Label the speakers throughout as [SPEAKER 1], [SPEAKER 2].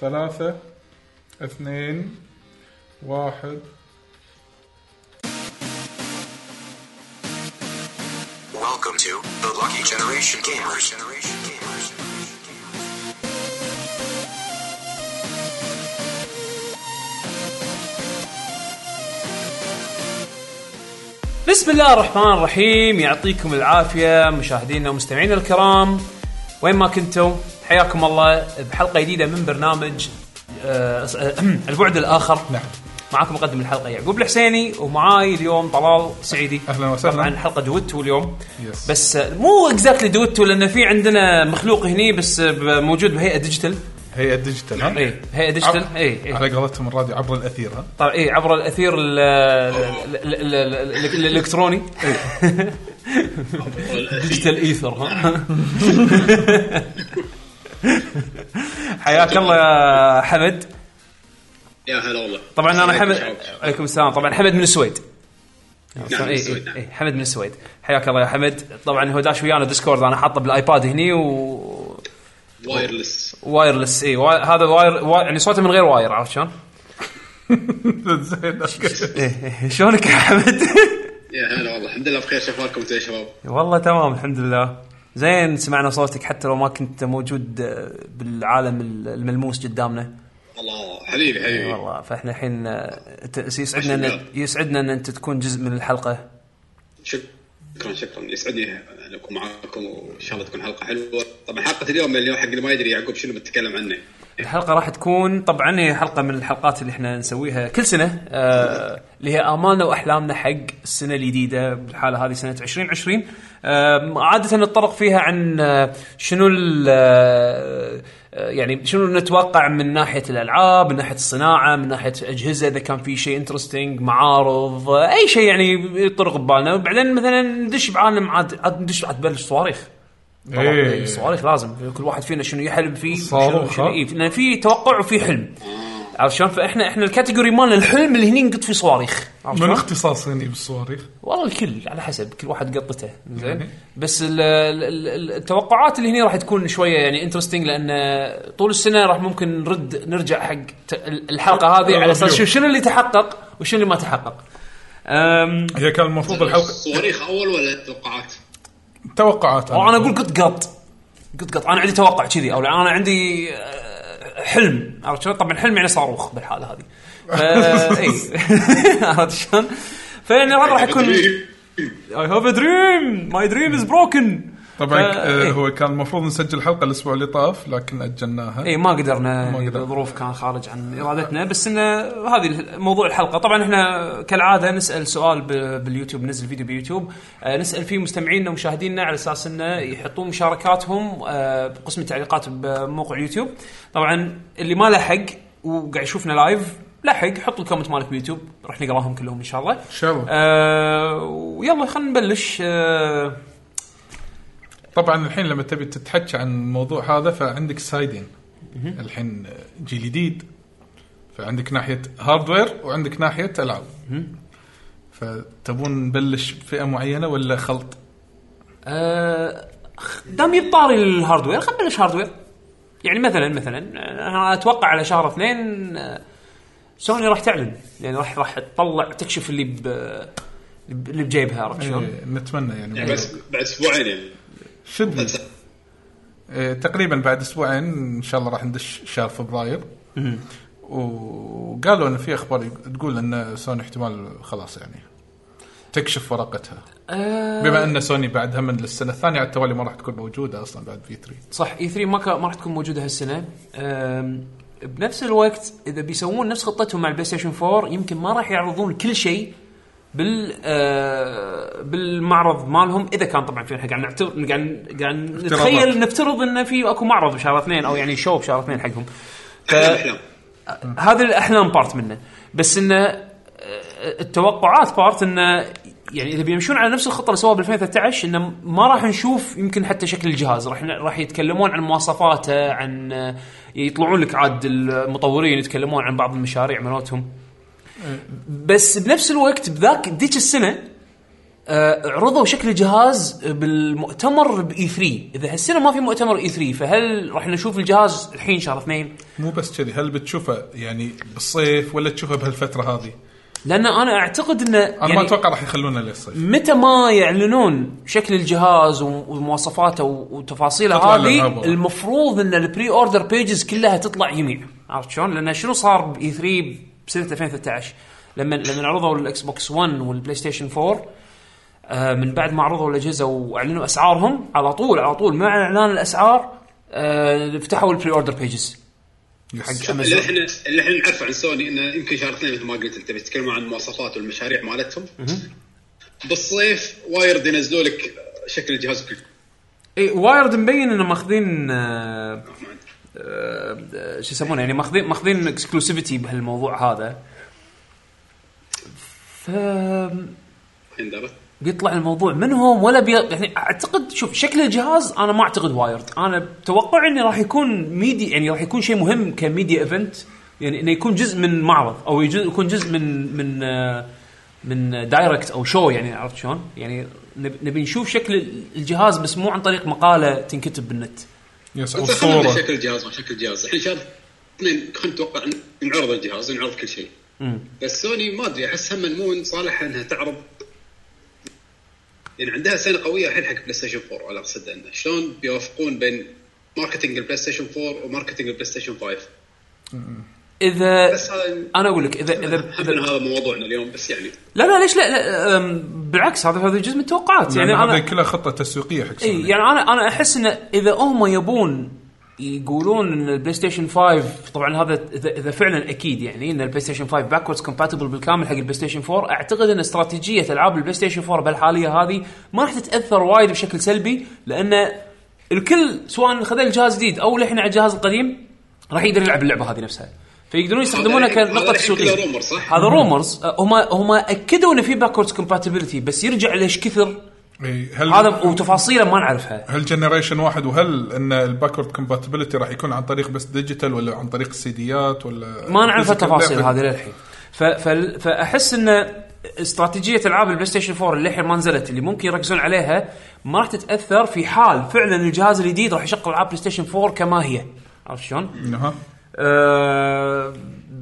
[SPEAKER 1] ثلاثة اثنين واحد
[SPEAKER 2] Welcome to the Lucky Generation Gamers. Generation Gamers.
[SPEAKER 3] بسم الله الرحمن الرحيم يعطيكم العافية مشاهدينا ومستمعينا الكرام وين ما كنتم حياكم الله بحلقة جديدة من برنامج آه، البعد الآخر
[SPEAKER 1] نعم.
[SPEAKER 3] معاكم مقدم الحلقة يعقوب الحسيني ومعاي اليوم طلال سعيدي
[SPEAKER 1] أهلاً وسهلاً.
[SPEAKER 3] طبعا حلقة دوتو اليوم
[SPEAKER 1] Yes.
[SPEAKER 3] بس آه، مو اكزاكتلي دوتو لأن في عندنا مخلوق هني بس آه، ب- موجود بهيئة ديجيتال
[SPEAKER 1] هي إيه، الديجيتال إيه، ها؟
[SPEAKER 3] اي هيئة ديجيتال إيه، اي اي
[SPEAKER 1] على قولتهم الراديو عبر الاثير ها؟
[SPEAKER 3] طبعا اي إيه، عبر الاثير ال- ال- ال- ال- ال- ال- الالكتروني ديجيتال ايثر ها حياك الله يا حمد
[SPEAKER 4] يا هلا والله
[SPEAKER 3] طبعا انا
[SPEAKER 4] عليكم
[SPEAKER 3] حمد
[SPEAKER 4] شباب.
[SPEAKER 3] عليكم السلام طبعا حمد من السويد
[SPEAKER 4] نعم،
[SPEAKER 3] إي-
[SPEAKER 4] من السويد،
[SPEAKER 3] إي-
[SPEAKER 4] نعم.
[SPEAKER 3] إي، إيه، حمد من السويد حياك الله يا حمد طبعا هو داش ويانا ديسكورد انا حاطه بالايباد هني و
[SPEAKER 4] وايرلس
[SPEAKER 3] وايرلس اي واي- هذا واير واي- يعني صوته من غير واير عرفت شلون؟
[SPEAKER 1] زين أوكي.
[SPEAKER 3] إيه، شلونك يا حمد؟
[SPEAKER 4] يا هلا والله الحمد لله بخير شفاكم انتم يا شباب
[SPEAKER 3] والله تمام الحمد لله زين سمعنا صوتك حتى لو ما كنت موجود آه، بالعالم ال- الملموس قدامنا
[SPEAKER 4] الله حبيبي حبيبي
[SPEAKER 3] والله فاحنا الحين آه، ت- يسعدنا ان
[SPEAKER 4] عشان
[SPEAKER 3] يسعدنا ان انت تكون جزء من الحلقه
[SPEAKER 4] شكرا شكرا يسعدني ان اكون معاكم وان شاء الله تكون حلقه حلوه طبعا حلقه اليوم اليوم حق اللي ما يدري يعقوب شنو بنتكلم عنه
[SPEAKER 3] الحلقه راح تكون طبعا هي حلقه من الحلقات اللي احنا نسويها كل سنه آه، اللي هي امالنا واحلامنا حق السنه الجديده بالحاله هذه سنه 2020 آه، عاده نتطرق فيها عن آه، شنو ال- آه، آه، يعني شنو نتوقع من ناحيه الالعاب من ناحيه الصناعه من ناحيه اجهزه اذا كان في شيء انترستنج معارض آه، اي شيء يعني يطرق ببالنا وبعدين مثلا ندش بعالم عاد عاد ندش عاد تبلش صواريخ طبعاً،
[SPEAKER 1] إيه.
[SPEAKER 3] إيه، صواريخ لازم كل واحد فينا شنو يحلم فيه
[SPEAKER 1] صاروخ، آه.
[SPEAKER 3] شنو- شنو-
[SPEAKER 1] ها؟
[SPEAKER 3] إيه، لان في توقع وفي حلم عرفت شلون؟ فاحنا احنا الكاتيجوري مالنا الحلم اللي هني نقط فيه صواريخ عرفت
[SPEAKER 1] من
[SPEAKER 3] شلون؟
[SPEAKER 1] اختصاص هني بالصواريخ
[SPEAKER 3] والله الكل على حسب كل واحد قطته زين
[SPEAKER 1] مهم.
[SPEAKER 3] بس ال ال ال التوقعات اللي هني راح تكون شويه يعني انترستنج لان طول السنه راح ممكن نرد نرجع حق ت- ال- الحلقه هذه على اساس شو- شنو اللي تحقق وشنو اللي ما تحقق. أم،
[SPEAKER 1] هي كان المفروض الحلقه
[SPEAKER 4] صواريخ اول ولا توقعات؟
[SPEAKER 1] توقعات
[SPEAKER 3] والله انا اقول قط قط قط قط انا عندي توقع كذي او انا عندي آه، حلم عرفت شلون؟ طبعا حلم يعني صاروخ بالحاله هذه فا اي عرفت شلون؟ فيعني الوضع راح يكون اي
[SPEAKER 4] يعني.
[SPEAKER 3] هاف ا دريم ماي دريم از بروكن
[SPEAKER 1] طبعا آه،
[SPEAKER 3] إيه.
[SPEAKER 1] هو كان المفروض نسجل حلقه الاسبوع اللي طاف لكن اجلناها
[SPEAKER 3] اي إيه، ما قدرنا
[SPEAKER 1] ما قدرنا.
[SPEAKER 3] الظروف كان خارج عن ارادتنا بس انه هذه موضوع الحلقه طبعا احنا كالعاده نسال سؤال ب- باليوتيوب ننزل فيديو باليوتيوب آه، نسال فيه مستمعينا ومشاهدينا على اساس انه يحطون مشاركاتهم آه، بقسم التعليقات بموقع اليوتيوب طبعا اللي ما لحق وقاعد يشوفنا لايف لحق حط الكومنت مالك باليوتيوب راح نقراهم كلهم ان شاء الله ان
[SPEAKER 1] شاء الله.
[SPEAKER 3] ويلا خلينا نبلش آه،
[SPEAKER 1] طبعا الحين لما تبي تتحكى عن الموضوع هذا فعندك سايدين الحين جيل جديد فعندك ناحيه هاردوير وعندك ناحيه العاب فتبون نبلش فئه معينه ولا خلط؟
[SPEAKER 3] آه، دام يبطاري الهاردوير خلينا نبلش هاردوير يعني مثلا مثلا انا اتوقع على شهر اثنين آه، سوني راح تعلن يعني راح راح تطلع تكشف اللي ب اللي بجيبها عرفت شلون؟
[SPEAKER 1] إيه، نتمنى يعني
[SPEAKER 4] بس بعد اسبوعين يعني
[SPEAKER 1] شدني إيه، تقريبا بعد اسبوعين ان شاء الله راح ندش شهر فبراير وقالوا ان في اخبار يق- تقول ان سوني احتمال خلاص يعني تكشف ورقتها
[SPEAKER 3] آه،
[SPEAKER 1] بما ان سوني بعد هم للسنه الثانيه على التوالي ما راح تكون موجوده اصلا بعد في 3
[SPEAKER 3] صح اي 3 ما كا- ما راح تكون موجوده هالسنه آم، بنفس الوقت اذا بيسوون نفس خطتهم مع البلاي ستيشن 4 يمكن ما راح يعرضون كل شيء بال آه، بالمعرض مالهم اذا كان طبعا في احنا قاعد نعتبر قاعد قاعد نتخيل نفترض انه في اكو معرض بشهر اثنين او يعني شو بشهر اثنين حقهم ف-
[SPEAKER 4] احلام احلام
[SPEAKER 3] هذا الاحلام بارت منه بس انه آه، التوقعات بارت انه يعني اذا بيمشون على نفس الخطه اللي سووها ب 2013 انه ما راح نشوف يمكن حتى شكل الجهاز راح راح يتكلمون عن مواصفاته عن آه، يطلعون لك عاد المطورين يتكلمون عن بعض المشاريع مالتهم بس بنفس الوقت بذاك ذيك السنه آه، عرضوا شكل الجهاز بالمؤتمر باي 3 اذا هالسنه ما في مؤتمر اي 3 فهل راح نشوف الجهاز الحين شهر اثنين
[SPEAKER 1] مو بس كذي هل بتشوفه يعني بالصيف ولا تشوفه بهالفتره هذه؟
[SPEAKER 3] لان انا اعتقد انه
[SPEAKER 1] انا ما اتوقع راح يخلونه للصيف
[SPEAKER 3] يعني متى ما يعلنون شكل الجهاز و- ومواصفاته و- وتفاصيله
[SPEAKER 1] تطلع الألعاب
[SPEAKER 3] هذه
[SPEAKER 1] والله.
[SPEAKER 3] المفروض ان البري اوردر بيجز كلها تطلع يميع عرفت شلون؟ لان شنو صار E باي 3 بسنه 2013 لما لما عرضوا الاكس بوكس 1 والبلاي ستيشن 4 آه، من بعد ما عرضوا الاجهزه واعلنوا اسعارهم على طول على طول مع اعلان الاسعار آه، فتحوا البري اوردر بيجز حق
[SPEAKER 4] اللي
[SPEAKER 3] امازون
[SPEAKER 4] احنا اللي احنا نعرفه عن سوني انه يمكن شهر اثنين مثل ما قلت انت بيتكلموا عن المواصفات والمشاريع مالتهم بالصيف وايرد ينزلوا لك شكل الجهاز كله
[SPEAKER 3] اي إيه، وايرد مبين انه ماخذين آه، آه، آه، شو يسمونه يعني ماخذين ماخذين اكسكلوسيفيتي بهالموضوع هذا ف
[SPEAKER 4] الحين دارت.
[SPEAKER 3] بيطلع الموضوع منهم ولا بي... يعني اعتقد شوف شكل الجهاز انا ما اعتقد وايرد انا توقعي انه راح يكون ميدي يعني راح يكون شيء مهم كميديا ايفنت يعني انه يكون جزء من معرض او يجو- يكون جزء من من آه، من دايركت او شو يعني عرفت شلون؟ يعني نب- نبي نشوف شكل الجهاز بس مو عن طريق مقاله تنكتب بالنت.
[SPEAKER 1] يس او
[SPEAKER 4] بس خلينا
[SPEAKER 1] صوره
[SPEAKER 4] شكل الجهاز وشكل الجهاز الحين شهر اثنين خلينا نتوقع إن- نعرض الجهاز ونعرض كل شيء بس سوني ما ادري احس هم مو من صالحها انها تعرض يعني عندها سنه قويه الحين حق بلاي ستيشن 4 انا اقصد انه شلون بيوفقون بين ماركتنج البلاي ستيشن 4 وماركتنج البلاي ستيشن 5
[SPEAKER 3] اذا
[SPEAKER 4] بس هذا
[SPEAKER 3] انا اقول لك اذا اذا,
[SPEAKER 4] هم
[SPEAKER 3] إذا
[SPEAKER 4] هذا موضوعنا اليوم بس يعني
[SPEAKER 3] لا لا ليش لا, لا أم، بالعكس هذا هذا جزء من التوقعات
[SPEAKER 1] يعني
[SPEAKER 3] يعني
[SPEAKER 1] هذه
[SPEAKER 3] انا
[SPEAKER 1] كلها خطه تسويقيه حق
[SPEAKER 3] اي
[SPEAKER 1] سوني
[SPEAKER 3] يعني انا انا احس انه اذا هم يبون يقولون ان البلاي ستيشن 5 طبعا هذا اذا اذا فعلا اكيد يعني ان البلاي ستيشن 5 باكوردز كومباتبل بالكامل حق البلاي ستيشن 4 اعتقد ان استراتيجيه العاب البلاي ستيشن 4 بالحاليه هذه ما راح تتاثر وايد بشكل سلبي لان الكل سواء خذ الجهاز جديد او لحنا على الجهاز القديم راح يقدر يلعب اللعبه هذه نفسها فيقدرون يستخدمونها
[SPEAKER 4] هذا الحين-
[SPEAKER 3] كنقطه
[SPEAKER 4] هذا الحين كله
[SPEAKER 3] تسويقيه
[SPEAKER 4] rumor، صح؟
[SPEAKER 3] هذا رومرز هم هم اكدوا ان في باكوردز كومباتبلتي بس يرجع ليش كثر
[SPEAKER 1] إي، هل
[SPEAKER 3] هذا وتفاصيله ما نعرفها
[SPEAKER 1] هل جنريشن واحد وهل ان الباكورد كومباتبلتي راح يكون عن طريق بس ديجيتال ولا عن طريق السيديات ولا
[SPEAKER 3] ما نعرف التفاصيل
[SPEAKER 1] لا،
[SPEAKER 3] هذه للحين ف- ف- فاحس ان استراتيجيه العاب البلاي ستيشن 4 اللي الحين ما نزلت اللي ممكن يركزون عليها ما راح تتاثر في حال فعلا الجهاز الجديد راح يشغل العاب بلاي ستيشن 4 كما هي عرفت شلون؟
[SPEAKER 1] أها.
[SPEAKER 3] أه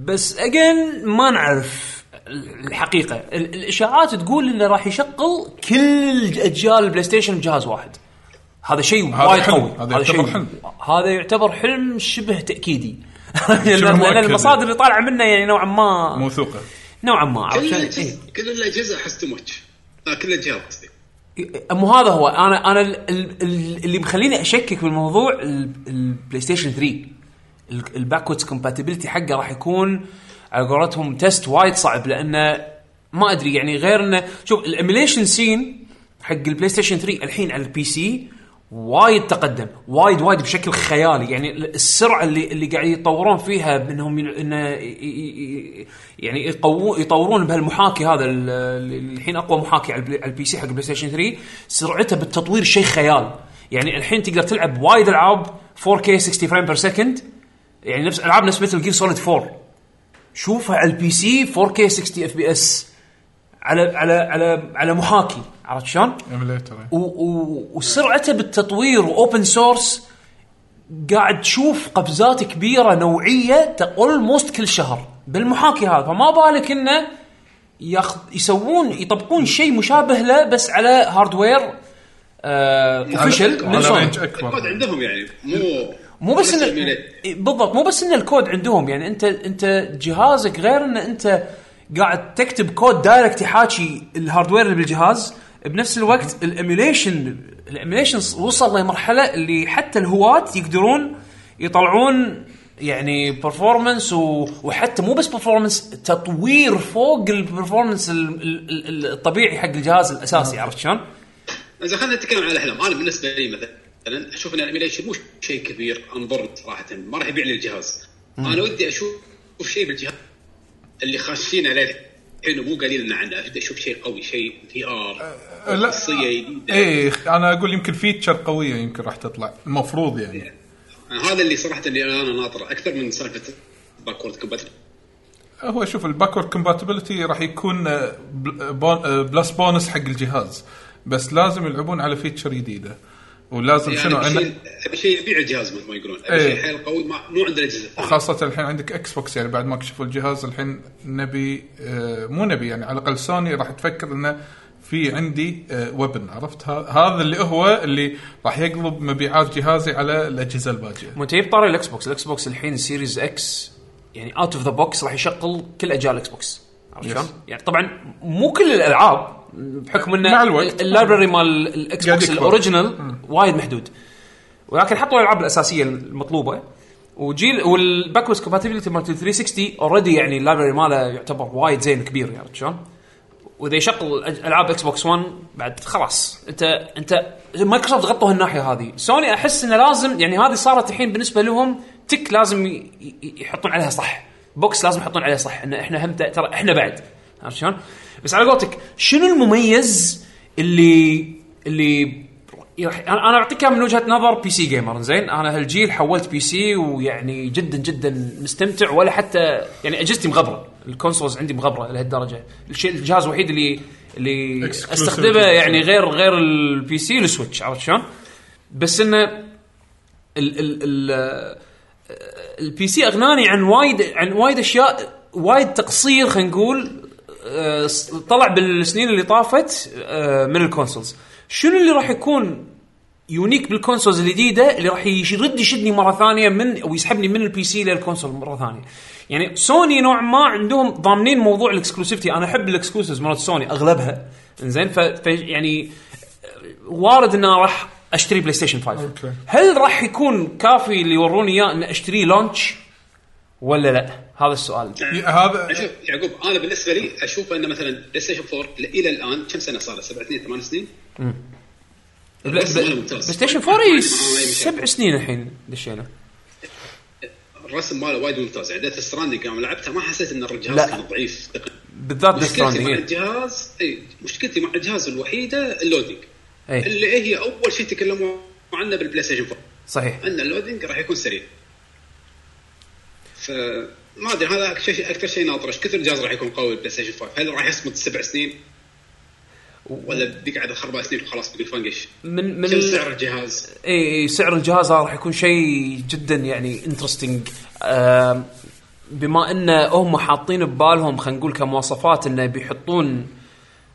[SPEAKER 3] بس اجين ما نعرف الحقيقه ال- الاشاعات تقول انه راح يشغل كل اجيال البلاي ستيشن بجهاز واحد هذا شيء
[SPEAKER 1] هذا
[SPEAKER 3] وايد
[SPEAKER 1] حلم.
[SPEAKER 3] قوي
[SPEAKER 1] هذا يعتبر
[SPEAKER 3] شيء-
[SPEAKER 1] حلم.
[SPEAKER 3] هذا يعتبر حلم شبه تاكيدي
[SPEAKER 1] شبه
[SPEAKER 3] لان
[SPEAKER 1] مؤكد.
[SPEAKER 3] لأن المصادر اللي طالعه منه يعني نوعا ما
[SPEAKER 1] موثوقه
[SPEAKER 3] نوعا ما عرفت إيه.
[SPEAKER 4] كل
[SPEAKER 3] شلون؟
[SPEAKER 4] الاجهزه كل الاجهزه احس تو ماتش آه، كل الاجهزه قصدي
[SPEAKER 3] إيه. مو هذا هو انا انا ال- ال- ال- اللي مخليني اشكك بالموضوع ال- البلاي ستيشن 3 الباكوردز كومباتيبلتي حقه راح يكون على قولتهم تيست وايد صعب لانه ما ادري يعني غير انه شوف الايميليشن سين حق البلاي ستيشن 3 الحين على البي سي وايد تقدم وايد وايد بشكل خيالي يعني ال- السرعه اللي اللي قاعد يطورون فيها انهم ين- إنه ي- ي- ي- يعني يقو- يطورون بهالمحاكي هذا ال- ال- الحين اقوى محاكي على البلاي- على البي سي حق البلاي ستيشن 3 سرعته بالتطوير شيء خيال يعني الحين تقدر تلعب وايد العاب 4K 60 فريم بير سكند يعني نفس العاب نفس مثل جير سوليد 4 شوفها على البي سي 4K 60 اف بي اس على على على على محاكي عرفت شلون؟
[SPEAKER 1] ايميليتر إي.
[SPEAKER 3] و- و- وسرعته بالتطوير واوبن سورس قاعد تشوف قفزات كبيره نوعيه اولموست كل شهر بالمحاكي هذا فما بالك انه ياخ... يسوون يطبقون شيء مشابه له بس على هاردوير اوفشل من
[SPEAKER 1] على
[SPEAKER 3] سوني
[SPEAKER 1] رينج
[SPEAKER 4] الكود
[SPEAKER 1] اكبر
[SPEAKER 4] عندهم يعني مو
[SPEAKER 3] مو بس
[SPEAKER 4] مو
[SPEAKER 3] ان
[SPEAKER 4] الميلاد.
[SPEAKER 3] إيه بالضبط مو بس ان الكود عندهم يعني انت انت جهازك غير ان انت قاعد تكتب كود دايركت يحاكي الهاردوير اللي بالجهاز بنفس الوقت الايميليشن الايميليشن وصل لمرحله اللي حتى الهواة يقدرون يطلعون يعني برفورمانس و... وحتى مو بس برفورمانس تطوير فوق البرفورمانس ال- ال- ال- الطبيعي حق الجهاز الاساسي عرفت شلون؟
[SPEAKER 4] اذا خلينا نتكلم عن الاحلام انا بالنسبه لي مثلا اشوف ان الانيميشن مو شيء كبير انظر صراحه ما راح يبيع لي الجهاز انا ودي اشوف أشوف شيء بالجهاز اللي خاشين عليه حلو مو قليل عنه ودي اشوف شيء قوي شيء في ار
[SPEAKER 1] أه، لا إيه.
[SPEAKER 4] قصيه جديده
[SPEAKER 1] اي انا اقول يمكن فيتشر قويه يمكن راح تطلع المفروض يعني
[SPEAKER 4] هذا اللي صراحه اللي انا ناطره اكثر من سالفه باكورد كومباتبل
[SPEAKER 1] هو شوف الباكورد كومباتبلتي راح يكون آه، بل- بون- آه، بلس بونس حق الجهاز بس لازم يلعبون على فيتشر جديده ولازم
[SPEAKER 4] يعني
[SPEAKER 1] شنو
[SPEAKER 4] أبي
[SPEAKER 1] أنا-
[SPEAKER 4] شيء- ابي شيء يبيع الجهاز مثل ما يقولون ابي
[SPEAKER 1] إيه.
[SPEAKER 4] شيء حيل قوي ما- مو عندنا جزء ثاني.
[SPEAKER 1] خاصة الحين عندك اكس بوكس يعني بعد ما كشفوا الجهاز الحين نبي آه، مو نبي يعني على الاقل سوني راح تفكر انه في عندي ويبن عرفت ه- هذا اللي هو اللي راح يقلب مبيعات جهازي على الاجهزه الباجيه
[SPEAKER 3] مو انت جايب طاري الاكس بوكس الاكس بوكس الحين سيريز اكس يعني اوت اوف ذا بوكس راح يشغل كل اجيال الاكس بوكس عرفت
[SPEAKER 1] Yes.
[SPEAKER 3] شلون؟ يعني طبعا مو كل الالعاب بحكم انه
[SPEAKER 1] مع الوقت.
[SPEAKER 3] اللايبرري مال الاكس
[SPEAKER 1] قاعد
[SPEAKER 3] بوكس
[SPEAKER 1] يكبر.
[SPEAKER 3] الاوريجنال وايد محدود ولكن حطوا الالعاب الاساسيه المطلوبه وجيل والباكورد كومباتيبلتي مال 360 اوريدي يعني اللايبرري ماله يعتبر وايد زين كبير عرفت شلون؟ واذا يشغل أج- العاب اكس بوكس 1 بعد خلاص انت انت مايكروسوفت غطوا هالناحيه هذه سوني احس انه لازم يعني هذه صارت الحين بالنسبه لهم تك لازم ي- ي- يحطون عليها صح بوكس لازم يحطون عليها صح ان احنا هم ت- ترى احنا بعد عرفت شلون بس على قولتك شنو المميز اللي اللي راح- انا إيه، أنا اعطيك إياها من وجهه نظر بي سي جيمر زين انا هالجيل حولت بي سي ويعني جدا جدا مستمتع ولا حتى يعني اجهزتي مغبره الكونسولز عندي مغبره لهالدرجه الشيء الجهاز الوحيد اللي اللي
[SPEAKER 1] Exclusive.
[SPEAKER 3] استخدمه يعني غير غير البي سي السويتش عرفت شلون؟ بس انه ال ال ال البي سي اغناني عن وايد عن وايد اشياء وايد تقصير خلينا نقول آه، س- طلع بالسنين اللي طافت آه، من الكونسولز شنو اللي راح يكون يونيك بالكونسولز الجديده اللي راح يش- يرد يشدني مره ثانيه من او يسحبني من البي سي للكونسول مره ثانيه يعني سوني نوعا ما عندهم ضامنين موضوع الاكسكلوسيفيتي انا احب الاكسكلوسيفز مالت سوني اغلبها زين ف ف- يعني وارد ان أنا راح اشتري بلاي ستيشن 5
[SPEAKER 1] أوكي.
[SPEAKER 3] هل راح يكون كافي اللي يوروني اياه ان اشتري لونش ولا لا هذا السؤال
[SPEAKER 1] ي- هذا
[SPEAKER 4] شوف يعقوب انا بالنسبه لي اشوف انه مثلا بلاي ستيشن 4 ل- الى الان كم سنه صار له؟ سبع سنين ثمان سنين
[SPEAKER 3] بلاي
[SPEAKER 4] بس مو ممتاز.
[SPEAKER 3] ستيشن 4 إي
[SPEAKER 4] ما- ما-
[SPEAKER 3] سبع سنين الحين دشينا
[SPEAKER 4] الرسم ماله وايد ممتاز يعني ديث ستراندنج يوم لعبتها ما حسيت ان الجهاز
[SPEAKER 3] لا.
[SPEAKER 4] كان ضعيف تقنياً.
[SPEAKER 3] بالذات Death
[SPEAKER 4] مشكلتي
[SPEAKER 3] Stranding، إيه.
[SPEAKER 4] مع
[SPEAKER 3] إي.
[SPEAKER 4] الجهاز اي مشكلتي مع الجهاز الوحيده اللودنج
[SPEAKER 3] إي.
[SPEAKER 4] اللي هي اول شيء تكلموا عنه بالبلاي ستيشن 4
[SPEAKER 3] صحيح
[SPEAKER 4] ان اللودنج راح يكون سريع فما ادري هذا اكثر شيء اكثر شيء ناطره ايش كثر الجهاز راح يكون قوي بالبلاي ستيشن 5 هل راح يصمد سبع سنين ولا بيقعد أخر اربع سنين وخلاص بيفنقش
[SPEAKER 3] من من
[SPEAKER 4] كم سعر الجهاز؟
[SPEAKER 3] اي إي، سعر الجهاز هذا راح يكون شيء جدا يعني انترستنج بما ان هم حاطين ببالهم خلينا نقول كمواصفات انه بيحطون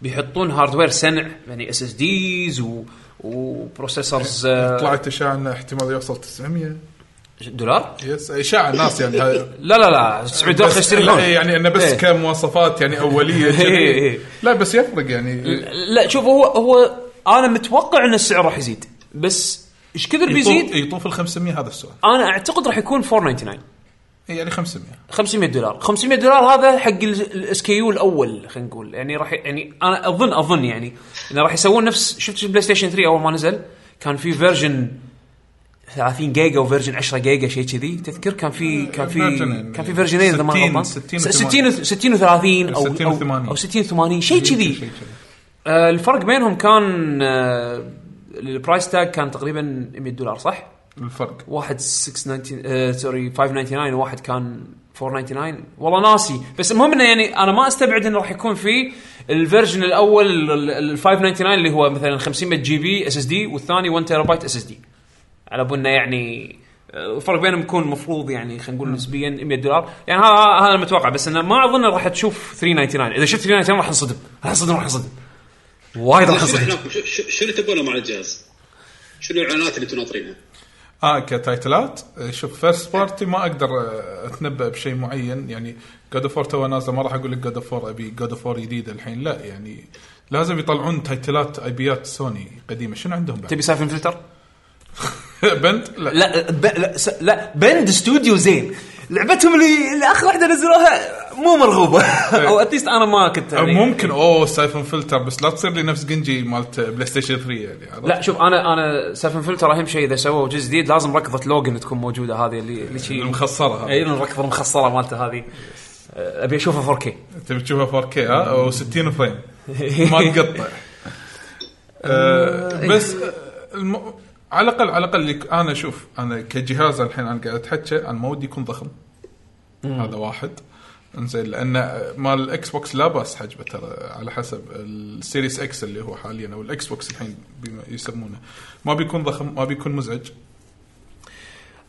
[SPEAKER 3] بيحطون هاردوير سنع يعني اس اس ديز و وبروسيسورز آه،
[SPEAKER 1] طلعت اشاعه انه احتمال يوصل 900
[SPEAKER 3] دولار؟
[SPEAKER 1] يس اشاعه الناس يعني ه-
[SPEAKER 3] لا لا لا 900 دولار
[SPEAKER 1] بس-
[SPEAKER 3] خلينا نشتري
[SPEAKER 1] لا،
[SPEAKER 3] لون.
[SPEAKER 1] يعني انه بس
[SPEAKER 3] إيه.
[SPEAKER 1] كمواصفات يعني اوليه
[SPEAKER 3] إيه، إيه.
[SPEAKER 1] كذي. لا بس يفرق يعني
[SPEAKER 3] لا شوف هو هو انا متوقع ان السعر راح يزيد بس ايش كثر
[SPEAKER 1] يطوف
[SPEAKER 3] بيزيد؟
[SPEAKER 1] يطوف ال 500 هذا السؤال
[SPEAKER 3] انا اعتقد راح يكون 499
[SPEAKER 1] يعني 500
[SPEAKER 3] 500 دولار 500 دولار هذا حق الاس كي يو الاول خلينا نقول يعني راح يعني انا اظن اظن يعني انه راح يسوون نفس شفت البلاي ستيشن 3 اول ما نزل كان في فيرجن 30 جيجا وفيرجن 10 جيجا شيء كذي تذكر كان في كان في
[SPEAKER 1] فيرجنين.
[SPEAKER 3] كان في فيرجنين اذا ما
[SPEAKER 1] 60
[SPEAKER 3] غلطان
[SPEAKER 1] 60
[SPEAKER 3] س-
[SPEAKER 1] وثمانين.
[SPEAKER 3] 60 60 و30 او
[SPEAKER 1] 60
[SPEAKER 3] أو-
[SPEAKER 1] وثمانين.
[SPEAKER 3] او 60 80 شيء
[SPEAKER 1] شيء
[SPEAKER 3] إيه، كذي
[SPEAKER 1] كذي.
[SPEAKER 3] آه، الفرق بينهم كان آه، البرايس تاج كان تقريبا 100 دولار صح؟
[SPEAKER 1] الفرق
[SPEAKER 3] واحد 690 آه، سوري 599 وواحد كان 499 والله ناسي بس المهم انه يعني انا ما استبعد انه راح يكون في الفيرجن الاول ال- ال 599 اللي هو مثلا 500 جي بي اس اس دي والثاني 1 تيرا بايت اس اس دي على بالنا يعني آه، الفرق بينهم يكون مفروض يعني خلينا نقول نسبيا 100 دولار يعني هذا هذا المتوقع بس انه ما اظن راح تشوف 399 اذا شفت 399 راح انصدم راح انصدم راح انصدم وايد راح
[SPEAKER 4] شنو
[SPEAKER 3] انصدم
[SPEAKER 4] إحنا- شو- شو- شنو تبونه مع الجهاز؟ شنو الاعلانات اللي تناطرينها؟
[SPEAKER 1] اه كتايتلات آه، شوف فيرست بارتي ما اقدر آه، اتنبا بشيء معين يعني جود اوف تو نازله ما راح اقول لك جود اوف ابي جود اوف جديده الحين لا يعني لازم يطلعون تايتلات اي بيات سوني قديمه شنو عندهم بعد؟
[SPEAKER 3] تبي سالفه فلتر؟
[SPEAKER 1] بند؟ لا
[SPEAKER 3] لا ب... لا س... لا بند استوديو زين لعبتهم اللي, اللي اخر واحده نزلوها مو مرغوبه او اتليست انا ما كنت
[SPEAKER 1] أو
[SPEAKER 3] يعني-
[SPEAKER 1] ممكن اوه سايفون فلتر بس لا تصير لي نفس جنجي مالت بلاي ستيشن 3 يعني عرفت؟
[SPEAKER 3] لا شوف انا انا سالفه فلتر اهم شيء اذا سووا جزء جديد لازم ركضه لوجن تكون موجوده هذه اللي اللي شي-
[SPEAKER 1] المخصرة هذه.
[SPEAKER 3] اي الركضه المخصره مالته هذه أه، ابي اشوفها 4K
[SPEAKER 1] تبي تشوفها 4K ها او 60 فريم ما تقطع آه، بس آه، الم... على الاقل على الاقل لك- انا اشوف انا كجهاز الحين انا قاعد اتحكى انا ما ودي يكون ضخم هذا واحد انزين لان مال الاكس بوكس لا باس حجبه ترى على حسب السيريس اكس اللي هو حاليا او الاكس بوكس الحين بما يسمونه ما بيكون ضخم ما بيكون مزعج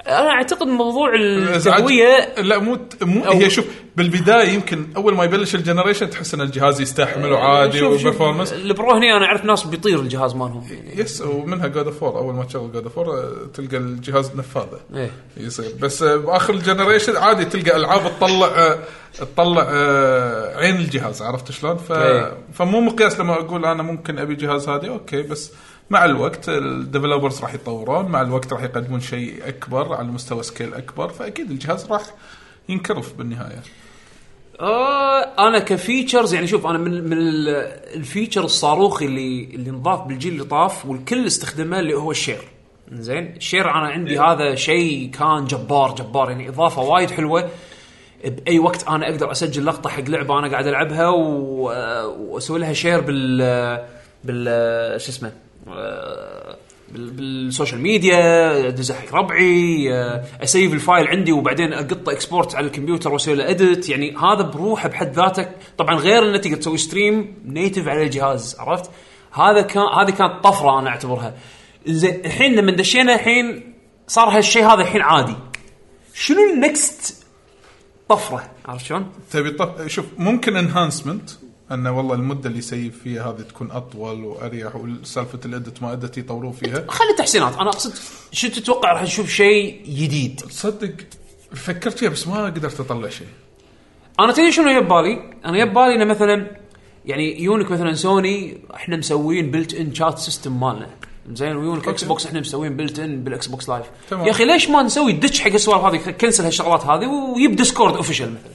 [SPEAKER 3] انا اعتقد موضوع
[SPEAKER 1] الإزعاج-
[SPEAKER 3] التقويه
[SPEAKER 1] لا مو مو
[SPEAKER 3] أو-
[SPEAKER 1] هي شوف بالبدايه يمكن اول ما يبلش الجنريشن تحس ان الجهاز يستحمل وعادي
[SPEAKER 3] أه، شوف- شوف،
[SPEAKER 1] وبرفورمانس
[SPEAKER 3] البرو هني انا اعرف ناس بيطير الجهاز مالهم يعني
[SPEAKER 1] يس ومنها جود اوف اول ما تشغل جود اوف آه، تلقى الجهاز نفاذه
[SPEAKER 3] إيه.
[SPEAKER 1] يصير بس آه، باخر الجنريشن عادي تلقى العاب تطلع آه، تطلع آه، عين الجهاز عرفت شلون؟ ف...
[SPEAKER 3] إيه.
[SPEAKER 1] فمو مقياس لما اقول انا ممكن ابي جهاز هذا اوكي بس مع الوقت الديفلوبرز راح يتطورون مع الوقت راح يقدمون شيء اكبر على مستوى سكيل اكبر فاكيد الجهاز راح ينكرف بالنهايه
[SPEAKER 3] آه انا كفيتشرز يعني شوف انا من من ال- الفيتشر الصاروخي اللي اللي انضاف بالجيل اللي طاف والكل استخدمه اللي هو الشير زين الشير انا عندي هذا شيء كان جبار جبار يعني اضافه وايد حلوه باي وقت انا اقدر اسجل لقطه حق لعبه انا قاعد العبها و... واسوي لها شير بال بال شو اسمه آه، بال- بالسوشيال ميديا ادزه حق ربعي آه، اسيف الفايل عندي وبعدين اقطه اكسبورت على الكمبيوتر واسوي له اديت يعني هذا بروحه بحد ذاته طبعا غير انه تقدر تسوي ستريم نيتف على الجهاز عرفت هذا كان هذه كانت طفره انا اعتبرها زين الحين لما دشينا الحين صار هالشيء هذا الحين عادي شنو النكست طفره عرفت شلون؟
[SPEAKER 1] تبي طف... شوف ممكن انهانسمنت انه والله المده اللي يسيب فيها هذه تكون اطول واريح وسالفه الادت ما ادت يطورون فيها
[SPEAKER 3] خلي تحسينات انا اقصد شو تتوقع راح نشوف شيء جديد
[SPEAKER 1] تصدق فكرت فيها بس ما قدرت اطلع شيء
[SPEAKER 3] انا تدري شنو يبالي؟ انا يبالي انه مثلا يعني يونك مثلا سوني احنا مسوين بلت ان شات سيستم مالنا زين ويونك اكس بوكس احنا مسوين بلت ان بالاكس بوكس لايف
[SPEAKER 1] تمام.
[SPEAKER 3] يا اخي ليش ما نسوي دش حق السوالف هذه كنسل هالشغلات هذه ويب ديسكورد اوفيشال مثلا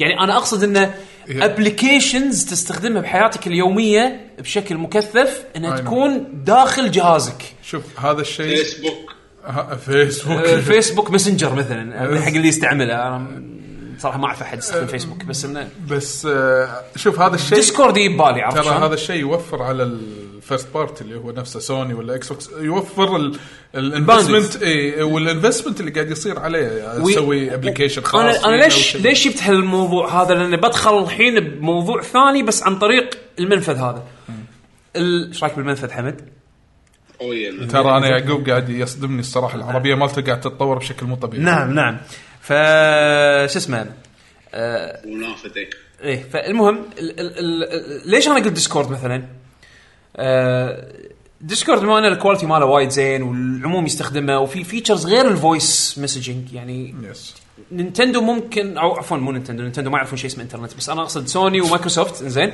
[SPEAKER 3] يعني انا اقصد انه
[SPEAKER 1] إيه.
[SPEAKER 3] ابلكيشنز تستخدمها بحياتك اليوميه بشكل مكثف انها
[SPEAKER 1] I know.
[SPEAKER 3] تكون داخل جهازك
[SPEAKER 1] شوف هذا الشيء
[SPEAKER 4] فيسبوك
[SPEAKER 1] ها- فيسبوك
[SPEAKER 3] آه، إيه. الفيسبوك ماسنجر
[SPEAKER 1] إيه.
[SPEAKER 3] مثلا آه، حق اللي يستعمله انا صراحه ما اعرف احد يستخدم فيسبوك بس انه
[SPEAKER 1] بس آه، شوف هذا الشيء
[SPEAKER 3] ديسكورد يجيب بالي عرفت
[SPEAKER 1] ترى
[SPEAKER 3] شلون؟
[SPEAKER 1] هذا الشيء يوفر على الفيرست بارتي اللي هو نفسه سوني ولا اكس بوكس يوفر الانفستمنت اي والانفستمنت إيه، اللي قاعد يصير عليه
[SPEAKER 3] وي-
[SPEAKER 1] تسوي ابلكيشن خاص
[SPEAKER 3] انا
[SPEAKER 1] فيه
[SPEAKER 3] انا
[SPEAKER 1] أو
[SPEAKER 3] ليش
[SPEAKER 1] شيء.
[SPEAKER 3] ليش جبت هالموضوع هذا لان بدخل الحين بموضوع ثاني بس عن طريق المنفذ هذا ال- ايش رايك بالمنفذ حمد؟
[SPEAKER 4] قويه
[SPEAKER 1] ترى انا يعقوب قاعد يصدمني الصراحه العربيه مالته قاعد تتطور بشكل مو طبيعي
[SPEAKER 3] نعم نعم ف شو اسمه آه،
[SPEAKER 4] منافذه
[SPEAKER 3] ايه فالمهم ال ال ال ليش انا قلت ديسكورد مثلا؟ آه، ديسكورد بما ان الكواليتي ماله وايد زين والعموم يستخدمه وفي فيتشرز غير الفويس مسجنج يعني
[SPEAKER 1] يس
[SPEAKER 3] نينتندو ممكن او عفوا مو نينتندو نينتندو ما يعرفون شيء اسمه انترنت بس انا اقصد سوني ومايكروسوفت زين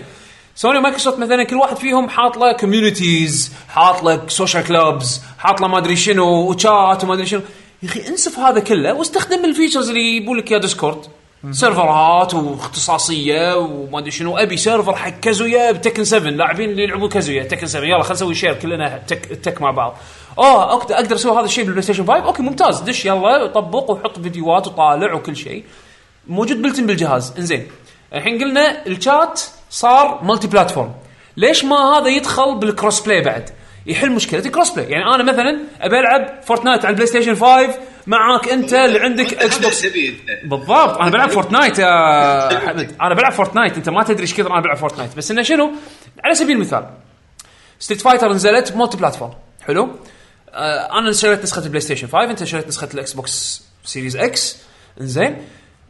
[SPEAKER 3] سوني ومايكروسوفت مثلا كل واحد فيهم حاط له كوميونيتيز حاط له سوشيال كلوبز حاط له ما ادري شنو وشات وما ادري شنو يا اخي انسف هذا كله واستخدم الفيتشرز اللي يبون لك اياها ديسكورد سيرفرات واختصاصيه وما ادري شنو ابي سيرفر حق كازويا بتكن 7 لاعبين اللي يلعبون كازويا تكن 7 يلا خلينا نسوي شير كلنا تك تك مع بعض اوه أوكي، اقدر اسوي هذا الشيء بالبلاي ستيشن 5 اوكي ممتاز دش يلا طبق وحط فيديوهات وطالع وكل شيء موجود بلتن بالجهاز انزين الحين قلنا الشات صار مالتي بلاتفورم ليش ما هذا يدخل بالكروس بلاي بعد يحل مشكله الكروس بلاي يعني انا مثلا ابي العب فورتنايت على البلاي ستيشن 5 معاك انت اللي عندك اكس
[SPEAKER 4] هذا
[SPEAKER 3] بوكس
[SPEAKER 4] اللي تبيه انت
[SPEAKER 3] بالضبط انا بلعب فورتنايت يا حمد انا بلعب فورتنايت انت ما تدري ايش كثر انا بلعب فورتنايت بس انه شنو على سبيل المثال ستريت فايتر نزلت مولتي بلاتفورم حلو آه انا شريت نسخه البلاي ستيشن 5 انت شريت نسخه الاكس بوكس سيريز اكس زين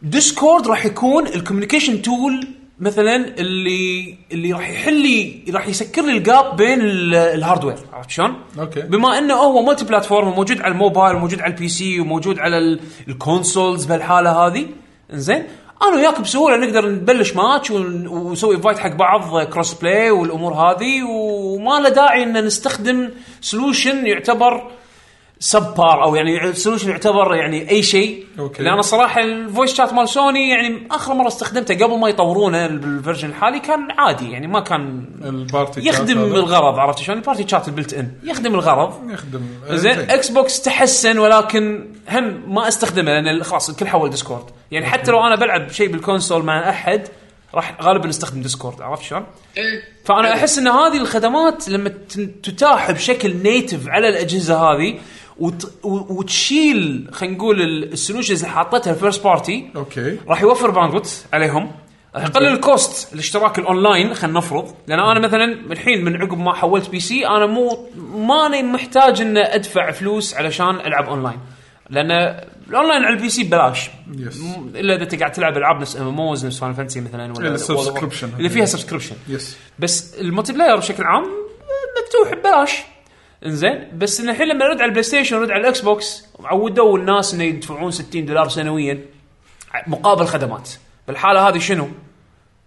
[SPEAKER 3] ديسكورد راح يكون الكوميونيكيشن تول مثلا اللي اللي راح يحل لي راح يسكر لي الجاب بين ال- الهاردوير عرفت شلون؟
[SPEAKER 1] أوكي.
[SPEAKER 3] بما انه هو مالتي بلاتفورم وموجود على الموبايل وموجود على البي سي وموجود على ال- الكونسولز بهالحاله هذه انزين انا وياك بسهوله نقدر نبلش ماتش ون- ونسوي فايت حق بعض كروس بلاي والامور هذه وما له داعي ان نستخدم سولوشن يعتبر سب بار او يعني سولوشن يعتبر يعني اي شيء
[SPEAKER 1] أوكي.
[SPEAKER 3] لان صراحه الفويس شات مال سوني يعني اخر مره استخدمته قبل ما يطورونه بالفيرجن الحالي كان عادي يعني ما كان
[SPEAKER 1] البارتي شات
[SPEAKER 3] يخدم
[SPEAKER 1] هذا.
[SPEAKER 3] الغرض عرفت شلون البارتي شات البلت ان يخدم الغرض
[SPEAKER 1] يخدم
[SPEAKER 3] إيه، زين اكس بوكس تحسن ولكن هم ما استخدمه لان ال- خلاص الكل حول ديسكورد يعني حتى لو انا بلعب شيء بالكونسول مع احد راح غالبا استخدم ديسكورد عرفت شلون؟
[SPEAKER 4] إيه.
[SPEAKER 3] فانا احس ان هذه الخدمات لما تن- تتاح بشكل نيتف على الاجهزه هذه وت... و- وتشيل خلينا نقول ال- السولوشنز اللي حاطتها الفيرست بارتي
[SPEAKER 1] اوكي
[SPEAKER 3] راح يوفر باندوت عليهم راح يقلل الكوست الاشتراك الاونلاين خلينا نفرض لان انا مثلا الحين من عقب ما حولت بي سي انا مو ماني محتاج ان ادفع فلوس علشان العب اونلاين لان الاونلاين على البي سي ببلاش
[SPEAKER 1] Yes.
[SPEAKER 3] م- الا اذا انت قاعد تلعب العاب نفس ام ام اوز نفس فان فانسي مثلا ولا
[SPEAKER 1] إلا
[SPEAKER 3] World of War.
[SPEAKER 1] subscription.
[SPEAKER 3] اللي فيها سبسكربشن
[SPEAKER 1] يس
[SPEAKER 3] بس الملتي بلاير بشكل عام مفتوح ببلاش انزين بس إن الحين لما نرد على البلاي ستيشن ونرد على الاكس بوكس عودوا الناس انه يدفعون 60 دولار سنويا مقابل خدمات بالحاله هذه شنو؟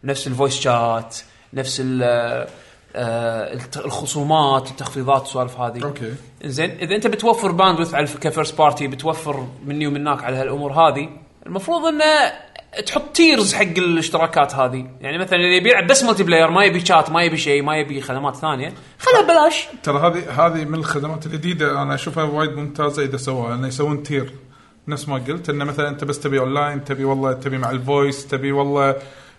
[SPEAKER 3] نفس الفويس شات نفس ال آه، الت- الخصومات التخفيضات والسوالف هذه
[SPEAKER 1] أوكي.
[SPEAKER 3] زين اذا انت بتوفر باندوث على الف- كفيرست بارتي بتوفر مني ومناك على هالامور هذه المفروض انه تحط تيرز حق الاشتراكات هذه يعني مثلا اللي بيلعب بس ملتي بلاير ما يبي شات ما يبي شيء ما يبي خدمات ثانيه خله ببلاش
[SPEAKER 1] ترى هذه هذه من الخدمات الجديده انا اشوفها وايد ممتازه اذا سووها انه يسوون تير نفس ما قلت انه مثلا انت بس تبي اونلاين تبي والله تبي مع الفويس تبي والله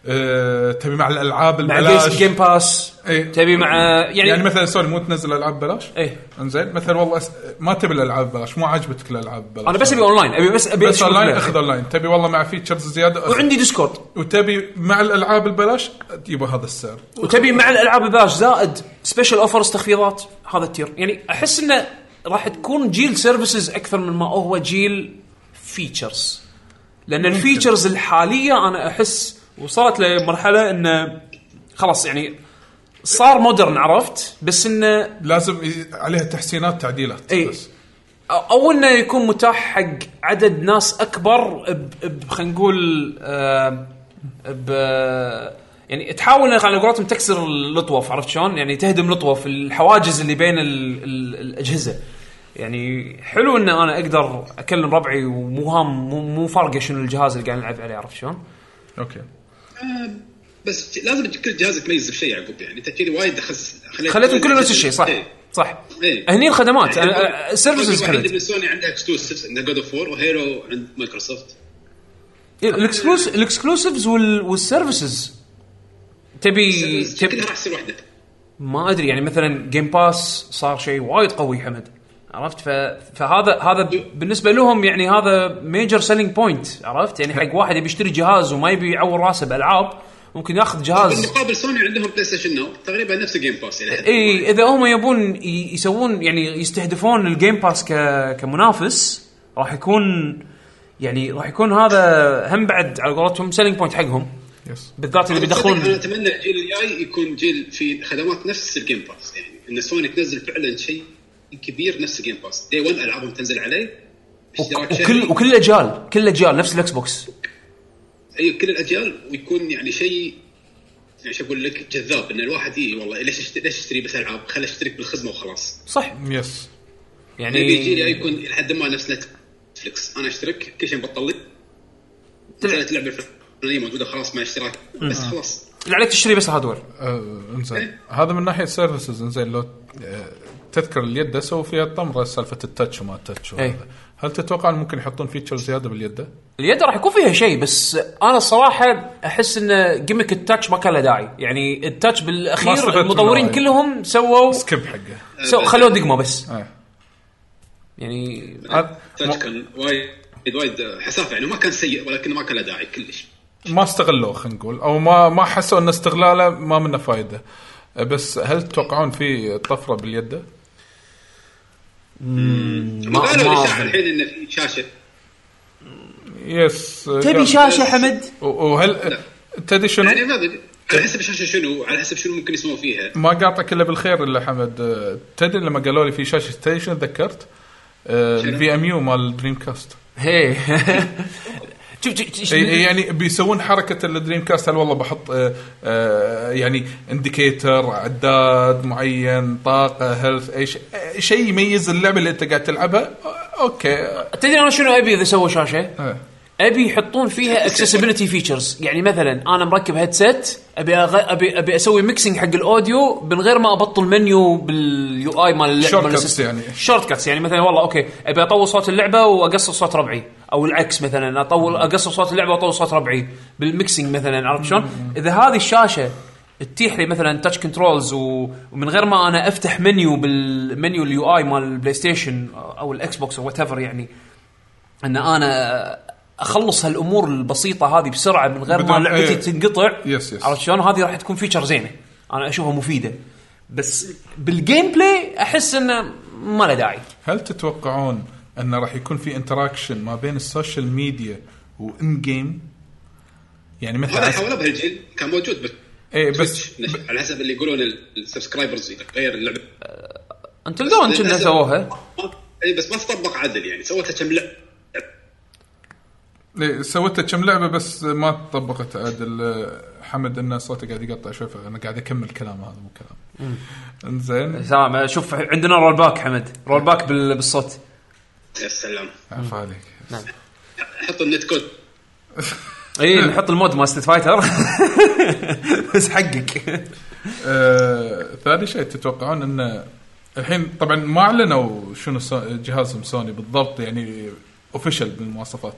[SPEAKER 1] آه، تبي مع الالعاب
[SPEAKER 3] مع
[SPEAKER 1] البلاش
[SPEAKER 3] البيس جيم باس
[SPEAKER 1] إيه.
[SPEAKER 3] تبي مع يعني,
[SPEAKER 1] يعني, مثلا سوري مو تنزل العاب بلاش
[SPEAKER 3] إيه.
[SPEAKER 1] انزين مثلا والله أس... ما تبي الالعاب بلاش مو عاجبتك الالعاب بلاش
[SPEAKER 3] انا بس ابي اونلاين ابي بس ابي
[SPEAKER 1] بس
[SPEAKER 3] أشوف
[SPEAKER 1] اونلاين
[SPEAKER 3] بلاير.
[SPEAKER 1] اخذ اونلاين تبي والله مع فيتشرز زياده أخذ.
[SPEAKER 3] وعندي ديسكورد
[SPEAKER 1] وتبي مع الالعاب البلاش يبقى هذا السعر
[SPEAKER 3] وتبي مع الالعاب البلاش زائد سبيشل اوفرز تخفيضات هذا التير يعني احس انه راح تكون جيل سيرفيسز اكثر من ما هو جيل فيتشرز لان الفيتشرز الحاليه انا احس وصلت لمرحله انه خلاص يعني صار مودرن عرفت بس انه
[SPEAKER 1] لازم ي- عليها تحسينات تعديلات
[SPEAKER 3] اي
[SPEAKER 1] بس
[SPEAKER 3] او انه إيه. يكون متاح حق عدد ناس اكبر ب- ب- خلينا نقول آه، ب يعني تحاول إنك على قولتهم تكسر اللطوف عرفت شلون؟ يعني تهدم لطوف الحواجز اللي بين ال ال الاجهزه. يعني حلو ان انا اقدر اكلم ربعي ومو هام مو, مو فارقه شنو الجهاز اللي قاعد نلعب عليه عرفت شلون؟
[SPEAKER 1] اوكي
[SPEAKER 4] بس لازم كل جهاز تميز بشيء يعقوب يعني انت كذي وايد خس خليت
[SPEAKER 3] خليتهم كلهم نفس الشيء صح؟
[SPEAKER 4] إيه.
[SPEAKER 3] صح.
[SPEAKER 4] إيه.
[SPEAKER 3] هني الخدمات أه،
[SPEAKER 4] يعني
[SPEAKER 3] سيرفيسز
[SPEAKER 4] الوحيد
[SPEAKER 3] حلت
[SPEAKER 4] اللي سوني عندها اكسكلوسيفز عندها جود اوف 4 وهيرو عند مايكروسوفت
[SPEAKER 3] الاكسكلوس- الاكسكلوسيفز وال- والسيرفيسز تبي
[SPEAKER 4] بس
[SPEAKER 3] تبي
[SPEAKER 4] كلها راح تصير واحده
[SPEAKER 3] ما ادري يعني مثلا جيم باس صار شيء وايد قوي حمد عرفت ف... فهذا هذا ب- بالنسبه لهم يعني هذا ميجر سيلينج بوينت عرفت يعني حق واحد يبي يشتري جهاز وما يبي يعور راسه بالعاب ممكن ياخذ جهاز
[SPEAKER 4] بالمقابل سوني عندهم بلاي ستيشن ناو تقريبا نفس يعني. جيم باس الى حد
[SPEAKER 3] اي اذا هم يبون ي- يسوون يعني يستهدفون الجيم باس ك... كمنافس راح يكون يعني راح يكون هذا هم بعد على قولتهم سيلينج بوينت حقهم
[SPEAKER 1] يس
[SPEAKER 3] بالذات اللي بيدخلون
[SPEAKER 4] انا اتمنى الجيل الجاي يكون جيل في خدمات نفس الجيم باس يعني ان سوني تنزل فعلا شيء كبير نفس الجيم باس دي 1 العابهم تنزل عليه اشتراك
[SPEAKER 3] وكل
[SPEAKER 4] شهري.
[SPEAKER 3] وكل الاجيال كل الاجيال نفس الاكس بوكس
[SPEAKER 4] اي أيوة، كل الاجيال ويكون يعني شيء يعني شو اقول لك جذاب ان الواحد اي والله ليش أشت- ليش اشتري بس العاب خل اشترك بالخدمه وخلاص
[SPEAKER 3] صح
[SPEAKER 1] يس
[SPEAKER 3] يعني
[SPEAKER 4] نبي جيل يكون الى حد ما نفس نتفلكس انا اشترك كل شيء بطل لي نزلت لعبه الفلانيه موجوده خلاص مع اشتراك بس خلاص
[SPEAKER 3] اللي عليك تشتري بس الهاردوير
[SPEAKER 1] آه، انزين هذا من ناحيه سيرفيسز انزين لو آه، تذكر اليد سووا فيها الطمره سالفه التاتش وما التاتش وهذا.
[SPEAKER 3] إيه.
[SPEAKER 1] هل تتوقع إن ممكن يحطون فيتشر زياده باليد؟
[SPEAKER 3] اليد راح يكون فيها شيء بس انا الصراحه احس ان جيمك التاتش ما كان له داعي يعني التاتش
[SPEAKER 1] ما استفدت
[SPEAKER 3] بالاخير
[SPEAKER 1] منه
[SPEAKER 3] المطورين
[SPEAKER 1] وايد.
[SPEAKER 3] كلهم سووا
[SPEAKER 4] أه،
[SPEAKER 1] سكيب حقه
[SPEAKER 3] سو خلوه دقمه بس
[SPEAKER 1] إيه.
[SPEAKER 3] يعني
[SPEAKER 1] هذا
[SPEAKER 4] أه، تاتش كان وايد وايد حسافه يعني ما كان سيء ولكن ما كان له داعي كلش
[SPEAKER 1] ما استغلوه خلينا نقول او ما ما حسوا ان استغلاله ما منه فائده آه، بس هل تتوقعون في طفره باليد؟
[SPEAKER 4] ما قالوا الاشاعه الحين ان في شاشه
[SPEAKER 1] يس آه،
[SPEAKER 3] تبي
[SPEAKER 1] قال-
[SPEAKER 3] شاشه حمد
[SPEAKER 1] و- وهل تدري شنو؟
[SPEAKER 4] يعني ما ادري على حسب الشاشه شنو على حسب شنو ممكن يسوون فيها
[SPEAKER 1] ما قاطعك الا بالخير الا حمد آه، تدري لما قالوا لي في شاشه تدري شنو تذكرت؟ الفي ام يو مال دريم كاست
[SPEAKER 3] هي شوف شوف- شوف-
[SPEAKER 1] إي- إي يعني بيسوون حركه الدريم كاست هل والله بحط آه، آه، يعني انديكيتر عداد معين طاقه هيلث اي شيء آه، شيء يميز اللعبه اللي انت قاعد تلعبها آه، اوكي آه،
[SPEAKER 3] تدري انا شنو ابي اذا سووا شاشه؟
[SPEAKER 1] آه.
[SPEAKER 3] ابي يحطون فيها اكسسبيلتي فيتشرز يعني مثلا انا مركب هيدسيت ابي أغ... ابي ابي اسوي ميكسنج حق الاوديو من غير ما ابطل منيو باليو اي مال اللعبه
[SPEAKER 1] Shortcuts
[SPEAKER 3] مال السيستم.
[SPEAKER 1] يعني.
[SPEAKER 3] شورت كاتس يعني مثلا والله اوكي ابي اطول صوت اللعبه واقصر صوت ربعي او العكس مثلا اطول اقصر صوت اللعبه واطول صوت ربعي بالميكسنج مثلا عرفت شلون؟ اذا هذه الشاشه تتيح لي مثلا تاتش كنترولز و- ومن غير ما انا افتح منيو بالمنيو اليو اي مال البلاي ستيشن او الاكس بوكس او وات ايفر يعني ان انا اخلص هالامور البسيطه هذه بسرعه من غير ما
[SPEAKER 1] بدون-
[SPEAKER 3] لعبتي
[SPEAKER 1] إيه.
[SPEAKER 3] تنقطع
[SPEAKER 1] يس- يس.
[SPEAKER 3] عرفت شلون هذه راح تكون فيتشر زينه انا اشوفها مفيده بس بالجيم بلاي احس انه ما له داعي
[SPEAKER 1] هل تتوقعون ان راح يكون في انتراكشن ما بين السوشيال ميديا وان جيم؟ يعني
[SPEAKER 4] هذا
[SPEAKER 1] مثلا
[SPEAKER 4] حاولها بهالجيل كان موجود بس
[SPEAKER 1] اي بس
[SPEAKER 4] Twitch، نش- على حسب اللي يقولون ال- السبسكرايبرز غير اللعبه
[SPEAKER 3] انتل دون كنا
[SPEAKER 4] للأسف-
[SPEAKER 3] سووها
[SPEAKER 4] ما- اي بس ما تطبق عدل يعني سوتها كم لعبه
[SPEAKER 1] إيه، سويتها كم لعبه بس ما طبقت عدل آه، حمد ان صوته قاعد يقطع شوي فانا قاعد اكمل كلام هذا مو كلام انزين
[SPEAKER 3] سلام شوف عندنا رول باك حمد رول باك بال- بالصوت
[SPEAKER 4] يا سلام
[SPEAKER 1] عفا عليك
[SPEAKER 4] حط النت كود
[SPEAKER 3] اي إيه، نحط المود مال ستيت فايتر بس حقك
[SPEAKER 1] آه، ثاني شيء تتوقعون انه الحين طبعا ما اعلنوا شنو سو- جهازهم سوني بالضبط يعني اوفيشال بالمواصفات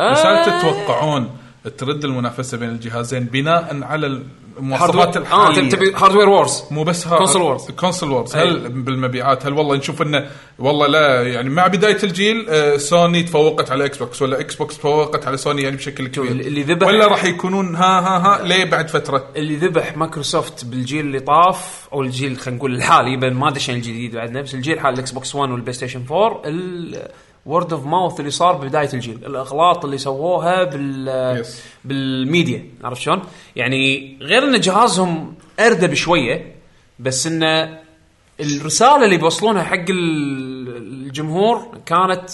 [SPEAKER 1] بس هل تتوقعون ترد المنافسه بين الجهازين بناء على المواصفات
[SPEAKER 3] اه
[SPEAKER 1] الحاليه
[SPEAKER 3] تب- تبي هاردوير وورز
[SPEAKER 1] مو بس
[SPEAKER 3] كونسول وورز.
[SPEAKER 1] كونسول وورز هل بالمبيعات هل والله نشوف انه والله لا يعني مع بدايه الجيل آه، سوني تفوقت على اكس بوكس ولا اكس بوكس تفوقت على سوني يعني بشكل كبير
[SPEAKER 3] اللي ذبح-
[SPEAKER 1] ولا راح يكونون ها ها ها ليه بعد فتره
[SPEAKER 3] اللي ذبح مايكروسوفت بالجيل اللي طاف او الجيل خلينا نقول الحالي بل ما ادري شنو الجديد بعد نفس الجيل حال الاكس بوكس 1 والبلاي ستيشن 4 الورد اوف ماوث اللي صار ببدايه الجيل الاغلاط اللي سووها بال
[SPEAKER 1] Yes.
[SPEAKER 3] بالميديا عرفت شلون؟ يعني غير ان جهازهم اردى بشويه بس ان الرساله اللي بيوصلونها حق ال- الجمهور كانت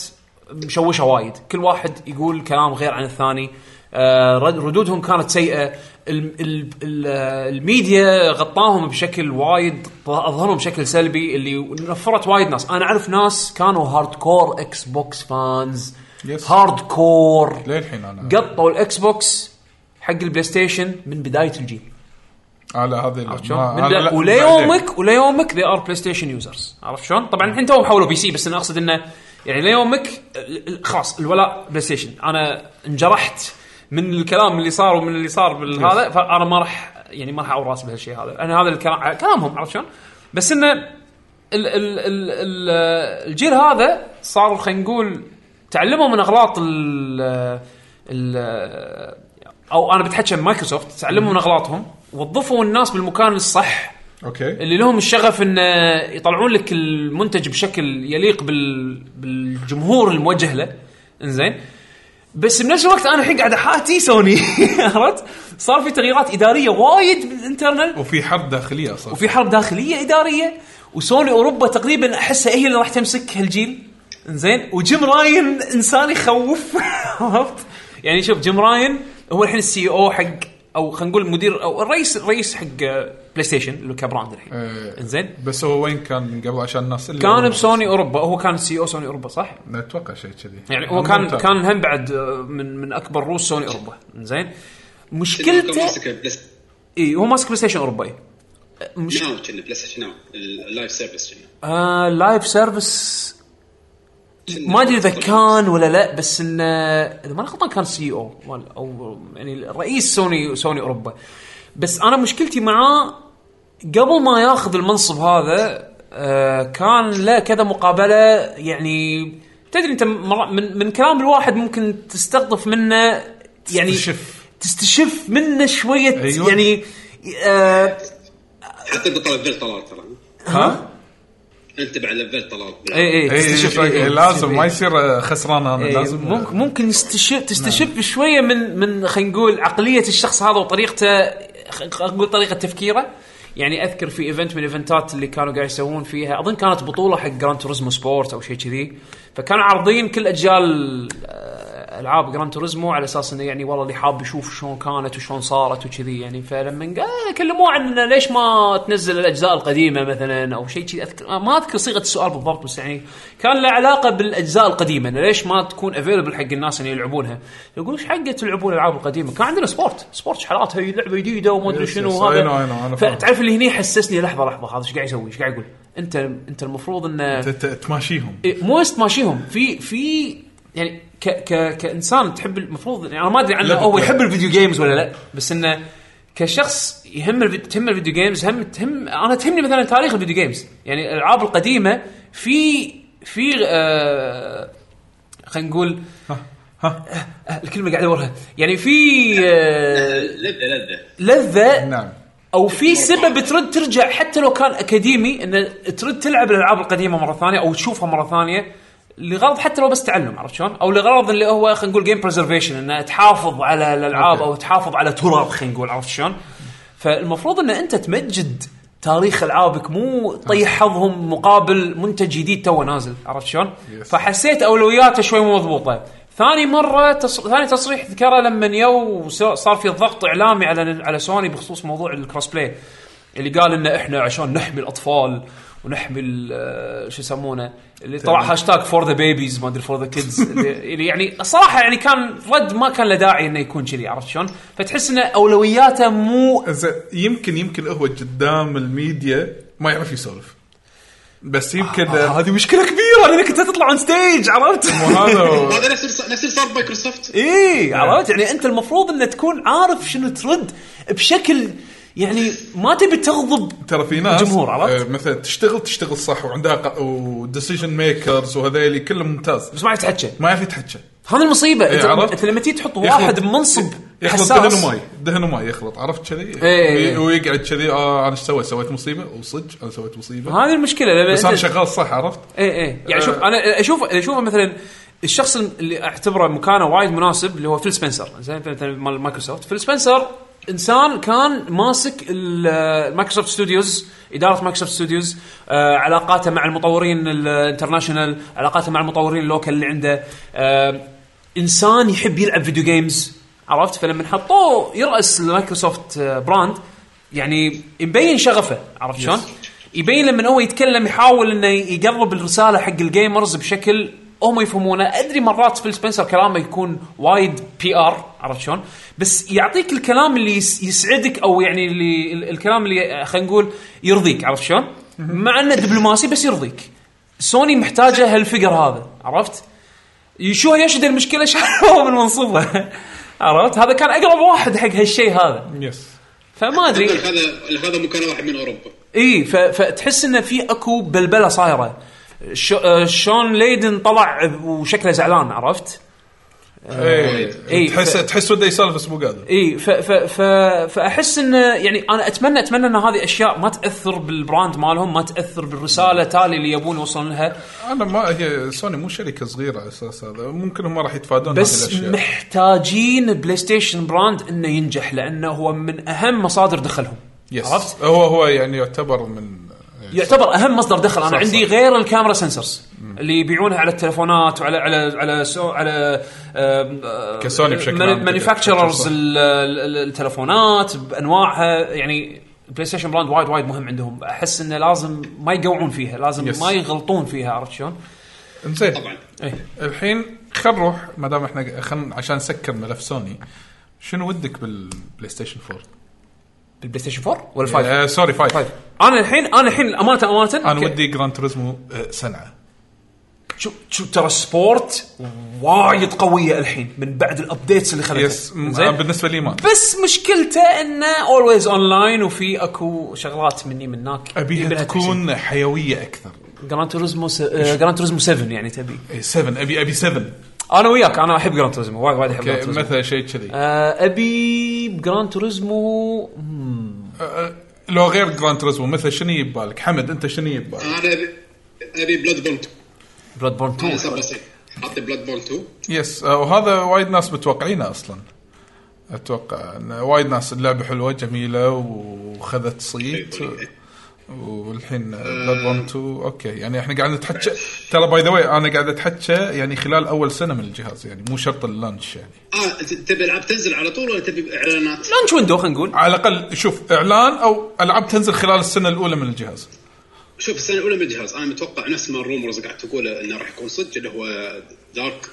[SPEAKER 3] مشوشه وايد، كل واحد يقول كلام غير عن الثاني، آه، رد- ردودهم كانت سيئه، ال- ال- ال- آه، الميديا غطاهم بشكل وايد اظهرهم بشكل سلبي اللي نفرت وايد ناس، انا اعرف ناس كانوا هارد كور اكس بوكس فانز
[SPEAKER 1] Yes.
[SPEAKER 3] هارد كور
[SPEAKER 1] ليه الحين انا
[SPEAKER 3] قطوا الاكس بوكس حق البلاي ستيشن من بدايه الجيل
[SPEAKER 1] على هذه ال-
[SPEAKER 3] عرفت شلون؟
[SPEAKER 1] ما-
[SPEAKER 3] من
[SPEAKER 1] أنا لا-
[SPEAKER 3] بدا- وليومك وليومك ذي ار بلاي ستيشن يوزرز عرفت شلون؟ طبعا الحين توهم حولوا بي سي بس انا اقصد انه يعني ليومك ال- ال- خلاص الولاء بلاي ستيشن انا انجرحت من الكلام اللي صار ومن اللي صار بالهذا فانا ما راح يعني ما راح اعور راسي بهالشيء هذا انا هذا الكلام كلامهم عرفت شلون؟ بس انه ال ال ال ال الجيل هذا صار خلينا نقول تعلموا من اغلاط ال ال او انا بتحكي عن مايكروسوفت تعلموا من اغلاطهم وظفوا الناس بالمكان الصح
[SPEAKER 1] اوكي
[SPEAKER 3] اللي لهم الشغف ان يطلعون لك المنتج بشكل يليق بال... بالجمهور الموجه له انزين بس بنفس الوقت انا الحين قاعد احاتي سوني عرفت؟ صار في تغييرات اداريه وايد بالانترنال
[SPEAKER 1] وفي حرب داخليه اصلا
[SPEAKER 3] وفي حرب داخليه اداريه وسوني اوروبا تقريبا احسها هي اللي راح تمسك هالجيل زين وجيم راين انسان يخوف عرفت يعني شوف جيم راين هو الحين السي او حق او خلينا نقول مدير او الرئيس الرئيس حق بلاي ستيشن اللي هو كبراند الحين
[SPEAKER 1] إيه.
[SPEAKER 3] انزين
[SPEAKER 1] بس هو وين كان من قبل عشان الناس اللي
[SPEAKER 3] كان بسوني اوروبا هو كان السي او سوني اوروبا صح؟
[SPEAKER 1] اتوقع شيء كذي
[SPEAKER 3] يعني هو كان كان هم بعد آه، من من اكبر روس سوني اوروبا زين
[SPEAKER 4] كان
[SPEAKER 3] مشكلته
[SPEAKER 4] ماسك بلاي ستيشن
[SPEAKER 3] اي هو ماسك إيه. بلاي ستيشن اوروبا إي. مش
[SPEAKER 4] ناو كنا بلاي ستيشن ناو اللايف سيرفيس كنا
[SPEAKER 3] آه لايف سيرفيس ما ادري اذا كان ولا لا بس انه اذا ما أنا غلطان كان E سي او او يعني رئيس سوني سوني اوروبا بس انا مشكلتي معاه قبل ما ياخذ المنصب هذا آه كان له كذا مقابله يعني تدري انت مرة- من من كلام الواحد ممكن تستقطف منه يعني
[SPEAKER 1] تستشف.
[SPEAKER 3] تستشف منه شويه
[SPEAKER 1] أيوة.
[SPEAKER 3] يعني آه
[SPEAKER 4] حتى انت طلع ليفل طلال ترى
[SPEAKER 1] ها؟
[SPEAKER 4] انت بعد ليفل طلال
[SPEAKER 3] اي
[SPEAKER 1] اي
[SPEAKER 3] اي إيه، تستشف إيه، إي، إي،
[SPEAKER 1] إيه، لازم
[SPEAKER 3] تستشف،
[SPEAKER 1] ما
[SPEAKER 3] إي.
[SPEAKER 1] يصير آه، خسران انا
[SPEAKER 3] إيه،
[SPEAKER 1] لازم
[SPEAKER 3] ممكن ممكن يستشف تستشف شويه من من خلينا نقول عقليه الشخص هذا وطريقته خ- خلينا نقول طريقه تفكيره يعني اذكر في ايفنت من الايفنتات اللي كانوا قاعد يسوون فيها اظن كانت بطوله حق جراند توريزمو سبورت او شيء كذي فكانوا عارضين كل اجيال آه، العاب جراند توريزمو على اساس انه يعني والله اللي حاب يشوف شلون كانت وشلون صارت وكذي يعني فلما قا- كلموه عن إنه ليش ما تنزل الاجزاء القديمه مثلا او شيء كذي اذكر آه، ما اذكر صيغه السؤال بالضبط بس يعني كان له علاقه بالاجزاء القديمه إنه ليش ما تكون افيلبل حق الناس اللي يلعبونها يقول ايش حقه تلعبون الالعاب القديمه كان عندنا سبورت سبورت حالات هي لعبه جديده وما ادري
[SPEAKER 1] Yes,
[SPEAKER 3] شنو
[SPEAKER 1] yes. I know, I know,
[SPEAKER 3] هذا
[SPEAKER 1] أنا فاهم.
[SPEAKER 3] فتعرف اللي هني حسسني لحظه لحظه هذا ايش قاعد يسوي ايش قاعد يقول انت انت المفروض انه
[SPEAKER 1] ت- ت- تماشيهم
[SPEAKER 3] إيه، مو بس تماشيهم في في يعني ك ك كانسان تحب المفروض يعني انا ما ادري عنه
[SPEAKER 1] لا،
[SPEAKER 3] هو
[SPEAKER 1] لا.
[SPEAKER 3] يحب الفيديو جيمز ولا لا بس انه كشخص يهم الفيديو تهم الفيديو جيمز هم تهم انا تهمني مثلا تاريخ الفيديو جيمز يعني الالعاب القديمه في في آه خلينا نقول
[SPEAKER 1] ها
[SPEAKER 3] آه، الكلمه قاعد ادورها يعني في آه
[SPEAKER 4] لذه لذه
[SPEAKER 3] لذه
[SPEAKER 1] نعم
[SPEAKER 3] او في سبب ترد ترجع حتى لو كان اكاديمي ان ترد تلعب الالعاب القديمه مره ثانيه او تشوفها مره ثانيه لغرض حتى لو بس تعلم عرفت شلون؟ او لغرض اللي هو خلينا نقول جيم بريزرفيشن انه تحافظ على الالعاب او تحافظ على تراث خلينا نقول عرفت شلون؟ فالمفروض ان انت تمجد تاريخ العابك مو طيح حظهم مقابل منتج جديد تو نازل عرفت شلون؟
[SPEAKER 1] Yes.
[SPEAKER 3] فحسيت اولوياته شوي مو مضبوطه. ثاني مره تص... ثاني تصريح ذكره لما يو س- صار في ضغط اعلامي على على سوني بخصوص موضوع الكروس بلاي اللي قال ان احنا عشان نحمي الاطفال ونحمي ال- آه، شو يسمونه اللي طلع هاشتاج فور ذا بيبيز ما ادري فور ذا كيدز اللي يعني صراحه يعني كان رد ما كان له داعي انه يكون كذي عرفت شلون؟ فتحس انه اولوياته مو
[SPEAKER 1] زين يمكن يمكن هو قدام الميديا ما يعرف يسولف بس يمكن
[SPEAKER 3] آه، هذه مشكله كبيره لانك انت تطلع عن ستيج عرفت؟
[SPEAKER 1] وهذا
[SPEAKER 4] هذا نفس اللي صار- نفس اللي صار بمايكروسوفت
[SPEAKER 3] اي عرفت يعني انت المفروض ان تكون عارف شنو ترد بشكل يعني ما تبي تغضب
[SPEAKER 1] ترى في ناس
[SPEAKER 3] الجمهور، عرفت؟
[SPEAKER 1] آه، مثلا تشتغل تشتغل صح وعندها وديسيجن ميكرز وهذيلي كله ممتاز
[SPEAKER 3] بس ما يتحكى
[SPEAKER 1] ما يعرف يتحكى
[SPEAKER 3] هذه المصيبه
[SPEAKER 1] إيه،
[SPEAKER 3] انت,
[SPEAKER 1] عرفت؟
[SPEAKER 3] انت لما تيجي تحط
[SPEAKER 1] يخلط-
[SPEAKER 3] واحد بمنصب
[SPEAKER 1] يخلط
[SPEAKER 3] حساس
[SPEAKER 1] دهن وماي دهن وماي يخلط عرفت كذي وي-
[SPEAKER 3] إيه.
[SPEAKER 1] ويقعد كذي اه انا ايش سويت سويت مصيبه وصدق انا سويت مصيبه
[SPEAKER 3] هذه المشكله لما
[SPEAKER 1] بس انا
[SPEAKER 3] انت-
[SPEAKER 1] شغال صح عرفت
[SPEAKER 3] ايه ايه يعني شوف انا اشوف اشوفه مثلا الشخص اللي اعتبره مكانه وايد مناسب اللي هو فيل سبنسر زين مثلا مال مايكروسوفت فيل سبنسر انسان كان ماسك مايكروسوفت ستوديوز اداره مايكروسوفت ستوديوز آه علاقاته مع المطورين الانترناشونال علاقاته مع المطورين اللوكال اللي عنده آه انسان يحب يلعب فيديو جيمز عرفت فلما حطوه يراس مايكروسوفت آه، براند يعني مبين شغفه عرفت شلون؟ يبين لما هو يتكلم يحاول انه يقرب الرساله حق الجيمرز بشكل هم يفهمونه ادري مرات فيل سبنسر كلامه يكون وايد بي ار عرفت شلون بس يعطيك الكلام اللي يس- يسعدك او يعني اللي ال- الكلام اللي آه، خلينا نقول يرضيك عرفت شلون مع انه دبلوماسي بس يرضيك سوني محتاجه هالفقر هذا عرفت يشو يشد المشكله شالوه من منصبه عرفت هذا كان اقرب واحد حق هالشيء هذا
[SPEAKER 1] يس
[SPEAKER 3] فما ادري
[SPEAKER 4] هذا هذا مكان واحد من اوروبا
[SPEAKER 3] اي ف- فتحس انه في اكو بلبله صايره شو- آه، شون ليدن طلع وشكله زعلان عرفت؟ إيه،
[SPEAKER 1] اي تحس
[SPEAKER 3] ف-
[SPEAKER 1] تحس وده يسولف بس مو قادر
[SPEAKER 3] اي ف ف ف فاحس انه يعني انا اتمنى اتمنى ان هذه اشياء ما تاثر بالبراند مالهم ما تاثر بالرساله تالي اللي يبون يوصلون لها
[SPEAKER 1] انا ما هي سوني مو شركه صغيره على اساس هذا ممكن هم راح يتفادون
[SPEAKER 3] بس
[SPEAKER 1] هذه الاشياء
[SPEAKER 3] محتاجين بلاي ستيشن براند انه ينجح لانه هو من اهم مصادر دخلهم
[SPEAKER 1] يس.
[SPEAKER 3] عرفت؟
[SPEAKER 1] عرفت هو هو يعني يعتبر من إيه.
[SPEAKER 3] يعتبر اهم مصدر دخل انا
[SPEAKER 1] صح،
[SPEAKER 3] عندي
[SPEAKER 1] صح.
[SPEAKER 3] غير الكاميرا سنسرز اللي يبيعونها على التليفونات وعلى على على سو على آم، آه،
[SPEAKER 1] كسوني بشكل عام كده.
[SPEAKER 3] مانيفاكتشرز
[SPEAKER 1] صح.
[SPEAKER 3] ال- ال- ال- التليفونات بانواعها يعني بلاي ستيشن براند وايد وايد مهم عندهم احس انه لازم ما يقوعون فيها لازم
[SPEAKER 1] Yes.
[SPEAKER 3] ما يغلطون فيها عرفت شلون؟
[SPEAKER 1] زين
[SPEAKER 4] طبعا
[SPEAKER 3] ايه
[SPEAKER 1] الحين خل نروح ما دام احنا خل عشان نسكر ملف سوني شنو ودك بالبلاي ستيشن 4؟
[SPEAKER 3] بالبلاي ستيشن 4 ولا 5
[SPEAKER 1] آه سوري 5
[SPEAKER 3] انا الحين انا الحين امانه امانه
[SPEAKER 1] انا
[SPEAKER 3] ك-
[SPEAKER 1] ودي جران توريزمو آه، سنعه
[SPEAKER 3] شو شو ترى سبورت وايد قويه الحين من بعد الابديتس اللي خلتها
[SPEAKER 1] يس م- آه، بالنسبه لي ما
[SPEAKER 3] بس مشكلته انه اولويز اونلاين وفي اكو شغلات مني من هناك
[SPEAKER 1] ابيها تكون حيويه اكثر
[SPEAKER 3] جراند توريزمو جراند توريزمو 7 يعني تبي
[SPEAKER 1] 7 ابي ابي 7
[SPEAKER 3] انا وياك انا احب جراند توريزمو وايد وايد احب جراند توريزمو
[SPEAKER 1] مثلا شيء كذي
[SPEAKER 3] آه، ابي جراند توريزمو مم،
[SPEAKER 1] لو غير جران توريزمو مثلا شنو يجي ببالك حمد انت شنو يجي ببالك؟
[SPEAKER 4] انا ابي ابي بلاد بورن 2
[SPEAKER 3] بلاد بورن 2
[SPEAKER 4] انا صار بسيط حاطي بلاد بورن 2
[SPEAKER 1] يس آه، وهذا وايد ناس متوقعينه اصلا اتوقع ان وايد ناس اللعبه حلوه جميله وخذت صيت و- والحين بلاد بورن 2 اوكي يعني احنا قاعد نتحكى ترى باي ذا واي انا قاعد اتحكى يعني خلال اول سنه من الجهاز يعني مو شرط اللانش يعني
[SPEAKER 4] اه ت- تبي العاب تنزل على طول ولا تبي اعلانات؟
[SPEAKER 3] لانش ويندو خلينا نقول
[SPEAKER 1] على الاقل شوف اعلان او العاب تنزل خلال السنه الاولى من الجهاز
[SPEAKER 4] شوف السنه الاولى من الجهاز انا متوقع نفس ما الرومرز قاعد تقوله انه راح يكون صدق اللي هو دارك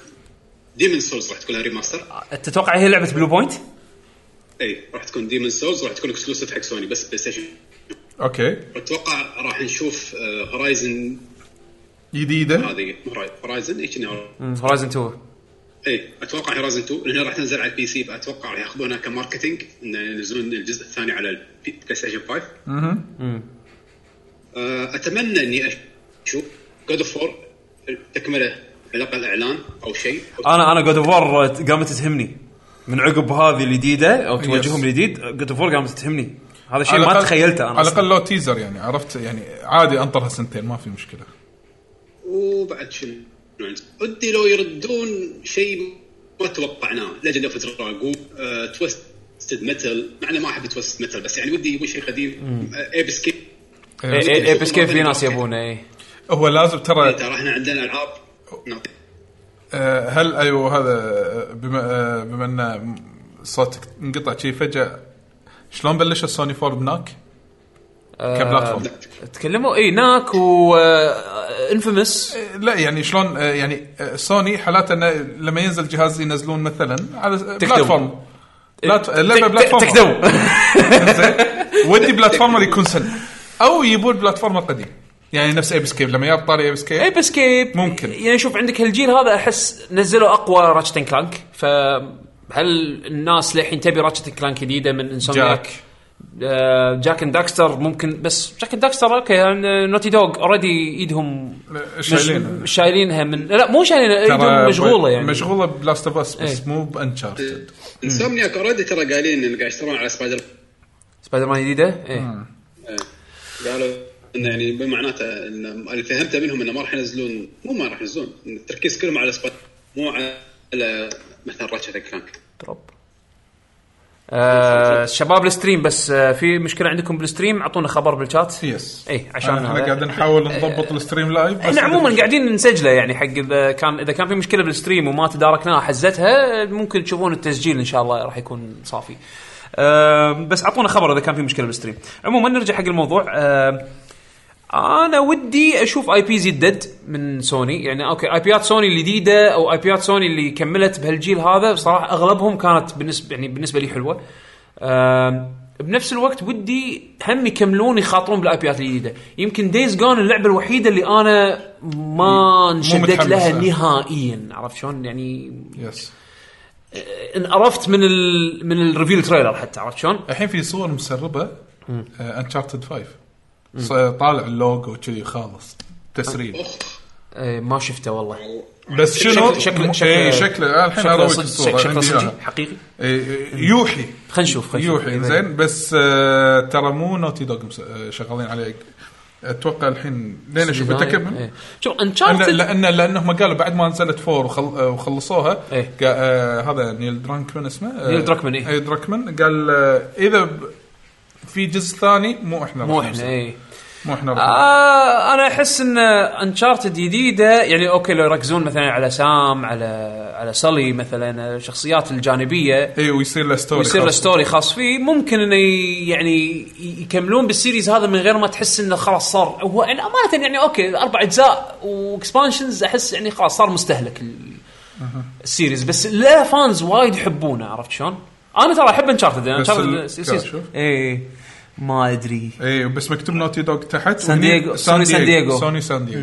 [SPEAKER 4] ديمن سولز راح تكون لها ريماستر
[SPEAKER 3] تتوقع هي لعبه بلو بوينت؟
[SPEAKER 4] اي إيه، راح تكون ديمن سولز راح تكون اكسكلوسيف حق سوني بس بلاي ستيشن
[SPEAKER 1] اوكي
[SPEAKER 4] اتوقع راح نشوف آه، هورايزن
[SPEAKER 1] جديده
[SPEAKER 4] هذه مو هورايزن ايش
[SPEAKER 3] هورايزن 2
[SPEAKER 4] اي اتوقع هيرايزن 2 لانها راح تنزل على البي سي فاتوقع راح ياخذونها كماركتينج انه ينزلون الجزء الثاني على البلاي ستيشن 5 آه، اتمنى اني اشوف جود اوف 4 تكمله على الاقل اعلان او شيء
[SPEAKER 3] انا انا جود اوف وور قامت تهمني من عقب هذه الجديده او توجههم الجديد جود اوف وور قامت تهمني هذا شيء
[SPEAKER 1] على
[SPEAKER 3] ما
[SPEAKER 1] الأقل-
[SPEAKER 3] تخيلته انا
[SPEAKER 1] على
[SPEAKER 3] أصلاً.
[SPEAKER 1] الاقل لو تيزر يعني عرفت يعني عادي انطرها سنتين ما في مشكله
[SPEAKER 4] وبعد شنو ودي لو يردون شيء ما توقعناه ليجند اوف دراجون تويستد ميتال مع اني ما احب تويست ميتال بس يعني ودي يبون شيء قديم آه، ايبس كيب
[SPEAKER 3] إيه، إيه، إيه، بس كيف في ناس إيه. يبونه اي
[SPEAKER 1] هو لازم ترى
[SPEAKER 4] ترى احنا عندنا العاب نعطي
[SPEAKER 1] آه، هل ايوه هذا آه، بما آه، بما ان صوتك انقطع شي فجاه شلون بلش السوني فور بناك؟
[SPEAKER 3] آه،
[SPEAKER 1] كبلاتفورم
[SPEAKER 3] تكلموا اي ناك و آه، انفيمس
[SPEAKER 1] لا يعني شلون آه، يعني آه، سوني حالات انه لما ينزل جهاز ينزلون مثلا على بلاتفورم بلات- لعبه بلاتفورم
[SPEAKER 3] إيه، تكتبوا
[SPEAKER 1] زين؟ ودي بلاتفورمر يكون سن او يبون بلاتفورمر قديم يعني نفس ايبسكيب لما جاب طاري ايبسكيب
[SPEAKER 3] اي اسكيب
[SPEAKER 1] ممكن.
[SPEAKER 3] إيه، يعني شوف عندك هالجيل هذا احس نزلوا اقوى راتشتن كلانك فهل الناس للحين تبي راتشتن كلانك جديده من انسومياك
[SPEAKER 1] جاك.
[SPEAKER 3] آه، جاك اند داكستر ممكن بس جاك اند داكستر اوكي يعني نوتي دوغ اوريدي ايدهم
[SPEAKER 1] شايلينها.
[SPEAKER 3] مش شايلينها من لا مو شايلينها ايدهم مشغوله يعني
[SPEAKER 1] مشغوله بلاست اوف اس
[SPEAKER 3] إيه.
[SPEAKER 1] بس مو بانشارتد
[SPEAKER 4] انسومنياك اوريدي ترى قايلين ان قاعد يشتغلون على سبايدر آه،
[SPEAKER 3] سبايدر مان جديده ايه
[SPEAKER 4] قالوا انه يعني بمعناته ان اللي فهمته منهم انه ما راح ينزلون مو ما راح ينزلون إن التركيز كلهم على سبايدر مو على مثلا راتشت كلانك
[SPEAKER 3] دروب آه، شباب الستريم بس آه، في مشكله عندكم بالستريم اعطونا خبر بالشات
[SPEAKER 1] يس
[SPEAKER 3] إيه، عشان
[SPEAKER 1] احنا آه،
[SPEAKER 3] هذا. إيه، نعم،
[SPEAKER 1] قاعدين نحاول نضبط الستريم لايف بس
[SPEAKER 3] احنا عموما قاعدين نسجله يعني حق اذا كان اذا كان في مشكله بالستريم وما تداركناها حزتها ممكن تشوفون التسجيل ان شاء الله راح يكون صافي. أم، بس اعطونا خبر اذا كان في مشكله بالستريم. عموما نرجع حق الموضوع آه، أم، انا ودي اشوف اي بيز يدد من سوني يعني اوكي اي بيات سوني الجديده او اي بيات سوني اللي كملت بهالجيل هذا بصراحه اغلبهم كانت بالنسبه يعني بالنسبه لي حلوه أم، بنفس الوقت ودي هم يكملون يخاطرون بالاي بيات الجديده يمكن دايز جون اللعبه الوحيده اللي انا ما انشدت
[SPEAKER 1] متحمس
[SPEAKER 3] لها
[SPEAKER 1] لها.
[SPEAKER 3] نهائيا عرفت شلون يعني
[SPEAKER 1] يس
[SPEAKER 3] انقرفت من ال من الريفيل تريلر حتى عرفت شلون
[SPEAKER 1] الحين في صور مسربه انشارتد 5 ص- طالع اللوجو كذي خالص
[SPEAKER 4] إيه.
[SPEAKER 1] تسريب
[SPEAKER 3] أه، ما شفته والله
[SPEAKER 1] بس شنو
[SPEAKER 3] شكله شكله
[SPEAKER 1] إيه، شكله الحين
[SPEAKER 3] شكله
[SPEAKER 1] اروج
[SPEAKER 3] صدق-
[SPEAKER 1] الصوره
[SPEAKER 3] شكله
[SPEAKER 1] عندي
[SPEAKER 3] صدق
[SPEAKER 1] إياها.
[SPEAKER 3] حقيقي
[SPEAKER 1] إيه، إيه، يوحي
[SPEAKER 3] خلينا نشوف خلينا نشوف. إيه،
[SPEAKER 1] يوحي زين بس آه، ترى مو نوتي دوغ مس- آه، شغالين عليه اتوقع الحين لين اشوف انت كمل
[SPEAKER 3] إيه. شوف
[SPEAKER 1] لان
[SPEAKER 3] انشارتد
[SPEAKER 1] لان لانهم قالوا بعد ما نزلت فور وخل... آه، وخلصوها
[SPEAKER 3] إيه.
[SPEAKER 1] قا- آه هذا نيل درانكمان اسمه آه،
[SPEAKER 3] نيل دراكمان، إيه.
[SPEAKER 1] نيل دراكمان قال آه، اذا ب- في جزء ثاني مو احنا
[SPEAKER 3] مو
[SPEAKER 1] راح
[SPEAKER 3] احنا
[SPEAKER 1] ننزل.
[SPEAKER 3] اي
[SPEAKER 1] مو احنا راح
[SPEAKER 3] آه انا احس ان انشارتد جديده يعني اوكي لو يركزون مثلا على سام على على سلي مثلا الشخصيات الجانبيه
[SPEAKER 1] اي إيه، ويصير له ستوري
[SPEAKER 3] ويصير له
[SPEAKER 1] خاص.
[SPEAKER 3] ستوري خاص فيه ممكن انه ي- يعني يكملون بالسيريز هذا من غير ما تحس انه خلاص صار هو يعني امانه يعني اوكي اربع اجزاء واكسبانشنز احس يعني خلاص صار مستهلك ال- السيريز بس لا فانز وايد يحبونه عرفت شلون؟ انا ترى احب انشارتد
[SPEAKER 1] بس ال-
[SPEAKER 3] انشارتد
[SPEAKER 1] شوف.
[SPEAKER 3] اي إيه، ما ادري
[SPEAKER 1] اي إيه، بس مكتوب نوتي دوغ تحت
[SPEAKER 3] سان
[SPEAKER 1] ونيل-
[SPEAKER 3] دييغو- سوني سان دييغو.
[SPEAKER 1] سوني سان دييغو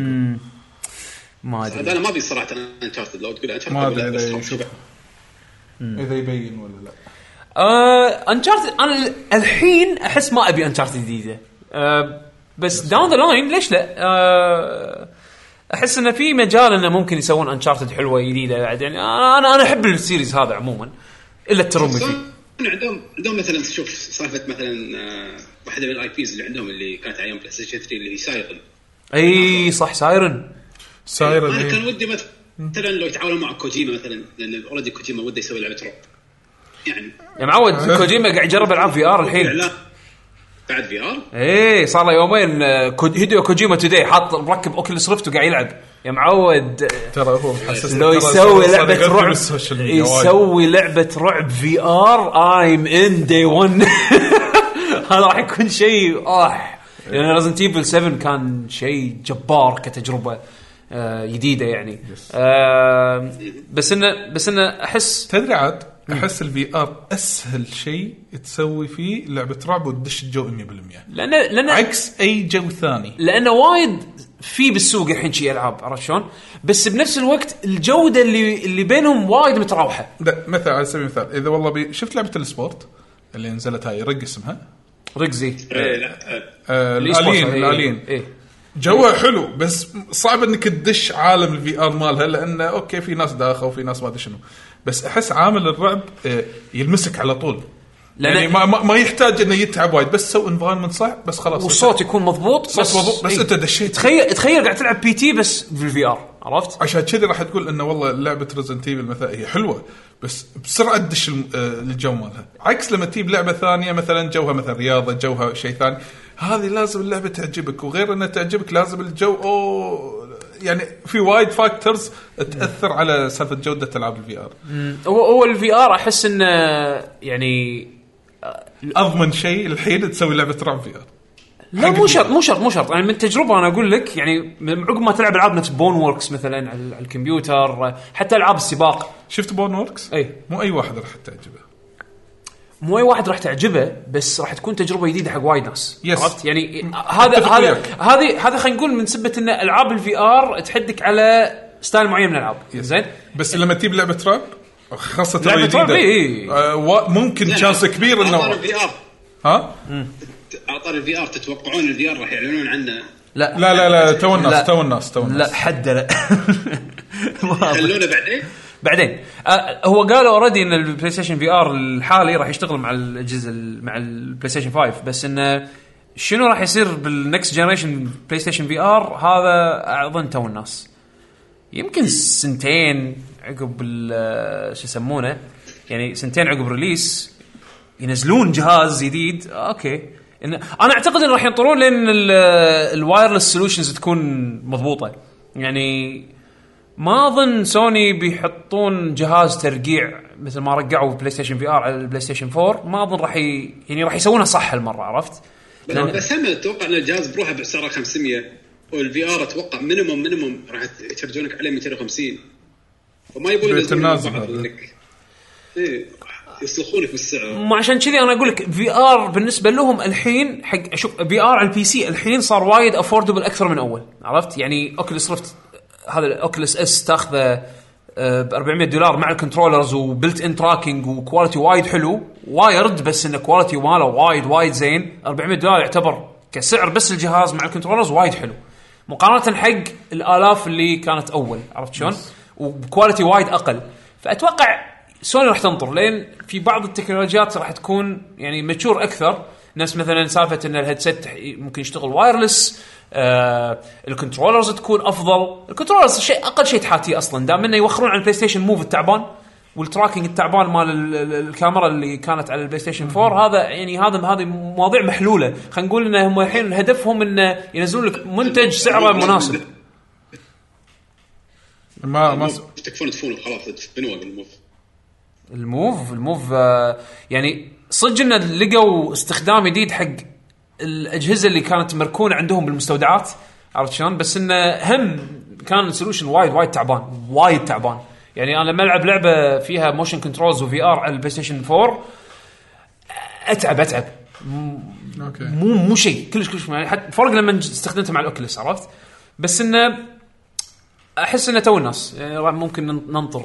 [SPEAKER 3] ما ادري
[SPEAKER 4] انا ما ابي صراحه انشارتد لو تقول انشارتد
[SPEAKER 1] ما ادري
[SPEAKER 4] ولا
[SPEAKER 1] اذا
[SPEAKER 4] بس
[SPEAKER 1] يشوف اذا يبين ولا لا
[SPEAKER 3] انشارتد انا ال- آه، الحين احس ما ابي انشارتد جديده أه بس داون ذا لاين ليش لا؟ أه احس انه في مجال انه ممكن يسوون انشارتد حلوه جديده بعد يعني انا انا- انا احب السيريز هذا عموما الا الترومجي
[SPEAKER 4] سوني عندهم عندهم مثلا شوف سالفه مثلا آه، واحده من الاي بيز اللي عندهم اللي كانت ايام بلاي ستيشن 3 اللي هي سايرن
[SPEAKER 3] اي صح سايرن
[SPEAKER 1] سايرة إيه،
[SPEAKER 4] انا كان
[SPEAKER 1] ذي.
[SPEAKER 4] ودي مثلا مثلا لو يتعاونوا مع كوجيما مثلا لان اوريدي كوجيما وده يسوي لعبه رعب يعني
[SPEAKER 3] يا معود كوجيما قاعد يجرب العاب في ار الحين
[SPEAKER 4] اعلان بعد في ار
[SPEAKER 3] ايه صار له يومين آه، كو- هيديو كوجيما توداي حاط مركب اوكيلس ريفت وقاعد يلعب يا معود آه،
[SPEAKER 1] ترى هو محسس
[SPEAKER 3] لو يسوي لعبه رعب
[SPEAKER 1] بالسوشيال ميديا وايد.
[SPEAKER 3] يسوي لعبه رعب في ار ايم ان دي 1 هذا راح يكون شيء اه لان ريزنت ايفل 7 كان شيء جبار كتجربه آه، جديده يعني آه، بس انه بس انه احس
[SPEAKER 1] تدري عاد احس الفي ار اسهل شيء تسوي فيه لعبه رعب وتدش الجو 100%
[SPEAKER 3] لان لان
[SPEAKER 1] عكس اي جو ثاني
[SPEAKER 3] لانه وايد في بالسوق الحين شي العاب عرفت شلون؟ بس بنفس الوقت الجوده اللي اللي بينهم وايد متراوحه
[SPEAKER 1] لا مثلا على سبيل المثال اذا والله بي... شفت لعبه السبورت اللي نزلت هاي رق اسمها
[SPEAKER 3] ركزي
[SPEAKER 4] إيه، لا آه،
[SPEAKER 1] آه الالين الالين
[SPEAKER 3] ايه
[SPEAKER 1] جوها حلو بس صعب انك تدش عالم الفي ار مالها لانه اوكي في ناس داخه وفي ناس ما ادري شنو بس احس عامل الرعب آه، يلمسك على طول
[SPEAKER 3] لأن-
[SPEAKER 1] يعني ما, ما, ما يحتاج انه يتعب وايد بس سو انفايرمنت صح بس خلاص
[SPEAKER 3] والصوت يكون مضبوط
[SPEAKER 1] صوت مضبوط، بس
[SPEAKER 3] إيه.
[SPEAKER 1] أنت دشيت.
[SPEAKER 3] تخيل تخيل قاعد تلعب بي تي بس بالفي ار عرفت؟
[SPEAKER 1] عشان كذي راح تقول انه والله لعبه ريزنت ايفل مثلا هي حلوه بس بسرعه تدش الم- آه، الجو مالها عكس لما تجيب لعبه ثانيه مثلا جوها مثلا رياضه جوها شيء ثاني هذه لازم اللعبه تعجبك وغير انها تعجبك لازم الجو اوه يعني في وايد فاكتورز تاثر على سالفه جوده العاب الفي ار
[SPEAKER 3] هو هو الفي ار احس انه يعني
[SPEAKER 1] اضمن شيء الحين تسوي لعبه رعب في ار
[SPEAKER 3] لا
[SPEAKER 1] حق
[SPEAKER 3] مو
[SPEAKER 1] ال
[SPEAKER 3] شرط مو شرط مو شرط يعني من تجربه انا اقول لك يعني من- عقب ما تلعب العاب نفس بون ووركس مثلا على على الكمبيوتر حتى العاب السباق
[SPEAKER 1] شفت بون وركس؟
[SPEAKER 3] اي
[SPEAKER 1] مو اي واحد راح تعجبه
[SPEAKER 3] مو اي واحد راح تعجبه بس راح تكون تجربه جديده حق وايد ناس
[SPEAKER 1] Yes.
[SPEAKER 3] عرفت يعني هذا
[SPEAKER 1] أتفق
[SPEAKER 3] هذا
[SPEAKER 1] وياك.
[SPEAKER 3] هذه هذا خلينا نقول من سبه ان العاب الفي ار تحدك على ستايل معين من الالعاب زين
[SPEAKER 1] بس لما تجيب لعبه رعب خاصة
[SPEAKER 3] لعبة
[SPEAKER 1] الجديدة،
[SPEAKER 3] رعب، إي.
[SPEAKER 1] آه، وا- ممكن شانس كبير
[SPEAKER 4] على طار
[SPEAKER 1] انه
[SPEAKER 4] الفي ار
[SPEAKER 1] ها
[SPEAKER 4] على طار الفي ار تتوقعون الفي ار راح يعلنون عنه
[SPEAKER 5] لا
[SPEAKER 1] لا لا لا تو
[SPEAKER 5] لا.
[SPEAKER 1] الناس تو الناس تو الناس
[SPEAKER 5] لا حد لا واضح.
[SPEAKER 4] خلونا بعدين
[SPEAKER 3] بعدين آه، هو قالوا اوريدي ان البلاي ستيشن في ار الحالي راح يشتغل مع الجزء ال- مع البلاي ستيشن 5 بس انه شنو راح يصير بالنكست جنريشن بلاي ستيشن في ار هذا اظن تو الناس يمكن سنتين عقب ال- شو يسمونه يعني سنتين عقب ريليس ينزلون جهاز جديد اوكي إن انا اعتقد انه راح ينطرون لين ال- الوايرلس سولوشنز تكون مضبوطه يعني ما اظن سوني بيحطون جهاز ترقيع مثل ما رقعوا بلاي ستيشن في ار على البلاي ستيشن 4 ما اظن راح ي... يعني راح يسوونها صح المره عرفت؟ لأن-
[SPEAKER 4] بس هم اتوقع ان الجهاز بروحه بسعره 500 والفي ار اتوقع مينيموم مينيموم راح يترجونك عليه 250 وما يبون
[SPEAKER 1] بيت
[SPEAKER 4] ينزلون
[SPEAKER 1] النازل
[SPEAKER 4] بعض
[SPEAKER 1] هذا.
[SPEAKER 4] لك. ايه يسلخونك بالسعر
[SPEAKER 3] ما عشان كذي انا اقول لك في ار بالنسبه لهم الحين حق شوف في ار على البي سي الحين صار وايد افوردبل اكثر من اول عرفت يعني اوكلس رفت هذا الاوكلس اس تاخذه آه، ب 400 دولار مع الكنترولرز وبلت ان تراكنج وكواليتي وايد حلو وايرد بس انه كواليتي ماله وايد وايد زين 400 دولار يعتبر كسعر بس الجهاز مع الكنترولرز وايد حلو مقارنه حق الالاف اللي كانت اول عرفت شلون؟ وبكواليتي وايد اقل فاتوقع سوني راح تنطر لان في بعض التكنولوجيات راح تكون يعني ماتشور اكثر نفس مثلا سالفه ان الهيدسيت تح- ممكن يشتغل وايرلس آه الكنترولرز تكون افضل الكنترولرز شيء اقل شيء تحاتيه اصلا دام انه يوخرون على البلاي ستيشن موف التعبان والتراكنج التعبان مال ال- ال- الكاميرا اللي كانت على البلاي ستيشن 4 هذا يعني هذا هذه مواضيع محلوله خلينا نقول ان هم الحين هدفهم انه ينزلون لك منتج سعره مناسب
[SPEAKER 1] ما
[SPEAKER 3] يعني
[SPEAKER 1] ما س-
[SPEAKER 4] تكفون تفون خلاص تبنوا الموف
[SPEAKER 3] الموف الموف آه، يعني صدق ان لقوا استخدام جديد حق الاجهزه اللي كانت مركونه عندهم بالمستودعات عرفت شلون بس انه هم كان السولوشن وايد وايد تعبان وايد تعبان يعني انا لما العب لعبه فيها موشن كنترولز وفي ار على البلاي ستيشن 4 اتعب اتعب
[SPEAKER 1] اوكي
[SPEAKER 3] مو مو شيء كلش كلش يعني حتى فرق لما نج- استخدمته مع الاوكلس عرفت بس انه احس انه تو الناس يعني راح ممكن نن- ننطر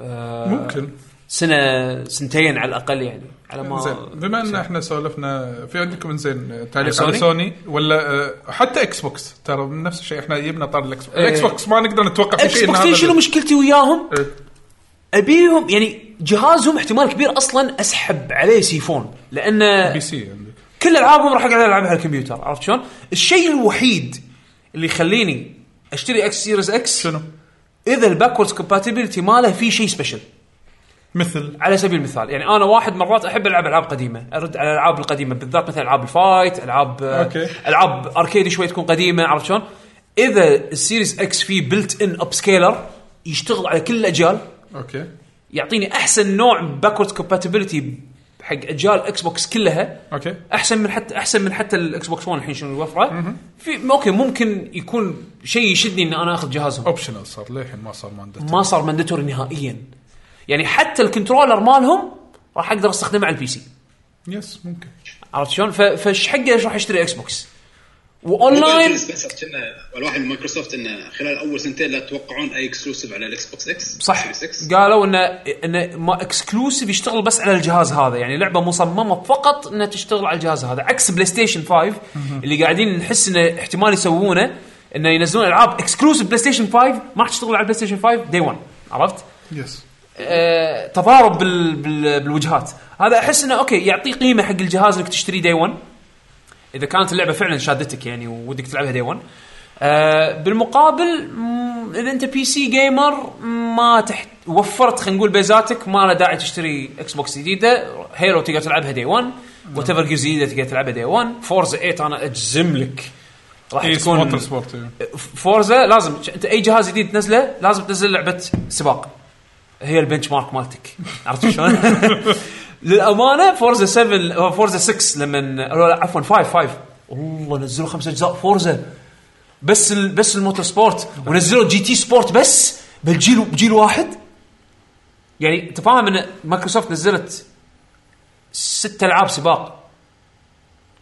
[SPEAKER 3] آه،
[SPEAKER 1] ممكن
[SPEAKER 3] سنه سنتين على الاقل يعني على
[SPEAKER 1] زين
[SPEAKER 3] ما
[SPEAKER 1] بما ان احنا سولفنا في عندكم زين تعليق
[SPEAKER 3] عن
[SPEAKER 1] على
[SPEAKER 3] سوني؟
[SPEAKER 1] سوني ولا آه، حتى اكس بوكس ترى نفس الشيء احنا جبنا طار الاكس بوكس
[SPEAKER 3] إيه.
[SPEAKER 1] الاكس بوكس ما نقدر نتوقع في
[SPEAKER 3] اكس
[SPEAKER 1] شيء إن
[SPEAKER 3] بوكس
[SPEAKER 1] هذا
[SPEAKER 3] شنو
[SPEAKER 1] ال-
[SPEAKER 3] مشكلتي وياهم؟
[SPEAKER 1] إيه.
[SPEAKER 3] ابيهم يعني جهازهم احتمال كبير اصلا اسحب عليه سيفون لان
[SPEAKER 1] بي سي عندك
[SPEAKER 3] كل العابهم راح اقعد العبها على الكمبيوتر عرفت شلون؟ الشيء الوحيد اللي يخليني اشتري اكس سيريز اكس
[SPEAKER 1] شنو؟
[SPEAKER 3] اذا الباكوردز كومباتيبلتي ماله في شيء سبيشل
[SPEAKER 1] مثل
[SPEAKER 3] على سبيل المثال يعني انا واحد مرات احب العب العاب قديمه ارد على الالعاب القديمه بالذات مثلا العاب الفايت العاب
[SPEAKER 1] أوكي.
[SPEAKER 3] العاب اركيدي شوي تكون قديمه عرفت شلون؟ اذا السيريز اكس فيه بلت ان اب سكيلر يشتغل على كل الاجيال
[SPEAKER 1] اوكي
[SPEAKER 3] يعطيني احسن نوع باكورد كومباتيبلتي حق اجيال اكس بوكس كلها
[SPEAKER 1] اوكي
[SPEAKER 3] احسن من حتى احسن من حتى الاكس بوكس 1 الحين شنو يوفره في اوكي ممكن يكون شيء يشدني ان انا اخذ جهازهم
[SPEAKER 1] اوبشنال صار للحين ما صار ماندتوري
[SPEAKER 3] ما صار ماندتوري نهائيا يعني حتى الكنترولر مالهم راح اقدر استخدمه على البي سي
[SPEAKER 1] يس ممكن
[SPEAKER 3] عرفت شلون؟ ف- فش حقه ايش راح اشتري اكس بوكس واونلاين
[SPEAKER 4] سبنسر كنا الواحد من مايكروسوفت انه خلال اول سنتين لا تتوقعون اي اكسكلوسيف على الاكس بوكس اكس
[SPEAKER 3] صح
[SPEAKER 4] Series X.
[SPEAKER 3] قالوا انه انه ما اكسكلوسيف يشتغل بس على الجهاز هذا يعني لعبه مصممه فقط انها تشتغل على الجهاز هذا عكس بلاي ستيشن 5 اللي قاعدين نحس انه احتمال يسوونه انه ينزلون العاب اكسكلوسيف بلاي ستيشن 5 ما راح تشتغل على البلاي ستيشن 5 دي 1 عرفت؟
[SPEAKER 1] يس
[SPEAKER 3] آه، تضارب بال بال بالوجهات هذا احس انه اوكي يعطي قيمه حق الجهاز انك تشتري دي 1 اذا كانت اللعبه فعلا شادتك يعني وودك تلعبها دي 1 آه بالمقابل مم، اذا انت بي سي جيمر ما تحت وفرت خلينا نقول بيزاتك ما له داعي تشتري اكس بوكس جديده هيلو تقدر تلعبها دي 1 وات ايفر جيمز جديده تقدر تلعبها دي 1 فورزا 8 انا اجزم لك راح
[SPEAKER 1] اي
[SPEAKER 3] تكون
[SPEAKER 1] سبورت سبورت إيه.
[SPEAKER 3] فورزا لازم انت اي جهاز جديد تنزله لازم تنزل لعبه سباق هي البنش مارك مالتك عرفت شلون؟ للامانه فورزا 7 أو فورزا 6 لما لا، لا، عفوا 5 5 والله نزلوا خمس اجزاء فورزا بس ال... بس الموتور سبورت ونزلوا جي تي سبورت بس بالجيل بجيل واحد يعني انت فاهم ان مايكروسوفت نزلت ست العاب سباق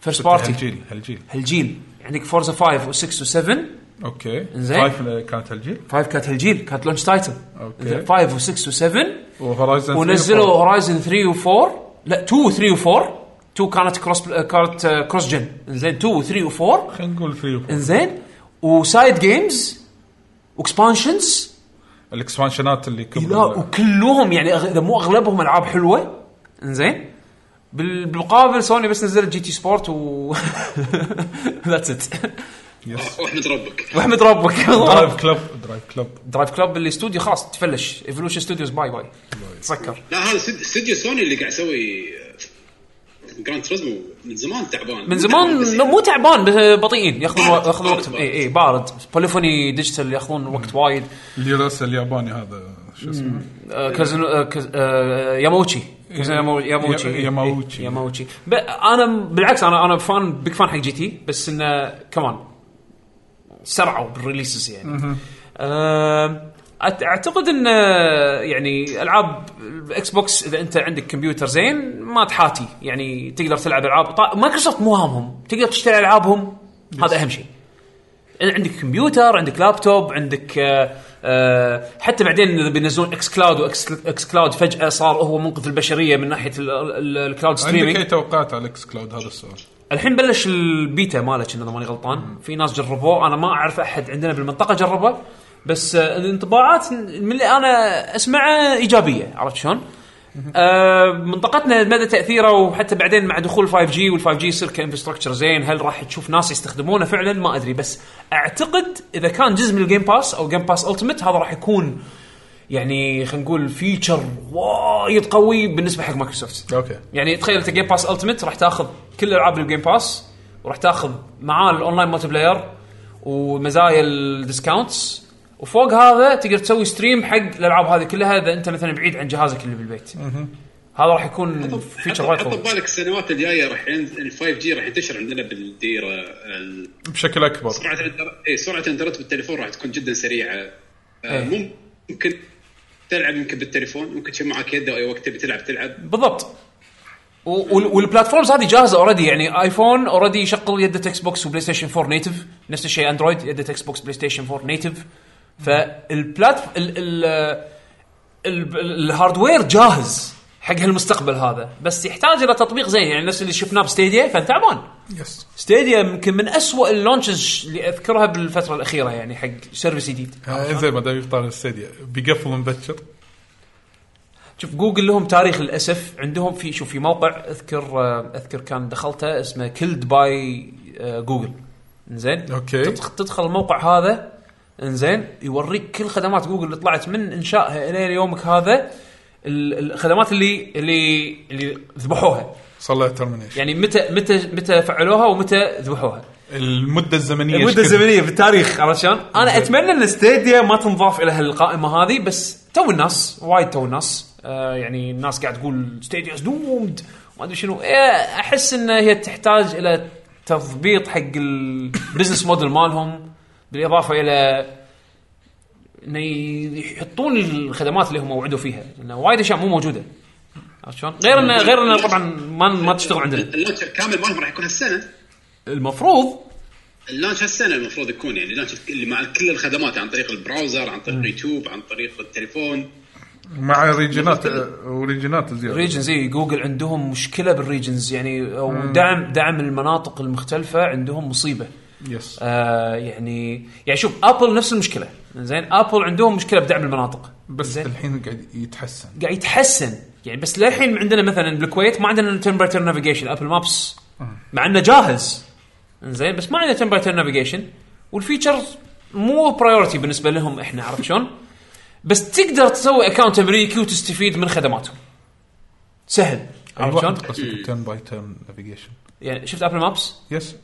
[SPEAKER 3] فيرست بارتي
[SPEAKER 1] هالجيل هالجيل
[SPEAKER 3] هالجيل عندك فورزا 5 و6 و7
[SPEAKER 1] اوكي
[SPEAKER 3] إنزين.
[SPEAKER 1] فايف كانت هالجيل
[SPEAKER 3] 5 كانت هالجيل كانت لونش تايتل
[SPEAKER 1] أوكي.
[SPEAKER 3] 5 و6 و7
[SPEAKER 1] وهورايزن
[SPEAKER 3] ونزلوا هورايزن 3 و4 لا 2 و 3 و4 2 كانت كروس كانت آه، كروس جن انزين 2 و 3 و4
[SPEAKER 1] خلينا نقول 3
[SPEAKER 3] انزين وسايد جيمز واكسبانشنز
[SPEAKER 1] الاكسبانشنات اللي كبرت
[SPEAKER 3] لا وكلهم يعني أغ- اذا مو اغلبهم العاب حلوه انزين بال- بالمقابل سوني بس نزلت جي تي سبورت و ذاتس ات
[SPEAKER 1] يس
[SPEAKER 4] واحمد ربك
[SPEAKER 3] واحمد ربك
[SPEAKER 1] درايف كلب درايف كلب
[SPEAKER 3] درايف كلاب الاستوديو خلاص تفلش ايفولوشن ستوديوز باي باي تسكر
[SPEAKER 4] لا هذا استد- استديو سوني اللي قاعد يسوي جراند تريزمو من زمان تعبان
[SPEAKER 3] من زمان
[SPEAKER 4] بس
[SPEAKER 3] لا، مو تعبان بس بطيئين ياخذون
[SPEAKER 4] بارد،
[SPEAKER 3] ياخذون
[SPEAKER 4] بارد،
[SPEAKER 3] وقتهم
[SPEAKER 4] بارد.
[SPEAKER 3] اي اي بارد بوليفوني ديجيتال ياخذون وقت وايد
[SPEAKER 1] اللي راسه الياباني هذا شو اسمه
[SPEAKER 3] آه، كازن آه، كاز- آه، إيه، ياموتشي كازن يامو- ياموتشي
[SPEAKER 1] يا-
[SPEAKER 3] إي،
[SPEAKER 1] ياماوتشي.
[SPEAKER 3] إي، ياموتشي ب- انا بالعكس انا انا فان بيك فان حق جي تي بس انه كمان سرعوا بالريليسز يعني آم، أت- اعتقد ان آه، يعني العاب الاكس بوكس اذا انت عندك كمبيوتر زين ما تحاتي يعني تقدر تلعب العاب طا- مايكروسوفت مو هامهم تقدر تشتري العابهم هذا اهم شيء عندك كمبيوتر عندك لابتوب عندك آه، آه، حتى بعدين اذا بينزلون اكس كلاود واكس كلاود فجاه صار هو منقذ البشريه من ناحيه ال- ال- الكلاود
[SPEAKER 1] عندك
[SPEAKER 3] ستريمينج
[SPEAKER 1] اي توقعات على الاكس كلاود هذا السؤال
[SPEAKER 3] الحين بلش البيتا ماله كنا اذا ماني غلطان في ناس جربوه انا ما اعرف احد عندنا بالمنطقه جربه بس آه، الانطباعات من اللي انا اسمعه ايجابيه عرفت شلون؟ آه منطقتنا مدى تاثيره وحتى بعدين مع دخول 5 جي وال 5 جي يصير كانفراستراكشر زين هل راح تشوف ناس يستخدمونه فعلا ما ادري بس اعتقد اذا كان جزء من الجيم باس او جيم باس التيمت هذا راح يكون يعني خلينا نقول فيتشر وايد قوي بالنسبه حق مايكروسوفت
[SPEAKER 1] اوكي
[SPEAKER 3] يعني تخيل انت جيم باس التيمت راح تاخذ كل العاب الجيم باس وراح تاخذ معاه الاونلاين مالتي بلاير ومزايا الديسكاونتس وفوق هذا تقدر تسوي ستريم حق الالعاب هذه كلها اذا انت مثلا بعيد عن جهازك اللي بالبيت. هذا راح يكون
[SPEAKER 4] حط
[SPEAKER 3] فيتشر وايد
[SPEAKER 4] حط
[SPEAKER 3] قوي.
[SPEAKER 4] ببالك السنوات الجايه راح ينزل ال 5 جي راح ينتشر عندنا بالديره ال-
[SPEAKER 1] بشكل اكبر
[SPEAKER 4] سرعه الانتر- اي سرعه الانترنت بالتليفون راح تكون جدا سريعه آه،
[SPEAKER 3] إيه.
[SPEAKER 4] ممكن تلعب يمكن بالتليفون ممكن تشيل معك يده اي وقت تبي تلعب تلعب
[SPEAKER 3] بالضبط. و- وال- والبلاتفورمز هذه جاهزه اوريدي يعني ايفون اوريدي يشغل يده اكس بوكس وبلاي ستيشن 4 نيتف نفس الشيء اندرويد يده اكس بوكس بلاي ستيشن 4 نيتف فالبلات ال ال ال- الهاردوير جاهز حق هالمستقبل هذا بس يحتاج الى تطبيق زين يعني نفس اللي شفناه بستيديا كان تعبان
[SPEAKER 1] يس
[SPEAKER 3] ستيديا يمكن من أسوأ اللونشز اللي اذكرها بالفتره الاخيره يعني حق سيرفيس جديد
[SPEAKER 1] آه، زين ما دام يقطع الاستديو بيقفل مبكر
[SPEAKER 3] شوف جوجل لهم تاريخ للاسف عندهم في شوف في موقع اذكر اذكر كان دخلته اسمه كيلد باي جوجل انزين
[SPEAKER 1] أوكي.
[SPEAKER 3] تدخ- تدخل الموقع هذا انزين يوريك كل خدمات جوجل اللي طلعت من انشائها الى يومك هذا ال- الخدمات اللي اللي اللي ذبحوها
[SPEAKER 1] صار لها ترمينيشن
[SPEAKER 3] يعني متى متى متى فعلوها ومتى ذبحوها
[SPEAKER 1] المده الزمنيه
[SPEAKER 3] المده
[SPEAKER 1] إيش كثر؟
[SPEAKER 3] الزمنيه في التاريخ عرفت شلون؟ انا اتمنى ان ستيديا ما تنضاف الى هالقائمه هذه بس تو الناس وايد تو الناز آه يعني الناس قاعد تقول ستيديا دومد ما ادري شنو إيه، احس ان هي تحتاج الى تضبيط حق البزنس موديل مالهم بالاضافه الى انه يحطون الخدمات اللي هم وعدوا فيها انه وايد اشياء مو موجوده عرفت شلون؟ غير انه غير انه طبعا ما ما تشتغل عندنا
[SPEAKER 4] اللانش الكامل مالهم راح يكون هالسنه
[SPEAKER 3] المفروض
[SPEAKER 4] اللانش هالسنه المفروض يكون يعني اللانش اللي مع كل الخدمات عن طريق البراوزر عن طريق اليوتيوب عن طريق التليفون
[SPEAKER 1] مع آه، ريجنات وريجنات زياده
[SPEAKER 3] ريجنز اي جوجل إيه، عندهم مشكله بالريجنز يعني او دعم دعم المناطق المختلفه عندهم مصيبه
[SPEAKER 1] يس
[SPEAKER 3] آه يعني يعني شوف ابل نفس المشكله زين ابل عندهم مشكله بدعم المناطق
[SPEAKER 1] بس
[SPEAKER 3] زين
[SPEAKER 1] الحين قاعد يتحسن
[SPEAKER 3] قاعد يتحسن يعني بس للحين عندنا مثلا بالكويت ما عندنا تمبرتر نافيجيشن ابل مابس مع انه جاهز زين بس ما عندنا تمبرتر نافيجيشن والفيتشر مو برايورتي بالنسبه لهم احنا عرفت شلون؟ بس تقدر تسوي اكونت امريكي وتستفيد من خدماتهم سهل عرفت شلون؟
[SPEAKER 1] الواحد قصدك تيرن باي تيرن نافيجيشن
[SPEAKER 3] يعني شفت ابل مابس
[SPEAKER 1] يس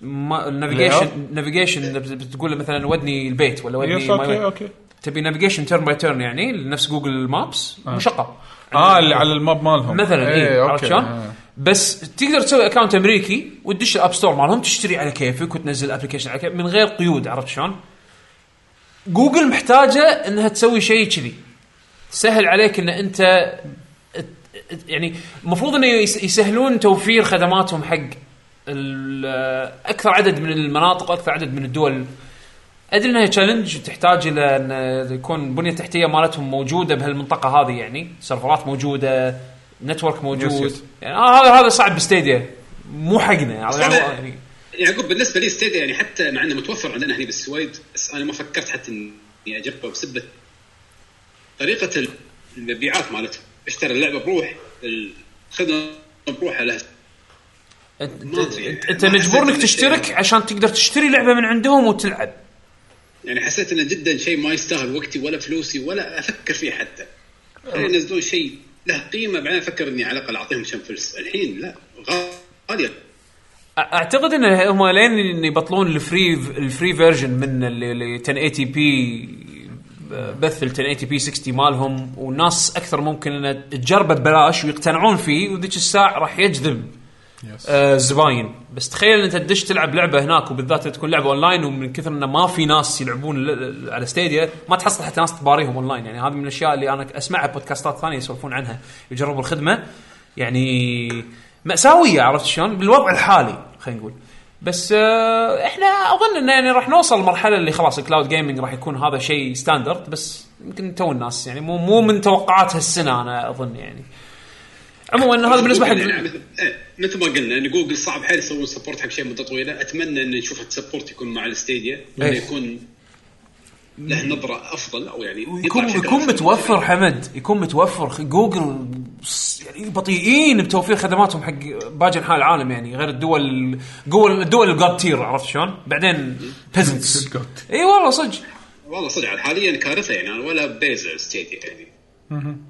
[SPEAKER 3] ما النافيجيشن
[SPEAKER 1] Layout.
[SPEAKER 3] نافيجيشن بتقول له مثلا ودني البيت ولا ودني
[SPEAKER 1] يس
[SPEAKER 3] ما-
[SPEAKER 1] اوكي اوكي
[SPEAKER 3] تبي نافيجيشن تيرن باي تيرن يعني نفس جوجل مابس مشقه
[SPEAKER 1] اه آه. اللي على الماب مالهم
[SPEAKER 3] مثلا
[SPEAKER 1] إيه،
[SPEAKER 3] اي
[SPEAKER 1] أوكي.
[SPEAKER 3] عرفت شلون؟
[SPEAKER 1] آه.
[SPEAKER 3] بس تقدر تسوي اكونت امريكي وتدش الاب ستور مالهم تشتري على كيفك وتنزل الابلكيشن على كيفك من غير قيود عرفت شلون؟ جوجل محتاجه انها تسوي شيء كذي تسهل عليك ان انت يعني المفروض انه يس- يسهلون توفير خدماتهم حق ال- اكثر عدد من المناطق واكثر عدد من الدول ادري انها تشالنج تحتاج الى ان يكون البنيه التحتيه مالتهم موجوده بهالمنطقه هذه يعني سيرفرات موجوده نتورك موجود
[SPEAKER 1] يس.
[SPEAKER 3] يعني آه، هذا هذا صعب بستيديا مو حقنا يعني
[SPEAKER 4] أنا-
[SPEAKER 3] يعني
[SPEAKER 4] يعقوب بالنسبه لي ستيديا يعني حتى مع انه متوفر عندنا هنا بالسويد بس انا ما فكرت حتى اني اجربه بسبه طريقه المبيعات مالته اشترى اللعبه بروح الخدمه بروحها لها
[SPEAKER 3] أنت-
[SPEAKER 4] ما أدري.
[SPEAKER 3] أنت- انت
[SPEAKER 4] ما
[SPEAKER 3] مجبور انك
[SPEAKER 4] حسيت
[SPEAKER 3] تشترك
[SPEAKER 4] بالشيء.
[SPEAKER 3] عشان تقدر تشتري لعبه من عندهم وتلعب
[SPEAKER 4] يعني حسيت انه جدا شيء ما يستاهل وقتي ولا فلوسي ولا افكر فيه حتى يعني ينزلون شيء له قيمه بعدين افكر اني على الاقل اعطيهم كم فلس الحين لا غاليه
[SPEAKER 3] أ- اعتقد ان هم لين إن يبطلون الفري الفري فيرجن من اللي اللي 1080 بي بث ال 1080 بي 60 مالهم والناس اكثر ممكن انها تجربه ببلاش ويقتنعون فيه وذيك الساعه راح يجذب
[SPEAKER 1] يس
[SPEAKER 3] آه، زباين بس تخيل انت تدش تلعب لعبه هناك وبالذات إذا تكون لعبه اونلاين ومن كثر انه ما في ناس يلعبون ل- ل- على ستيديا ما تحصل حتى ناس تباريهم اونلاين يعني هذه من الاشياء اللي انا اسمعها بودكاستات ثانيه يسولفون عنها يجربوا الخدمه يعني ماساويه عرفت شلون بالوضع الحالي خلينا نقول بس آه، احنا اظن انه يعني راح نوصل لمرحله اللي خلاص الكلاود جيمنج راح يكون هذا شيء ستاندرد بس يمكن تو الناس يعني مو مو من توقعات هالسنه انا اظن يعني عموما هذا بالنسبه
[SPEAKER 4] يعني
[SPEAKER 3] حق
[SPEAKER 4] مثل- إيه، مثل ما قلنا ان جوجل صعب حيل يسوون سبورت حق شيء مده طويله اتمنى ان نشوف السبورت يكون مع الاستيديا
[SPEAKER 3] إيه.
[SPEAKER 4] انه يكون له نظره افضل او يعني يطلع
[SPEAKER 3] ويكون
[SPEAKER 4] بشكل
[SPEAKER 3] يكون
[SPEAKER 4] أفضل.
[SPEAKER 3] متوفر حمد يكون متوفر خ- جوجل س- يعني بطيئين بتوفير خدماتهم حق باقي انحاء العالم يعني غير الدول دول الدول الجاد تير عرفت شلون؟ بعدين بيزنس اي والله صدق
[SPEAKER 4] والله صدق حاليا كارثه يعني أنا ولا بيزا ستيديا يعني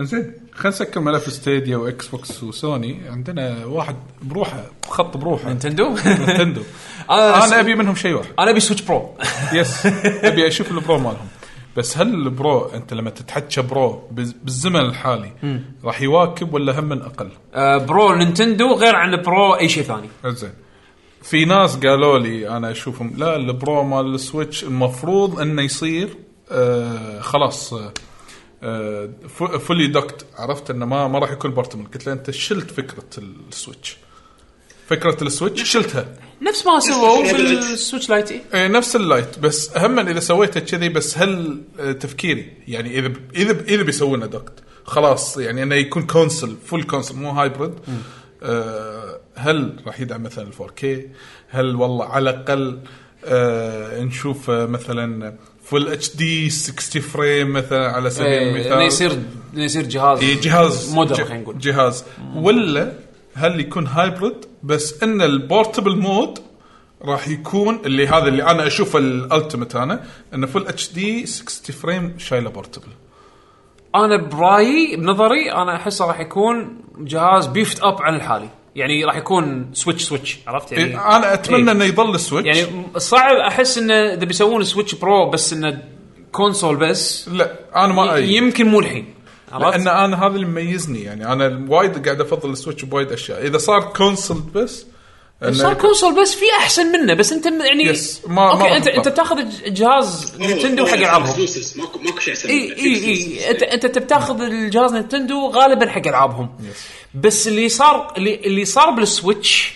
[SPEAKER 1] زين خلينا نسكر ملف ستيديا واكس بوكس وسوني عندنا واحد بروحه خط بروحه
[SPEAKER 3] نينتندو
[SPEAKER 1] نينتندو
[SPEAKER 3] انا
[SPEAKER 1] انا
[SPEAKER 3] انا ابي
[SPEAKER 1] ابي منهم شيء واحد
[SPEAKER 3] انا ابي سويتش برو
[SPEAKER 1] يس ابي اشوف البرو مالهم بس هل البرو انت لما تتحكى برو بز- بالزمن الحالي راح يواكب ولا هم من اقل؟
[SPEAKER 3] آه، برو نينتندو غير عن برو اي شيء ثاني
[SPEAKER 1] زين في ناس قالوا لي انا اشوفهم لا البرو مال السويتش المفروض انه يصير آه خلاص آه فولي دوكت عرفت انه ما ما راح يكون بورتبل قلت له انت شلت فكره السويتش فكره السويتش شلتها
[SPEAKER 3] نفس ما سووا بالسويتش لايت إي.
[SPEAKER 1] إيه، نفس اللايت بس هم اذا سويته كذي بس هل آه، تفكيري يعني اذا ب- اذا ب- اذا بيسوونه دوكت خلاص يعني انه يكون كونسل فول كونسل مو هايبرد آه هل راح يدعم مثلا 4K هل والله على الاقل آه نشوف آه، مثلا فول اتش دي 60 فريم مثلا على سبيل
[SPEAKER 3] إيه،
[SPEAKER 1] المثال
[SPEAKER 3] انه يصير انه يصير جهاز
[SPEAKER 1] إيه، جهاز
[SPEAKER 3] موديل
[SPEAKER 1] ج-
[SPEAKER 3] خلينا نقول
[SPEAKER 1] جهاز ولا هل يكون هايبرد بس ان البورتبل مود راح يكون اللي هذا اللي انا اشوفه الالتيميت انا انه فول اتش دي 60 فريم شايله بورتبل
[SPEAKER 3] انا برايي بنظري انا احسه راح يكون جهاز بيفت اب عن الحالي يعني راح يكون سويتش سويتش عرفت يعني
[SPEAKER 1] إيه، انا اتمنى
[SPEAKER 3] إيه.
[SPEAKER 1] انه يضل سويتش
[SPEAKER 3] يعني م- صعب احس انه اذا بيسوون سويتش برو بس انه كونسول بس
[SPEAKER 1] لا انا ما أي.
[SPEAKER 3] يمكن مو الحين
[SPEAKER 1] لان
[SPEAKER 3] عرفت؟
[SPEAKER 1] انا هذا اللي مميزني يعني انا وايد قاعد افضل السويتش بوايد اشياء اذا صار كونسل بس
[SPEAKER 3] صار كونسول بس في احسن منه بس انت م- يعني
[SPEAKER 1] يس، ما- ما
[SPEAKER 3] اوكي
[SPEAKER 1] راح
[SPEAKER 3] انت
[SPEAKER 1] تطلع.
[SPEAKER 3] انت بتاخذ ج- جهاز
[SPEAKER 4] إيه،
[SPEAKER 3] نينتندو حق العابهم
[SPEAKER 4] Exclusives، ماكو ماكو شيء احسن
[SPEAKER 3] اي اي
[SPEAKER 4] إيه،
[SPEAKER 3] اي انت انت بتاخذ الجهاز نينتندو غالبا حق العابهم بس اللي صار اللي, اللي صار بالسويتش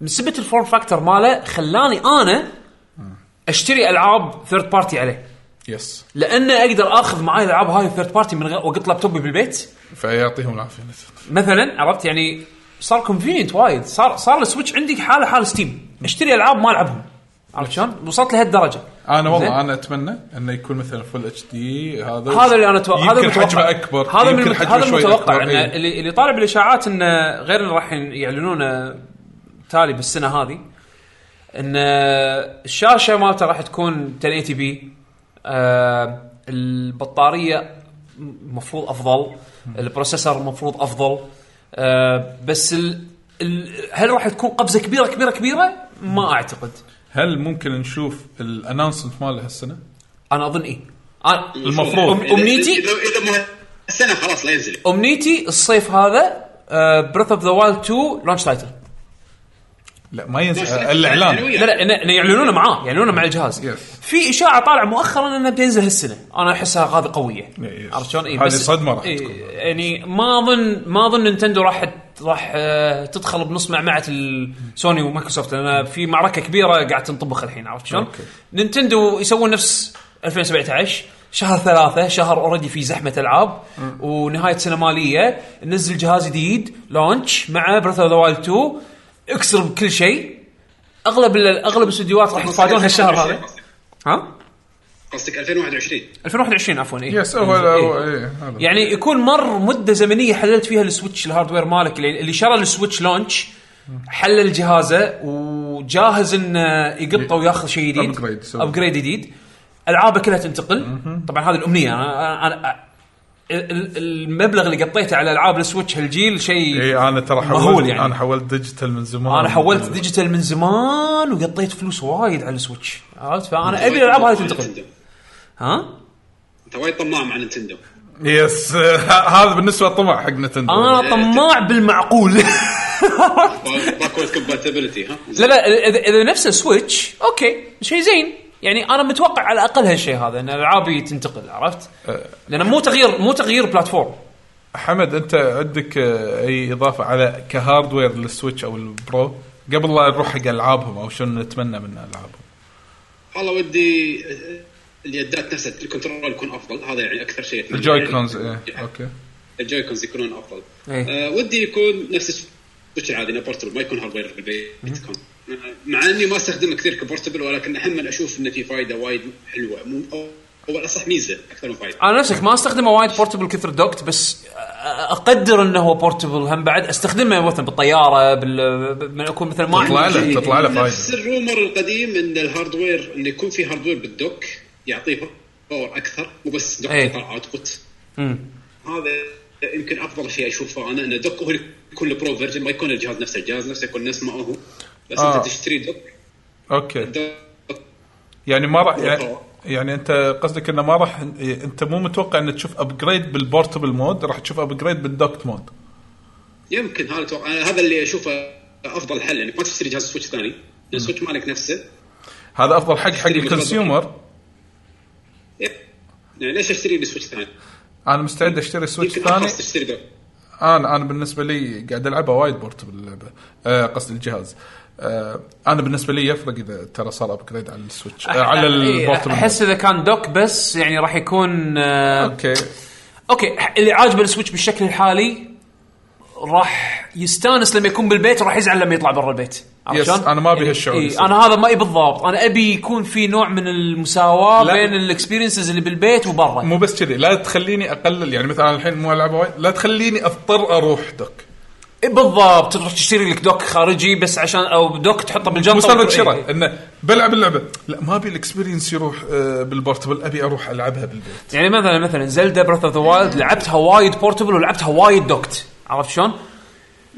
[SPEAKER 3] من سبه الفورم فاكتور ماله خلاني انا اشتري العاب ثيرد بارتي عليه
[SPEAKER 1] يس
[SPEAKER 3] لان اقدر اخذ معاي الالعاب هاي ثيرد بارتي من غير واقط لابتوبي بالبيت
[SPEAKER 1] فيعطيهم العافيه
[SPEAKER 3] مثلا عرفت يعني صار كونفينينت وايد صار صار السويتش عندي حاله حال ستيم اشتري العاب ما العبهم عرفت شلون؟ وصلت لهالدرجه
[SPEAKER 1] انا
[SPEAKER 3] زين.
[SPEAKER 1] والله انا اتمنى انه يكون مثلا فل اتش دي هذا
[SPEAKER 3] هذا اللي انا اتوقع هذا
[SPEAKER 1] يمكن
[SPEAKER 3] المتوقع
[SPEAKER 1] حجمه اكبر
[SPEAKER 3] هذا
[SPEAKER 1] يمكن
[SPEAKER 3] من المت...
[SPEAKER 1] حجمه
[SPEAKER 3] هذا
[SPEAKER 1] شوي
[SPEAKER 3] المتوقع
[SPEAKER 1] أكبر.
[SPEAKER 3] إن
[SPEAKER 1] إيه.
[SPEAKER 3] اللي اللي طالع بالاشاعات انه غير اللي راح يعلنونه تالي بالسنه هذه ان الشاشه مالته راح تكون 1080 تي بي آه، البطاريه المفروض افضل البروسيسور المفروض افضل آه، بس ال... ال... هل راح تكون قفزه كبيره كبيره كبيره؟ ما اعتقد
[SPEAKER 1] هل ممكن نشوف الانونسمنت ماله هالسنه؟
[SPEAKER 3] انا اظن ايه أنا...
[SPEAKER 1] المفروض.
[SPEAKER 3] أم- امنيتي
[SPEAKER 4] اذا إذا مو السنه خلاص لا ينزل
[SPEAKER 3] امنيتي الصيف هذا آه، بريث اوف ذا وايلد 2 لانش تايتل
[SPEAKER 1] لا ما ينزل الاعلان
[SPEAKER 3] لا لا إن- إن يعلنونه معاه يعلنونه مع الجهاز
[SPEAKER 1] Yes.
[SPEAKER 3] في اشاعه طالع مؤخرا انه بينزل هالسنه انا احسها هذه قويه
[SPEAKER 1] yes.
[SPEAKER 3] عرفت شلون؟ إيه،
[SPEAKER 1] هذه
[SPEAKER 3] بس-
[SPEAKER 1] صدمة راح
[SPEAKER 3] إيه،
[SPEAKER 1] تكون.
[SPEAKER 3] يعني ما اظن ما اظن نينتندو راح ت- راح آه، تدخل بنص معمعه ال- سوني ومايكروسوفت لان في معركه كبيره قاعد تنطبخ الحين عرفت شلون؟
[SPEAKER 1] أوكي.
[SPEAKER 3] نينتندو يسوون نفس 2017 شهر ثلاثة شهر اوريدي في زحمة العاب ونهاية سنة مالية ننزل جهاز جديد لونش مع بريث اوف ذا وايلد 2 اكسر بكل شيء اغلب ال- اغلب الاستديوهات راح يتفادون هالشهر هذا ها
[SPEAKER 4] قصدك 2021
[SPEAKER 3] 2021 عفوا اي
[SPEAKER 1] يس هو هو- إيه، هذا.
[SPEAKER 3] يعني يكون مر مده زمنيه حللت فيها السويتش الهاردوير مالك اللي اللي شرى السويتش لونش حلل جهازه وجاهز انه يقطه وياخذ شيء جديد
[SPEAKER 1] Upgrade يسوي.
[SPEAKER 3] ابجريد جديد العابه كلها تنتقل طبعا هذه الامنيه انا, أنا أنا- ال- ال- المبلغ اللي قطيته على العاب السويتش هالجيل شيء
[SPEAKER 1] اي انا ترى
[SPEAKER 3] مهول
[SPEAKER 1] حولت
[SPEAKER 3] يعني.
[SPEAKER 1] يعني. انا حولت ديجيتال من زمان
[SPEAKER 3] انا حولت ديجيتال من زمان وقطيت فلوس وايد على السويتش عرفت فانا ابي الالعاب هذه تنتقل ها
[SPEAKER 4] انت وايد طماع مع نينتندو
[SPEAKER 1] يس هذا بالنسبه للطمع حق نتندو
[SPEAKER 3] انا طماع بالمعقول
[SPEAKER 4] باكورد كومباتيبلتي ها
[SPEAKER 3] لا لا اذا اذا نفس السويتش اوكي شيء زين يعني انا متوقع على الاقل هالشيء هذا ان العابي تنتقل عرفت؟
[SPEAKER 1] أه.
[SPEAKER 3] لان مو تغيير مو تغيير بلاتفورم
[SPEAKER 1] حمد انت عندك آه، اي اضافه على كهاردوير للسويتش او البرو قبل لا نروح حق العابهم او شنو نتمنى من العابهم
[SPEAKER 4] والله ودي اليدات نفسها الكنترول يكون افضل هذا يعني اكثر شيء أتمنى.
[SPEAKER 1] الجوي كونز
[SPEAKER 4] يعني
[SPEAKER 1] إيه. اوكي
[SPEAKER 4] الجوي كونز يكونون افضل
[SPEAKER 3] إيه.
[SPEAKER 4] آه ودي يكون نفس السويتش العادي انه بورتبل ما يكون هاردوير بالبيت يكون مع اني ما استخدمه كثير كبورتبل ولكن احمل اشوف انه في فائده وايد حلوه مو او أو الاصح ميزه اكثر من فائده
[SPEAKER 3] انا نفسك ما استخدمه وايد بورتبل كثر دوكت بس أ- اقدر انه هو بورتبل هم بعد استخدمه مثلا بالطياره بال ب- من اكون مثلا ما
[SPEAKER 1] تطلع له تطلع له
[SPEAKER 4] نفس
[SPEAKER 1] فايده
[SPEAKER 4] الرومر القديم ان الهاردوير انه يكون في هاردوير بالدوك يعطيه باور اكثر مو بس دوك
[SPEAKER 3] إيه.
[SPEAKER 4] يطلع اوتبوت هذا يمكن افضل شيء اشوفه انا ان دوك هو اللي يكون البرو فيرجن ما يكون الجهاز نفسه الجهاز نفسه يكون نفس ما هو بس
[SPEAKER 1] آه.
[SPEAKER 4] انت تشتري دوك
[SPEAKER 1] اوكي
[SPEAKER 4] دوك
[SPEAKER 1] يعني ما راح يعني, يعني انت قصدك انه ما راح انت مو متوقع ان تشوف ابجريد بالبورتبل مود راح تشوف ابجريد بالدوكت مود
[SPEAKER 4] يمكن هذا أتوقع- أنا هذا اللي اشوفه افضل حل انك ما تشتري جهاز سويتش ثاني لان السويتش مالك نفسه
[SPEAKER 1] هذا افضل حق حق
[SPEAKER 4] تشتري
[SPEAKER 1] الكونسيومر
[SPEAKER 4] يعني ليش اشتري لي سويتش ثاني؟
[SPEAKER 1] انا مستعد اشتري سويتش
[SPEAKER 4] يمكن
[SPEAKER 1] ثاني
[SPEAKER 4] ارخص تشتري دوك
[SPEAKER 1] انا انا بالنسبه لي قاعد العبها وايد بورتبل اللعبه آه قصدي الجهاز آه انا بالنسبه لي يفرق اذا ترى صار ابجريد على السويتش آه على البورتبل
[SPEAKER 3] احس اذا إيه، كان دوك بس يعني راح يكون آه،
[SPEAKER 1] اوكي
[SPEAKER 3] اوكي اللي عاجبه السويتش بالشكل الحالي راح يستانس لما يكون بالبيت وراح يزعل لما يطلع برا البيت عرفت
[SPEAKER 1] يس،
[SPEAKER 3] شلون؟
[SPEAKER 1] أنا ما أبي
[SPEAKER 3] يعني-
[SPEAKER 1] هالشعور
[SPEAKER 3] إيه
[SPEAKER 1] يصير.
[SPEAKER 3] انا هذا ما ابي بالضبط انا ابي يكون في نوع من المساواه
[SPEAKER 1] لا.
[SPEAKER 3] بين الاكسبيرينسز اللي بالبيت وبرا
[SPEAKER 1] مو بس كذي لا تخليني اقلل يعني مثلا الحين مو العبها وايد لا تخليني اضطر اروح دوك
[SPEAKER 3] إيه بالضبط تروح تشتري لك دوك خارجي بس عشان او دوك تحطه بالجنطه
[SPEAKER 1] مجرد
[SPEAKER 3] وتروح- إيه،
[SPEAKER 1] شراء
[SPEAKER 3] إيه.
[SPEAKER 1] انه بلعب اللعبه لا ما ابي الاكسبيرينس يروح آه بالبورتبل ابي اروح العبها بالبيت
[SPEAKER 3] يعني مثلا مثلا زلدا براث اوف ذا وايلد لعبتها وايد بورتبل ولعبتها وايد دوكت عرفت شلون؟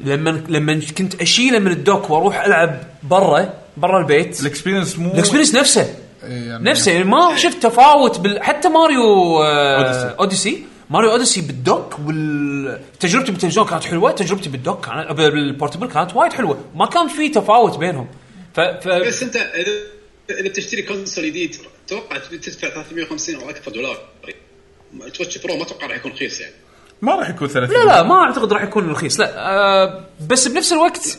[SPEAKER 3] لما لما كنت اشيله من الدوك واروح العب برا برا البيت
[SPEAKER 1] الاكسبيرينس مو
[SPEAKER 3] الاكسبيرينس نفسه
[SPEAKER 1] Oh. إيه، يعني-
[SPEAKER 3] نفسه يعني ما شفت تفاوت بال... حتى ماريو آه،
[SPEAKER 1] أوديسي.
[SPEAKER 3] اوديسي ماريو اوديسي بالدوك وال تجربتي بالتلفزيون كانت حلوه تجربتي بالدوك كانت آه، بالبورتبل كانت وايد حلوه ما كان في تفاوت بينهم ف, ف...
[SPEAKER 4] بس انت اذا اذا بتشتري كونسول جديد اتوقع تدفع 350 او اكثر دولار توتش برو ما اتوقع راح يكون رخيص يعني
[SPEAKER 1] ما راح يكون 30
[SPEAKER 3] لا لا ما اعتقد راح يكون رخيص لا آه بس بنفس الوقت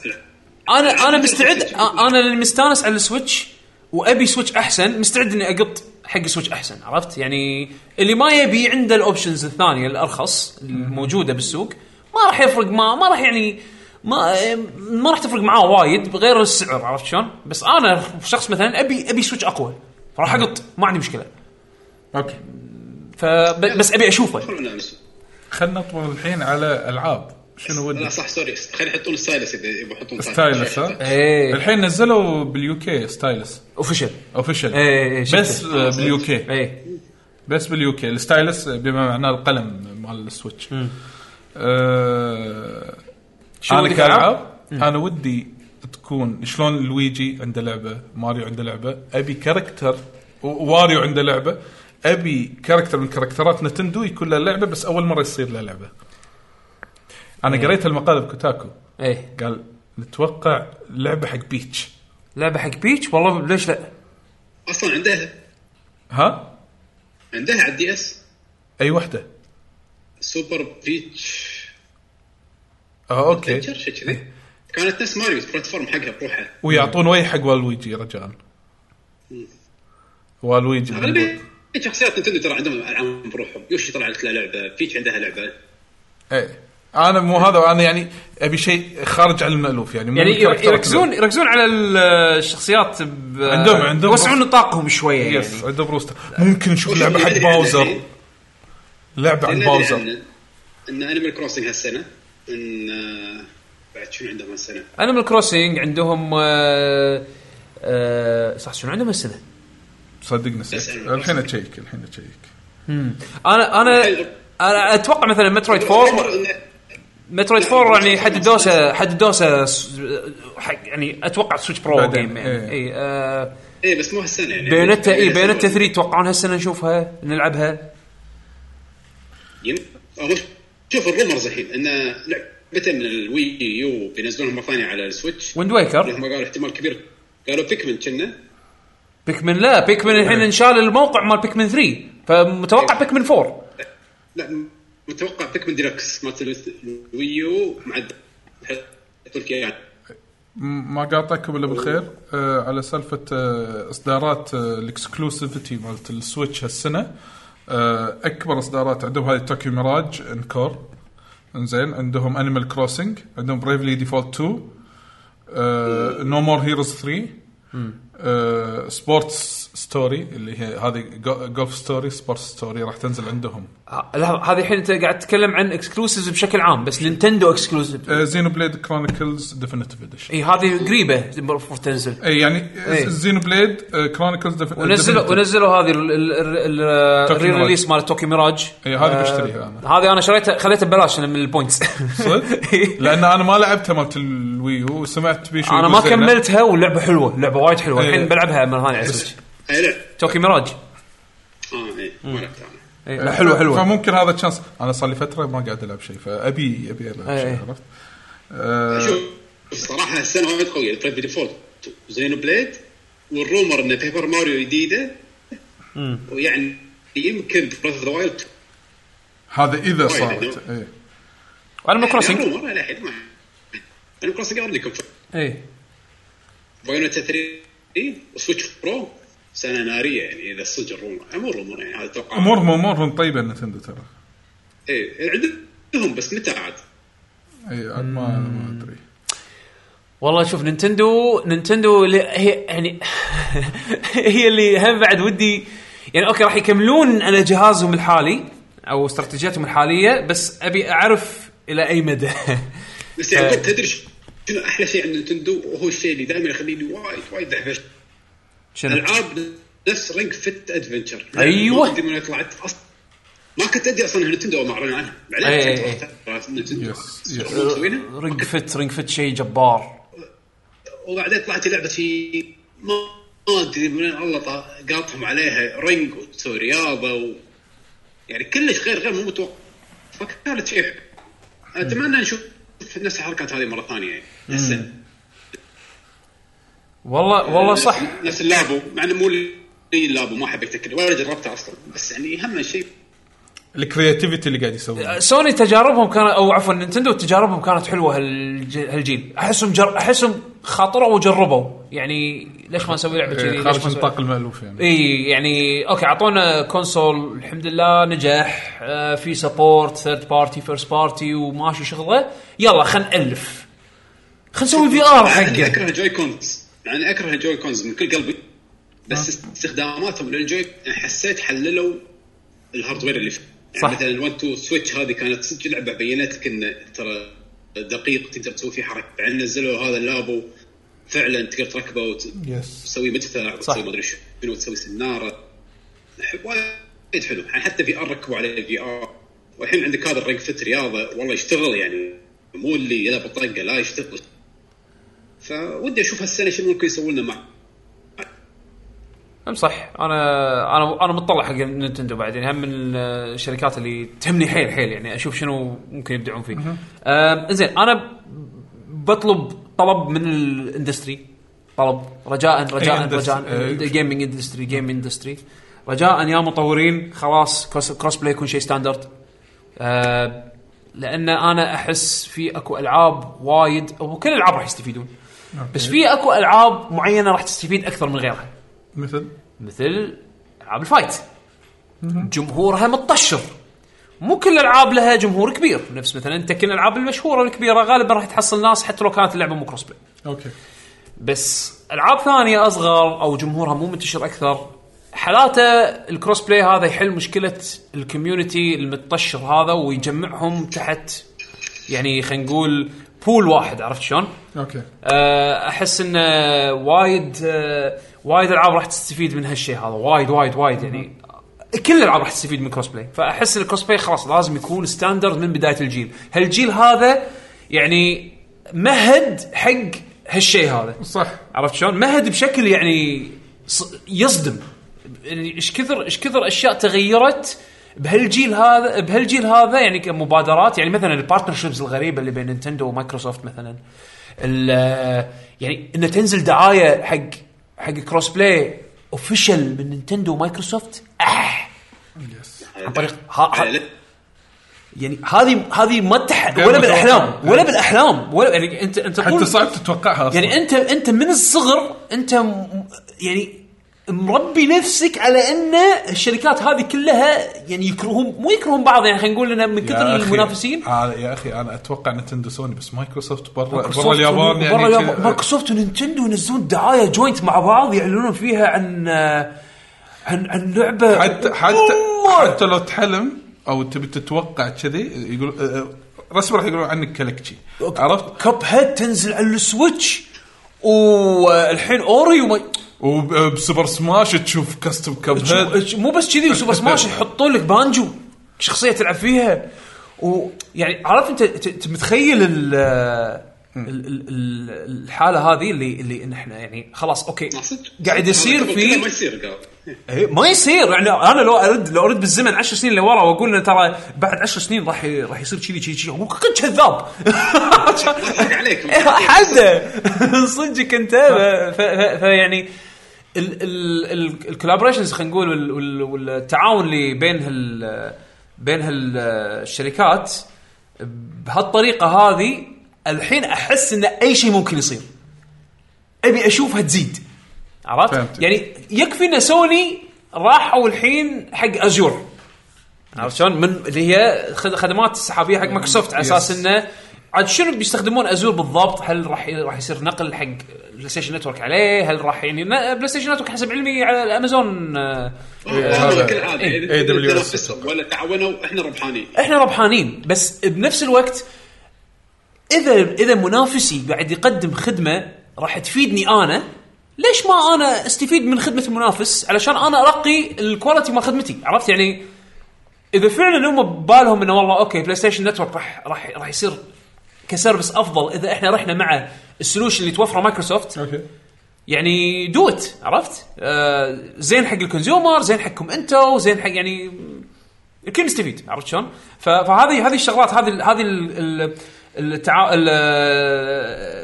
[SPEAKER 3] انا انا مستعد آه، انا اللي مستانس على السويتش وابي سويتش احسن مستعد اني اقط حق السويتش احسن عرفت يعني اللي ما يبي عنده الاوبشنز الثانيه الارخص الموجوده بالسوق ما راح يفرق ما ما راح يعني ما ما راح تفرق معاه وايد غير السعر عرفت شلون؟ بس انا شخص مثلا ابي ابي سويتش اقوى فراح اقط ما عندي مشكله
[SPEAKER 1] اوكي
[SPEAKER 3] فبس ابي اشوفه
[SPEAKER 4] خلونا نسوي.
[SPEAKER 1] خلينا نطول الحين على العاب شنو
[SPEAKER 4] لا
[SPEAKER 1] ودك؟
[SPEAKER 4] صح سوري خلينا يحطون ستايلس اذا يبغوا يحطون إيه.
[SPEAKER 1] ستايلس ها؟
[SPEAKER 3] ايه
[SPEAKER 1] الحين نزلوا باليو كي ستايلس
[SPEAKER 3] اوفشل
[SPEAKER 1] اوفيشال
[SPEAKER 3] إيه، إيه، شفته.
[SPEAKER 1] بس آه، باليو كي
[SPEAKER 3] ايه
[SPEAKER 1] بس باليوكي الستايلس بما معناه القلم مال السويتش آه
[SPEAKER 3] شو
[SPEAKER 1] انا
[SPEAKER 3] ودك
[SPEAKER 1] كالعاب انا ودي تكون شلون لويجي عنده لعبه ماريو عنده لعبه ابي كاركتر واريو عنده لعبه ابي كاركتر من كاركترات نتندو يكون له لعبه بس اول مره يصير له لعبه انا قريت المقال بكوتاكو
[SPEAKER 3] ايه
[SPEAKER 1] قال نتوقع لعبه حق بيتش
[SPEAKER 3] لعبه حق بيتش والله ليش لا؟
[SPEAKER 4] اصلا عندها
[SPEAKER 1] ها
[SPEAKER 4] عندها على الدي اس
[SPEAKER 1] اي وحده
[SPEAKER 4] سوبر بيتش
[SPEAKER 1] اه اوكي
[SPEAKER 4] تذكر شيء كذي
[SPEAKER 1] إيه.
[SPEAKER 4] كانت نفس ماريو البلاتفورم حقها بروحها
[SPEAKER 1] ويعطون وجه حق والويجي رجاء والويجي
[SPEAKER 4] اغلبيه شخصيات نتندو ترى عندهم العاب بروحهم يوشي طلعت له لعبه بيتش عندها لعبه
[SPEAKER 1] ايه انا مو هذا انا يعني ابي شيء خارج عن المالوف يعني مو
[SPEAKER 3] يعني
[SPEAKER 1] الكاركترات
[SPEAKER 3] يركزون
[SPEAKER 1] كلها.
[SPEAKER 3] يركزون على ال- الشخصيات ب-
[SPEAKER 1] عندهم- عندهم
[SPEAKER 3] يوسعون نطاقهم شويه يعني
[SPEAKER 1] يس عندهم روستر ممكن نشوف لعبه
[SPEAKER 4] اللي
[SPEAKER 1] حق
[SPEAKER 4] أدري عنه
[SPEAKER 1] باوزر
[SPEAKER 4] الحين-
[SPEAKER 1] لعبه عن
[SPEAKER 4] اللي أدري
[SPEAKER 1] باوزر
[SPEAKER 4] عنه ان انيمال كروسنج هالسنه ان آه، بعد شنو عندهم هالسنه؟
[SPEAKER 3] انيمال كروسنج عندهم آه، آه، صح شنو عندهم السنه؟
[SPEAKER 1] صدقني نسيت
[SPEAKER 4] بس أنا-
[SPEAKER 1] الحين اتشيك الحين اتشيك
[SPEAKER 3] انا انا انا اتوقع مثلا مترويد 4 مترويد 4 يعني حددوسه حددوسه س- حق يعني اتوقع سويتش برو
[SPEAKER 1] بعدين،
[SPEAKER 3] جيم
[SPEAKER 1] إيه.
[SPEAKER 3] يعني اي آه، إيه،
[SPEAKER 4] اي بس مو هالسنه يعني
[SPEAKER 3] بيونتا اي بيونتا
[SPEAKER 4] ثري
[SPEAKER 3] 3 يتوقعون هالسنه نشوفها نلعبها
[SPEAKER 4] شوف الرومرز الحين ان لعبتين من الوي يو بينزلونها مره ثانيه على السويتش
[SPEAKER 3] ويند ويكر
[SPEAKER 4] هم قالوا احتمال كبير قالوا بيكمن كنا
[SPEAKER 3] بيكمن لا بيكمن الحين
[SPEAKER 1] إيه.
[SPEAKER 3] انشال الموقع مال بيكمن 3 فمتوقع بيكمن 4
[SPEAKER 4] لا متوقع بيكمن ديلكس مالت الويو مع الد- يحطوا لك إياه يعني
[SPEAKER 1] م- ما قاطعكم الا بالخير آه على سالفه آه اصدارات آه الاكسكلوسيفيتي مالت السويتش هالسنه آه اكبر اصدارات عندهم هذه توكيو ميراج انكور انزين عندهم انيمال كروسنج عندهم بريفلي ديفولت 2 نو مور هيروز 3 سبورتس ستوري آه، اللي هي هذه جولف ستوري سبورتس ستوري راح تنزل عندهم
[SPEAKER 3] ه- لا، هذه الحين انت قاعد تتكلم عن اكسكلوسيفز بشكل عام بس نينتندو اكسكلوسيف
[SPEAKER 1] زينو بليد كرونيكلز ديفينيتيف اديشن
[SPEAKER 3] اي هذه قريبه المفروض تنزل
[SPEAKER 1] اي يعني آه،
[SPEAKER 3] إيه.
[SPEAKER 1] زينو بليد كرونيكلز
[SPEAKER 3] ونزلوا ونزلوا هذه
[SPEAKER 1] توكي
[SPEAKER 3] الري
[SPEAKER 1] ميراج.
[SPEAKER 3] ريليس مال توكي ميراج
[SPEAKER 1] إي، هذه
[SPEAKER 3] آه،
[SPEAKER 1] بشتريها أنا.
[SPEAKER 3] هذه انا شريتها خليتها ببلاش أنا من البوينتس
[SPEAKER 1] صدق؟ لان انا ما لعبتها مالت الوي هو سمعت بيه شوي
[SPEAKER 3] انا ما
[SPEAKER 1] يقول زينة.
[SPEAKER 3] كملتها واللعبه حلوه لعبه وايد حلوه
[SPEAKER 1] إي.
[SPEAKER 3] الحين بلعبها مره ثانيه على السويتش
[SPEAKER 4] اي لا
[SPEAKER 3] توكي ميراج
[SPEAKER 4] اه اي ما لعبت انا
[SPEAKER 3] إي، لا، حلوه حلوه
[SPEAKER 1] فممكن هذا تشانس انا صار لي فتره ما قاعد العب شيء فابي ابي العب
[SPEAKER 3] إي.
[SPEAKER 1] شيء عرفت؟ آه،
[SPEAKER 4] شوف الصراحه السنه وايد قويه بريف ديفولت زينو بليد والرومر ان بيبر ماريو جديده ويعني يمكن بريث اوف ذا وايلد
[SPEAKER 1] هذا اذا
[SPEAKER 4] وايد
[SPEAKER 1] صارت إيه.
[SPEAKER 4] حلو.
[SPEAKER 1] إي.
[SPEAKER 3] انيمال كروسنج
[SPEAKER 4] رومر الى الحين ما انا كروسنج اوريدي كونفيرم
[SPEAKER 3] اي
[SPEAKER 4] بايونيتا 3 وسويتش برو سنه ناريه يعني اذا صدق الرومر مو رومر يعني هذا اتوقع
[SPEAKER 1] امورهم امورهم طيبه نتندو ترى
[SPEAKER 4] اي إيه، عندهم بس متى عاد؟
[SPEAKER 1] اي عاد إيه، ما ما ادري
[SPEAKER 3] والله شوف نينتندو نينتندو اللي هي يعني هي اللي هم بعد ودي يعني اوكي راح يكملون على جهازهم الحالي او استراتيجيتهم الحاليه بس ابي اعرف الى اي مدى
[SPEAKER 4] بس يعني تدري شنو احلى شيء عند نتندو وهو الشيء اللي دائما يخليني وايد وايد دحبش
[SPEAKER 3] شنو
[SPEAKER 4] العاب نفس رينج فت ادفنتشر
[SPEAKER 3] أيوة.
[SPEAKER 4] يعني ما من طلعت اصلا ما كنت ادري اصلا إن نتندو ما اعلن عنها بعدين
[SPEAKER 3] أي-
[SPEAKER 4] عرفت-
[SPEAKER 3] أي- أي.
[SPEAKER 4] عرفت نتندو
[SPEAKER 1] يس، يس.
[SPEAKER 4] شلون مسوينها
[SPEAKER 3] رينج فت رينج فت شيء جبار
[SPEAKER 4] وبعدين طلعت لعبه في ما ما ادري من وين الله طا- قاطهم عليها رينج وتسوي رياضه و... يعني كلش غير غير مو متوقع فكانت شيء اتمنى نشوف نفس الحركات هذه مره ثانيه يعني هسه
[SPEAKER 3] والله والله صح
[SPEAKER 4] نفس- نفس اللابو مع انه مو لي اللابو ما حبيت اكله ولا جربته اصلا بس يعني هم شيء
[SPEAKER 1] الكرياتيفيتي اللي قاعد يسوونه
[SPEAKER 3] سوني تجاربهم كانت او عفوا نينتندو تجاربهم كانت حلوه هالج- هالجيل احسهم جر... احسهم خاطروا وجربوا يعني ليش ما نسوي لعبه كذي إيه.
[SPEAKER 1] إيه،
[SPEAKER 3] ليش ما
[SPEAKER 1] خارج
[SPEAKER 3] نسوي-
[SPEAKER 1] نطاق المالوف يعني
[SPEAKER 3] اي يعني اوكي اعطونا كونسول الحمد لله نجح آه في سبورت ثيرد بارتي فيرست بارتي وماشي شغله يلا خلينا نالف خلينا نسوي في ار
[SPEAKER 4] أنا
[SPEAKER 3] حقه
[SPEAKER 4] اكره الجوي يعني كونز يعني اكره الجوي كونز من كل قلبي بس
[SPEAKER 3] آه.
[SPEAKER 4] استخداماتهم للجوي يعني حسيت حللوا الهاردوير اللي فيه يعني
[SPEAKER 3] صح.
[SPEAKER 4] مثلا 1 2 سويتش هذه كانت صدق لعبه بينتك ان ترى دقيق تقدر تسوي فيه حركه يعني نزلوا هذا اللابو فعلا تقدر تركبه وت-
[SPEAKER 1] يس
[SPEAKER 4] تسوي مدفع
[SPEAKER 3] صح.
[SPEAKER 4] تسوي مدري شنو تسوي سناره ح- وايد حلو يعني حتى في ار ركبوا عليه في ار والحين عندك هذا الرنج فت رياضه والله يشتغل يعني مو اللي يلا بطقه لا يشتغل فودي اشوف هالسنه شنو ممكن يسوون لنا مع
[SPEAKER 3] أم صح انا انا انا مطلع حق نينتندو بعد يعني هم من الشركات اللي تهمني حيل حيل يعني اشوف شنو ممكن يبدعون فيه. أم، زين انا بطلب طلب من الاندستري طلب رجاء رجاء
[SPEAKER 1] إندس-
[SPEAKER 3] رجاء
[SPEAKER 1] إيه.
[SPEAKER 3] جيمنج اندستري جيم اندستري رجاء يا مطورين خلاص كروس- كروس بلاي يكون شيء ستاندرد آه، لان انا احس في اكو العاب وايد وكل الالعاب راح يستفيدون بس في اكو العاب معينه راح تستفيد اكثر من غيرها
[SPEAKER 1] مثل
[SPEAKER 3] مثل العاب الفايت جمهورها متطشر مو كل الالعاب لها جمهور كبير نفس مثلا انت كل الالعاب المشهوره الكبيره غالبا راح تحصل ناس حتى لو كانت اللعبه مو كروس بلاي
[SPEAKER 1] اوكي
[SPEAKER 3] بس العاب ثانيه اصغر او جمهورها مو منتشر اكثر حالاته الكروس بلاي هذا يحل مشكله الكوميونتي المتطشر هذا ويجمعهم تحت يعني خلينا نقول بول واحد عرفت شلون؟
[SPEAKER 1] اوكي
[SPEAKER 3] آه، احس ان آه، وايد آه، وايد العاب راح تستفيد من هالشيء هذا وايد وايد وايد يعني كل الالعاب راح تستفيد من كروس بلاي فاحس الكروس بلاي خلاص لازم يكون ستاندرد من بدايه الجيل هالجيل هذا يعني مهد حق هالشيء هذا
[SPEAKER 1] صح
[SPEAKER 3] عرفت شلون؟ مهد بشكل يعني ص- يصدم يعني ايش كثر ايش كثر اشياء تغيرت بهالجيل هذا بهالجيل هذا يعني كمبادرات يعني مثلا البارتنرشيبس الغريبه اللي بين نينتندو ومايكروسوفت مثلا ال- يعني انه تنزل دعايه حق حق كروس بلاي اوفيشال من نينتندو ومايكروسوفت اح
[SPEAKER 1] يس
[SPEAKER 3] عن طريق ها ها
[SPEAKER 4] على-
[SPEAKER 3] يعني هذه هذه ما تح ولا بالاحلام ولا بالاحلام ولا يعني انت انت
[SPEAKER 1] حتى
[SPEAKER 3] طول-
[SPEAKER 1] صعب تتوقعها اصلا
[SPEAKER 3] يعني انت انت من الصغر انت م- يعني مربي نفسك على ان الشركات هذه كلها يعني يكرهون مو يكرهون بعض يعني خلينا نقول انه من كثر
[SPEAKER 1] يا أخي،
[SPEAKER 3] المنافسين
[SPEAKER 1] آه، يا اخي انا اتوقع نتندو سوني بس مايكروسوفت برا
[SPEAKER 3] مايكروسوفت
[SPEAKER 1] برا اليابان
[SPEAKER 3] ون-
[SPEAKER 1] يعني
[SPEAKER 3] برا اليابان-
[SPEAKER 1] كذا-
[SPEAKER 3] مايكروسوفت ونينتندو ينزلون دعايه جوينت مع بعض يعلنون فيها عن آه، عن عن لعبه
[SPEAKER 1] حتى حتى
[SPEAKER 3] أوه!
[SPEAKER 1] حتى لو تحلم او تبي تتوقع كذي يقول آه، آه، رسم راح يقولون عنك كلكشي عرفت؟
[SPEAKER 3] كاب هيد تنزل على السويتش آه، والحين اوري وما
[SPEAKER 1] وبسوبر أه، سماش تشوف كاستم كاب هيد
[SPEAKER 3] مو بس كذي وسوبر سماش يحطوا لك بانجو شخصيه تلعب فيها ويعني عارف انت ت- ت- متخيل ال ال- ال- ال- الحاله هذه اللي اللي ان احنا يعني خلاص اوكي
[SPEAKER 4] صدق.
[SPEAKER 3] قاعد يصير
[SPEAKER 4] هذا كله ما
[SPEAKER 3] في
[SPEAKER 4] يصير قال
[SPEAKER 3] إيه، ما يصير يعني انا لو ارد لو ارد بالزمن 10 سنين لورا واقول إن ترى بعد 10 سنين راح ي- راح يصير كذي كذي كذي أقول كنت كذاب
[SPEAKER 4] حق عليك.
[SPEAKER 3] حدا صدقك انت ف- ف- يعني فيعني الكولابريشنز خلينا نقول وال- وال- والتعاون اللي بين هال بين هالشركات بهالطريقه هذه الحين احس ان اي شيء ممكن يصير ابي اشوفها تزيد عرفت؟
[SPEAKER 1] فهمتك.
[SPEAKER 3] يعني يكفي ان سوني راحوا الحين حق ازور عرفت شلون؟ من اللي هي خد- خدمات السحابيه حق مايكروسوفت على اساس
[SPEAKER 1] Yes.
[SPEAKER 3] انه عاد شنو بيستخدمون ازور بالضبط؟ هل راح ي- راح يصير نقل حق بلاي ستيشن نتورك عليه؟ هل راح يعني ن- بلاي ستيشن نتورك حسب علمي على امازون آه،
[SPEAKER 4] والله
[SPEAKER 1] هذا-
[SPEAKER 4] كالعاده
[SPEAKER 3] إيه،
[SPEAKER 4] إذا
[SPEAKER 1] AWS
[SPEAKER 4] تنافسهم ولا تعاونوا احنا ربحانين
[SPEAKER 3] احنا ربحانين بس بنفس الوقت اذا اذا منافسي قاعد يقدم خدمه راح تفيدني انا ليش ما انا استفيد من خدمه المنافس علشان انا ارقي الكواليتي مال خدمتي عرفت يعني اذا فعلا هم ببالهم انه والله اوكي بلاي ستيشن نتورك راح راح راح يصير كسيرفس افضل اذا احنا رحنا مع السولوشن اللي توفره مايكروسوفت
[SPEAKER 1] اوكي
[SPEAKER 3] يعني دوت عرفت؟ آه زين حق الكونسيومر، زين حقكم انتو، زين حق يعني الكل يستفيد عرفت شلون؟ ف- فهذه هذه الشغلات هذه ال- هذه ال- ال- التعا ال-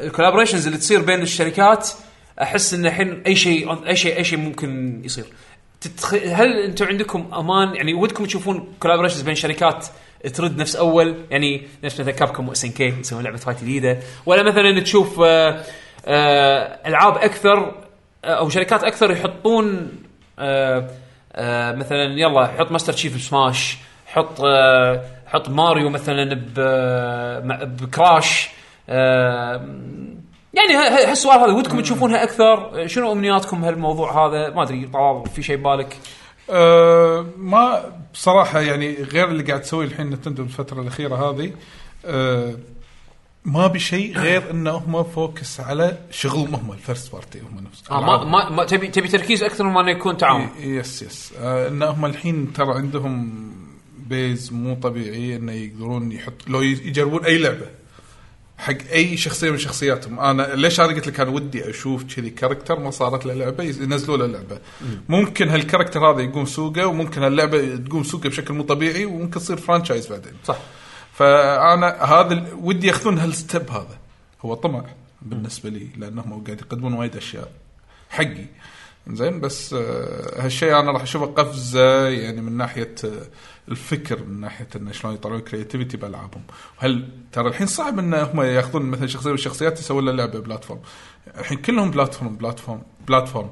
[SPEAKER 3] الكولابريشنز اللي تصير بين الشركات احس ان الحين اي شيء اي شيء اي شيء ممكن يصير تتخ... هل انتم عندكم امان يعني ودكم تشوفون كولابريشنز بين شركات ترد نفس اول يعني نفس مثلا كابكوم واس ان كي يسوون لعبه فايت جديده ولا مثلا تشوف آه، آه، العاب اكثر آه، او شركات اكثر يحطون آه، آه، مثلا يلا حط ماستر تشيف بسماش حط آه، حط ماريو مثلا ب- آه، مع- بكراش آه، يعني ه- ه- هالسؤال هذا ودكم تشوفونها اكثر شنو امنياتكم هالموضوع هذا ما ادري طلال في شيء ببالك
[SPEAKER 1] أه ما بصراحة يعني غير اللي قاعد تسويه الحين نتندو بالفترة الأخيرة هذه أه ما بشيء غير انه هم فوكس على شغلهم هم الفيرست بارتي هم نفسهم
[SPEAKER 3] آه ما, ما, ما تبي تبي تركيز اكثر من انه يكون تعاون
[SPEAKER 1] يس يس آه ان هم الحين ترى عندهم بيز مو طبيعي انه يقدرون يحط لو ي- يجربون اي لعبه حق اي شخصيه من شخصياتهم انا ليش انا قلت لك انا ودي اشوف كذي كاركتر ما صارت له لعبه يز- ينزلوا له لعبه ممكن هالكاركتر هذا يقوم سوقه وممكن هاللعبه تقوم سوقه بشكل مو طبيعي وممكن تصير فرانشايز بعدين
[SPEAKER 3] صح
[SPEAKER 1] فانا هذا ال- ودي ياخذون هالستب هذا هو طمع بالنسبه لي لانهم قاعد يقدمون وايد اشياء حقي زين بس آه، هالشيء انا راح اشوفه قفزه يعني من ناحيه آه، الفكر من ناحيه انه شلون يطلعون كرياتيفيتي بالعابهم هل ترى الحين صعب ان هم ياخذون مثلا شخصيه من الشخصيات يسوون لها لعبه بلاتفورم الحين كلهم بلاتفورم بلاتفورم بلاتفورم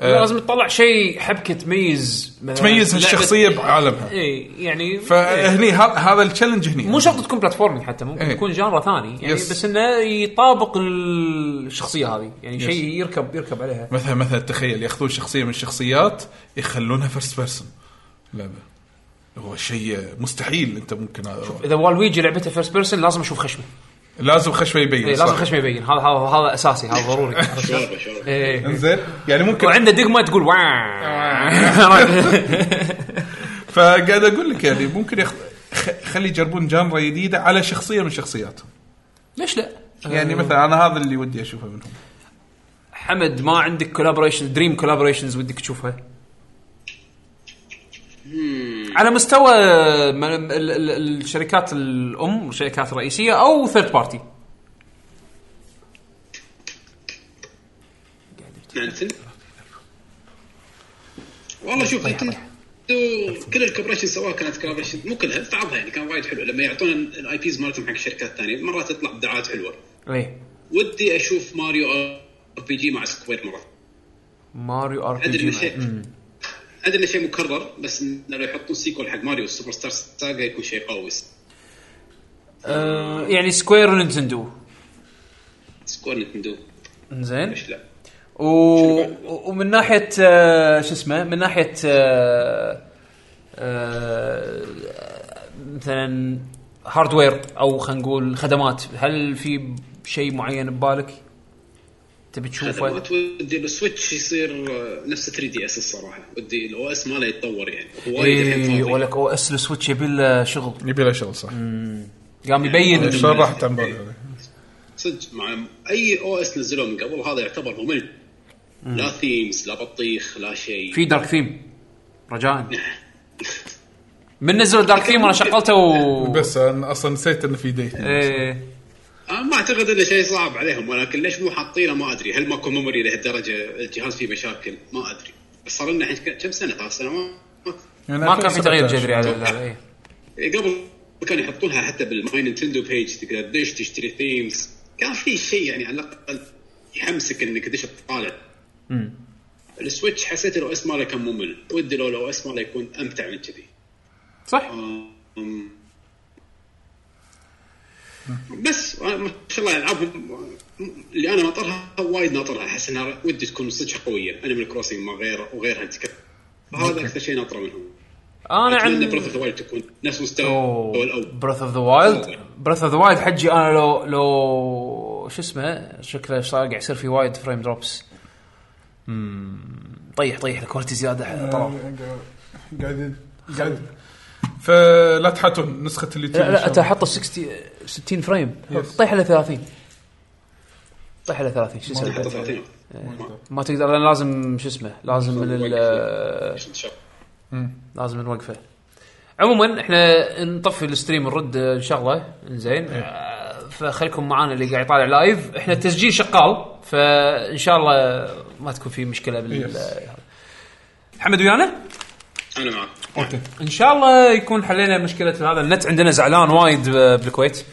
[SPEAKER 1] آه،
[SPEAKER 3] إيه، لازم تطلع شيء حبكه تميز مثلاً
[SPEAKER 1] تميز
[SPEAKER 3] لعبة-
[SPEAKER 1] هالشخصيه بعالمها
[SPEAKER 3] اي يعني إيه.
[SPEAKER 1] فهني ه- هذا التشالنج هني
[SPEAKER 3] مو شرط تكون بلاتفورمينج حتى ممكن
[SPEAKER 1] يعني إيه.
[SPEAKER 3] تكون جانرا ثاني يعني
[SPEAKER 1] يس.
[SPEAKER 3] بس انه يطابق الشخصيه هذه يعني شيء يركب يركب عليها
[SPEAKER 1] مثلا مثلا تخيل ياخذون شخصيه من الشخصيات يخلونها فيرست بيرسون لعبه هو شيء مستحيل انت ممكن هذا
[SPEAKER 3] اذا والويجي لعبته فيرست بيرسون لازم اشوف خشمه
[SPEAKER 1] لازم خشمه يبين
[SPEAKER 3] إيه،
[SPEAKER 1] صح؟
[SPEAKER 3] لازم خشمه يبين هذا هذا هذا اساسي هذا ضروري
[SPEAKER 4] شوربه شوربه
[SPEAKER 3] إيه.
[SPEAKER 1] انزين يعني ممكن
[SPEAKER 3] وعنده دقمه تقول وااا
[SPEAKER 1] فقاعد اقول لك يعني ممكن يخ... خ- خلي يجربون جانرا جديده على شخصيه من شخصياتهم
[SPEAKER 3] ليش لا؟ آه.
[SPEAKER 1] يعني مثلا انا هذا اللي ودي اشوفه منهم
[SPEAKER 3] حمد ما عندك كولابوريشن دريم كولابوريشنز ودك تشوفها؟ على مستوى من- ال- ال- ال- الشركات الام الشركات الرئيسيه او ثيرد بارتي
[SPEAKER 4] مع نتندو والله شوف نتندو كل الكوبريشن سواها كانت كوبريشن مو كلها بعضها يعني كان وايد حلو لما يعطون الاي بيز مالتهم حق الشركات الثانيه مرات تطلع ابداعات حلوه
[SPEAKER 1] إيه.
[SPEAKER 3] ايه
[SPEAKER 4] ودي اشوف ماريو ار بي جي مع سكوير مره
[SPEAKER 3] ماريو ار بي
[SPEAKER 4] ادري انه
[SPEAKER 3] جي
[SPEAKER 4] شيء ادري انه شيء مكرر بس إنه لو يحطون سيكول حق ماريو السوبر ستار ساجا يكون شيء قوي
[SPEAKER 3] آه، يعني سكوير ونينتندو
[SPEAKER 4] سكوير نتندو
[SPEAKER 3] زين
[SPEAKER 4] ليش لا؟
[SPEAKER 3] و... ومن ناحيه آه، شو اسمه من ناحيه آه، آه، مثلا هاردوير او خلينا نقول خدمات هل في شيء معين ببالك تبي تشوفه
[SPEAKER 4] خدمات ودي السويتش يصير آه، نفس 3 دي اس الصراحه ودي الاو اس ماله يتطور يعني وايد الحين
[SPEAKER 3] اي
[SPEAKER 4] فاضي.
[SPEAKER 3] ولك او اس السويتش يبي له شغل
[SPEAKER 1] يبي له شغل صح
[SPEAKER 4] إيه،
[SPEAKER 3] قام يبين
[SPEAKER 1] شلون راحت عن بالي
[SPEAKER 4] صدق مع اي او اس نزلوه من قبل هذا يعتبر ممل لا ثيمز لا بطيخ لا شيء
[SPEAKER 3] في دارك ثيم رجاء من نزل دارك ثيم انا شغلته و...
[SPEAKER 1] بس انا اصلا نسيت انه في ديت
[SPEAKER 3] ايه
[SPEAKER 4] أنا ما اعتقد انه شيء صعب عليهم ولكن ليش مو حاطينه ما ادري هل ماكو ميموري لهالدرجه الجهاز فيه مشاكل ما ادري بس صار لنا الحين كم سنه ثلاث سنوات
[SPEAKER 1] يعني
[SPEAKER 3] ما كان في تغيير
[SPEAKER 1] 2017.
[SPEAKER 3] جذري على ال- إيه.
[SPEAKER 4] قبل كانوا يحطونها حتى بالماي نينتندو بيج تقدر تدش تشتري ثيمز كان في شيء يعني على الاقل يحمسك انك تدش تطالع السويتش حسيت الاو اس ماله كان ممل ودي لو الاو اس ماله يكون امتع من كذي
[SPEAKER 3] صح
[SPEAKER 4] أم. بس أنا ما شاء الله العابهم اللي انا ناطرها وايد ناطرها احس انها ودي تكون صدق قويه انيمال كروسنج ما غير وغيرها تك- هذا اكثر شيء ناطره منهم
[SPEAKER 3] انا
[SPEAKER 4] اتمنى
[SPEAKER 3] عن
[SPEAKER 4] بروث اوف وايلد تكون نفس مستوى الاول
[SPEAKER 3] بريث اوف ذا وايلد بريث اوف ذا وايلد حجي انا لو لو شو اسمه شكله صار قاعد يصير في وايد فريم دروبس طيح طيح الكواليتي زياده طلع
[SPEAKER 1] آه، قاعد قاعد فلا تحاتون نسخه اليوتيوب
[SPEAKER 3] لا
[SPEAKER 1] إن
[SPEAKER 3] لا
[SPEAKER 1] شاء
[SPEAKER 3] انت
[SPEAKER 1] الله.
[SPEAKER 3] حطه 60 60 فريم
[SPEAKER 1] Yes.
[SPEAKER 3] طيح على 30 طيح على 30 شو اسمه
[SPEAKER 4] حتى 30
[SPEAKER 3] ما تقدر لأن لازم شو اسمه لازم من ال-
[SPEAKER 4] شو- شو-
[SPEAKER 3] لازم نوقفه عموما احنا نطفي الستريم نرد الشغله زين آه، فخلكم معانا اللي قاعد يطالع لايف احنا التسجيل شغال فان شاء الله ما تكون في مشكله بال محمد ويانا
[SPEAKER 4] انا معك
[SPEAKER 1] اوكي
[SPEAKER 3] ان شاء الله يكون حلينا مشكله هذا النت عندنا زعلان وايد ب- بالكويت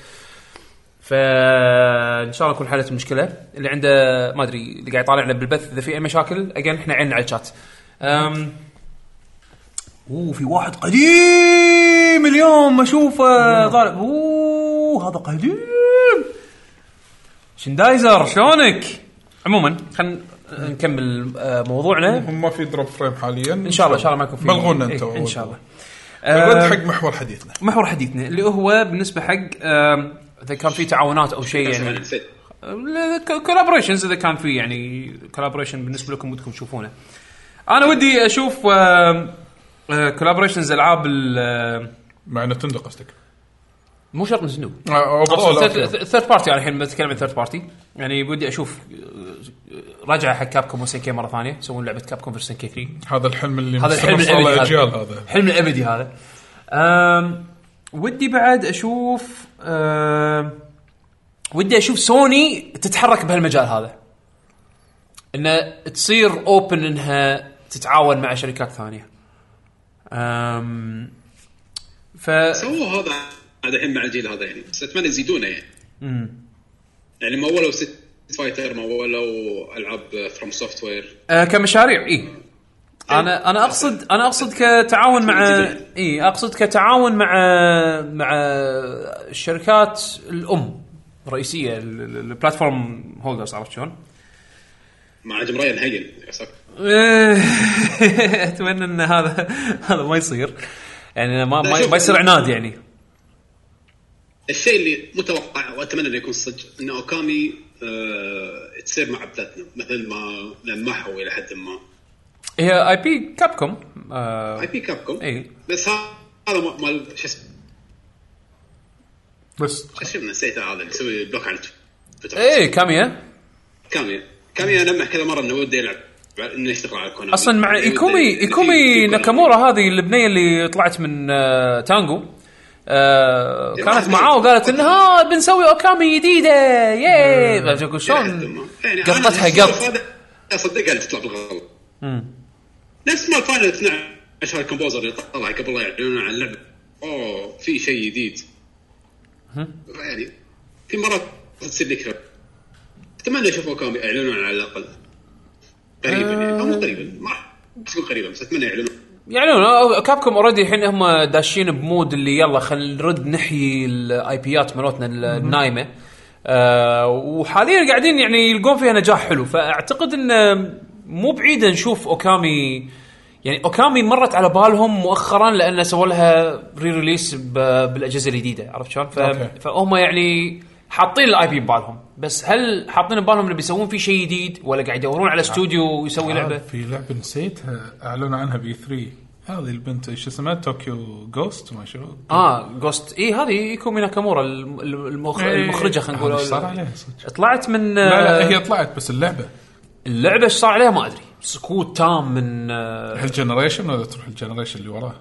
[SPEAKER 3] فان شاء الله تكون حلت المشكله اللي عنده ما ادري اللي قاعد يطالعنا بالبث اذا في اي مشاكل اجين احنا عيننا على الشات أم... اوه في واحد قديم اليوم اشوفه طالع اوه هذا قديم شندايزر شلونك؟ عموما خلينا نكمل آه، موضوعنا
[SPEAKER 1] هم ما في دروب فريم حاليا
[SPEAKER 3] ان شاء الله ان شاء الله ما يكون في
[SPEAKER 1] بلغونا
[SPEAKER 3] إيه،
[SPEAKER 1] انتم
[SPEAKER 3] ان شاء الله
[SPEAKER 1] الرد
[SPEAKER 3] آه،
[SPEAKER 1] حق محور حديثنا
[SPEAKER 3] محور حديثنا اللي هو بالنسبه حق آم، اذا كان في تعاونات او شيء يعني
[SPEAKER 4] شكراً. فد.
[SPEAKER 3] كولابريشنز اذا كان في يعني كولابريشن بالنسبه لكم ودكم تشوفونه. انا ودي اشوف كولابريشنز العاب ال- آه،
[SPEAKER 1] مع نتندو قصدك
[SPEAKER 3] مو شرط نزنو
[SPEAKER 1] آه، overall، أوكي.
[SPEAKER 3] ثيرد بارتي انا الحين بتكلم عن ثيرد بارتي يعني ودي اشوف آه، رجعه حق كابكوم وسنكي مره ثانيه يسوون لعبه كابكوم فيرسن كي 3
[SPEAKER 1] هذا الحلم اللي
[SPEAKER 3] هذا الحلم
[SPEAKER 1] مستمر صار له
[SPEAKER 3] الابدي
[SPEAKER 1] اجيال
[SPEAKER 3] هذا
[SPEAKER 1] هذا
[SPEAKER 3] الحلم الابدي هذا أم ودي بعد اشوف أم ودي اشوف سوني تتحرك بهالمجال هذا انه تصير اوبن انها تتعاون مع شركات ثانيه أم ف
[SPEAKER 4] سووا هذا هذا الحين مع الجيل هذا يعني بس اتمنى يزيدونه يعني يعني ما ولوا ست فايتر ما ولوا العاب فروم سوفت وير
[SPEAKER 3] أه كمشاريع اي انا انا اقصد انا اقصد كتعاون مع اي اقصد كتعاون مع مع الشركات الام الرئيسيه ال- ال- البلاتفورم هولدرز عرفت شلون؟
[SPEAKER 4] مع جمريا نهين
[SPEAKER 3] اتمنى ان هذا هذا ما يصير يعني ما
[SPEAKER 4] لا،
[SPEAKER 3] ما,
[SPEAKER 4] شوف.
[SPEAKER 3] ما يصير عناد يعني
[SPEAKER 4] الشيء اللي متوقع واتمنى انه يكون صدق ان اوكامي آه تصير مع بلاتنم مثل ما لمحوا الى حد ما
[SPEAKER 3] هي اي بي كابكوم آه،
[SPEAKER 4] اي بي كابكم
[SPEAKER 3] اي
[SPEAKER 4] بس هذا م- مال شو اسمه
[SPEAKER 1] بس
[SPEAKER 4] شو اسمه نسيت هذا اللي يسوي بلوك على تويتر
[SPEAKER 3] اي إيه، كاميا
[SPEAKER 4] كاميا كاميا لمح كذا مره انه وده يلعب انه يشتغل على كونامي
[SPEAKER 3] اصلا مع
[SPEAKER 4] وده-
[SPEAKER 3] ايكومي
[SPEAKER 4] في-
[SPEAKER 3] ايكومي
[SPEAKER 4] في كونامي.
[SPEAKER 3] ناكامورا هذه البنيه اللي طلعت من آه، تانجو آه، كانت معاه وقالت ان ها بنسوي اوكامي جديده ياي أقول
[SPEAKER 4] إلى حد
[SPEAKER 3] شلون
[SPEAKER 4] ما. يعني أنا
[SPEAKER 3] قطتها
[SPEAKER 4] السالفة
[SPEAKER 3] قط
[SPEAKER 4] هذا اصدقها اللي تطلع بالغلط نفس ما فاينل 12 الكومبوزر اللي طلع قبل لا يعلنون عن اللعبه اوه في شيء جديد يعني في مرات تصير لك اتمنى اشوف اوكامي يعلنون على الاقل قريبا يعني او مو قريبا ما راح تكون قريبا بس اتمنى يعلنون
[SPEAKER 3] يعني كابكم اوريدي الحين هم داشين بمود اللي يلا خل نرد نحيي الاي بيات مالتنا ال- النايمه آه وحاليا قاعدين يعني يلقون فيها نجاح حلو فاعتقد انه مو بعيد نشوف اوكامي يعني اوكامي مرت على بالهم مؤخرا لان سووا لها ري ريليس بالاجهزه الجديده عرفت شلون؟ ف-
[SPEAKER 1] أوكي.
[SPEAKER 3] فهم يعني حاطين الاي بي ببالهم بس هل حاطين ببالهم انه بيسوون فيه شيء جديد ولا قاعد يدورون على استوديو يسوي
[SPEAKER 1] آه،
[SPEAKER 3] لعبه؟
[SPEAKER 1] في لعبه نسيتها اعلنوا عنها بي 3 هذه البنت شو اسمها طوكيو جوست ما شو
[SPEAKER 3] اه جوست اي هذه ايكومي ناكامورا الم- المخ...
[SPEAKER 1] إيه.
[SPEAKER 3] المخرجه خلينا
[SPEAKER 1] هذا إيش صار
[SPEAKER 3] نقول آه.
[SPEAKER 1] عليها صدق
[SPEAKER 3] طلعت من
[SPEAKER 1] لا لا هي طلعت بس اللعبه
[SPEAKER 3] اللعبه ايش صار عليها ما ادري سكوت تام من آه،
[SPEAKER 1] هالجنريشن ولا تروح الجنريشن اللي وراه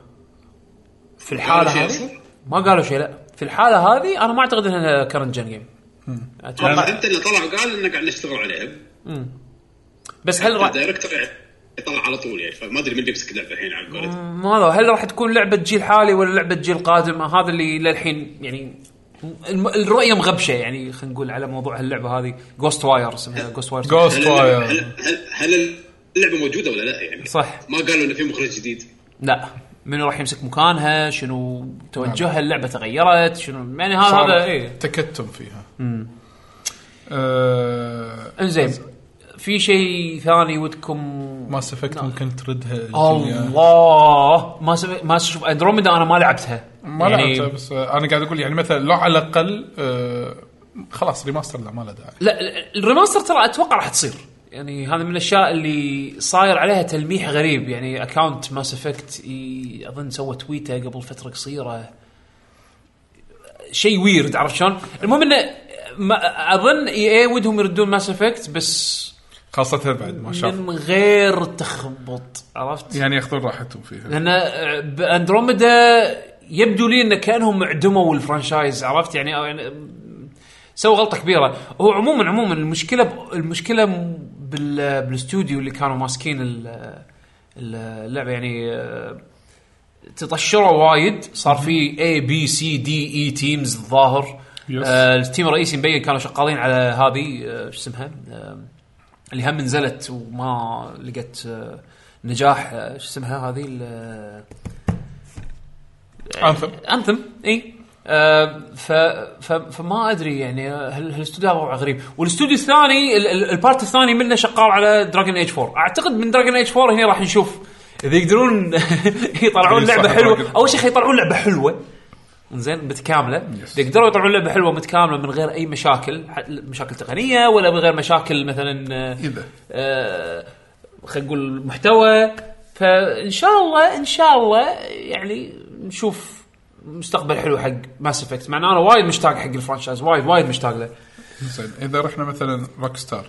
[SPEAKER 3] في الحاله
[SPEAKER 4] شيء
[SPEAKER 3] هذه ما قالوا شيء لا في الحاله هذه انا ما اعتقد انها كرنت جن جيم اتوقع
[SPEAKER 4] فهمت انه طلع وقال انه قاعد نشتغل عليها
[SPEAKER 3] بس هل راح
[SPEAKER 4] الدايركتور يطلع على طول يعني فما ادري من بيمسك اللعبه الحين على قولتهم
[SPEAKER 3] ما هذا هل راح تكون لعبه جيل حالي ولا لعبه جيل قادم هذا اللي للحين يعني الم- الرؤيه مغبشه يعني خلينا نقول على موضوع هاللعبه هذه جوست واير اسمها جوست واير
[SPEAKER 1] جوست
[SPEAKER 4] هل اللعبة-
[SPEAKER 1] واير
[SPEAKER 4] هل هل هل اللعبه موجوده ولا لا يعني؟
[SPEAKER 3] صح.
[SPEAKER 4] ما قالوا انه في مخرج جديد
[SPEAKER 3] لا منو راح يمسك مكانها شنو
[SPEAKER 1] نعم.
[SPEAKER 3] توجهها اللعبه تغيرت شنو يعني هذا هذا
[SPEAKER 1] إيه.
[SPEAKER 3] ايه
[SPEAKER 1] تكتم فيها امم
[SPEAKER 3] انزين في شيء ثاني ودكم
[SPEAKER 1] ماس افكت
[SPEAKER 3] نعم.
[SPEAKER 1] ممكن تردها الدنيا.
[SPEAKER 3] الله ما سب... ما شوف اندروميدا انا ما لعبتها
[SPEAKER 1] ما
[SPEAKER 3] يعني
[SPEAKER 1] لعبتها بس آه، انا قاعد اقول يعني مثلا لو على الاقل آه، خلاص ريماستر لا ما له داعي
[SPEAKER 3] لا ال- الريماستر ترى اتوقع راح تصير يعني هذا من الاشياء اللي صاير عليها تلميح غريب يعني اكونت ماس افكت اظن سوى تويته قبل فتره قصيره شيء ويرد عرفت شلون؟ المهم انه ما اظن اي اي ودهم يردون ماس افكت بس
[SPEAKER 1] خاصه بعد ما شاف
[SPEAKER 3] من غير تخبط عرفت؟
[SPEAKER 1] يعني ياخذون راحتهم فيها
[SPEAKER 3] لان باندروميدا آه، يبدو لي انه كانهم معدموا الفرانشايز عرفت يعني أو يعني سووا غلطه كبيره هو عموما عموما المشكله ب... المشكله بال... بالاستوديو اللي كانوا ماسكين ال- ال- اللعبه يعني آه، تطشروا وايد صار في اي بي سي دي اي تيمز E الظاهر
[SPEAKER 1] Yes.
[SPEAKER 3] آه التيم الرئيسي مبين كانوا شغالين على هذه آه، شو اسمها آه اللي هم نزلت وما لقت آه نجاح آه، شو اسمها هذه ال-
[SPEAKER 1] انثم
[SPEAKER 3] انثم اي آه ف ف فما ادري يعني آه، هال- هالاستوديو هذا وضعه غريب والاستوديو الثاني ال- ال- البارت الثاني منه شغال على دراجون ايج 4 اعتقد من دراجون ايج 4 هنا راح نشوف اذا يقدرون يطلعون
[SPEAKER 1] إي،
[SPEAKER 3] لعبه
[SPEAKER 1] صح،
[SPEAKER 3] حلوه
[SPEAKER 1] Dragon-
[SPEAKER 3] اول شيء خلي يطلعون لعبه حلوه زين متكامله اذا قدروا يطلعون لعبه حلوه متكامله من غير اي مشاكل ح- مشاكل تقنيه ولا من غير مشاكل مثلا آه،
[SPEAKER 1] إذا.
[SPEAKER 3] آه، خلينا نقول محتوى فان شاء الله ان شاء الله يعني نشوف مستقبل حلو حق ماس افكت مع إن انا وايد مشتاق حق الفرانشايز وايد وايد مشتاق له
[SPEAKER 1] زين اذا رحنا مثلا روك ستار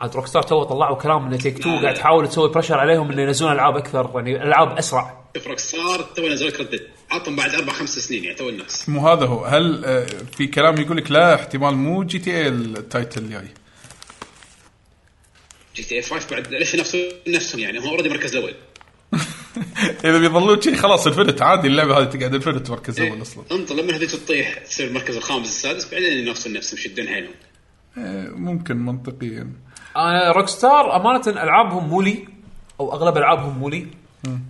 [SPEAKER 3] عاد روك ستار تو طلعوا كلام ان تيك تو قاعد تحاول تسوي بريشر عليهم انه ينزلون العاب اكثر يعني العاب اسرع
[SPEAKER 4] شوف روك ستار تو نزلت ردد عطهم بعد اربع خمس سنين يعني تو الناس
[SPEAKER 1] مو هذا هو هل آه، في كلام يقول لك لا احتمال مو جي تي اي التايتل الجاي
[SPEAKER 4] جي تي اي 5 بعد ليش نفسهم نفسهم يعني هم اوريدي مركز الاول
[SPEAKER 1] اذا بيظلون شيء خلاص انفنت عادي اللعبه هذه تقعد انفنت مركز اول اصلا
[SPEAKER 4] انطر لما هذيك تطيح تصير المركز الخامس السادس بعدين ينافسون نفسهم يشدون حيلهم
[SPEAKER 1] آه، ممكن منطقيا
[SPEAKER 3] انا روك ستار امانه العابهم مو لي او اغلب العابهم مو لي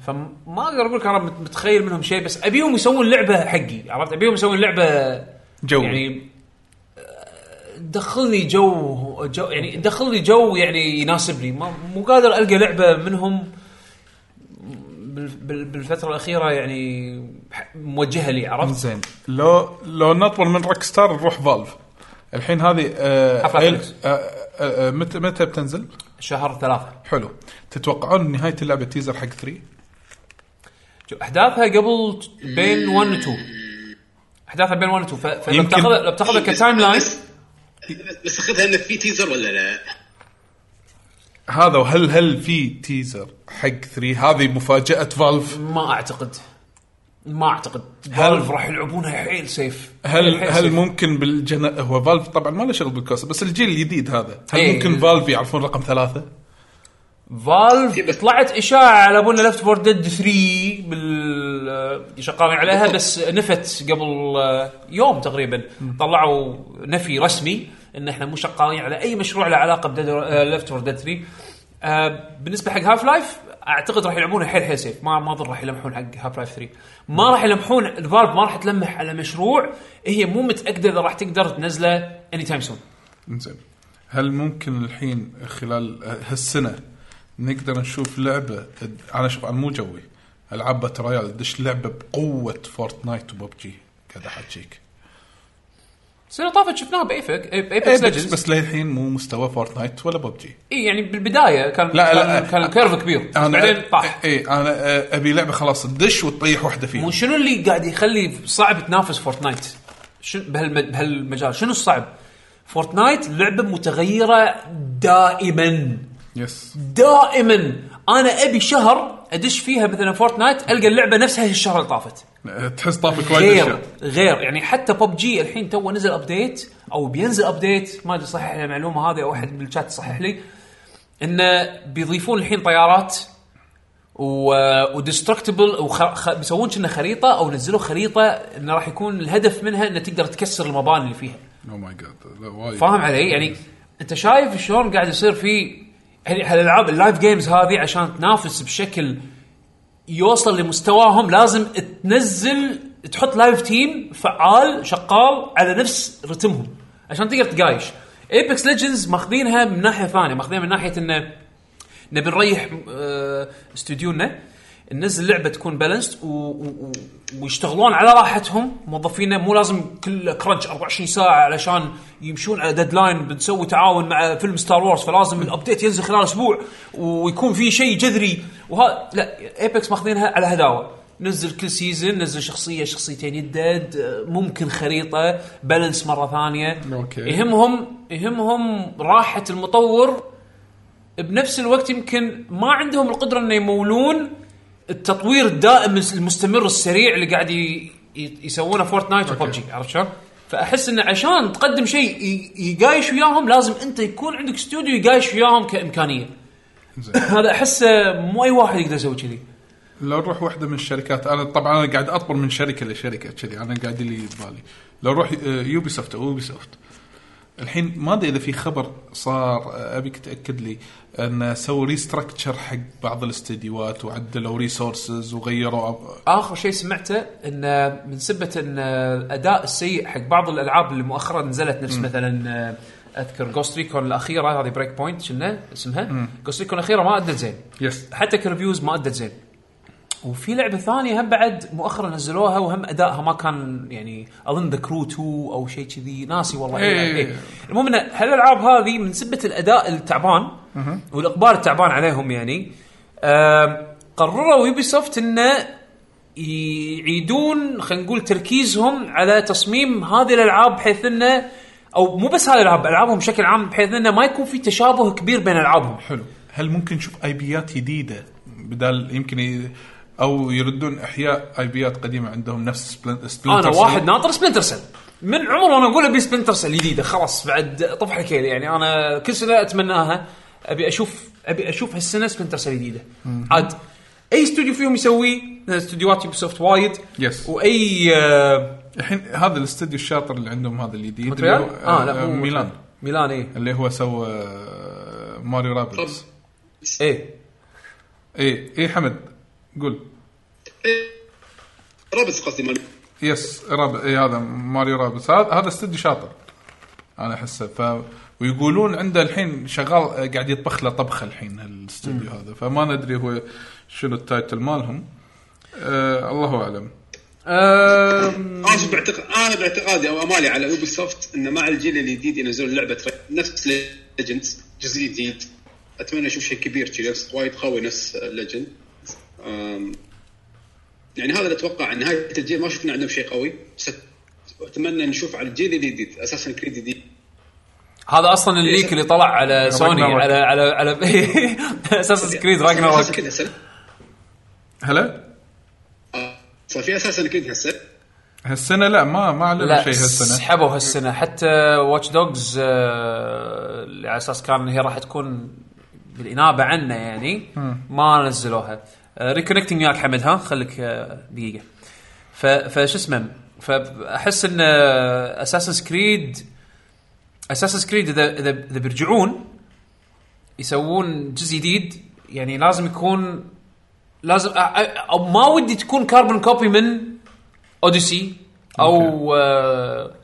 [SPEAKER 3] فما اقدر اقول لك انا مت- متخيل منهم شيء بس ابيهم يسوون لعبه حقي عرفت ابيهم يسوون لعبه
[SPEAKER 1] جو يعني
[SPEAKER 3] يعني آه، دخلني جو, جو يعني دخلني جو يعني يناسبني ما مو قادر القى لعبه منهم بال- بال- بالفتره الاخيره يعني ح- موجهه لي عرفت؟
[SPEAKER 1] زين لو لو نطول من روك ستار نروح فالف الحين هذه آه،
[SPEAKER 3] حفلة
[SPEAKER 1] هل-
[SPEAKER 3] فينيكس.
[SPEAKER 1] آه، آه، آه، متى متى بتنزل؟
[SPEAKER 3] شهر ثلاثه
[SPEAKER 1] حلو تتوقعون نهايه اللعبه تيزر حق 3
[SPEAKER 3] شوف، احداثها قبل ت- بين 1 و 2 احداثها بين 1 و 2 ف- فلو
[SPEAKER 1] يمكن- إيه،
[SPEAKER 3] بتاخذها لو بتاخذها
[SPEAKER 4] بس-
[SPEAKER 3] كتايم لاين
[SPEAKER 4] بس- بس اخذها انه في تيزر ولا لا؟
[SPEAKER 1] هذا وهل هل في تيزر حق 3 هذه مفاجاه فالف
[SPEAKER 3] ما اعتقد ما اعتقد فالف راح يلعبونها حيل سيف
[SPEAKER 1] هل
[SPEAKER 3] حيل
[SPEAKER 1] هل
[SPEAKER 3] سيف.
[SPEAKER 1] ممكن بالجن هو فالف طبعا ما له شغل بالكوست بس الجيل الجديد هذا هل
[SPEAKER 3] إيه.
[SPEAKER 1] ممكن فالف يعرفون رقم ثلاثة؟
[SPEAKER 3] فالف طلعت اشاعه على ابونا ليفت فور ديد 3 بال شغالين عليها بس نفت قبل آه، يوم تقريبا طلعوا نفي رسمي ان احنا مو شغالين على اي مشروع له علاقه بديد ليفت فور ديد 3 آه، بالنسبه حق هاف لايف اعتقد راح يلعبونها حيل حيل سيف ما ما اظن راح يلمحون حق هاف لايف 3 ما راح يلمحون فالف ما راح تلمح على مشروع هي مو متاكده اذا راح تقدر تنزله اني تايم سون
[SPEAKER 1] زين هل ممكن الحين خلال هالسنة نقدر نشوف لعبة أنا شوف أنا مو جوي ألعاب باترايال دش لعبة بقوة فورتنايت وببجي قاعد أحكيك
[SPEAKER 3] السنه طافت شفناها بايبك
[SPEAKER 1] إيه
[SPEAKER 3] ايبكس
[SPEAKER 1] بس,
[SPEAKER 3] ليجندز
[SPEAKER 1] بس للحين مو مستوى فورتنايت ولا ببجي
[SPEAKER 3] اي يعني بالبدايه كان
[SPEAKER 1] لا، لا،
[SPEAKER 3] كان, كان الكيرف كبير بس بعدين طاح
[SPEAKER 1] إيه أنا آه، أبي لعبة خلاص تدش وتطيح واحدة فيها
[SPEAKER 3] وشنو اللي قاعد يخلي صعب تنافس فورتنايت؟ شنو بهالم- بهالمجال شنو الصعب؟ فورتنايت لعبه متغيره دائما
[SPEAKER 1] يس
[SPEAKER 3] دائما انا ابي شهر ادش فيها مثلا فورتنايت القى اللعبه نفسها الشهر اللي طافت
[SPEAKER 1] آه، تحس طافك وايد
[SPEAKER 3] غير
[SPEAKER 1] أشياء.
[SPEAKER 3] غير يعني حتى ببجي الحين تو نزل ابديت او بينزل ابديت ما ادري صحح لي المعلومه هذه او احد بالشات صحح لي انه بيضيفون الحين طيارات و... وديستركتبل وخ... خ... بيسوون كنا خريطه او نزلوا خريطه انه راح يكون الهدف منها انه تقدر تكسر المباني اللي فيها
[SPEAKER 1] او ماي جاد Oh لا، وايد
[SPEAKER 3] فاهم علي يعني انت شايف شلون قاعد يصير في هال- هالالعاب اللايف جيمز هذه عشان تنافس بشكل يوصل لمستواهم لازم تنزل تحط لايف تيم فعال شغال على نفس رتمهم عشان تقدر تقايش ايبكس ليجندز ماخذينها من ناحيه ثانيه ماخذينها من ناحيه انه نبي نريح آه، استوديونا ننزل لعبه تكون بالانسد و... و... و- ويشتغلون على راحتهم موظفينا مو لازم كل كرنش 24 ساعه علشان يمشون على ديدلاين بنسوي تعاون مع فيلم ستار وورز فلازم الابديت ينزل خلال اسبوع ويكون في شيء جذري وها لا ايبكس ماخذينها على هداوه نزل كل سيزون نزل شخصيه شخصيتين يدد آه، ممكن خريطه بالانس مره ثانيه
[SPEAKER 1] أوكي.
[SPEAKER 3] يهمهم يهمهم راحه المطور بنفس الوقت يمكن ما عندهم القدره انه يمولون التطوير الدائم المستمر السريع اللي قاعد ي- ي- يسوونه فورتنايت وببجي عرفت شلون؟ فاحس انه عشان تقدم شيء ي- يقايش وياهم لازم انت يكون عندك استوديو يقايش وياهم كامكانيه.
[SPEAKER 1] زين.
[SPEAKER 3] هذا احسه مو اي واحد يقدر يسوي كذي.
[SPEAKER 1] لو نروح واحده من الشركات انا طبعا انا قاعد اطبر من شركه لشركه كذي انا قاعد اللي ببالي لو آه، نروح يوبي سوفت او يوبي سوفت الحين ما ادري اذا في خبر صار آه، ابيك تاكد لي ان سووا ريستراكتشر حق بعض الاستديوهات وعدلوا ريسورسز وغيروا أب-
[SPEAKER 3] اخر شيء سمعته ان من سبه ان الاداء السيء حق بعض الالعاب اللي مؤخرا نزلت نفس آه، مثلا اذكر جوست ريكون الاخيره هذه بريك بوينت شنو اسمها جوست ريكون الاخيره ما ادت زين
[SPEAKER 1] يس
[SPEAKER 3] حتى كريفيوز ما ادت زين وفي لعبه ثانيه هم بعد مؤخرا نزلوها وهم ادائها ما كان يعني اظن ذا كرو 2 او شيء كذي ناسي والله
[SPEAKER 1] إيه.
[SPEAKER 3] إيه. إيه. المهم ان هالالعاب هذه من سبه الاداء التعبان والاقبال التعبان عليهم يعني آم، قرروا يوبي سوفت انه يعيدون خلينا نقول تركيزهم على تصميم هذه الالعاب بحيث انه او مو بس هذه الالعاب العابهم بشكل عام بحيث انه ما يكون في تشابه كبير بين العابهم
[SPEAKER 1] حلو هل ممكن نشوف اي بيات جديده بدال يمكن ي... او يردون احياء اي بيات قديمه عندهم نفس سبلن- سبلنتر
[SPEAKER 3] انا
[SPEAKER 1] سيل.
[SPEAKER 3] واحد ناطر سبلنتر سيل من عمر وانا اقول ابي سبلنتر سيل جديده خلاص بعد طفح الكيل يعني انا كل سنه اتمناها ابي اشوف ابي اشوف هالسنه سبلنتر سيل جديده عاد اي استوديو فيهم يسويه لأن استديوهات يوبي سوفت وايد
[SPEAKER 1] Yes.
[SPEAKER 3] واي آه
[SPEAKER 1] الحين هذا الاستديو الشاطر اللي عندهم هذا الجديد اللي
[SPEAKER 3] مونتريال؟
[SPEAKER 1] هو-
[SPEAKER 3] اه لا مو
[SPEAKER 1] آه، ميلان
[SPEAKER 3] ميلان إيه. اي
[SPEAKER 1] اللي هو سوى آه، ماريو رابلز
[SPEAKER 3] اي
[SPEAKER 1] اي اي حمد قول
[SPEAKER 4] رابس قصدي مال
[SPEAKER 1] يس راب اي هذا ماريو رابلز هذا هذا استديو شاطر انا احسه ف ويقولون عنده الحين شغال آه، قاعد يطبخ له طبخه الحين الاستوديو هذا فما ندري هو شنو التايتل مالهم آه الله اعلم
[SPEAKER 4] انا شوف بعتقد انا باعتقادي او امالي على يوبي سوفت انه مع الجيل الجديد ينزلون لعبه ر- نفس ليجندز جزء جديد اتمنى اشوف شيء كبير كذي نفس وايد قوي نفس ليجند يعني هذا اللي اتوقع عن نهايه الجيل ما شفنا عندهم شيء قوي بس اتمنى نشوف على الجيل الجديد اساسا كريد جديد
[SPEAKER 3] هذا اصلا
[SPEAKER 1] إيه.
[SPEAKER 3] الليك اللي طلع على سوني
[SPEAKER 1] راجناروك.
[SPEAKER 3] على على على اساس كريد راجناروك
[SPEAKER 4] أساساً كريد هسه
[SPEAKER 1] هلا
[SPEAKER 4] آه، صار في اساسا كريد هسه
[SPEAKER 1] هالسنه لا ما ما اعلنوا
[SPEAKER 3] لا
[SPEAKER 1] شيء هالسنه
[SPEAKER 3] سحبوا هالسنه حتى واتش دوجز اللي على اساس كان هي راح تكون بالانابه عنا يعني ما نزلوها ريكونكتنج وياك حمد ها خليك آه، دقيقه ف- فش اسمه آه، فاحس ان اساسن كريد اساسن كريد اذا اذا اذا بيرجعون يسوون جزء جديد يعني لازم يكون لازم أ- أ- او ما ودي تكون كاربون كوبي من اوديسي او آه،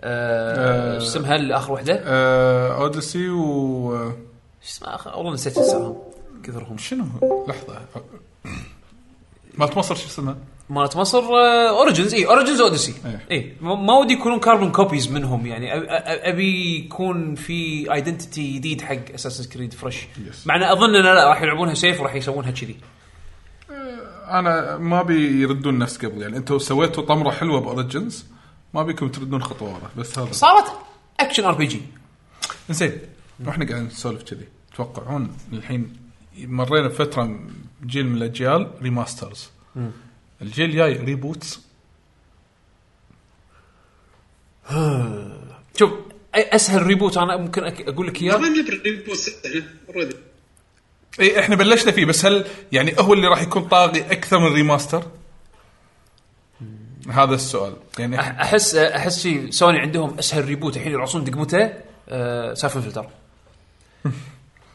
[SPEAKER 3] آه، شو اسمها اللي اخر وحده؟
[SPEAKER 1] آه اوديسي و آه،
[SPEAKER 3] شو اسمها آخر- والله نسيت اسمها كثرهم
[SPEAKER 1] شنو لحظه مالت مصر شو اسمها؟
[SPEAKER 3] مالت مصر آه، اوريجنز اي اوريجنز اوديسي
[SPEAKER 1] إيه.
[SPEAKER 3] اي ما ودي يكونون كاربون كوبيز منهم يعني أ- أ- أ- ابي يكون في ايدنتيتي جديد حق اساسن كريد فريش
[SPEAKER 1] Yes.
[SPEAKER 3] مع ان اظن انه لا راح يلعبونها سيف وراح يسوونها كذي
[SPEAKER 1] انا ما ابي يردون نفس قبل يعني انتم سويتوا طمره حلوه باوريجنز ما بيكم تردون خطوه ورا بس هذا
[SPEAKER 3] صارت اكشن ار بي جي
[SPEAKER 1] زين واحنا قاعدين نسولف كذي تتوقعون الحين مرينا بفتره م- جيل من الاجيال ريماسترز الجيل الجاي ريبوتس
[SPEAKER 3] شوف أي- اسهل ريبوت انا ممكن أك- اقول لك اياه
[SPEAKER 4] ما نلعب ريبوس احنا اوريدي
[SPEAKER 1] اي احنا إيه، بلشنا فيه بس هل يعني هو اللي راح يكون طاغي اكثر من ريماستر؟ هذا السؤال يعني
[SPEAKER 3] أح- احس احس شيء سوني عندهم اسهل ريبوت الحين يرعصون دقمته أه سايفن فلتر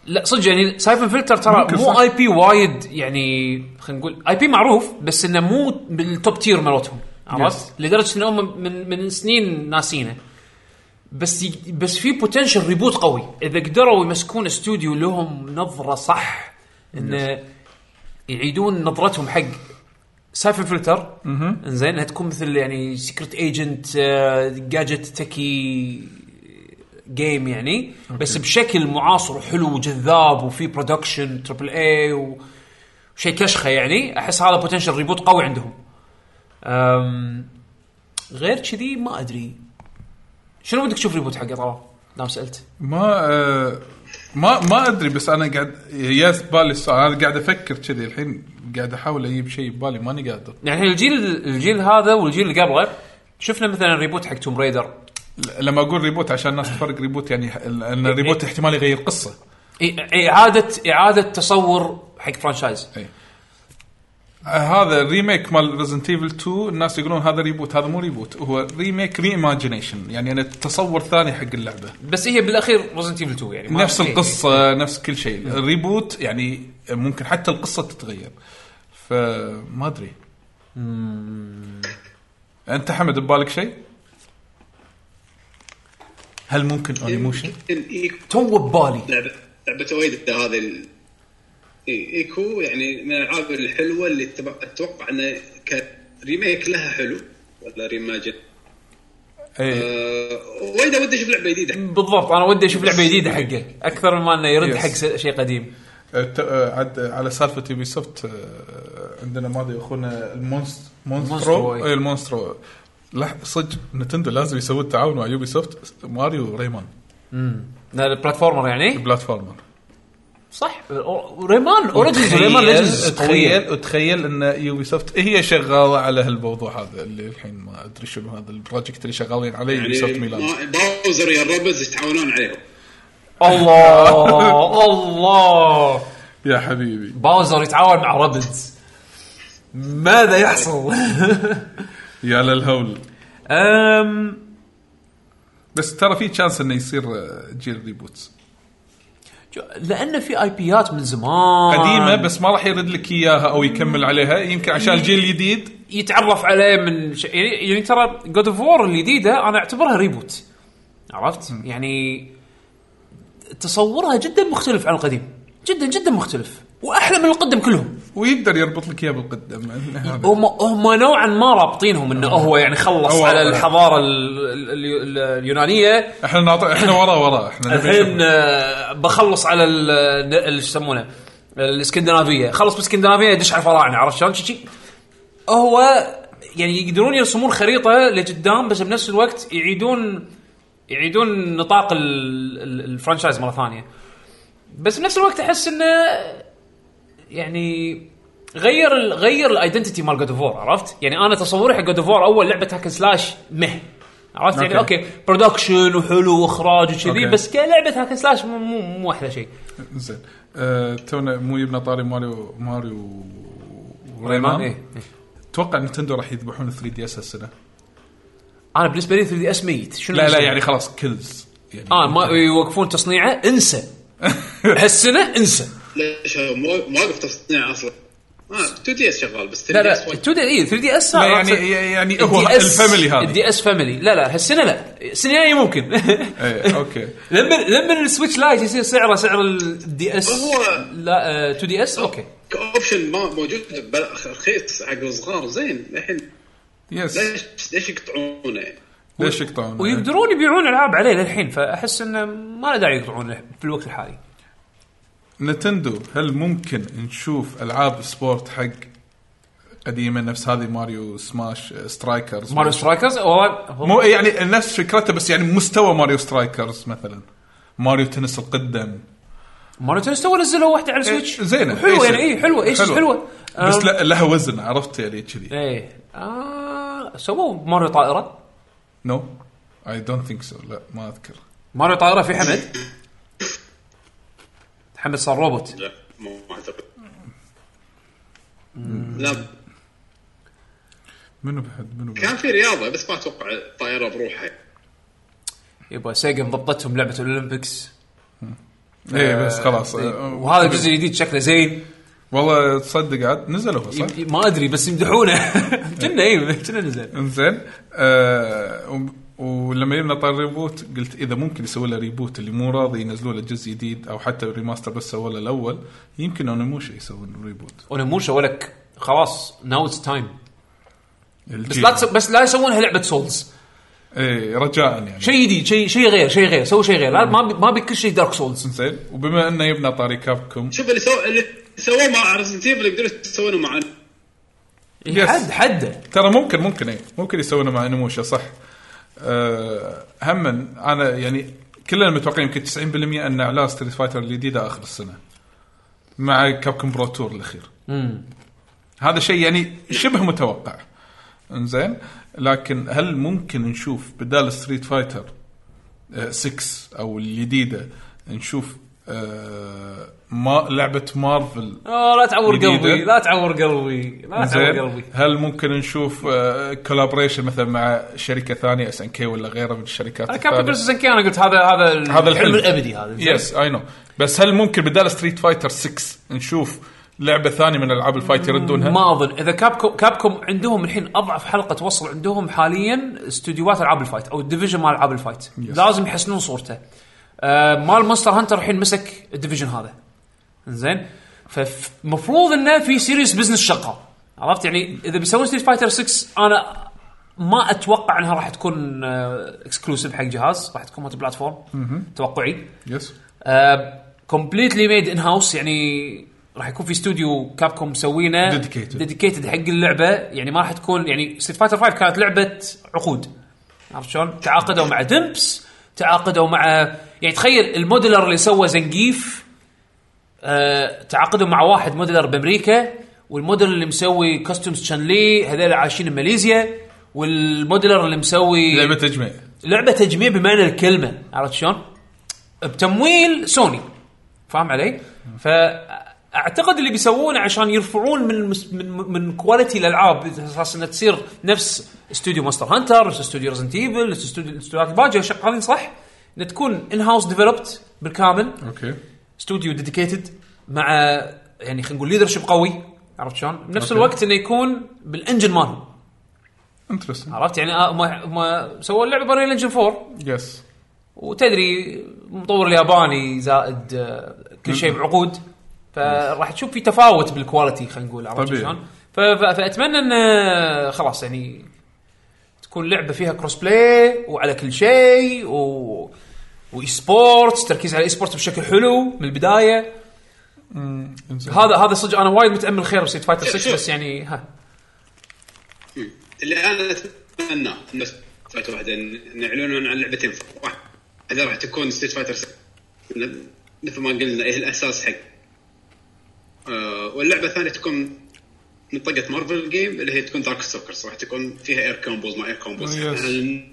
[SPEAKER 3] لا صدق يعني سايفن فلتر ترى
[SPEAKER 1] ممكن
[SPEAKER 3] مو
[SPEAKER 1] صح.
[SPEAKER 3] اي بي وايد يعني خلينا نقول اي بي معروف بس انه مو بالتوب تير مالتهم عرفت؟ لدرجه انهم من من سنين ناسينه بس ي... بس في بوتنشل ريبوت قوي اذا قدروا يمسكون استوديو لهم نظره صح انه يعيدون نظرتهم حق سايفن فلتر انزين انها تكون مثل يعني آه، سكرت ايجنت جاجت تكي جيم يعني بس بشكل معاصر وحلو وجذاب وفي برودكشن تربل اي وشيء كشخه يعني احس هذا بوتنشل ريبوت قوي عندهم أم، غير كذي ما ادري شنو بدك تشوف ريبوت حقه طلال؟ نعم، دام سالت
[SPEAKER 1] ما آه، ما ما ادري بس انا قاعد ياس بالي السؤال انا قاعد افكر كذي الحين قاعد احاول اجيب شيء ببالي ماني قادر
[SPEAKER 3] يعني الحين الجيل الجيل هذا والجيل اللي قبله شفنا مثلا ريبوت حق توم ريدر
[SPEAKER 1] ل- لما اقول ريبوت عشان الناس تفرق ريبوت يعني ه- ان الريبوت احتمال يغير قصه
[SPEAKER 3] إي- اعاده اعاده تصور حق فرانشايز
[SPEAKER 1] اي آه، هذا الريميك مال ريزنت ايفل 2 الناس يقولون هذا ريبوت هذا مو ريبوت هو ريميك ري ايماجينيشن يعني انا تصور ثاني حق اللعبه
[SPEAKER 3] بس هي بالاخير ريزنت ايفل 2 يعني ما-
[SPEAKER 1] نفس
[SPEAKER 3] إي.
[SPEAKER 1] القصه نفس كل شيء الريبوت يعني ممكن حتى القصه تتغير فما ادري انت حمد ببالك شيء؟ هل ممكن
[SPEAKER 4] إيه،
[SPEAKER 1] انيموشن؟
[SPEAKER 4] يمكن إيكو
[SPEAKER 3] تو ببالي
[SPEAKER 4] لعبه لعبه وايد هذه ال... إي- ايكو يعني من الالعاب الحلوه اللي تب- اتوقع انه كريميك لها حلو ولا ريماجن
[SPEAKER 1] اي
[SPEAKER 4] أه وايد ودي اشوف لعبه جديده
[SPEAKER 3] بالضبط انا ودي اشوف لعبه جديده حقه اكثر مما انه يرد
[SPEAKER 1] Yes.
[SPEAKER 3] حق س- شيء قديم
[SPEAKER 1] الت- آه، عد على سالفه يوبي سوفت آه، عندنا ماضي اخونا المونست مونسترو
[SPEAKER 3] Monstro، أي.
[SPEAKER 1] إي، المونسترو لح- صدق نتندو لازم يسوي التعاون مع يوبي سوفت ماريو ريمان
[SPEAKER 3] لا، البلاتفورمر يعني
[SPEAKER 1] بلاتفورمر
[SPEAKER 3] صح أو- ريمان اوريجنز ريمان ليجنز قويه
[SPEAKER 1] تخيل تخيل ان يوبي سوفت هي شغاله على هالموضوع هذا اللي الحين ما ادري شنو هذا البروجكت اللي شغالين عليه يوبي سوفت
[SPEAKER 4] يعني
[SPEAKER 1] ميلان
[SPEAKER 4] ما- باوزر يا الروبز يتعاونون عليهم
[SPEAKER 3] الله الله
[SPEAKER 1] يا حبيبي
[SPEAKER 3] باوزر يتعاون مع رابدز ماذا يحصل؟
[SPEAKER 1] يا للهول
[SPEAKER 3] أم
[SPEAKER 1] بس ترى في تشانس انه يصير آه، جيل ريبوتس
[SPEAKER 3] جو- لان في اي بيات من زمان
[SPEAKER 1] قديمه بس ما راح يرد لك اياها او يكمل عليها يمكن عشان الجيل الجديد
[SPEAKER 3] يتعرف عليه من ش... يعني يعني ترى جود اوف وور الجديده انا اعتبرها ريبوت عرفت؟ يعني تصورها جدا مختلف عن القديم جدا جدا مختلف واحلى من القدم كلهم
[SPEAKER 1] ويقدر يربط لك اياه بالقدم هذا.
[SPEAKER 3] هم هم نوعا ما رابطينهم انه هو يعني خلص
[SPEAKER 1] هو-
[SPEAKER 3] على الحضاره ال- ال- ال- اليونانيه
[SPEAKER 1] احنا ناطر احنا ورا ورا احنا نبي
[SPEAKER 3] الحين
[SPEAKER 1] نشوف.
[SPEAKER 3] آه، بخلص على ال- آه، ال- اللي يسمونه الاسكندنافيه خلص بالاسكندنافيه يدش على الفراعنه عرفت شلون؟ شي- شي. هو يعني يقدرون يرسمون خريطه لقدام بس بنفس الوقت يعيدون يعيدون نطاق ال- ال- الفرانشايز مره ثانيه بس بنفس الوقت احس انه يعني غير ال غير الايدنتيتي مال جود اوف وور عرفت؟ يعني انا تصوري حق جود اوف وور اول لعبه هاكن سلاش مه عرفت يعني
[SPEAKER 1] أوكي.
[SPEAKER 3] اوكي برودكشن وحلو واخراج وكذي
[SPEAKER 1] أوكي.
[SPEAKER 3] بس كلعبه هاكن سلاش مو مو, مو احلى شيء
[SPEAKER 1] زين آه، تونا مو جبنا طاري ماريو ماريو
[SPEAKER 3] ريمان
[SPEAKER 1] وريمان
[SPEAKER 3] إيه.
[SPEAKER 1] اتوقع نتندو راح يذبحون 3 دي اس هالسنه
[SPEAKER 3] انا بالنسبه لي 3 دي اس ميت شنو
[SPEAKER 1] لا لا
[SPEAKER 3] المشكلة؟
[SPEAKER 1] يعني خلاص كلز يعني
[SPEAKER 3] اه ما يوقفون تصنيعه انسى هالسنه انسى
[SPEAKER 4] ليش هو مو- مواقف تصنيع اصلا ما 2 دي اس شغال بس
[SPEAKER 3] لا
[SPEAKER 4] 3 دي
[SPEAKER 3] لا
[SPEAKER 4] اس وايد.
[SPEAKER 3] 2 دي اي 3 دي اس
[SPEAKER 1] لا يعني يعني هو الفاميلي هذه
[SPEAKER 3] الدي اس فاميلي لا لا هالسنه لا السنه الجايه ممكن
[SPEAKER 1] إيه، اوكي
[SPEAKER 3] لما لما السويتش لايت يصير سعره سعر الدي اس
[SPEAKER 4] هو-
[SPEAKER 3] لا 2 دي اس اوكي
[SPEAKER 4] كاوبشن ما موجود بلا- رخيص حق الصغار زين الحين
[SPEAKER 1] يس
[SPEAKER 4] ليش ليش يقطعونه يعني؟
[SPEAKER 1] ليش يقطعون
[SPEAKER 3] ويقدرون يبيعون العاب عليه للحين فاحس انه ما له داعي يقطعونه في الوقت الحالي
[SPEAKER 1] نتندو هل ممكن نشوف العاب سبورت حق قديمه نفس هذه ماريو سماش آه، سترايكرز
[SPEAKER 3] ماريو سترايكرز والله هو-
[SPEAKER 1] مو يعني نفس فكرته بس يعني مستوى ماريو سترايكرز مثلا ماريو تنس القدم
[SPEAKER 3] ماريو تنس تو نزلوا واحده على السويتش
[SPEAKER 1] إيه، زينه
[SPEAKER 3] حلوه
[SPEAKER 1] إيه،
[SPEAKER 3] يعني اي حلوه ايش حلوه
[SPEAKER 1] بس
[SPEAKER 3] أم،
[SPEAKER 1] لا لها وزن عرفت يعني كذي
[SPEAKER 3] ايه آه، سووا ماريو طائره
[SPEAKER 1] نو اي دونت ثينك سو لا ما اذكر
[SPEAKER 3] ماريو طائره في حمد حمد صار روبوت
[SPEAKER 4] لا مو ما اعتقد لا
[SPEAKER 1] منو بحد منو بحد
[SPEAKER 4] كان في رياضه بس ما اتوقع الطائره بروحها
[SPEAKER 3] يبا سيجا ضبطتهم لعبه الاولمبيكس
[SPEAKER 1] ايه بس خلاص
[SPEAKER 3] إيه.
[SPEAKER 1] آه،
[SPEAKER 3] وهذا الجزء الجديد شكله زين
[SPEAKER 1] والله تصدق عاد نزلوا هو صح؟
[SPEAKER 3] ي- ما ادري بس يمدحونه كنا اي كنا نزل
[SPEAKER 1] انزين آه و- ولما جبنا طار ريبوت قلت اذا ممكن يسوي له ريبوت اللي مو راضي ينزلوا له جزء جديد او حتى ريماستر بس سووا له الاول يمكن اونيموشا يسوون ريبوت
[SPEAKER 3] اونيموشا ولك خلاص ناو اتس تايم بس
[SPEAKER 1] الجيل.
[SPEAKER 3] لا تس... بس لا يسوونها لعبه سولز
[SPEAKER 1] ايه رجاء يعني
[SPEAKER 3] شيء جديد شيء شيء غير شيء غير سوي شيء غير لا ما بي... ما بي كل شيء دارك سولز
[SPEAKER 1] زين وبما انه جبنا طاري كابكم
[SPEAKER 4] شوف اللي سوى اللي سووه مع ريزنت ايفل يقدروا يسوونه مع
[SPEAKER 1] Yes.
[SPEAKER 3] حد حده
[SPEAKER 1] ترى ممكن ممكن ايه ممكن يسوونه مع انيموشا صح أه هم انا يعني كلنا متوقعين يمكن 90% ان اعلان ستريت فايتر الجديده اخر السنه مع كابكم برو تور الاخير هذا شيء يعني شبه متوقع انزين لكن هل ممكن نشوف بدال آه، ستريت فايتر 6 او الجديده نشوف آه، ما لعبه مارفل
[SPEAKER 3] آه لا تعور
[SPEAKER 1] جديدة.
[SPEAKER 3] قلبي لا تعور قلبي لا تعور
[SPEAKER 1] زين
[SPEAKER 3] قلبي
[SPEAKER 1] هل ممكن نشوف كولابريشن مثلا مع شركه ثانيه اس ان كي ولا غيره من الشركات
[SPEAKER 3] انا كابتن
[SPEAKER 1] الثانية؟
[SPEAKER 3] برنسس كي انا قلت هذا هذا ال-
[SPEAKER 1] طيب. هذا
[SPEAKER 5] الحلم
[SPEAKER 1] الحلم
[SPEAKER 5] الابدي هذا
[SPEAKER 1] يس اي نو بس هل ممكن بدال ستريت فايتر 6 نشوف لعبه ثانيه من العاب الفايت يردونها؟
[SPEAKER 3] ما اظن اذا كابكوم كابكوم عندهم الحين اضعف حلقه توصل عندهم حاليا استديوهات العاب الفايت او الديفيجن مال العاب الفايت لازم يحسنون صورته آه مال مونستر هانتر الحين مسك الديفيجن هذا زين فمفروض انه في سيريس بزنس شغال عرفت يعني اذا بيسوون ستريت فايتر 6 انا ما اتوقع انها راح تكون اكسكلوسيف حق جهاز راح تكون مالتي بلاتفورم توقعي
[SPEAKER 1] يس
[SPEAKER 3] Uh, كومبليتلي ميد ان هاوس يعني راح يكون في استوديو كاب كوم مسوينه
[SPEAKER 1] Dedicated.
[SPEAKER 3] ديديكيتد حق اللعبه يعني ما راح تكون يعني ستريت فايتر 5 كانت لعبه عقود عرفت شلون؟ تعاقدوا مع دمبس تعاقدوا مع يعني تخيل الموديلر اللي سوى زنقيف آه، تعاقدوا مع واحد موديلر بامريكا والموديلر اللي مسوي كاستمز تشانلي هذول عايشين بماليزيا والموديلر اللي مسوي
[SPEAKER 1] لعبه تجميع
[SPEAKER 3] لعبه تجميع بمعنى الكلمه عرفت شلون؟ بتمويل سوني فاهم علي؟ فاعتقد اللي بيسوونه عشان يرفعون من المس- من من كواليتي الالعاب اساس انها تصير نفس استوديو ماستر هانتر، نفس استوديو ريزنت ايفل، نفس استوديو الاستوديوهات الباجيه شغالين صح؟ انها تكون ان هاوس ديفلوبت بالكامل
[SPEAKER 1] اوكي
[SPEAKER 3] استوديو ديديكيتد مع يعني خلينا نقول ليدرشيب قوي عرفت شلون؟ بنفس
[SPEAKER 1] أوكي.
[SPEAKER 3] الوقت انه يكون بالانجن مالهم
[SPEAKER 1] انترستنج
[SPEAKER 3] عرفت يعني آه، هم هم سووا اللعبه بانريل انجن 4
[SPEAKER 1] يس
[SPEAKER 3] وتدري مطور الياباني زائد آه، كل شيء بعقود فراح تشوف في تفاوت بالكواليتي خلينا نقول عرفت
[SPEAKER 1] طبيعي.
[SPEAKER 3] شلون؟ ف- ف- فاتمنى ان آه، خلاص يعني تكون لعبه فيها كروس بلاي وعلى كل شيء و واي سبورتس تركيز على الاي سبورتس بشكل حلو من البدايه
[SPEAKER 1] Mm,
[SPEAKER 3] هذا هذا صدق انا وايد متامل خير بسيت فايتر 6 بس يعني ها
[SPEAKER 4] اللي انا اتمناه الناس فايتر واحده ان يعلنون عن لعبتين واحد هذا راح تكون ستيت فايتر 6 مثل ما قلنا هي الاساس حق آه، واللعبه الثانيه تكون منطقه مارفل جيم اللي هي تكون دارك ستوكرز راح تكون فيها اير كومبوز ما اير كومبوز
[SPEAKER 1] Yes.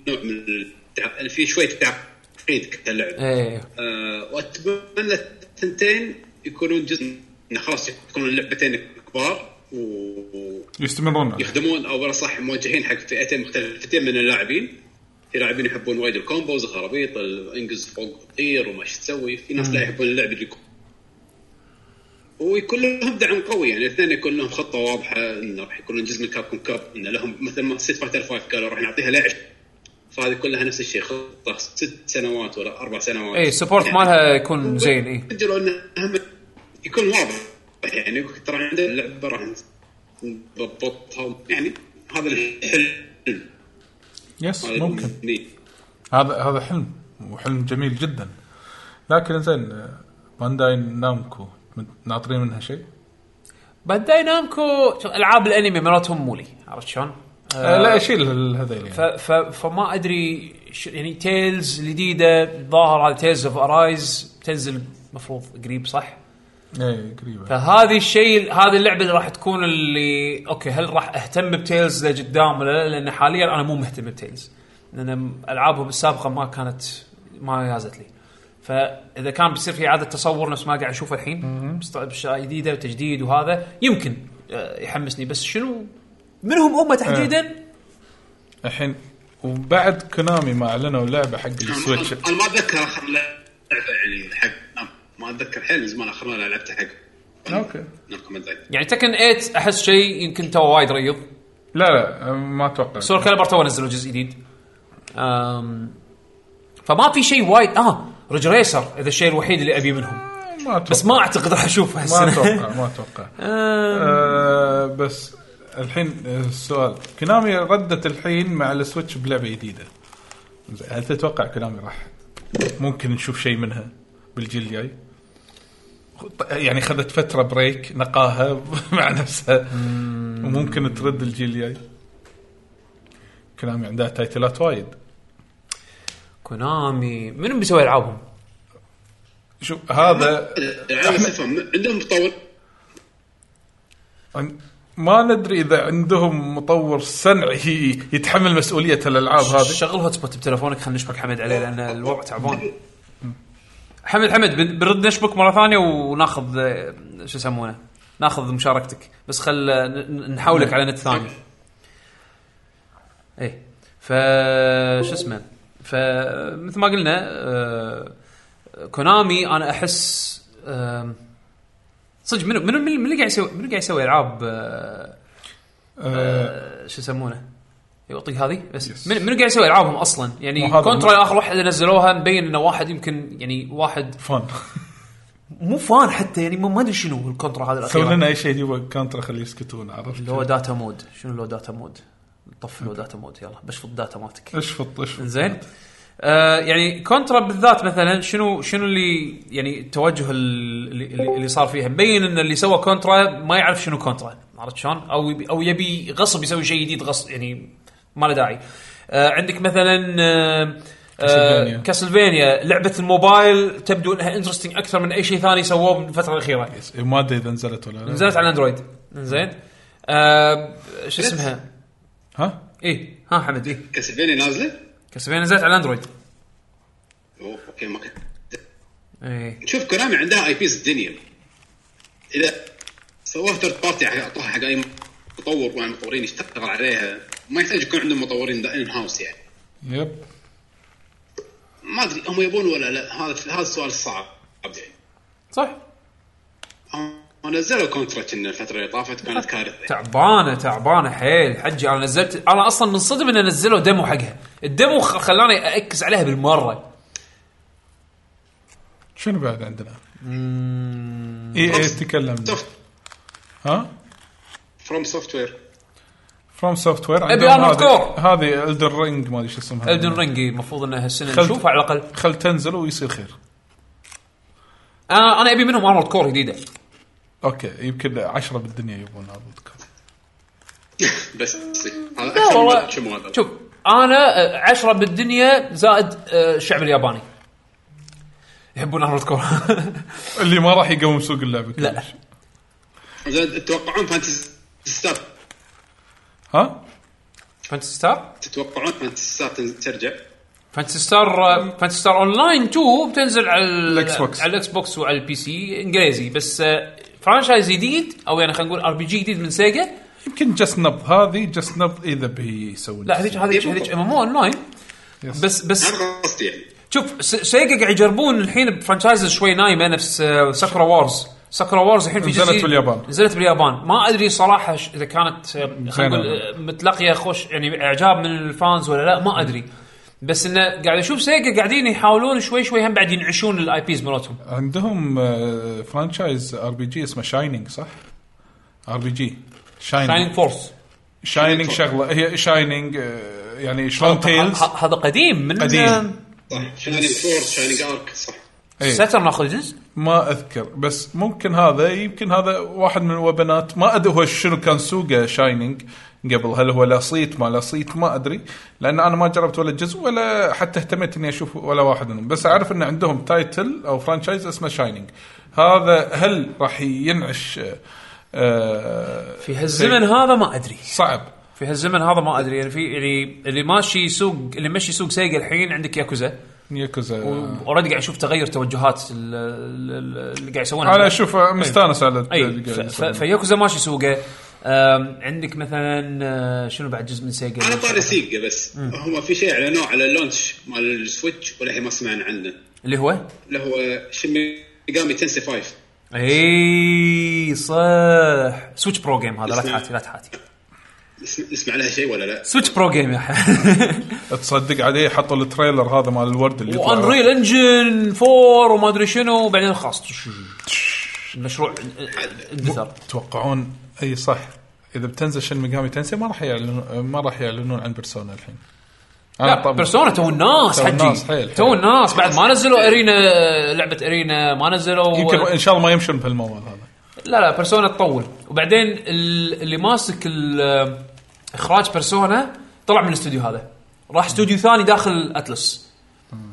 [SPEAKER 4] نوع من التعب يعني في شويه تعقيد كاللعب
[SPEAKER 3] ايه
[SPEAKER 4] آه، واتمنى الثنتين يكونون جزء إن خلاص يكونون لعبتين كبار و
[SPEAKER 1] يستمرون عليه.
[SPEAKER 4] يخدمون او صح موجهين حق فئتين مختلفتين من اللاعبين في لاعبين يحبون وايد الكومبوز الخرابيط الانجز فوق طير وما شو تسوي في ناس لا يحبون اللعب اللي يكون ويكون لهم دعم قوي يعني الاثنين يكون لهم خطه واضحه انه راح يكونون جزء من كابكوم كاب انه لهم مثل ما ست فايتر 5 قالوا راح نعطيها لعب فهذه كلها نفس الشيء خطه ست سنوات ولا اربع سنوات
[SPEAKER 3] ايه السبورت
[SPEAKER 4] يعني
[SPEAKER 3] مالها يكون زين ايه
[SPEAKER 4] سجلوا انه اهم يكون واضح يعني ترى عندنا اللعبه راح نضبطها يعني هذا الحلم يعني
[SPEAKER 1] يس
[SPEAKER 4] مال
[SPEAKER 1] ممكن
[SPEAKER 4] المبني.
[SPEAKER 1] هذا هذا حلم وحلم جميل جدا لكن زين آه، بانداي نامكو ناطرين منها شيء؟
[SPEAKER 3] باداي نامكو العاب الانمي مراتهم مولي عرفت شلون؟
[SPEAKER 1] آه لا اشيل ال- هذيل
[SPEAKER 3] ف
[SPEAKER 1] يعني
[SPEAKER 3] ف فما ادري ش- يعني تيلز الجديده الظاهر هذا تيلز اوف ارايز تنزل المفروض قريب صح؟
[SPEAKER 1] ايه قريبه
[SPEAKER 3] فهذه الشيء هذه اللعبه اللي راح تكون اللي اوكي هل راح اهتم بتيلز لقدام ولا لا؟ لان حاليا انا مو مهتم بتيلز لان العابهم السابقه ما كانت ما يازت لي فاذا كان بيصير في اعاده تصور نفس ما قاعد اشوفه الحين بست- باشياء جديده وتجديد وهذا يمكن آه، يحمسني بس شنو منهم هم تحديدا
[SPEAKER 1] الحين وبعد كونامي ما اعلنوا لعبه حق السويتش
[SPEAKER 4] انا أنا ما اتذكر اخر لعبه يعني حق ما اتذكر حيل من زمان اخر مره لعبتها حق
[SPEAKER 1] اوكي
[SPEAKER 4] ناركو مداي.
[SPEAKER 3] يعني تكن 8 احس شيء يمكن تو وايد ريض
[SPEAKER 1] لا لا آه، ما اتوقع
[SPEAKER 3] سول كاليبر تو نزلوا جزء جديد أم، فما في شيء وايد اه رج ريسر اذا الشيء الوحيد اللي ابي منهم
[SPEAKER 1] ما اتوقع
[SPEAKER 3] بس ما اعتقد راح اشوفه
[SPEAKER 1] ما
[SPEAKER 3] هالسنه
[SPEAKER 1] اتوقع ما اتوقع
[SPEAKER 3] أم،
[SPEAKER 1] آه بس الحين آه، السؤال كونامي ردت الحين مع السويتش بلعبه جديده زين، هل تتوقع كونامي راح ممكن نشوف شيء منها بالجيل الجاي؟ خط- يعني خذت فتره بريك نقاها مع نفسها وممكن ترد الجيل الجاي كونامي عندها تايتلات وايد
[SPEAKER 3] كونامي منو بيسوي العابهم؟
[SPEAKER 1] شوف هذا
[SPEAKER 4] العالم صفهم عندهم مطور
[SPEAKER 1] ما ندري اذا عندهم مطور صنعي ي- يتحمل مسؤوليه الالعاب هذه
[SPEAKER 3] شغل هوت سبوت بتلفونك خلينا نشبك حمد عليه لان الوضع تعبان حمد حمد بن- بنرد نشبك مره ثانيه وناخذ آه، شو يسمونه ناخذ مشاركتك بس خل آه، ن- ن- نحولك على نت ثاني ايه ف شو اسمه فمثل ما قلنا آه، كونامي انا احس آم، صدق منو منو منو اللي قاعد يسوي منو قاعد يسوي العاب آه،
[SPEAKER 1] آه،
[SPEAKER 3] آه، شو يسمونه يعطيك هذه
[SPEAKER 1] Yes.
[SPEAKER 3] بس من منو قاعد يسوي العابهم اصلا يعني
[SPEAKER 1] مو هذا
[SPEAKER 3] كونترا اخر واحده نزلوها مبين انه واحد يمكن يعني واحد
[SPEAKER 1] فن
[SPEAKER 3] مو فان حتى يعني ما ما ادري شنو الكونترا هذا
[SPEAKER 1] سوي
[SPEAKER 3] الاخير
[SPEAKER 1] لنا اي شيء يبغى كانترا خليه يسكتون
[SPEAKER 3] لو
[SPEAKER 1] عرفت
[SPEAKER 3] داتا مود شنو لو داتا مود طف لو داتا مود يلا بشفط الداتا مالتك
[SPEAKER 1] اشفط اشفط
[SPEAKER 3] زين آه يعني كونترا بالذات مثلا شنو شنو اللي يعني التوجه ال- اللي, اللي صار فيها مبين ان اللي سوى كونترا ما يعرف شنو كونترا عرفت شلون او يبي او يبي غصب يسوي شيء جديد غصب يعني ما له داعي آه عندك مثلا آه
[SPEAKER 1] كاسلفينيا.
[SPEAKER 3] آه كاسلفينيا لعبه الموبايل تبدو انها انترستنج اكثر من اي شيء ثاني سووه بالفتره الاخيره
[SPEAKER 1] Yes. إيه، ما ادري اذا نزلت ولا لا
[SPEAKER 3] نزلت على اندرويد زين آه شو اسمها
[SPEAKER 1] ها
[SPEAKER 3] ايه ها حمد ايه
[SPEAKER 4] كاسلفينيا نازله
[SPEAKER 3] كاسلفينيا نزلت على اندرويد
[SPEAKER 4] أوه، اوكي ما كنت
[SPEAKER 3] ايه
[SPEAKER 4] شوف كونامي عندها اي بيز الدنيا اذا سووها ثيرد بارتي حق- اعطوها يعني حق اي مطور وعن مطورين يشتغل عليها ما يحتاج يكون عندهم مطورين ان هاوس يعني
[SPEAKER 1] يب
[SPEAKER 4] ما ادري هم يبون ولا لا هذا هذا السؤال الصعب يعني
[SPEAKER 3] صح
[SPEAKER 4] هم نزلوا كونترا كنا الفتره اللي طافت كانت كارثه
[SPEAKER 3] تعبانه تعبانه حيل حجي انا نزلت انا اصلا منصدم ان نزلوا ديمو حقها الديمو خ- خلاني اركز عليها بالمره
[SPEAKER 1] شنو بعد عندنا؟ اي اي تكلمنا
[SPEAKER 4] سوفت
[SPEAKER 1] ها؟
[SPEAKER 4] فروم سوفت وير
[SPEAKER 1] فروم سوفت وير
[SPEAKER 3] Armored Core.
[SPEAKER 1] هذه الدر رينج ما ادري شو اسمها
[SPEAKER 3] الدن رينج المفروض انها هالسنه
[SPEAKER 1] خل-
[SPEAKER 3] نشوفها على الاقل
[SPEAKER 1] خل تنزل ويصير خير
[SPEAKER 3] انا انا ابي منهم ارمورد كور جديده
[SPEAKER 1] اوكي يمكن عشرة بالدنيا يبون ارمود كور
[SPEAKER 4] بس هذا اكثر من شمو هذا
[SPEAKER 3] شوف انا آه، عشرة بالدنيا زائد آه، الشعب الياباني يحبون ارمورد كور
[SPEAKER 1] اللي ما راح يقوم سوق اللعبه
[SPEAKER 3] لا
[SPEAKER 1] كلش.
[SPEAKER 4] زين تتوقعون فانتسي ستار
[SPEAKER 1] ها؟
[SPEAKER 3] فانتسي ستار
[SPEAKER 4] تتوقعون فانتسي ستار تن- ترجع
[SPEAKER 3] فانتسي ستار آه، فانتسي ستار اون لاين 2 بتنزل على
[SPEAKER 1] الإكس بوكس.
[SPEAKER 3] على الاكس بوكس وعلى البي سي انجليزي بس آه، فرانشايز جديد او يعني خلينا نقول ار بي جي جديد من سيجا
[SPEAKER 1] يمكن جس نب هذه جس نب اذا بي يسوي
[SPEAKER 3] لا هذيك هذيك هذيك ام ام اون لاين
[SPEAKER 1] يس.
[SPEAKER 3] بس بس
[SPEAKER 4] انا قصدي يعني
[SPEAKER 3] شوف س- سيجا قاعد يجربون الحين بفرانشايز شوي نايمه نفس آه، ساكورا وارز ساكورا وارز الحين في
[SPEAKER 1] نزلت
[SPEAKER 3] جزء-
[SPEAKER 1] باليابان.
[SPEAKER 3] نزلت باليابان ما ادري صراحه ش- اذا كانت آه، خلينا نقول
[SPEAKER 1] زينة.
[SPEAKER 3] آه، متلقيه خوش يعني اعجاب من الفانز ولا لا ما ادري بس انه قاعد اشوف سيجا قاعدين يحاولون شوي شوي هم بعد ينعشون الاي بيز مالتهم
[SPEAKER 1] عندهم آه، فرانشايز ار بي جي اسمه شاينينج صح؟ ار بي جي
[SPEAKER 3] شاينينج
[SPEAKER 1] شاينينج
[SPEAKER 3] فورس
[SPEAKER 1] شاينينج شغله هي شاينينج يعني شلون تيلز
[SPEAKER 3] هذا قديم من
[SPEAKER 1] قديم.
[SPEAKER 4] صح شاينينج فورس شاينينج ارك صح
[SPEAKER 1] إيه.
[SPEAKER 3] ساتر ناخذ جزء
[SPEAKER 1] ما اذكر بس ممكن هذا يمكن هذا واحد من الوبنات ما ادري هو شنو كان سوقه شاينينج قبل هل هو لصيت ما لصيت ما ادري لان انا ما جربت ولا جزء ولا حتى اهتميت اني اشوف ولا واحد منهم بس اعرف ان عندهم تايتل او فرانشايز اسمه شاينينج هذا هل راح ينعش آه، آه،
[SPEAKER 3] في هالزمن هذا ما ادري
[SPEAKER 1] صعب
[SPEAKER 3] في هالزمن هذا ما ادري يعني في يعني اللي ماشي سوق اللي ماشي سوق سيجا الحين عندك ياكوزا
[SPEAKER 1] ياكوزا
[SPEAKER 3] اوريدي قاعد اشوف تغير توجهات ال- ال- اللي قاعد يسوونها
[SPEAKER 1] انا اشوف آه، مستانس على
[SPEAKER 3] اي ف- ف- فياكوزا ماشي سوقه آم، عندك مثلا آه، شنو بعد جزء من سيجا
[SPEAKER 4] على طاري سيجا بس هم في شيء اعلنوه على اللونش مال السويتش والحين ما سمعنا عنه
[SPEAKER 3] اللي هو
[SPEAKER 4] اللي هو شيميجامي تنسي 5
[SPEAKER 3] اي صح سويتش برو جيم هذا لا
[SPEAKER 4] اسمه-
[SPEAKER 3] تحاتي لا تحاتي
[SPEAKER 4] نسمع- نسمع لها شيء ولا لا؟
[SPEAKER 3] سويتش برو جيم يا حي
[SPEAKER 1] تصدق عليه حطوا التريلر هذا مال الورد اللي يطلع.
[SPEAKER 3] وانريل انجن 4 وما ادري شنو وبعدين خلاص آه، المشروع اندثر
[SPEAKER 1] تتوقعون اي صح اذا بتنزل شن ميجامي تنسي ما راح يعلنون ما راح يعلنون عن بيرسونا الحين
[SPEAKER 3] لا بيرسونا تو الناس
[SPEAKER 1] تو الناس
[SPEAKER 3] حجي
[SPEAKER 1] حيل،
[SPEAKER 3] تو
[SPEAKER 1] حيل.
[SPEAKER 3] الناس بعد ما نزلوا ارينا لعبه ارينا ما نزلوا
[SPEAKER 1] يمكن إيه. ان شاء الله ما يمشون بهالموال هذا
[SPEAKER 3] لا لا بيرسونا تطول وبعدين ال- اللي ماسك ال- اخراج بيرسونا طلع من الاستوديو هذا راح استوديو ثاني داخل اتلس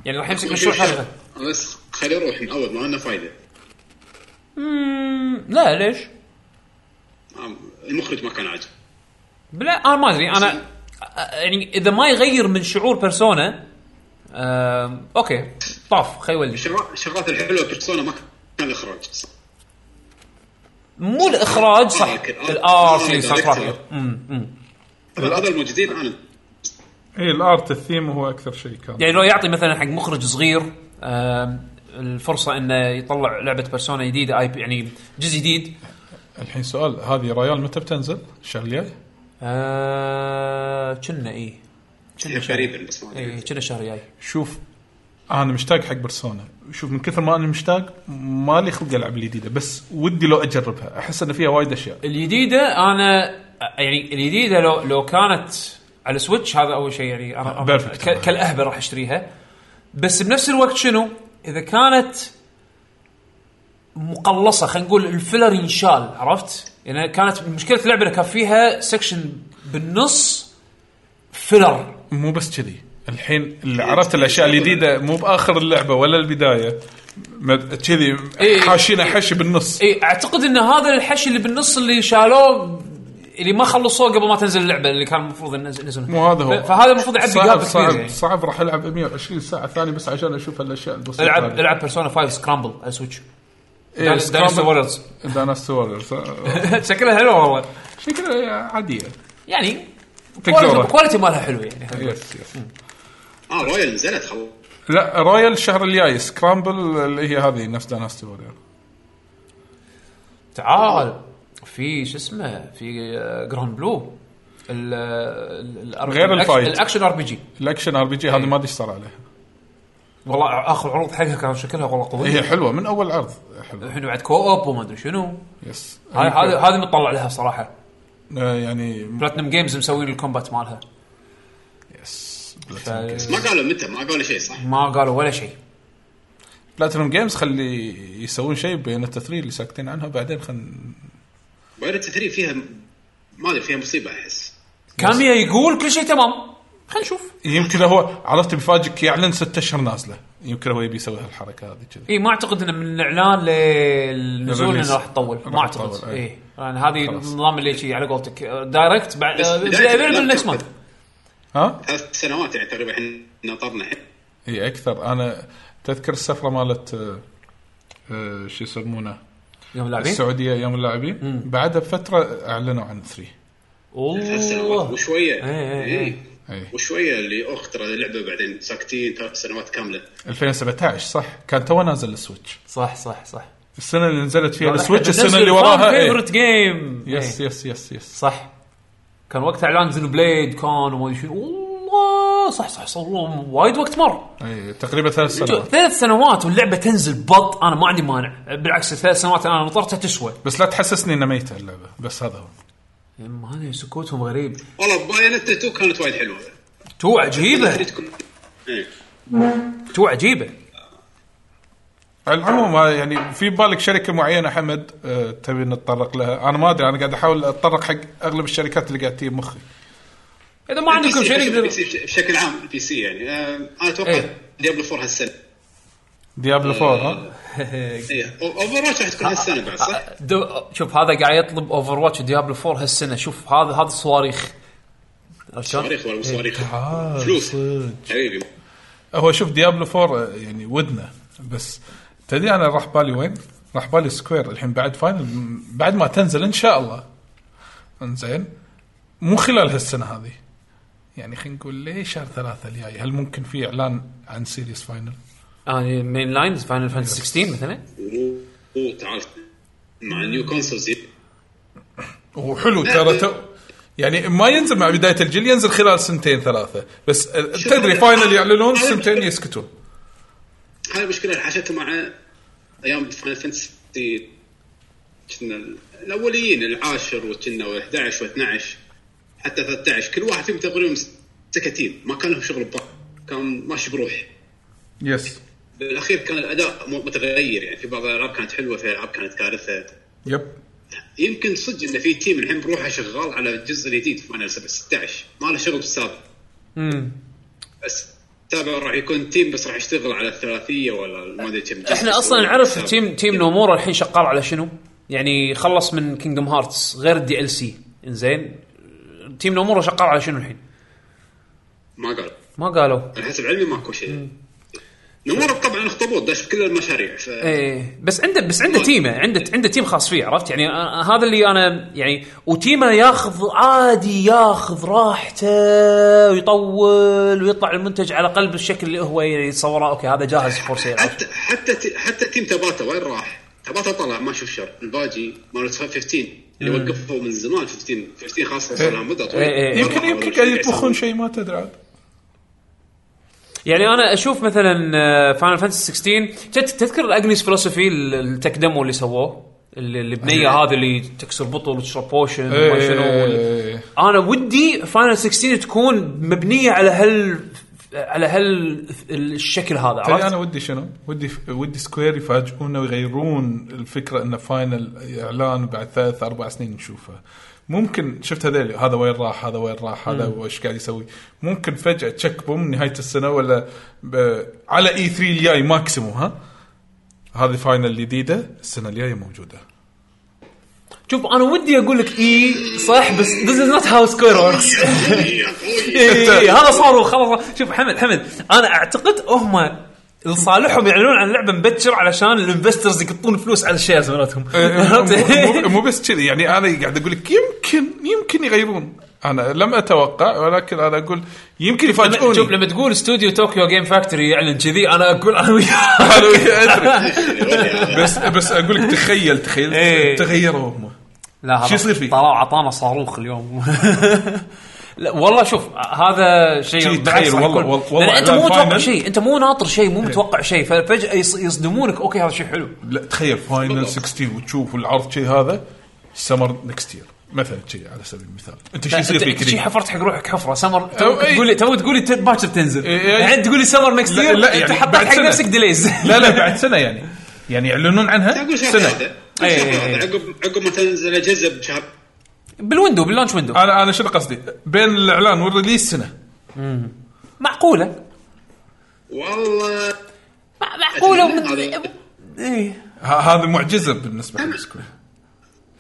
[SPEAKER 3] يعني راح يمسك مشروع ثاني
[SPEAKER 4] بس خليه يروح من اول ما لنا فايده
[SPEAKER 3] لا ليش؟
[SPEAKER 4] آه، المخرج ما كان عاجب
[SPEAKER 3] لا انا ما ادري انا آه، يعني اذا ما يغير من شعور بيرسونا آه، اوكي طاف خي يولي
[SPEAKER 4] الشغ- الشغلات الحلوه بيرسونا ما كان الاخراج صح.
[SPEAKER 3] مو الاخراج صح
[SPEAKER 4] آه،
[SPEAKER 3] الار
[SPEAKER 4] آه،
[SPEAKER 3] سي صح
[SPEAKER 4] director.
[SPEAKER 3] راح
[SPEAKER 4] طبعا هذا الموجودين انا
[SPEAKER 1] اي الارت إيه، الثيم هو اكثر شيء كان
[SPEAKER 3] يعني لو يعطي مثلا حق مخرج صغير آم، الفرصه انه يطلع لعبه بيرسونا جديده اي يعني جزء جديد
[SPEAKER 1] الحين سؤال هذه ريال متى بتنزل؟ الشهر الجاي؟
[SPEAKER 3] آه، كنا اي كنا شهر-
[SPEAKER 4] غريبا بس ما أدري.
[SPEAKER 3] اي كنا شهر جاي
[SPEAKER 1] شوف انا مشتاق حق بيرسونا شوف من كثر ما انا مشتاق ما لي خلق العب الجديده بس ودي لو اجربها احس ان فيها وايد اشياء
[SPEAKER 3] الجديده انا يعني الجديده لو لو كانت على سويتش هذا اول شيء يعني انا أنا
[SPEAKER 1] Perfect.
[SPEAKER 3] ك- كالاهبل راح اشتريها بس بنفس الوقت شنو؟ اذا كانت مقلصه خلينا نقول الفيلر ينشال عرفت؟ يعني كانت مشكله اللعبه إنه كان فيها سكشن بالنص فيلر
[SPEAKER 1] مو بس كذي الحين
[SPEAKER 3] إيه،
[SPEAKER 1] اللي عرفت الاشياء الجديده مو باخر اللعبه ولا البدايه ما- كذي
[SPEAKER 3] إيه.
[SPEAKER 1] حاشينا حشي بالنص
[SPEAKER 3] اي اعتقد ان هذا الحش اللي بالنص اللي شالوه اللي ما خلصوه قبل ما تنزل اللعبه اللي كان المفروض ينزلونها
[SPEAKER 1] مو هذا هو
[SPEAKER 3] فهذا المفروض يعبي
[SPEAKER 1] صعب
[SPEAKER 3] جاب كبير
[SPEAKER 1] صعب
[SPEAKER 3] يعني.
[SPEAKER 1] صعب راح العب 120 ساعه ثاني بس عشان اشوف الاشياء البسيطه
[SPEAKER 3] العب العب بيرسونا 5 سكرامبل على سويتش داينستي
[SPEAKER 1] سكرامبل.
[SPEAKER 3] ووريرز
[SPEAKER 1] دانستور
[SPEAKER 3] شكلها حلو والله
[SPEAKER 1] شكلها عاديه
[SPEAKER 3] يعني
[SPEAKER 1] تكزورة.
[SPEAKER 3] كواليتي مالها حلو يعني
[SPEAKER 1] يس يس
[SPEAKER 4] اه رويال نزلت خلاص
[SPEAKER 1] لا رويال الشهر الجاي سكرامبل اللي هي هذه نفس دانستي وورير
[SPEAKER 3] تعال في شو اسمه في جراند بلو ال- ال- ال-
[SPEAKER 1] غير
[SPEAKER 3] الأكش-
[SPEAKER 1] الفايت.
[SPEAKER 3] الاكشن ار بي جي
[SPEAKER 1] الاكشن ار بي جي هذه ما ادري ايش صار عليها
[SPEAKER 3] والله اخر عروض حقها كان شكلها والله قوي
[SPEAKER 1] هي حلوه من اول عرض حلوه
[SPEAKER 3] الحين بعد كو اوب وما ادري شنو
[SPEAKER 1] يس
[SPEAKER 3] هاي هذا هذا متطلع لها صراحه
[SPEAKER 1] آه، يعني
[SPEAKER 3] بلاتنم جيمز مسوين الكومبات مالها
[SPEAKER 1] يس
[SPEAKER 4] ما قالوا متى ما قالوا شيء صح
[SPEAKER 3] ما قالوا ولا شيء
[SPEAKER 1] بلاتينوم جيمز خلي يسوون شيء بين 3 اللي ساكتين عنها بعدين خلينا
[SPEAKER 4] بايرت 3 فيها ما ادري فيها مصيبه احس
[SPEAKER 3] كاميا يقول كل شيء تمام خلينا نشوف
[SPEAKER 1] يمكن هو عرفت بيفاجئك يعلن ست اشهر نازله يمكن هو يبي يسوي هالحركه هذه كذي
[SPEAKER 3] اي ما اعتقد انه من الاعلان للنزول
[SPEAKER 1] للريليز.
[SPEAKER 3] انه راح تطول ما
[SPEAKER 1] راح
[SPEAKER 3] اعتقد
[SPEAKER 1] تطول، أي.
[SPEAKER 3] اي يعني هذه
[SPEAKER 1] خلاص.
[SPEAKER 3] النظام اللي شي على قولتك آه، دايركت بعد
[SPEAKER 4] بس
[SPEAKER 3] آه،
[SPEAKER 4] بداية
[SPEAKER 3] بال-
[SPEAKER 4] الإعلان
[SPEAKER 3] next month.
[SPEAKER 1] ها؟
[SPEAKER 4] ثلاث سنوات يعني تقريبا احنا نطرنا الحين
[SPEAKER 1] اي اكثر انا تذكر السفره مالت آه، آه، شو يسمونه
[SPEAKER 3] يوم لاعبين
[SPEAKER 1] السعوديه يوم اللاعبين بعدها بفتره اعلنوا عن 3
[SPEAKER 4] ثلاث سنوات
[SPEAKER 3] والله
[SPEAKER 4] وشويه
[SPEAKER 3] إيه، إيه،
[SPEAKER 4] إيه.
[SPEAKER 1] اي
[SPEAKER 4] وشويه اللي اخ ترى لعبه بعدين ساكتين ثلاث سنوات كامله
[SPEAKER 1] 2017 صح كان تو نازل السويتش
[SPEAKER 3] صح صح صح
[SPEAKER 1] السنه اللي نزلت فيها السويتش السنه اللي وراها إيه.
[SPEAKER 3] فيفرت جيم
[SPEAKER 1] يس يس يس يس
[SPEAKER 3] صح كان وقتها اعلان زينو بليد كان وما ادري شنو والله صح صح صح والله وايد وقت مر
[SPEAKER 1] اي تقريبا ثلاث
[SPEAKER 3] جو-
[SPEAKER 1] سنوات
[SPEAKER 3] ثلاث سنوات واللعبه تنزل بط انا ما عندي مانع بالعكس الثلاث سنوات انا نطرتها تسوى
[SPEAKER 1] بس لا تحسسني انها ميته اللعبه بس هذا هو
[SPEAKER 3] هذا سكوتهم غريب
[SPEAKER 4] والله بايرت 2 كانت وايد حلوه
[SPEAKER 3] تو عجيبه
[SPEAKER 4] تريدكم- إيه.
[SPEAKER 3] تو عجيبه
[SPEAKER 1] على العموم هاي يعني في بالك شركه معينه حمد آه، تبي نتطرق لها انا ما ادري انا قاعد احاول اتطرق حق اغلب الشركات اللي قاعد تجي بمخي
[SPEAKER 3] اذا ما عندكم يعني شيء
[SPEAKER 4] البي
[SPEAKER 3] نقدر
[SPEAKER 4] سي بش- بشكل عام البي سي يعني آه، انا اتوقع
[SPEAKER 3] إيه.
[SPEAKER 4] ديابلو 4 هالسنه
[SPEAKER 1] ديابلو 4 ها
[SPEAKER 4] ايه اوفر واتش راح تكون هالسنه بعد صح؟
[SPEAKER 3] دو... شوف هذا قاعد يطلب اوفر واتش وديابلو 4 هالسنه شوف هذا هذا الصواريخ عرفت شلون؟
[SPEAKER 4] صواريخ ولا مو صواريخ
[SPEAKER 3] آه،
[SPEAKER 4] فلوس حبيبي
[SPEAKER 1] هو شوف ديابلو 4 آه، يعني ودنا بس تدري انا راح بالي وين؟ راح بالي سكوير الحين بعد فاينل م- بعد ما تنزل ان شاء الله انزين مو خلال هالسنه هذه يعني خلينا نقول ليه شهر ثلاثة الجاي هل ممكن في اعلان عن سيريس فاينل؟
[SPEAKER 3] يعني مين لاينز فاينل فانتسي 16 مثلا
[SPEAKER 4] و- و- تعال مع نيو كونسولز
[SPEAKER 1] وحلو ترى تو- يعني ما ينزل مع بدايه الجيل ينزل خلال سنتين ثلاثه بس آه، تدري فاينل يعلنون سنتين يسكتون
[SPEAKER 4] هاي المشكله اللي حاشتها مع ايام فاينل فانتسي كنا ال- الاوليين العاشر وكنا 11 و12 حتى 13 كل واحد فيهم تقريبا سكتين ما كان لهم شغل ببعض كان ماشي بروح
[SPEAKER 1] يس
[SPEAKER 4] بالاخير كان الاداء م- متغير يعني في بعض الالعاب كانت حلوه في العاب كانت كارثه
[SPEAKER 1] يب
[SPEAKER 4] يمكن صدق انه في تيم الحين بروحه شغال على الجزء الجديد في فاينل 16 ما له شغل بالسابق بس تابع راح يكون تيم بس راح يشتغل على الثلاثيه ولا ما ادري كم جزء
[SPEAKER 3] احنا اصلا
[SPEAKER 4] يسوي
[SPEAKER 3] نعرف
[SPEAKER 4] بالسابق.
[SPEAKER 3] تيم تيم نومورا الحين شغال على شنو؟ يعني خلص من كينجدم هارتس غير الدي ال سي انزين تيم نومورا شغال على شنو الحين؟
[SPEAKER 4] ما قال
[SPEAKER 3] ما قالوا
[SPEAKER 4] انا حسب علمي ماكو شيء نمر طبعا اخطبوط داش بكل المشاريع ف
[SPEAKER 3] ايه بس عنده بس عنده تيمه عنده عنده تيم خاص فيه عرفت يعني أنا- هذا اللي انا يعني وتيمه ياخذ عادي ياخذ راحته ويطول ويطلع المنتج على الاقل بالشكل اللي هو يتصوره اوكي هذا جاهز فور سيل
[SPEAKER 4] حتى حتى تي- حتى تيم تباتا وين راح؟ تباتا طلع ما شوف شر الباجي مال 15 اللي وقفوا من زمان 15 15 خاصه صار لها مده طويله
[SPEAKER 3] إيه، إيه.
[SPEAKER 1] يمكن يمكن قاعد يطبخون شيء ما تدري عاد
[SPEAKER 3] يعني انا اشوف مثلا فاينل فانتسي 16 تت- تذكر الاجنيس فلوسفي التك ديمو اللي سووه اللي اللي بنيه هذا اللي تكسر بطل وتشرب بوشن وما شنو
[SPEAKER 1] إيه.
[SPEAKER 3] انا ودي فاينل 16 تكون مبنيه على هال على هال الشكل هذا
[SPEAKER 1] تدري انا
[SPEAKER 3] عرفت؟
[SPEAKER 1] ودي شنو؟ ودي ودي سكوير يفاجئونا ويغيرون الفكره انه فاينل اعلان بعد ثلاث اربع سنين نشوفه ممكن شفت هذول هذا وين راح هذا وين راح هذا وش قاعد يسوي ممكن فجاه تشك بوم نهايه السنه ولا ب- على اي 3 الجاي ماكسيمو ها هذه فاينل جديده السنه الجايه موجوده
[SPEAKER 3] شوف انا ودي اقول لك اي صح بس ذيس از نوت هاو سكوير وركس
[SPEAKER 4] إيه،
[SPEAKER 3] إيه، هذا صار وخلاص شوف حمد حمد انا اعتقد هم لصالحهم يعلنون عن لعبه مبكر علشان الانفسترز يقطون فلوس على الشيرز مالتهم
[SPEAKER 1] إيه، مو- مو- مو بس كذي يعني انا قاعد اقول لك يمكن يمكن يغيرون انا لم اتوقع ولكن انا اقول يمكن يفاجئوني
[SPEAKER 3] شوف لما تقول استوديو طوكيو جيم فاكتوري يعلن كذي انا اقول انا
[SPEAKER 1] انا
[SPEAKER 3] وياك
[SPEAKER 1] ويا ادري بس بس اقول لك تخيل تخيل
[SPEAKER 3] إيه.
[SPEAKER 1] تغيروا هم
[SPEAKER 3] لا هذا
[SPEAKER 1] شو يصير فيه؟
[SPEAKER 3] طلعوا عطانا صاروخ اليوم لا والله شوف هذا
[SPEAKER 1] شي
[SPEAKER 3] شيء
[SPEAKER 1] تخيل،
[SPEAKER 3] بالعكس راح
[SPEAKER 1] والله-
[SPEAKER 3] يكون-
[SPEAKER 1] والله-
[SPEAKER 3] لأن
[SPEAKER 1] والله
[SPEAKER 3] انت
[SPEAKER 1] إعلان
[SPEAKER 3] مو متوقع
[SPEAKER 1] فاينل. إيه.
[SPEAKER 3] شيء انت مو ناطر شيء مو متوقع شيء ففجاه يص- يصدمونك اوكي هذا شيء حلو
[SPEAKER 1] لا تخيل فاينل 16 وتشوف العرض شيء هذا سمر نكست يير مثلا شيء على سبيل المثال انت شو يصير فيك
[SPEAKER 3] أنت شي
[SPEAKER 1] كذي؟
[SPEAKER 3] حفرت حق روحك حفره سمر تو
[SPEAKER 1] أي.
[SPEAKER 3] تقول لي تو تقول لي باكر تنزل
[SPEAKER 1] إي- إي.
[SPEAKER 3] الحين تقول لي سمر نكست
[SPEAKER 1] إيه، لا-
[SPEAKER 3] يير
[SPEAKER 1] لا،
[SPEAKER 3] انت
[SPEAKER 1] يعني
[SPEAKER 3] حطيت
[SPEAKER 1] بعد
[SPEAKER 3] حق
[SPEAKER 1] سنة.
[SPEAKER 3] نفسك ديليز
[SPEAKER 1] لا لا بعد سنه يعني يعني يعلنون عنها
[SPEAKER 4] اقول شهر
[SPEAKER 1] سنه
[SPEAKER 4] ثلاثه أقول شهر
[SPEAKER 3] إيه.
[SPEAKER 4] ثلاثة. عقب عقب ما تنزل اجهزه بشهر
[SPEAKER 3] بالويندو باللانش ويندو
[SPEAKER 1] انا انا شنو قصدي؟ بين الاعلان والريليز سنه
[SPEAKER 3] معقوله
[SPEAKER 4] والله
[SPEAKER 3] مع- معقوله
[SPEAKER 4] أتمنى
[SPEAKER 3] ومن-
[SPEAKER 4] هذا.
[SPEAKER 3] إيه.
[SPEAKER 1] ه- هذه معجزه بالنسبه لي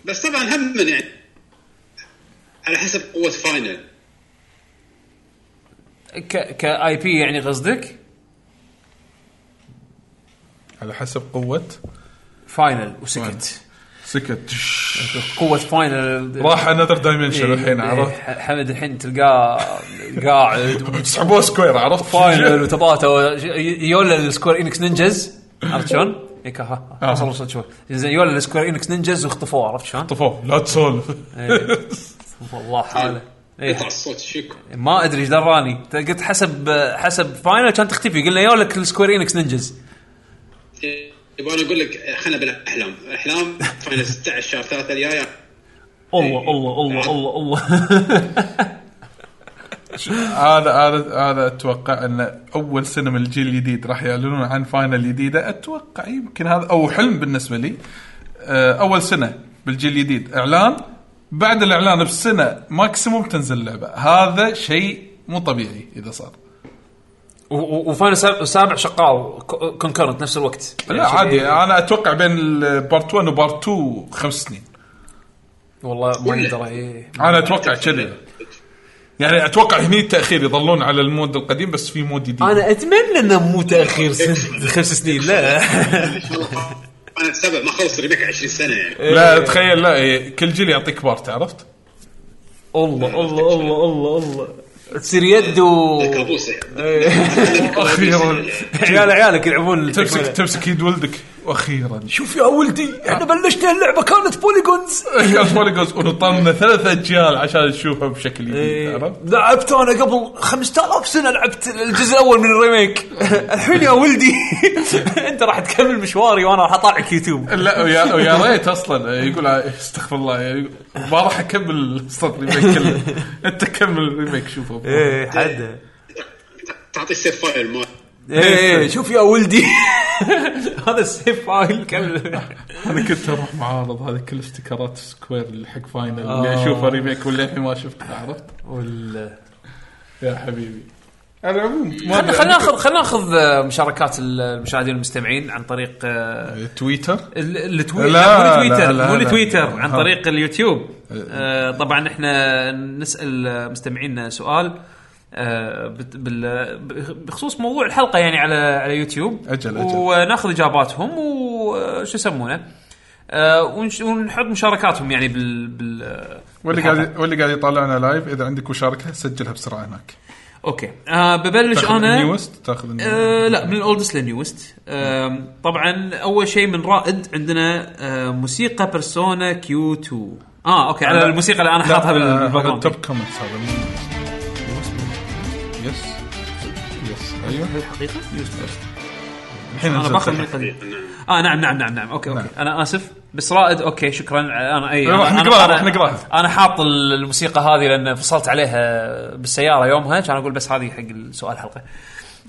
[SPEAKER 4] بس طبعا هم من يعني على حسب قوه فاينل
[SPEAKER 3] ك كاي بي يعني قصدك
[SPEAKER 1] على حسب قوه
[SPEAKER 3] فاينل وسكت
[SPEAKER 1] سكت شش.
[SPEAKER 3] قوه فاينل
[SPEAKER 1] راح انذر دايمنشن
[SPEAKER 3] إيه،
[SPEAKER 1] الحين
[SPEAKER 3] إيه،
[SPEAKER 1] عرفت؟
[SPEAKER 3] ح- حمد الحين تلقاه قاعد
[SPEAKER 1] سحبوه سكوير عرفت؟
[SPEAKER 3] فاينل وتباتا وش- ي- يولا السكوير انكس نينجز عرفت شلون؟ هيك ها ها، وصل وصل شوي زين يولا السكوير انكس نينجز واختفوه عرفت شلون؟
[SPEAKER 1] طفوه لا تسولف
[SPEAKER 3] إيه. والله حاله إيه،
[SPEAKER 4] قطع الصوت شكو
[SPEAKER 3] ما ادري ايش دراني قلت حسب حسب فاينل كانت تختفي قلنا يولا السكوير انكس نينجز
[SPEAKER 4] يبغى انا اقول لك خلينا بالاحلام الاحلام فاينل 16 شهر 3 الجاي
[SPEAKER 3] الله الله الله الله الله
[SPEAKER 1] هذا هذا هذا اتوقع ان اول سنه من الجيل الجديد راح يعلنون عن فاينل جديده اتوقع يمكن هذا او حلم بالنسبه لي آه، اول سنه بالجيل الجديد اعلان بعد الاعلان بسنه ماكسيموم تنزل اللعبه هذا شيء مو طبيعي اذا صار
[SPEAKER 3] و- و- وفاينل ساب- سابع شغال كونكورنت نفس الوقت
[SPEAKER 1] لا عادي انا اتوقع بين بارت 1 وبارت 2 خمس سنين
[SPEAKER 3] والله ما يدري إيه.
[SPEAKER 1] انا اتوقع كذا يعني اتوقع هني التاخير يظلون على المود القديم بس في مود جديد
[SPEAKER 3] انا اتمنى انه مو تاخير سن- خمس سنين لا
[SPEAKER 4] ان شاء الله فاينل 7 ما خلص ريميك 20 سنه يعني
[SPEAKER 1] لا تخيل لا إيه، كل جيل يعطيك بارت عرفت؟
[SPEAKER 3] الله الله الله الله الله تصير يد و
[SPEAKER 4] كابوس يعني.
[SPEAKER 1] اخيرا
[SPEAKER 3] عيال عيالك يلعبون
[SPEAKER 1] تمسك تمسك يد ولدك واخيرا
[SPEAKER 3] شوف يا ولدي احنا بلشنا اللعبه كانت بوليجونز
[SPEAKER 1] فوليجوز ونطلنا ثلاث اجيال عشان نشوفها بشكل
[SPEAKER 3] إيه.
[SPEAKER 1] جديد عرفت؟
[SPEAKER 3] لعبت انا قبل 5000 سنه لعبت الجزء الاول من الريميك الحين يا ولدي انت راح تكمل مشواري وانا راح اطالعك يوتيوب
[SPEAKER 1] لا ويا ويا ريت اصلا يقول استغفر الله يعني ما راح اكمل اصلا الريميك كله انت كمل الريميك شوفه
[SPEAKER 3] ايه حده
[SPEAKER 4] تعطي السيف فايل مال
[SPEAKER 3] ايه شوف يا ولدي هذا السيف فايل كمل
[SPEAKER 1] انا كنت اروح معارض هذه كل استيكرات سكوير اللي حق فاينل اللي اشوفه ريميك واللي الحين ما شفته عرفت؟
[SPEAKER 3] ولا
[SPEAKER 1] يا حبيبي على العموم ما
[SPEAKER 3] خلنا
[SPEAKER 1] أدري.
[SPEAKER 3] خلنا ناخذ خلنا ناخذ آه، مشاركات المشاهدين والمستمعين عن طريق آه،
[SPEAKER 1] تويتر
[SPEAKER 3] ال- التويتر
[SPEAKER 1] لا،
[SPEAKER 3] لا مو
[SPEAKER 1] لا،
[SPEAKER 3] التويتر
[SPEAKER 1] لا،
[SPEAKER 3] مو
[SPEAKER 1] لا.
[SPEAKER 3] التويتر عن
[SPEAKER 1] ها. أه.
[SPEAKER 3] طريق اليوتيوب آه، طبعا احنا نسال مستمعينا آه، سؤال آه، بت- بال- بخصوص موضوع الحلقه يعني على على يوتيوب
[SPEAKER 1] أجل، أجل.
[SPEAKER 3] وناخذ اجاباتهم وشو يسمونه آه، ونش- ونحط مشاركاتهم يعني بال بال
[SPEAKER 1] واللي
[SPEAKER 3] بالحلقة.
[SPEAKER 1] قاعد واللي قاعد يطالعنا لايف اذا عندك مشاركه سجلها بسرعه هناك
[SPEAKER 3] اوكي آه، ببلش
[SPEAKER 1] تاخذ
[SPEAKER 3] انا
[SPEAKER 1] النيوست تاخذ النيوست.
[SPEAKER 3] آه لا من الاولدست للنيوست آم، طبعا اول شيء من رائد عندنا آه موسيقى بيرسونا كيو 2 اه اوكي على
[SPEAKER 1] لا.
[SPEAKER 3] الموسيقى اللي انا
[SPEAKER 1] لا،
[SPEAKER 3] حاطها
[SPEAKER 1] آه، هذا
[SPEAKER 3] بالباك
[SPEAKER 1] التوب كومنتس هذا مو يس يس ايوه
[SPEAKER 3] الحقيقه
[SPEAKER 1] الحين
[SPEAKER 3] انا
[SPEAKER 1] نزلت
[SPEAKER 3] باخذ من
[SPEAKER 1] الحين.
[SPEAKER 3] القديم اه نعم نعم نعم نعم اوكي اوكي
[SPEAKER 1] نعم.
[SPEAKER 3] انا اسف بس رائد اوكي شكرا انا اي
[SPEAKER 1] راح
[SPEAKER 3] أنا-
[SPEAKER 1] نقراها،
[SPEAKER 3] أنا-
[SPEAKER 1] راح نقراها.
[SPEAKER 3] انا حاط الموسيقى هذه لان فصلت عليها بالسياره يومها كان اقول بس هذه حق السؤال حلقه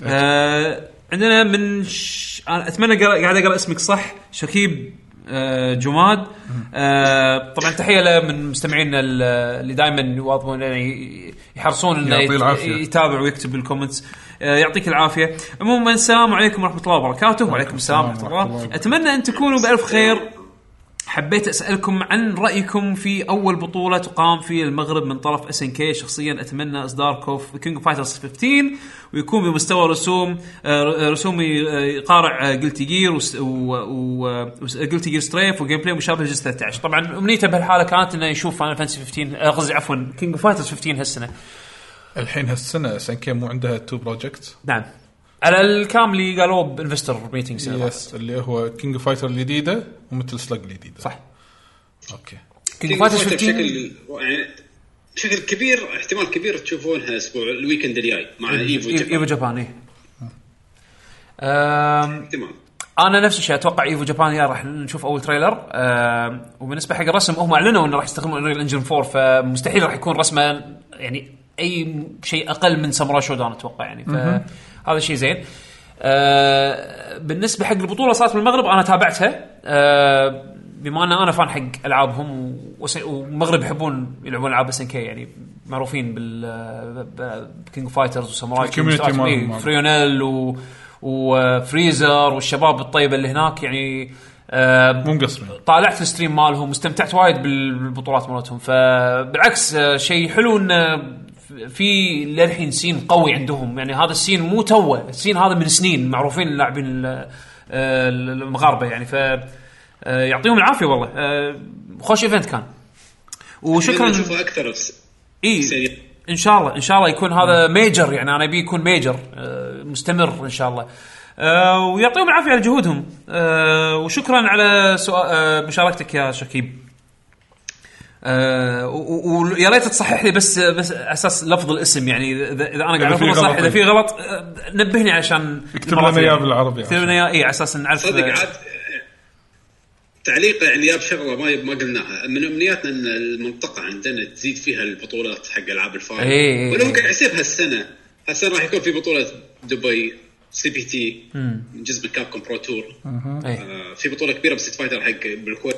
[SPEAKER 3] آه عندنا من ش... أنا اتمنى قرأ... قاعد اقرا اسمك صح شكيب آه جماد آه طبعا تحيه له من مستمعينا ال- اللي دائما يواظبون يعني يحرصون انه
[SPEAKER 1] يعطيه العافية.
[SPEAKER 3] يت- يتابع ويكتب بالكومنتس آه، يعطيك العافيه عموما السلام عليكم ورحمه الله وبركاته وعليكم السلام ورحمه الله اتمنى ان تكونوا بالف خير حبيت اسالكم عن رايكم في اول بطوله تقام في المغرب من طرف اس ان كي شخصيا اتمنى اصدار كوف كينج فايترز 15 ويكون بمستوى رسوم آه، رسوم ي- آه، يقارع جلتي جير وجلتي جير ستريف وجيم بلاي مشابه لجزء 13 طبعا امنيته بهالحاله كانت انه يشوف فاينل فانتسي 15 آه، قصدي عفوا كينج فايترز 15 هالسنه
[SPEAKER 1] الحين هالسنه سانكي مو عندها تو بروجكت
[SPEAKER 3] نعم على الكامل اللي قالوه بانفستر ميتنجز
[SPEAKER 1] يس اللي هو كينج فايتر الجديده ومثل سلاج الجديده
[SPEAKER 3] صح.
[SPEAKER 1] اوكي
[SPEAKER 3] كينج فايترز 15
[SPEAKER 4] بشكل يعني بشكل كبير احتمال كبير تشوفونها اسبوع الويكند الجاي مع ايفو
[SPEAKER 3] ايفو
[SPEAKER 4] جابان.
[SPEAKER 3] إيه، جاباني أم،
[SPEAKER 4] احتمال
[SPEAKER 3] انا نفس الشيء اتوقع ايفو جابان يا راح نشوف اول تريلر أم، وبالنسبه حق الرسم هم اعلنوا انه راح يستخدمون انريل انجن 4 فمستحيل راح يكون رسمه يعني اي شيء اقل من ساموراي شودان اتوقع يعني فهذا شيء زين أه، بالنسبه حق البطوله صارت بالمغرب انا تابعتها أه، بما ان انا فان حق العابهم وس- والمغرب يحبون يلعبون العاب اس ان كي يعني معروفين آه، بال كينج فايترز وساموراي
[SPEAKER 1] الكوميونتي مالهم
[SPEAKER 3] إيه،
[SPEAKER 1] معروف.
[SPEAKER 3] فريونيل و uh, وفريزر والشباب الطيبه اللي هناك يعني آه،
[SPEAKER 1] مو مقصرين
[SPEAKER 3] طالعت الستريم مالهم واستمتعت وايد بال- بالبطولات مالتهم فبالعكس آه، شيء حلو انه في للحين سين قوي عندهم يعني هذا السين مو توه السين هذا من سنين معروفين اللاعبين ال- آه، المغاربه يعني ف آه، يعطيهم العافيه والله آه، خوش ايفنت كان
[SPEAKER 4] شكرا
[SPEAKER 3] وشكرا
[SPEAKER 4] نشوفها اكثر بس.
[SPEAKER 3] اي
[SPEAKER 4] سريع.
[SPEAKER 3] ان شاء الله ان شاء الله يكون هذا ميجر يعني انا ابي يكون ميجر آه، مستمر ان شاء الله آه، ويعطيهم العافيه على جهودهم آه، وشكرا على سؤال آه، مشاركتك يا شكيب آه، و- و- ويا ريت تصحح لي بس بس على اساس لفظ الاسم يعني اذا إذا انا قاعد
[SPEAKER 1] في
[SPEAKER 3] ألفظه صح
[SPEAKER 1] غلط. يعني.
[SPEAKER 3] اذا في غلط آه، نبهني عشان
[SPEAKER 1] اكتب لنا اياه بالعربي
[SPEAKER 3] اكتب لنا اياه اي على اساس نعرف
[SPEAKER 4] صدق
[SPEAKER 3] آه،
[SPEAKER 4] عاد تعليق يعني جاب شغله ما ما قلناها من امنياتنا ان المنطقه عندنا تزيد فيها البطولات حق العاب الفاير
[SPEAKER 3] إيه.
[SPEAKER 4] ولو قاعد يصير هالسنه هالسنه راح يكون في بطوله دبي سي بي تي من جزء من كابكوم برو تور
[SPEAKER 3] إيه.
[SPEAKER 4] آه، في بطوله كبيره بسيت فايتر حق بالكويت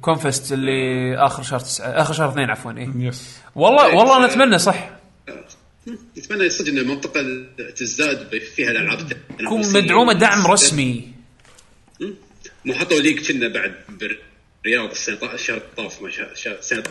[SPEAKER 3] كونفست اللي اخر شهر تسعه اخر شهر اثنين عفوا اي
[SPEAKER 1] يس
[SPEAKER 3] والله
[SPEAKER 4] إيه،
[SPEAKER 3] والله انا
[SPEAKER 4] بس-
[SPEAKER 3] اتمنى صح
[SPEAKER 4] آه، نتمنى صدق ان المنطقه تزداد فيها الالعاب
[SPEAKER 3] تكون مدعومه دعم رسمي
[SPEAKER 4] مو حطوا ليج كنا بعد بالرياض السنه الط- الشهر الطاف ما شاء شهر- السنه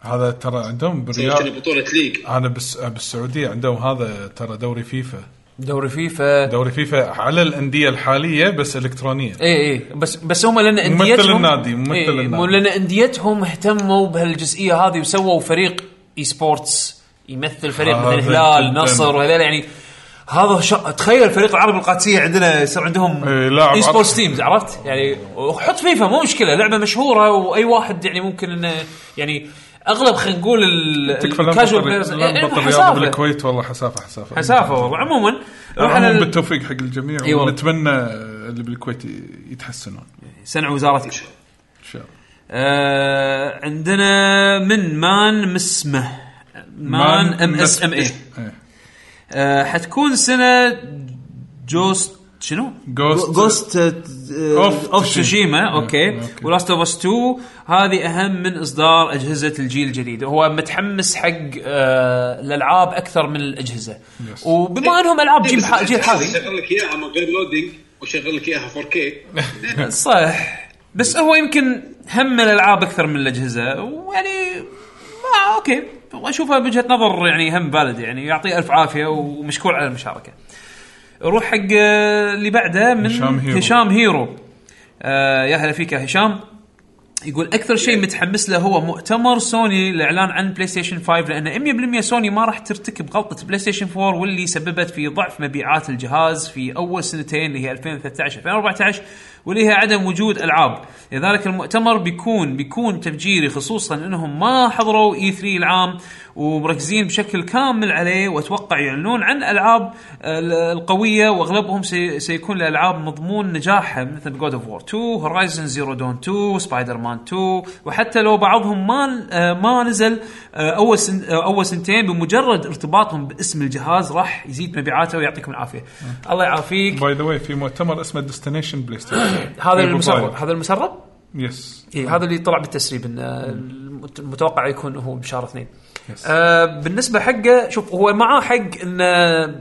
[SPEAKER 1] هذا ترى عندهم
[SPEAKER 4] كنا
[SPEAKER 1] بالرياض
[SPEAKER 4] بطوله ليج
[SPEAKER 1] انا بس بالسعوديه عندهم هذا ترى دوري فيفا
[SPEAKER 3] دوري فيفا
[SPEAKER 1] دوري فيفا على الانديه الحاليه بس الكترونيه
[SPEAKER 3] اي اي إيه، بس بس هم لان
[SPEAKER 1] ممثل
[SPEAKER 3] انديتهم
[SPEAKER 1] النادي، ممثل
[SPEAKER 3] إيه،
[SPEAKER 1] النادي.
[SPEAKER 3] مو لان انديتهم اهتموا بهالجزئيه هذه وسووا فريق اي سبورتس يمثل فريق
[SPEAKER 1] هذا
[SPEAKER 3] مثل هلال
[SPEAKER 1] جداً.
[SPEAKER 3] نصر وهذول يعني هذا ش... تخيل فريق العرب القادسيه عندنا يصير عندهم
[SPEAKER 1] إيه، لاعب
[SPEAKER 3] اي سبورتس
[SPEAKER 1] عربي.
[SPEAKER 3] تيمز عرفت يعني حط فيفا مو مشكله لعبه مشهوره واي واحد يعني ممكن انه يعني اغلب خلينا نقول ال-
[SPEAKER 1] تكفى لا
[SPEAKER 3] الكاجوال
[SPEAKER 1] نبطل-
[SPEAKER 3] بلايرز-
[SPEAKER 1] لا
[SPEAKER 3] إيه،
[SPEAKER 1] نبطل رياضه
[SPEAKER 3] حسافه
[SPEAKER 1] بالكويت والله حسافه حسافه
[SPEAKER 3] حسافه والله عموما روح على
[SPEAKER 1] عموما
[SPEAKER 3] ال-
[SPEAKER 1] بالتوفيق حق الجميع
[SPEAKER 3] إي والله.
[SPEAKER 1] ونتمنى اللي بالكويت يتحسنون
[SPEAKER 3] سنع وزارتك
[SPEAKER 1] ان شاء الله
[SPEAKER 3] آه عندنا من مان مسمه مان ام اس ام اي
[SPEAKER 1] إيه.
[SPEAKER 3] حتكون سنه آه، جوست شنو؟
[SPEAKER 1] جوست
[SPEAKER 5] جوست
[SPEAKER 1] Of
[SPEAKER 5] اوف
[SPEAKER 3] تسوشيما
[SPEAKER 1] إيه،
[SPEAKER 3] اوكي
[SPEAKER 1] أوكي.
[SPEAKER 3] ولاست اوف اس 2 هذه اهم من اصدار اجهزه الجيل الجديد هو متحمس حق آه الالعاب اكثر من الاجهزه
[SPEAKER 1] Yes.
[SPEAKER 3] وبما انهم العاب جيل ح- جيل حالي
[SPEAKER 4] شغل لك اياها من غير لودنج وشغل لك اياها 4K
[SPEAKER 3] صح بس هو يمكن هم الالعاب اكثر من الاجهزه ويعني ما اوكي واشوفها بوجهه نظر يعني هم بالد يعني يعطيه الف عافيه ومشكور على المشاركه نروح حق آه، اللي بعده من
[SPEAKER 1] هشام هيرو.
[SPEAKER 3] هشام هيرو آه يا هلا فيك يا هشام يقول اكثر شيء متحمس له هو مؤتمر سوني الاعلان عن بلاي ستيشن 5 لان 100% سوني ما راح ترتكب غلطه بلاي ستيشن 4 واللي سببت في ضعف مبيعات الجهاز في اول سنتين اللي هي 2013 2014 واللي هي عدم وجود العاب لذلك المؤتمر بيكون بيكون تفجيري خصوصا انهم ما حضروا اي 3 العام ومركزين بشكل كامل عليه واتوقع يعلنون عن العاب ال- القويه واغلبهم سي- سيكون الالعاب مضمون نجاحها مثل جود اوف وور 2 هورايزن زيرو دون 2 سبايدر مان 2 وحتى لو بعضهم ما آه، ما نزل آه، اول سن آه، اول سنتين بمجرد ارتباطهم باسم الجهاز راح يزيد مبيعاته ويعطيكم العافيه الله يعافيك
[SPEAKER 1] باي ذا واي في مؤتمر اسمه ديستنيشن بلاي ستيشن
[SPEAKER 3] هذا المسرب هذا المسرب
[SPEAKER 1] يس
[SPEAKER 3] اي إيه، هذا اللي طلع بالتسريب ان آه، المت- المتوقع يكون هو بشهر اثنين
[SPEAKER 1] Yes.
[SPEAKER 3] آه بالنسبه حقه شوف هو معاه حق ان آه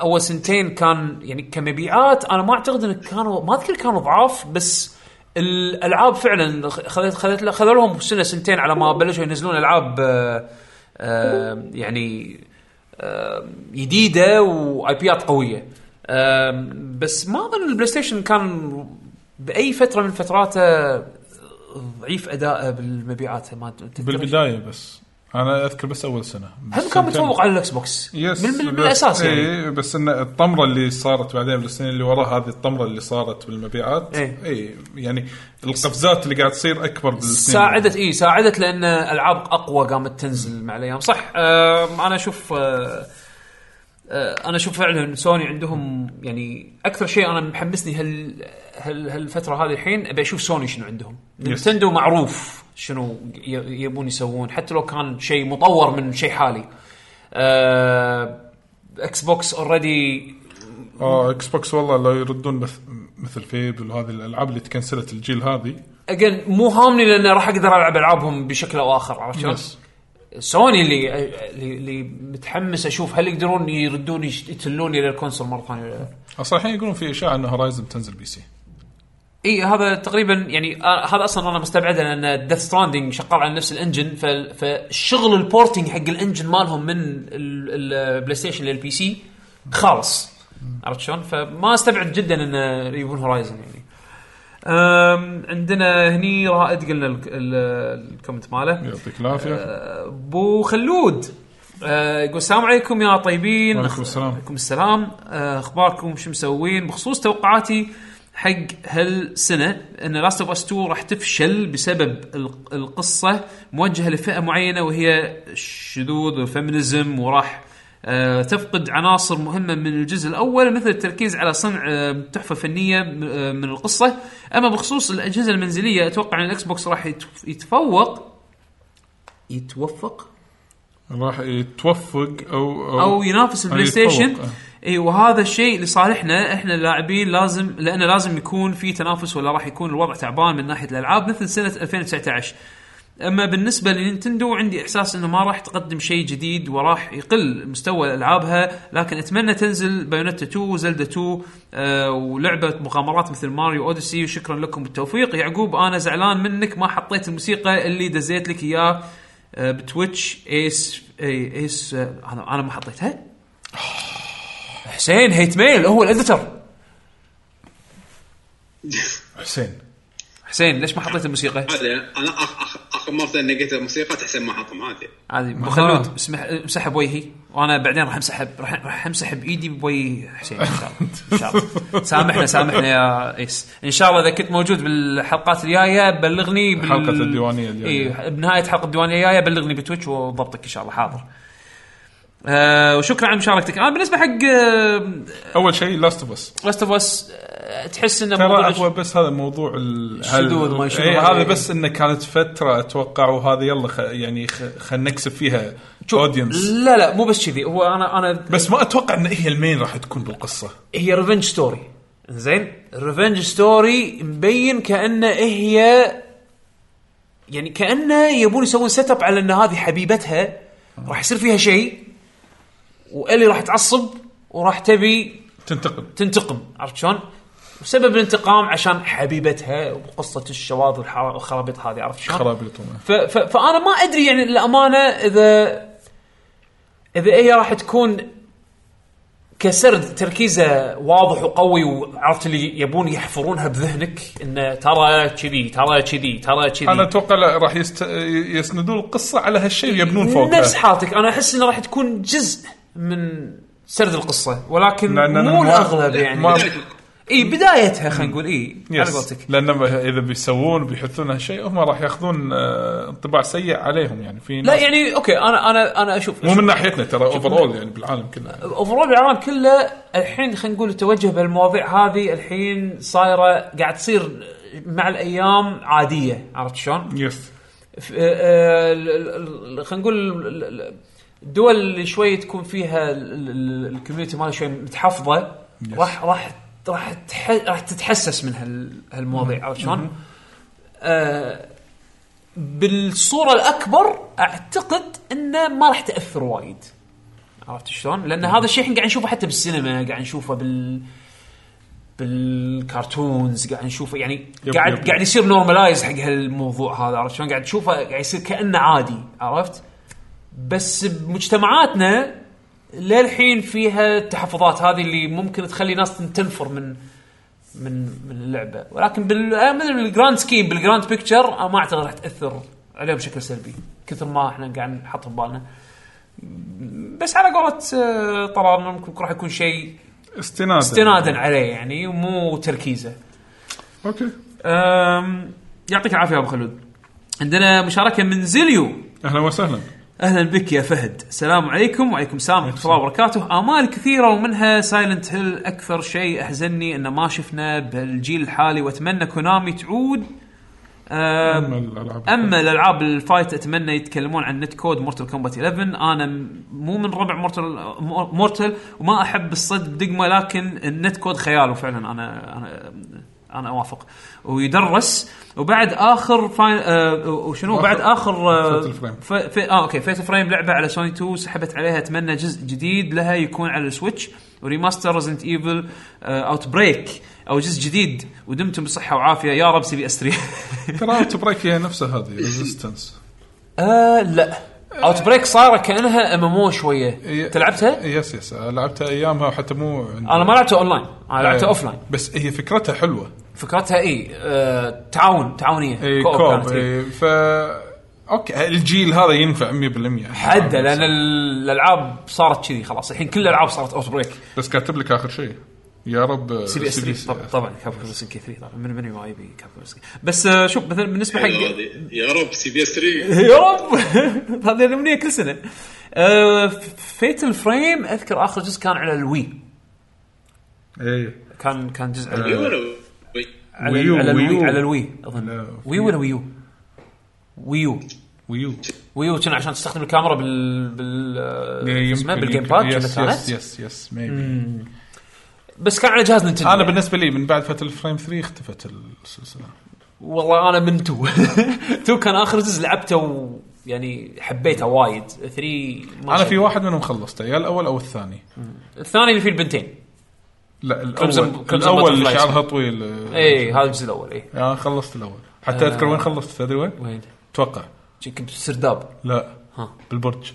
[SPEAKER 3] اول سنتين كان يعني كمبيعات انا ما اعتقد ان كانوا ما اذكر كانوا ضعاف بس الالعاب فعلا خ- خذت خذت خذوا لهم سنه سنتين على ما بلشوا ينزلون العاب آه آه يعني آه جديده واي بيات قويه آه بس ما اظن البلاي ستيشن كان باي فتره من فتراته ضعيف اداءه بالمبيعات ما تتذكر
[SPEAKER 1] بالبدايه بس انا اذكر بس اول سنه بس
[SPEAKER 3] هم كان
[SPEAKER 1] سنتين-
[SPEAKER 3] متفوق على الاكس بوكس
[SPEAKER 1] يس
[SPEAKER 3] بال- بال- بالاساس يعني
[SPEAKER 1] اي إيه، بس ان الطمره اللي صارت بعدين بالسنين اللي وراها هذه الطمره اللي صارت بالمبيعات
[SPEAKER 3] إيه.
[SPEAKER 1] اي يعني القفزات اللي قاعد تصير اكبر بالسنين
[SPEAKER 3] ساعدت اي ساعدت لان العاب اقوى قامت تنزل مع الايام صح آه انا اشوف آه آه، انا اشوف فعلا سوني عندهم يعني اكثر شيء انا محمسني هال هال هالفتره هذه الحين ابي اشوف سوني شنو عندهم نينتندو معروف شنو ي- يبون يسوون حتى لو كان شيء مطور من شيء حالي آه اكس بوكس اوريدي
[SPEAKER 1] اه اكس بوكس والله لو يردون مث... مثل فيبل وهذه الالعاب اللي تكنسلت الجيل هذه
[SPEAKER 3] اجين مو هامني لان راح اقدر العب العابهم بشكل او اخر عرفت شلون؟
[SPEAKER 1] يس
[SPEAKER 3] سوني اللي اللي اللي متحمس اشوف هل يقدرون يردون يش- يتلوني للكونسول مره ثانيه ولا لا؟
[SPEAKER 1] اصلا الحين يقولون في اشاعه ان هورايزن بتنزل بي سي
[SPEAKER 3] اي هذا تقريبا يعني آه هذا اصلا انا مستبعده لان ديث ستراندنج شغال على نفس الانجن فال- فالشغل البورتنج حق الانجن مالهم من ال- ال- البلاي ستيشن للبي سي خالص عرفت شلون؟ فما استبعد جدا ان يبون هورايزن يعني. أم، عندنا هني رائد قلنا ال- ال- الكومنت ماله
[SPEAKER 1] يعطيك
[SPEAKER 3] آه.
[SPEAKER 1] العافيه
[SPEAKER 3] بو خلود آه، يقول السلام عليكم يا طيبين
[SPEAKER 1] وعليكم السلام.
[SPEAKER 3] عليكم السلام آه، اخباركم شو مسوين بخصوص توقعاتي حق هالسنه ان لاست اوف اس 2 راح تفشل بسبب الق- القصه موجهه لفئه معينه وهي الشذوذ والفيمينيزم وراح آه، تفقد عناصر مهمه من الجزء الاول مثل التركيز على صنع آه، تحفه فنيه م- آه، من القصه اما بخصوص الاجهزه المنزليه اتوقع ان الاكس بوكس راح يتف- يتفوق يتوفق
[SPEAKER 1] راح يتوفق او او,
[SPEAKER 3] او ينافس البلاي
[SPEAKER 1] يتفوق.
[SPEAKER 3] ستيشن
[SPEAKER 1] آه.
[SPEAKER 3] اي وهذا الشيء لصالحنا احنا اللاعبين لازم لانه لازم يكون في تنافس ولا راح يكون الوضع تعبان من ناحيه الالعاب مثل سنه 2019 اما بالنسبه لنينتندو عندي احساس انه ما راح تقدم شيء جديد وراح يقل مستوى العابها لكن اتمنى تنزل بايونيتا 2 وزلدا 2 آه ولعبه مغامرات مثل ماريو اوديسي وشكرا لكم بالتوفيق يعقوب انا زعلان منك ما حطيت الموسيقى اللي دزيت لك اياه آه، بتويتش ايس اي ايس آه، انا انا ما حطيتها حسين هيت ميل هو الاديتر
[SPEAKER 1] حسين
[SPEAKER 3] حسين ليش ما حطيت الموسيقى؟
[SPEAKER 4] هذا انا آخ- آخ- اخر مره نقيت الموسيقى تحسن ما حطم هذا
[SPEAKER 3] عادي ابو
[SPEAKER 1] ما
[SPEAKER 3] خلود
[SPEAKER 1] خلاص.
[SPEAKER 3] اسمح امسحها بوجهي وانا بعدين راح امسحها راح راح امسحها بايدي بوجه حسين ان شاء الله ان شاء الله سامحنا سامحنا يا ايس ان شاء الله اذا كنت موجود بالحلقات الجايه بلغني بال... إيه،
[SPEAKER 1] حلقة الديوانية الجاية.
[SPEAKER 3] اي بنهايه حلقه الديوانيه الجايه بلغني بتويتش وضبطك ان شاء الله حاضر آه وشكرا على مشاركتك انا بالنسبه حق آه،
[SPEAKER 1] اول شيء لاست اوف اس
[SPEAKER 3] لاست اوف اس آه، تحس انه موضوع
[SPEAKER 1] ترى هو بس هذا موضوع
[SPEAKER 3] الشذوذ ما
[SPEAKER 1] الشذوذ
[SPEAKER 3] الشذوذ.
[SPEAKER 1] هذا بس انه كانت فتره اتوقع وهذا يلا خ... يعني خ... خلينا نكسب فيها اودينس
[SPEAKER 3] لا لا مو بس كذي هو انا انا
[SPEAKER 1] بس ما اتوقع ان هي المين راح تكون بالقصه
[SPEAKER 3] هي ريفنج ستوري زين ريفنج ستوري مبين كانه هي يعني كانه يبون يسوون سيت اب على ان هذه حبيبتها راح يصير فيها شيء والي راح تعصب وراح تبي
[SPEAKER 1] تنتقل
[SPEAKER 3] تنتقم عرفت شلون؟ وسبب الانتقام عشان حبيبتها وقصه الشواذ والحرا- والخرابيط هذه عرفت شلون؟
[SPEAKER 1] خراب الطمع
[SPEAKER 3] ف... ف... فانا ما ادري يعني الامانه اذا اذا هي راح تكون كسرد تركيزه واضح وقوي وعرفت اللي يبون يحفرونها بذهنك انه ترى كذي ترى كذي ترى كذي
[SPEAKER 1] انا اتوقع لا راح يست... يسندون القصه على هالشيء ويبنون فوقها
[SPEAKER 3] نفس حالتك انا احس انه راح تكون جزء من سرد القصه ولكن
[SPEAKER 1] لا، لا، لا،
[SPEAKER 3] مو
[SPEAKER 1] ما-
[SPEAKER 3] الاغلب يعني
[SPEAKER 1] ما-
[SPEAKER 3] اي بدايتها خلينا نقول اي على
[SPEAKER 1] يس.
[SPEAKER 3] قولتك
[SPEAKER 1] لان ما- اذا بيسوون بيحثون هالشيء هم راح ياخذون آه، انطباع سيء عليهم يعني في
[SPEAKER 3] لا
[SPEAKER 1] ناس
[SPEAKER 3] يعني اوكي انا انا انا اشوف
[SPEAKER 1] مو من ناحيتنا ترى اوفر يعني بالعالم كله
[SPEAKER 3] اوفرول العالم كله الحين خلينا نقول التوجه بالمواضيع هذه الحين صايره قاعد تصير مع الايام عاديه عرفت شلون؟
[SPEAKER 1] يس
[SPEAKER 3] ف- آه، ال- ال- ال- خلينا نقول ال- ال- الدول اللي شوي تكون فيها ال- ال- الكوميونتي مالها شوي متحفظه راح راح راح تح- راح تتحسس من هال- هالمواضيع عرفت شلون؟ آه، بالصوره الاكبر اعتقد انه ما راح تاثر وايد عرفت شلون؟ لان هذا الشيء الحين قاعد نشوفه حتى بالسينما قاعد نشوفه بال بالكرتونز قاعد نشوفه يعني
[SPEAKER 1] يب-
[SPEAKER 3] قاعد
[SPEAKER 1] يب.
[SPEAKER 3] قاعد يصير نورمالايز حق هالموضوع هذا عرفت شلون؟ قاعد تشوفه قاعد يصير كانه عادي عرفت؟ بس بمجتمعاتنا للحين فيها التحفظات هذه اللي ممكن تخلي ناس تنفر من من من اللعبه ولكن بال أنا ما أدري بالجراند سكيم بالجراند بيكتشر أنا آه، ما اعتقد راح تاثر عليهم بشكل سلبي كثر ما احنا قاعد نحط ببالنا بس على قولة آه، طلال ممكن راح يكون شيء
[SPEAKER 1] استنادا
[SPEAKER 3] استنادا عليه يعني ومو تركيزه
[SPEAKER 1] اوكي
[SPEAKER 3] أم، يعطيك العافيه ابو خلود عندنا مشاركه من زيليو
[SPEAKER 1] اهلا وسهلا
[SPEAKER 3] اهلا بك يا فهد السلام عليكم وعليكم السلام ورحمه الله وبركاته امال كثيره ومنها سايلنت هيل اكثر شيء احزني انه ما شفنا بالجيل الحالي واتمنى كونامي تعود أم
[SPEAKER 1] اما الالعاب
[SPEAKER 3] اما الالعاب الفايت اتمنى يتكلمون عن نت كود مورتل كومبات 11 انا م- مو من ربع مورتل مورتل وما احب الصد بدقمه لكن النت كود خيال وفعلا انا انا انا اوافق ويدرس وبعد اخر فاين آه وشنو بعد اخر آه
[SPEAKER 1] Fatal Frame.
[SPEAKER 3] ف... ف... اه اوكي فيت فريم لعبه على سوني 2 سحبت عليها اتمنى جزء جديد لها يكون على السويتش وريماستر ريزنت ايفل اوت بريك او جزء جديد ودمتم بصحه وعافيه يا رب سي بي اس 3
[SPEAKER 1] ترى اوت بريك هي نفسها هذه ريزيستنس
[SPEAKER 3] آه لا اوت بريك صار كانها ام ام او شويه انت لعبتها؟
[SPEAKER 1] يس يس لعبتها ايامها وحتى مو عندي.
[SPEAKER 3] انا ما لعبتها اونلاين انا لعبتها
[SPEAKER 1] إيه.
[SPEAKER 3] اوف لاين
[SPEAKER 1] بس هي فكرتها حلوه
[SPEAKER 3] فكرتها اي آه تعاون تعاونيه
[SPEAKER 1] اي
[SPEAKER 3] كو-أوب
[SPEAKER 1] إيه، كوب
[SPEAKER 3] كانت، إيه.
[SPEAKER 1] اي
[SPEAKER 3] إي.
[SPEAKER 1] ف اوكي الجيل هذا ينفع آه، 100%
[SPEAKER 3] حده لان ال- الالعاب صارت كذي خلاص الحين كل الالعاب صارت اوت بريك
[SPEAKER 1] بس كاتب لك اخر شيء يا رب
[SPEAKER 3] سي بي اس 3 طبعا طبعا كابكوم كي 3 طبعا من من ما يبي كابكوم بس آه شوف مثلا بالنسبه حق
[SPEAKER 4] يا رب سي بي اس 3
[SPEAKER 3] يا رب هذه الامنيه كل آه، سنه فيتل فريم اذكر اخر جزء كان على الوي
[SPEAKER 1] اي
[SPEAKER 3] كان كان جزء على الوي
[SPEAKER 4] يولو.
[SPEAKER 3] على
[SPEAKER 1] ويو-
[SPEAKER 3] على الوي
[SPEAKER 1] ويو.
[SPEAKER 3] على الوي
[SPEAKER 1] لا،
[SPEAKER 3] اظن وي ولا ويو ويو
[SPEAKER 1] ويو
[SPEAKER 3] ويو كنا عشان تستخدم الكاميرا بال بال آه، شو اسمه
[SPEAKER 1] يمكن-
[SPEAKER 3] بالجيم باد كنا
[SPEAKER 1] يس يس
[SPEAKER 3] كانت
[SPEAKER 1] يس يس maybe.
[SPEAKER 3] بس كان على جهاز نينتندو
[SPEAKER 1] انا
[SPEAKER 3] يعني.
[SPEAKER 1] بالنسبه لي من بعد فتره الفريم 3 اختفت السلسله
[SPEAKER 3] والله انا من تو تو كان اخر جزء لعبته و يعني حبيته وايد 3
[SPEAKER 1] انا في واحد منهم خلصته يا الاول او الثاني
[SPEAKER 3] الثاني اللي فيه البنتين
[SPEAKER 1] لا
[SPEAKER 3] Crimson-
[SPEAKER 1] الاول
[SPEAKER 3] Crimson
[SPEAKER 1] الاول اللي
[SPEAKER 3] Butterfly.
[SPEAKER 1] شعرها طويل آه،
[SPEAKER 3] اي إيه، هذا الجزء الاول اي
[SPEAKER 1] انا خلصت الاول حتى اذكر وين خلصت تدري وين؟
[SPEAKER 3] آه. وين؟
[SPEAKER 1] اتوقع
[SPEAKER 3] شي كنت بسرداب
[SPEAKER 1] لا
[SPEAKER 3] ها.
[SPEAKER 1] بالبرج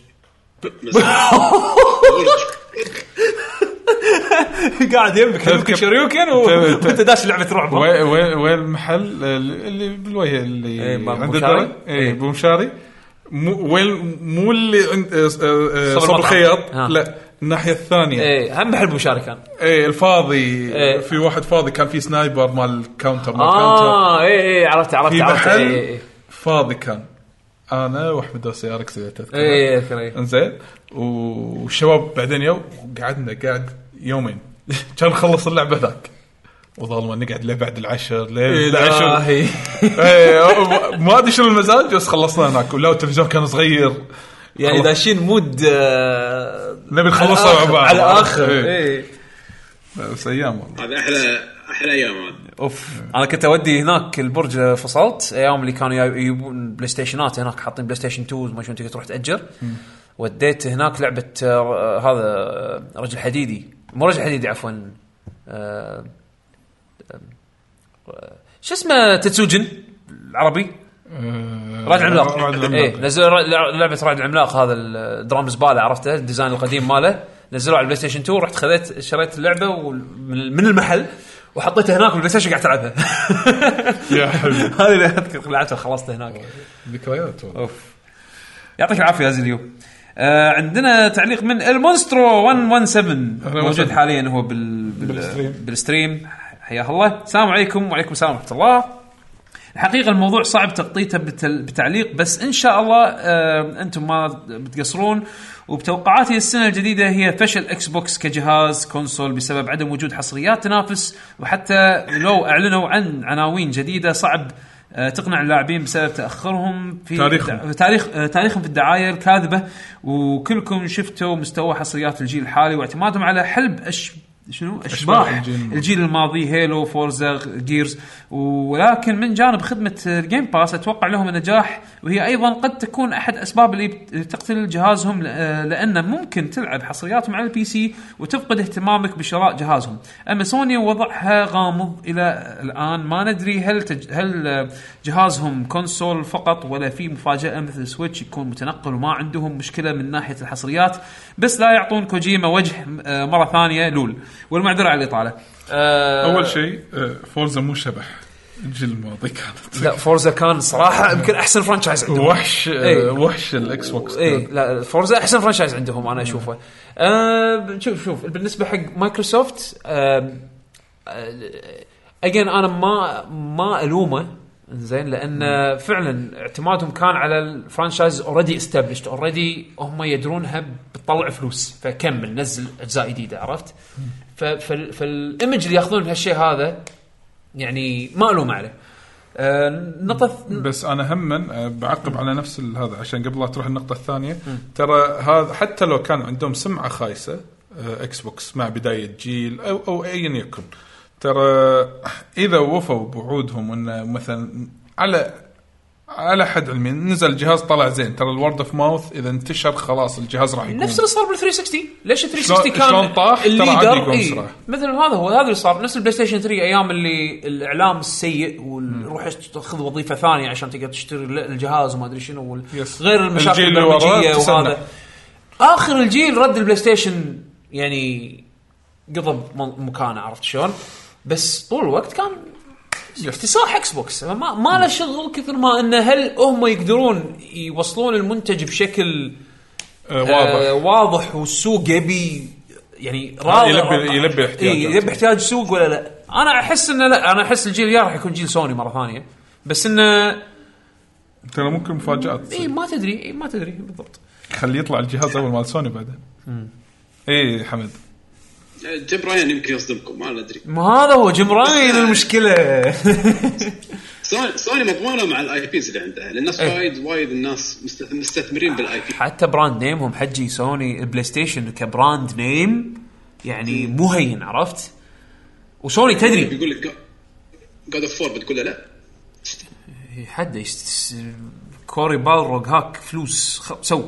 [SPEAKER 3] قاعد يمك
[SPEAKER 1] تذكر-
[SPEAKER 3] شريوكن
[SPEAKER 1] تذكر-
[SPEAKER 3] وانت داش لعبه رعب
[SPEAKER 1] وين وين وين المحل اللي بالوجه اللي
[SPEAKER 3] إيه، ما-
[SPEAKER 1] عند
[SPEAKER 3] بومشاري؟ إيه.
[SPEAKER 1] الدرج اي بومشاري مو وين مو اللي عند آه، آه، آه،
[SPEAKER 3] صوب
[SPEAKER 1] صوب
[SPEAKER 3] المطعم.
[SPEAKER 1] الخياط
[SPEAKER 3] ها.
[SPEAKER 1] لا الناحيه الثانيه
[SPEAKER 3] اي هم بحب مشاركه
[SPEAKER 1] اي الفاضي
[SPEAKER 3] إيه. آه.
[SPEAKER 1] في واحد فاضي كان في سنايبر مال كاونتر مال كاونتر
[SPEAKER 3] اه اي اي إيه، عرفت عرفت
[SPEAKER 1] في
[SPEAKER 3] عرفت إي، إي،
[SPEAKER 1] محل
[SPEAKER 3] إي.
[SPEAKER 1] فاضي كان انا واحمد دوسي اركس اذا تذكر
[SPEAKER 3] إيه، أذكر، إيه.
[SPEAKER 1] انزين والشباب بعدين يو قعدنا قعد يومين كان نخلص اللعبه ذاك وظلمه نقعد لبعد العشر لين العشر
[SPEAKER 3] إلهي.
[SPEAKER 1] إيه، ما ادري شنو المزاج بس خلصنا هناك ولا التلفزيون كان صغير
[SPEAKER 5] يعني
[SPEAKER 1] خلاص.
[SPEAKER 5] داشين مود آه،
[SPEAKER 1] نبي نخلصها
[SPEAKER 5] على
[SPEAKER 1] مع بعض.
[SPEAKER 5] الآخر- على الاخر
[SPEAKER 1] إيه.
[SPEAKER 5] إيه.
[SPEAKER 1] بس ايام والله
[SPEAKER 4] هذا احلى احلى ايام هذا.
[SPEAKER 3] اوف انا كنت اودي هناك البرج فصلت ايام اللي كانوا يا- يجيبون بلاي ستيشنات هناك حاطين بلاي ستيشن 2 وما شنو تقدر تروح تاجر وديت هناك لعبه آه، هذا آه، رجل حديدي مو رجل حديدي عفوا آه، آه، شو اسمه تتسوجن العربي
[SPEAKER 5] آه،
[SPEAKER 3] رعد العملاق
[SPEAKER 1] رعد العملاق.
[SPEAKER 3] ايه نزلوا رع- لعبه رعد العملاق هذا الدرام زباله عرفته الديزاين القديم ماله نزلوه على البلاي ستيشن 2 رحت خذيت شريت اللعبه وال- من من المحل وحطيتها هناك والبلاي ستيشن قاعد العبها
[SPEAKER 1] يا حبيبي
[SPEAKER 3] هذه اللي اذكر لعبتها وخلصتها هناك
[SPEAKER 1] ذكريات والله
[SPEAKER 3] اوف يعطيك العافيه عزيزي اليوم آه عندنا تعليق من المونسترو 117
[SPEAKER 1] أهلا
[SPEAKER 3] موجود
[SPEAKER 1] وسهلا.
[SPEAKER 3] حاليا هو بال... بال...
[SPEAKER 1] بالستريم.
[SPEAKER 3] بالستريم حياه الله السلام عليكم وعليكم السلام ورحمه الله الحقيقه الموضوع صعب تغطيته بتل... بتعليق بس ان شاء الله آه انتم ما بتقصرون وبتوقعاتي السنه الجديده هي فشل اكس بوكس كجهاز كونسول بسبب عدم وجود حصريات تنافس وحتى لو اعلنوا عن عناوين جديده صعب آه، تقنع اللاعبين بسبب تاخرهم في
[SPEAKER 1] تاريخهم.
[SPEAKER 3] تاريخ آه، تاريخهم في الدعايه الكاذبه وكلكم شفتوا مستوى حصريات الجيل الحالي واعتمادهم على حلب أش... شنو اشباح
[SPEAKER 1] الجيل الماضي.
[SPEAKER 3] الجيل الماضي هيلو فورزا جيرز ولكن من جانب خدمه الجيم باس اتوقع لهم النجاح وهي ايضا قد تكون احد اسباب اللي بت- تقتل جهازهم ل- آه، لان ممكن تلعب حصرياتهم على البي سي وتفقد اهتمامك بشراء جهازهم اما سوني وضعها غامض الى الان ما ندري هل تج... هل آه، جهازهم كونسول فقط ولا في مفاجاه مثل سويتش يكون متنقل وما عندهم مشكله من ناحيه الحصريات بس لا يعطون كوجيما وجه آه، مره ثانيه لول والمعذره على الاطاله آه،
[SPEAKER 1] اول شيء آه، فورزا مو شبح الجيل الماضي كانت
[SPEAKER 3] لا فورزا كان صراحه يمكن احسن فرانشايز عندهم
[SPEAKER 1] وحش آه،
[SPEAKER 3] إيه.
[SPEAKER 1] وحش الاكس بوكس
[SPEAKER 3] اي إيه، لا فورزا احسن فرانشايز عندهم انا اشوفه آه شوف شوف بالنسبه حق مايكروسوفت اجين انا ما ما الومه زين لان فعلا اعتمادهم كان على الفرانشايز اوريدي استبلشت اوريدي هم يدرونها بتطلع فلوس فكمل نزل اجزاء جديده عرفت؟ ف- فال- فالايمج اللي ياخذون من هالشيء هذا يعني ما الوم عليه آه، نطف
[SPEAKER 1] بس انا هم بعقب على نفس ال- هذا عشان قبل لا تروح النقطه الثانيه ترى هذا حتى لو كان عندهم سمعه خايسه آه، اكس بوكس مع بدايه جيل او او ايا يكن ترى اذا وفوا بوعودهم ان مثلا على على حد علمي نزل جهاز طلع زين ترى الورد اوف ماوث اذا انتشر خلاص الجهاز راح يقوم
[SPEAKER 3] نفس اللي صار بال 360 ليش ال 360 كان
[SPEAKER 1] شلون طاح؟ ترى عادي
[SPEAKER 3] الليدر
[SPEAKER 1] يقوم
[SPEAKER 3] اي
[SPEAKER 1] بسرعة.
[SPEAKER 3] مثل هذا هو هذا اللي صار نفس البلاي ستيشن 3 ايام اللي الاعلام السيء وروح خذ وظيفه ثانيه عشان تقدر تشتري الجهاز وما ادري شنو وال-
[SPEAKER 1] يس.
[SPEAKER 3] غير المشاكل
[SPEAKER 1] الجيل اللي وراه
[SPEAKER 3] البرمجيه
[SPEAKER 1] تسنى.
[SPEAKER 3] وهذا اخر الجيل رد البلاي ستيشن يعني قضب م- مكانه عرفت شلون؟ بس طول الوقت كان اكتساح اكس بوكس ما ما له شغل كثر ما انه هل هم يقدرون يوصلون المنتج بشكل
[SPEAKER 1] آه،
[SPEAKER 3] آه،
[SPEAKER 1] واضح آه،
[SPEAKER 3] واضح والسوق يبي يعني راضي
[SPEAKER 1] يلبي- يلبي احتياجاته.
[SPEAKER 3] إيه، يلبي احتياج السوق ولا لا؟ انا احس انه لا انا احس الجيل الجاي راح يكون جيل سوني مره ثانيه بس انه
[SPEAKER 1] ترى ممكن مفاجات
[SPEAKER 3] اي ما تدري اي ما تدري بالضبط
[SPEAKER 1] خليه يطلع الجهاز اول مال سوني بعدين اي حمد
[SPEAKER 4] جيم راين يمكن يصدمكم ما ادري
[SPEAKER 3] ما هذا هو جيم راين المشكله
[SPEAKER 4] سوني- سوني مضمونه مع الاي بيز اللي عندها لان الناس
[SPEAKER 3] إيه.
[SPEAKER 4] وايد وايد الناس مست- مستثمرين بالاي بي
[SPEAKER 3] حتى براند نيمهم حجي سوني بلاي ستيشن كبراند نيم يعني مهين عرفت؟ وسوني تدري
[SPEAKER 4] بيقول لك جاد اوف 4 بتقول له لا
[SPEAKER 3] حد يست- س- كوري بالروج هاك فلوس خ- سو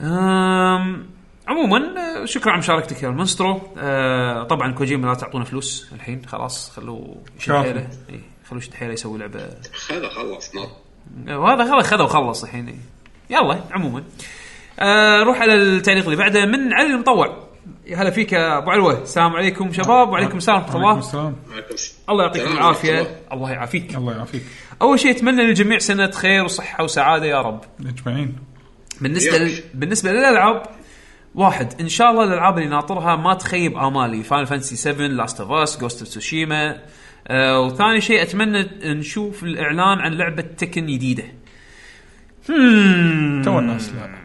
[SPEAKER 3] أم، عموما آه، شكرا على مشاركتك يا المنسترو آه، طبعا كوجيما لا تعطونا فلوس الحين خلاص خلوه يشد
[SPEAKER 1] كافي.
[SPEAKER 3] حيله إيه، خلوه يشد حيله يسوي لعبه
[SPEAKER 4] هذا خلاص نار
[SPEAKER 3] وهذا خلاص خذه وخلص الحين إيه. يلا عموما آه روح على التعليق اللي بعده من علي المطوع يا هلا فيك يا ابو علوه السلام عليكم شباب وعليكم السلام ورحمه
[SPEAKER 1] وعليكم
[SPEAKER 3] الله
[SPEAKER 1] السلام
[SPEAKER 4] عليكم السلام.
[SPEAKER 3] الله يعطيكم
[SPEAKER 4] سلام ورحمة
[SPEAKER 3] العافيه الله يعافيك
[SPEAKER 1] الله يعافيك
[SPEAKER 3] اول شيء اتمنى للجميع سنه خير وصحه وسعاده يا رب
[SPEAKER 1] اجمعين
[SPEAKER 3] بالنسبه
[SPEAKER 4] يلا.
[SPEAKER 3] لل... بالنسبه للالعاب واحد ان شاء الله الالعاب اللي ناطرها ما تخيب امالي فاينل فانتسي 7 لاست اوف اس جوست اوف تسوشيما آه وثاني شيء اتمنى نشوف الاعلان عن لعبه تكن جديده
[SPEAKER 1] تو الناس لا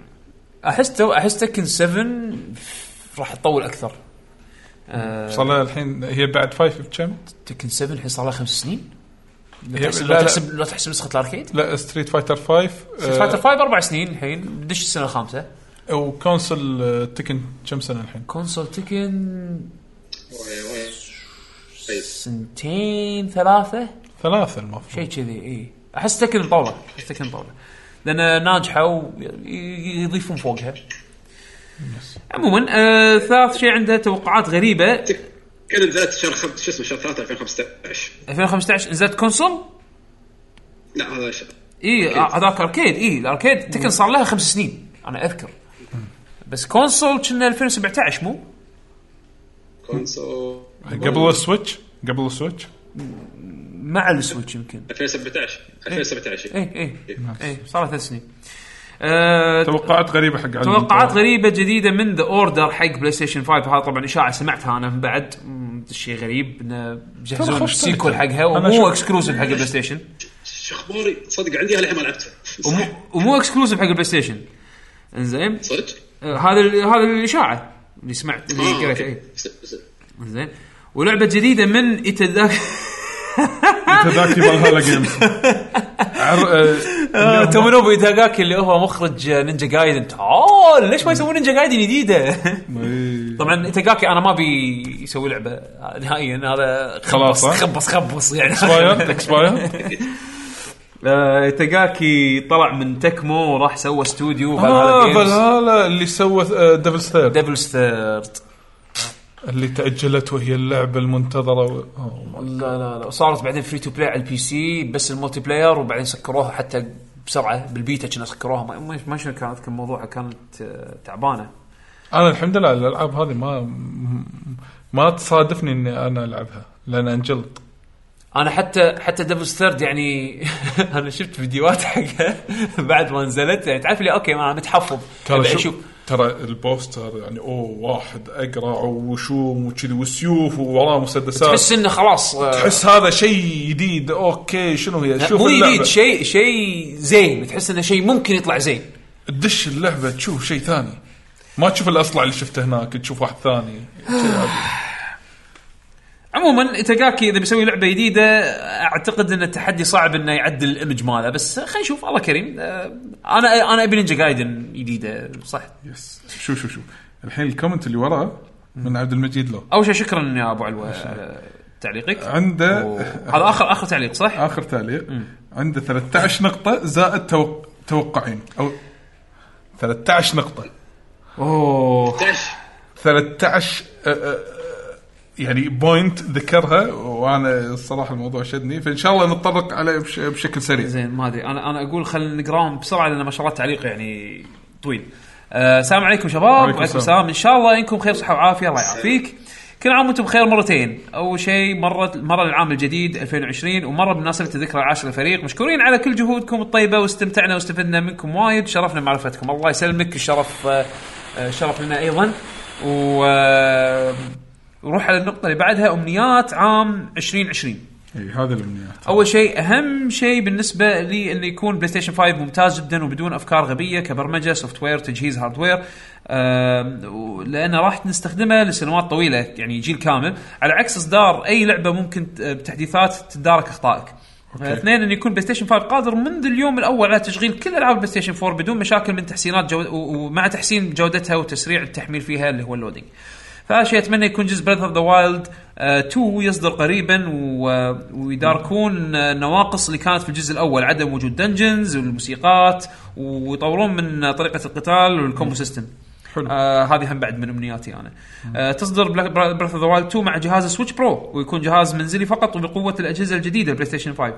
[SPEAKER 3] احس تو احس تكن 7 راح تطول اكثر
[SPEAKER 1] صار لها الحين هي بعد فايف بكم؟
[SPEAKER 3] تكن 7 الحين صار لها خمس سنين
[SPEAKER 1] هي-
[SPEAKER 3] تحسب
[SPEAKER 1] لا آه.
[SPEAKER 3] لا
[SPEAKER 1] لا
[SPEAKER 3] تحسب لا تحسب نسخه الاركيد
[SPEAKER 1] لا ستريت فايتر 5
[SPEAKER 3] ستريت فايتر 5 اربع سنين الحين دش السنه الخامسه
[SPEAKER 1] وكونسل آه، تكن كم سنه الحين؟
[SPEAKER 3] كونسول تكن
[SPEAKER 4] واي- واي. طيب.
[SPEAKER 3] سنتين ثلاثه
[SPEAKER 1] ثلاثه المفروض
[SPEAKER 3] شيء كذي اي احس تكن مطوله احس تكن مطوله لان ناجحه ويضيفون فوقها عموما آه ثالث شيء عنده توقعات غريبه
[SPEAKER 4] تكلم ثلاث شهر خمس شو اسمه شهر 3 2015
[SPEAKER 3] 2015 نزلت كونسول
[SPEAKER 4] لا هذا شهر
[SPEAKER 3] اي هذاك اركيد اي الاركيد تكن صار لها خمس سنين انا اذكر بس كونسول كنا 2017 مو؟
[SPEAKER 4] كونسول
[SPEAKER 1] قبل السويتش قبل السويتش
[SPEAKER 3] مع السويتش يمكن
[SPEAKER 4] 2017
[SPEAKER 3] إيه.
[SPEAKER 4] 2017
[SPEAKER 3] اي اي اي صار لها ثلاث سنين آه،
[SPEAKER 1] توقعات غريبه حق عالم
[SPEAKER 3] توقعات
[SPEAKER 1] الكورة.
[SPEAKER 3] غريبه جديده من ذا اوردر حق بلاي ستيشن 5 هذا طبعا اشاعه سمعتها انا من بعد مم، شيء غريب انه
[SPEAKER 1] ترى
[SPEAKER 3] مجهزون
[SPEAKER 1] خوش
[SPEAKER 3] سيكول
[SPEAKER 1] طريقة.
[SPEAKER 3] حقها
[SPEAKER 1] أنا
[SPEAKER 3] ومو
[SPEAKER 1] شوف-
[SPEAKER 3] اكسكلوسيف حق البلاي ستيشن
[SPEAKER 4] شو اخباري صدق عندي هالحين ما لعبته
[SPEAKER 3] ومو ومو اكسكلوسيف حق البلاي ستيشن انزين
[SPEAKER 4] صدق؟
[SPEAKER 3] آه، هذا ال- هذا الاشاعه اللي سمعت اللي
[SPEAKER 4] آه،
[SPEAKER 3] قريت
[SPEAKER 4] أوكي.
[SPEAKER 3] إيه.
[SPEAKER 4] س- س-
[SPEAKER 3] زين ولعبه جديده من ايتاداك
[SPEAKER 1] تذاكي فالهالا جيمز عر- آه،
[SPEAKER 3] آه،
[SPEAKER 1] اليوم-
[SPEAKER 3] تومونوبو ايتاداكي اللي هو مخرج آه، نينجا جايدن تعال ليش ما يسوون نينجا جايدن جديده؟
[SPEAKER 1] إيه.
[SPEAKER 3] طبعا ايتاكاكي انا ما ابي يسوي لعبه نهائيا هذا خبص
[SPEAKER 1] خلاص، ها؟
[SPEAKER 3] خبص خبص يعني
[SPEAKER 1] اكسبايرد اكسبايرد
[SPEAKER 3] آه، ايتاكاكي طلع من تكمو وراح سوى استوديو
[SPEAKER 1] اه
[SPEAKER 3] فالهالا
[SPEAKER 1] فالهالا اللي سوى آه، ديفل ستير
[SPEAKER 3] ديفلز ثيرد
[SPEAKER 1] اللي تاجلت وهي اللعبه المنتظره و... أوه.
[SPEAKER 3] لا لا لا صارت بعدين فري تو بلاي على البي سي بس المولتي بلاير وبعدين سكروها حتى بسرعه بالبيتا كنا سكروها ما- ما ما شنو كانت كان موضوعها كانت آه، تعبانه
[SPEAKER 1] انا الحمد لله الالعاب هذه ما ما تصادفني اني انا العبها لان انجلط
[SPEAKER 3] انا حتى حتى دبل ثيرد يعني انا شفت فيديوهات حقها بعد ما نزلت يعني تعرف لي اوكي ما متحفظ أبي
[SPEAKER 1] شو-
[SPEAKER 3] اشوف
[SPEAKER 1] ترى البوستر يعني اوه واحد اقرع وشوم وكذي وسيوف ووراه مسدسات
[SPEAKER 3] تحس انه خلاص آه،
[SPEAKER 1] تحس هذا شيء جديد اوكي شنو هي
[SPEAKER 3] لا،
[SPEAKER 1] شوف
[SPEAKER 3] مو
[SPEAKER 1] اللعبة.
[SPEAKER 3] جديد شيء شيء زين تحس انه شيء ممكن يطلع زين
[SPEAKER 1] تدش اللعبه تشوف شيء ثاني ما تشوف الاصلع اللي شفته هناك تشوف واحد ثاني
[SPEAKER 3] عموما تاكاكي اذا بيسوي لعبه جديده اعتقد ان التحدي صعب انه يعدل الامج ماله بس خلينا نشوف الله كريم آه، انا انا ابي نينجا جايدن جديده صح
[SPEAKER 1] يس شو شو شو الحين الكومنت اللي وراه من عبد المجيد لو
[SPEAKER 3] اول شيء شكرا يا ابو علوه على تعليقك
[SPEAKER 1] عنده
[SPEAKER 3] هذا اخر اخر تعليق صح؟
[SPEAKER 1] اخر تعليق عنده 13 نقطه زائد توق... توقعين او 13 نقطه
[SPEAKER 3] اوه
[SPEAKER 4] 11
[SPEAKER 1] 13 آه، آه، آه، يعني بوينت ذكرها وانا الصراحه الموضوع شدني فان شاء الله نتطرق عليه بش... بشكل سريع
[SPEAKER 3] زين ما ادري انا انا اقول خلينا نقراهم بسرعه لان ما شاء الله التعليق يعني طويل. آه، السلام عليكم شباب
[SPEAKER 1] وعليكم
[SPEAKER 3] وعليكم السلام.
[SPEAKER 1] السلام.
[SPEAKER 3] ان شاء الله انكم بخير صحه وعافيه الله يعافيك. كل عام وانتم بخير مرتين، اول شيء مره مره للعام الجديد 2020 ومره بمناسبه الذكرى العاشره للفريق، مشكورين على كل جهودكم الطيبه واستمتعنا واستفدنا منكم وايد، شرفنا معرفتكم، الله يسلمك الشرف آه، آه، شرف لنا ايضا. و آه، نروح على النقطه اللي بعدها امنيات عام 2020.
[SPEAKER 1] اي هذا الامنيات
[SPEAKER 3] اول شيء اهم شيء بالنسبه لي انه يكون بلاي ستيشن 5 ممتاز جدا وبدون افكار غبيه كبرمجه سوفت وير تجهيز هاردوير آم، و- لانه راح نستخدمه لسنوات طويله يعني جيل كامل على عكس اصدار اي لعبه ممكن ت- بتحديثات تدارك اخطائك
[SPEAKER 1] أوكي.
[SPEAKER 3] اثنين انه يكون بلاي ستيشن 5 قادر منذ اليوم الاول على تشغيل كل العاب بلاي ستيشن 4 بدون مشاكل من تحسينات جو... و- ومع تحسين جودتها وتسريع التحميل فيها اللي هو اللودينج. فهذا شيء اتمنى يكون جزء بريث اوف ذا وايلد 2 آه، يصدر قريبا و... آه، ويداركون آه، النواقص اللي كانت في الجزء الاول عدم وجود دنجنز والموسيقات ويطورون من طريقه القتال والكومبو سيستم.
[SPEAKER 1] حلو.
[SPEAKER 3] آه هذه هم بعد من امنياتي انا. آه تصدر بريث اوف ذا وايلد 2 مع جهاز سويتش برو ويكون جهاز منزلي فقط وبقوه الاجهزه الجديده البلاي ستيشن 5.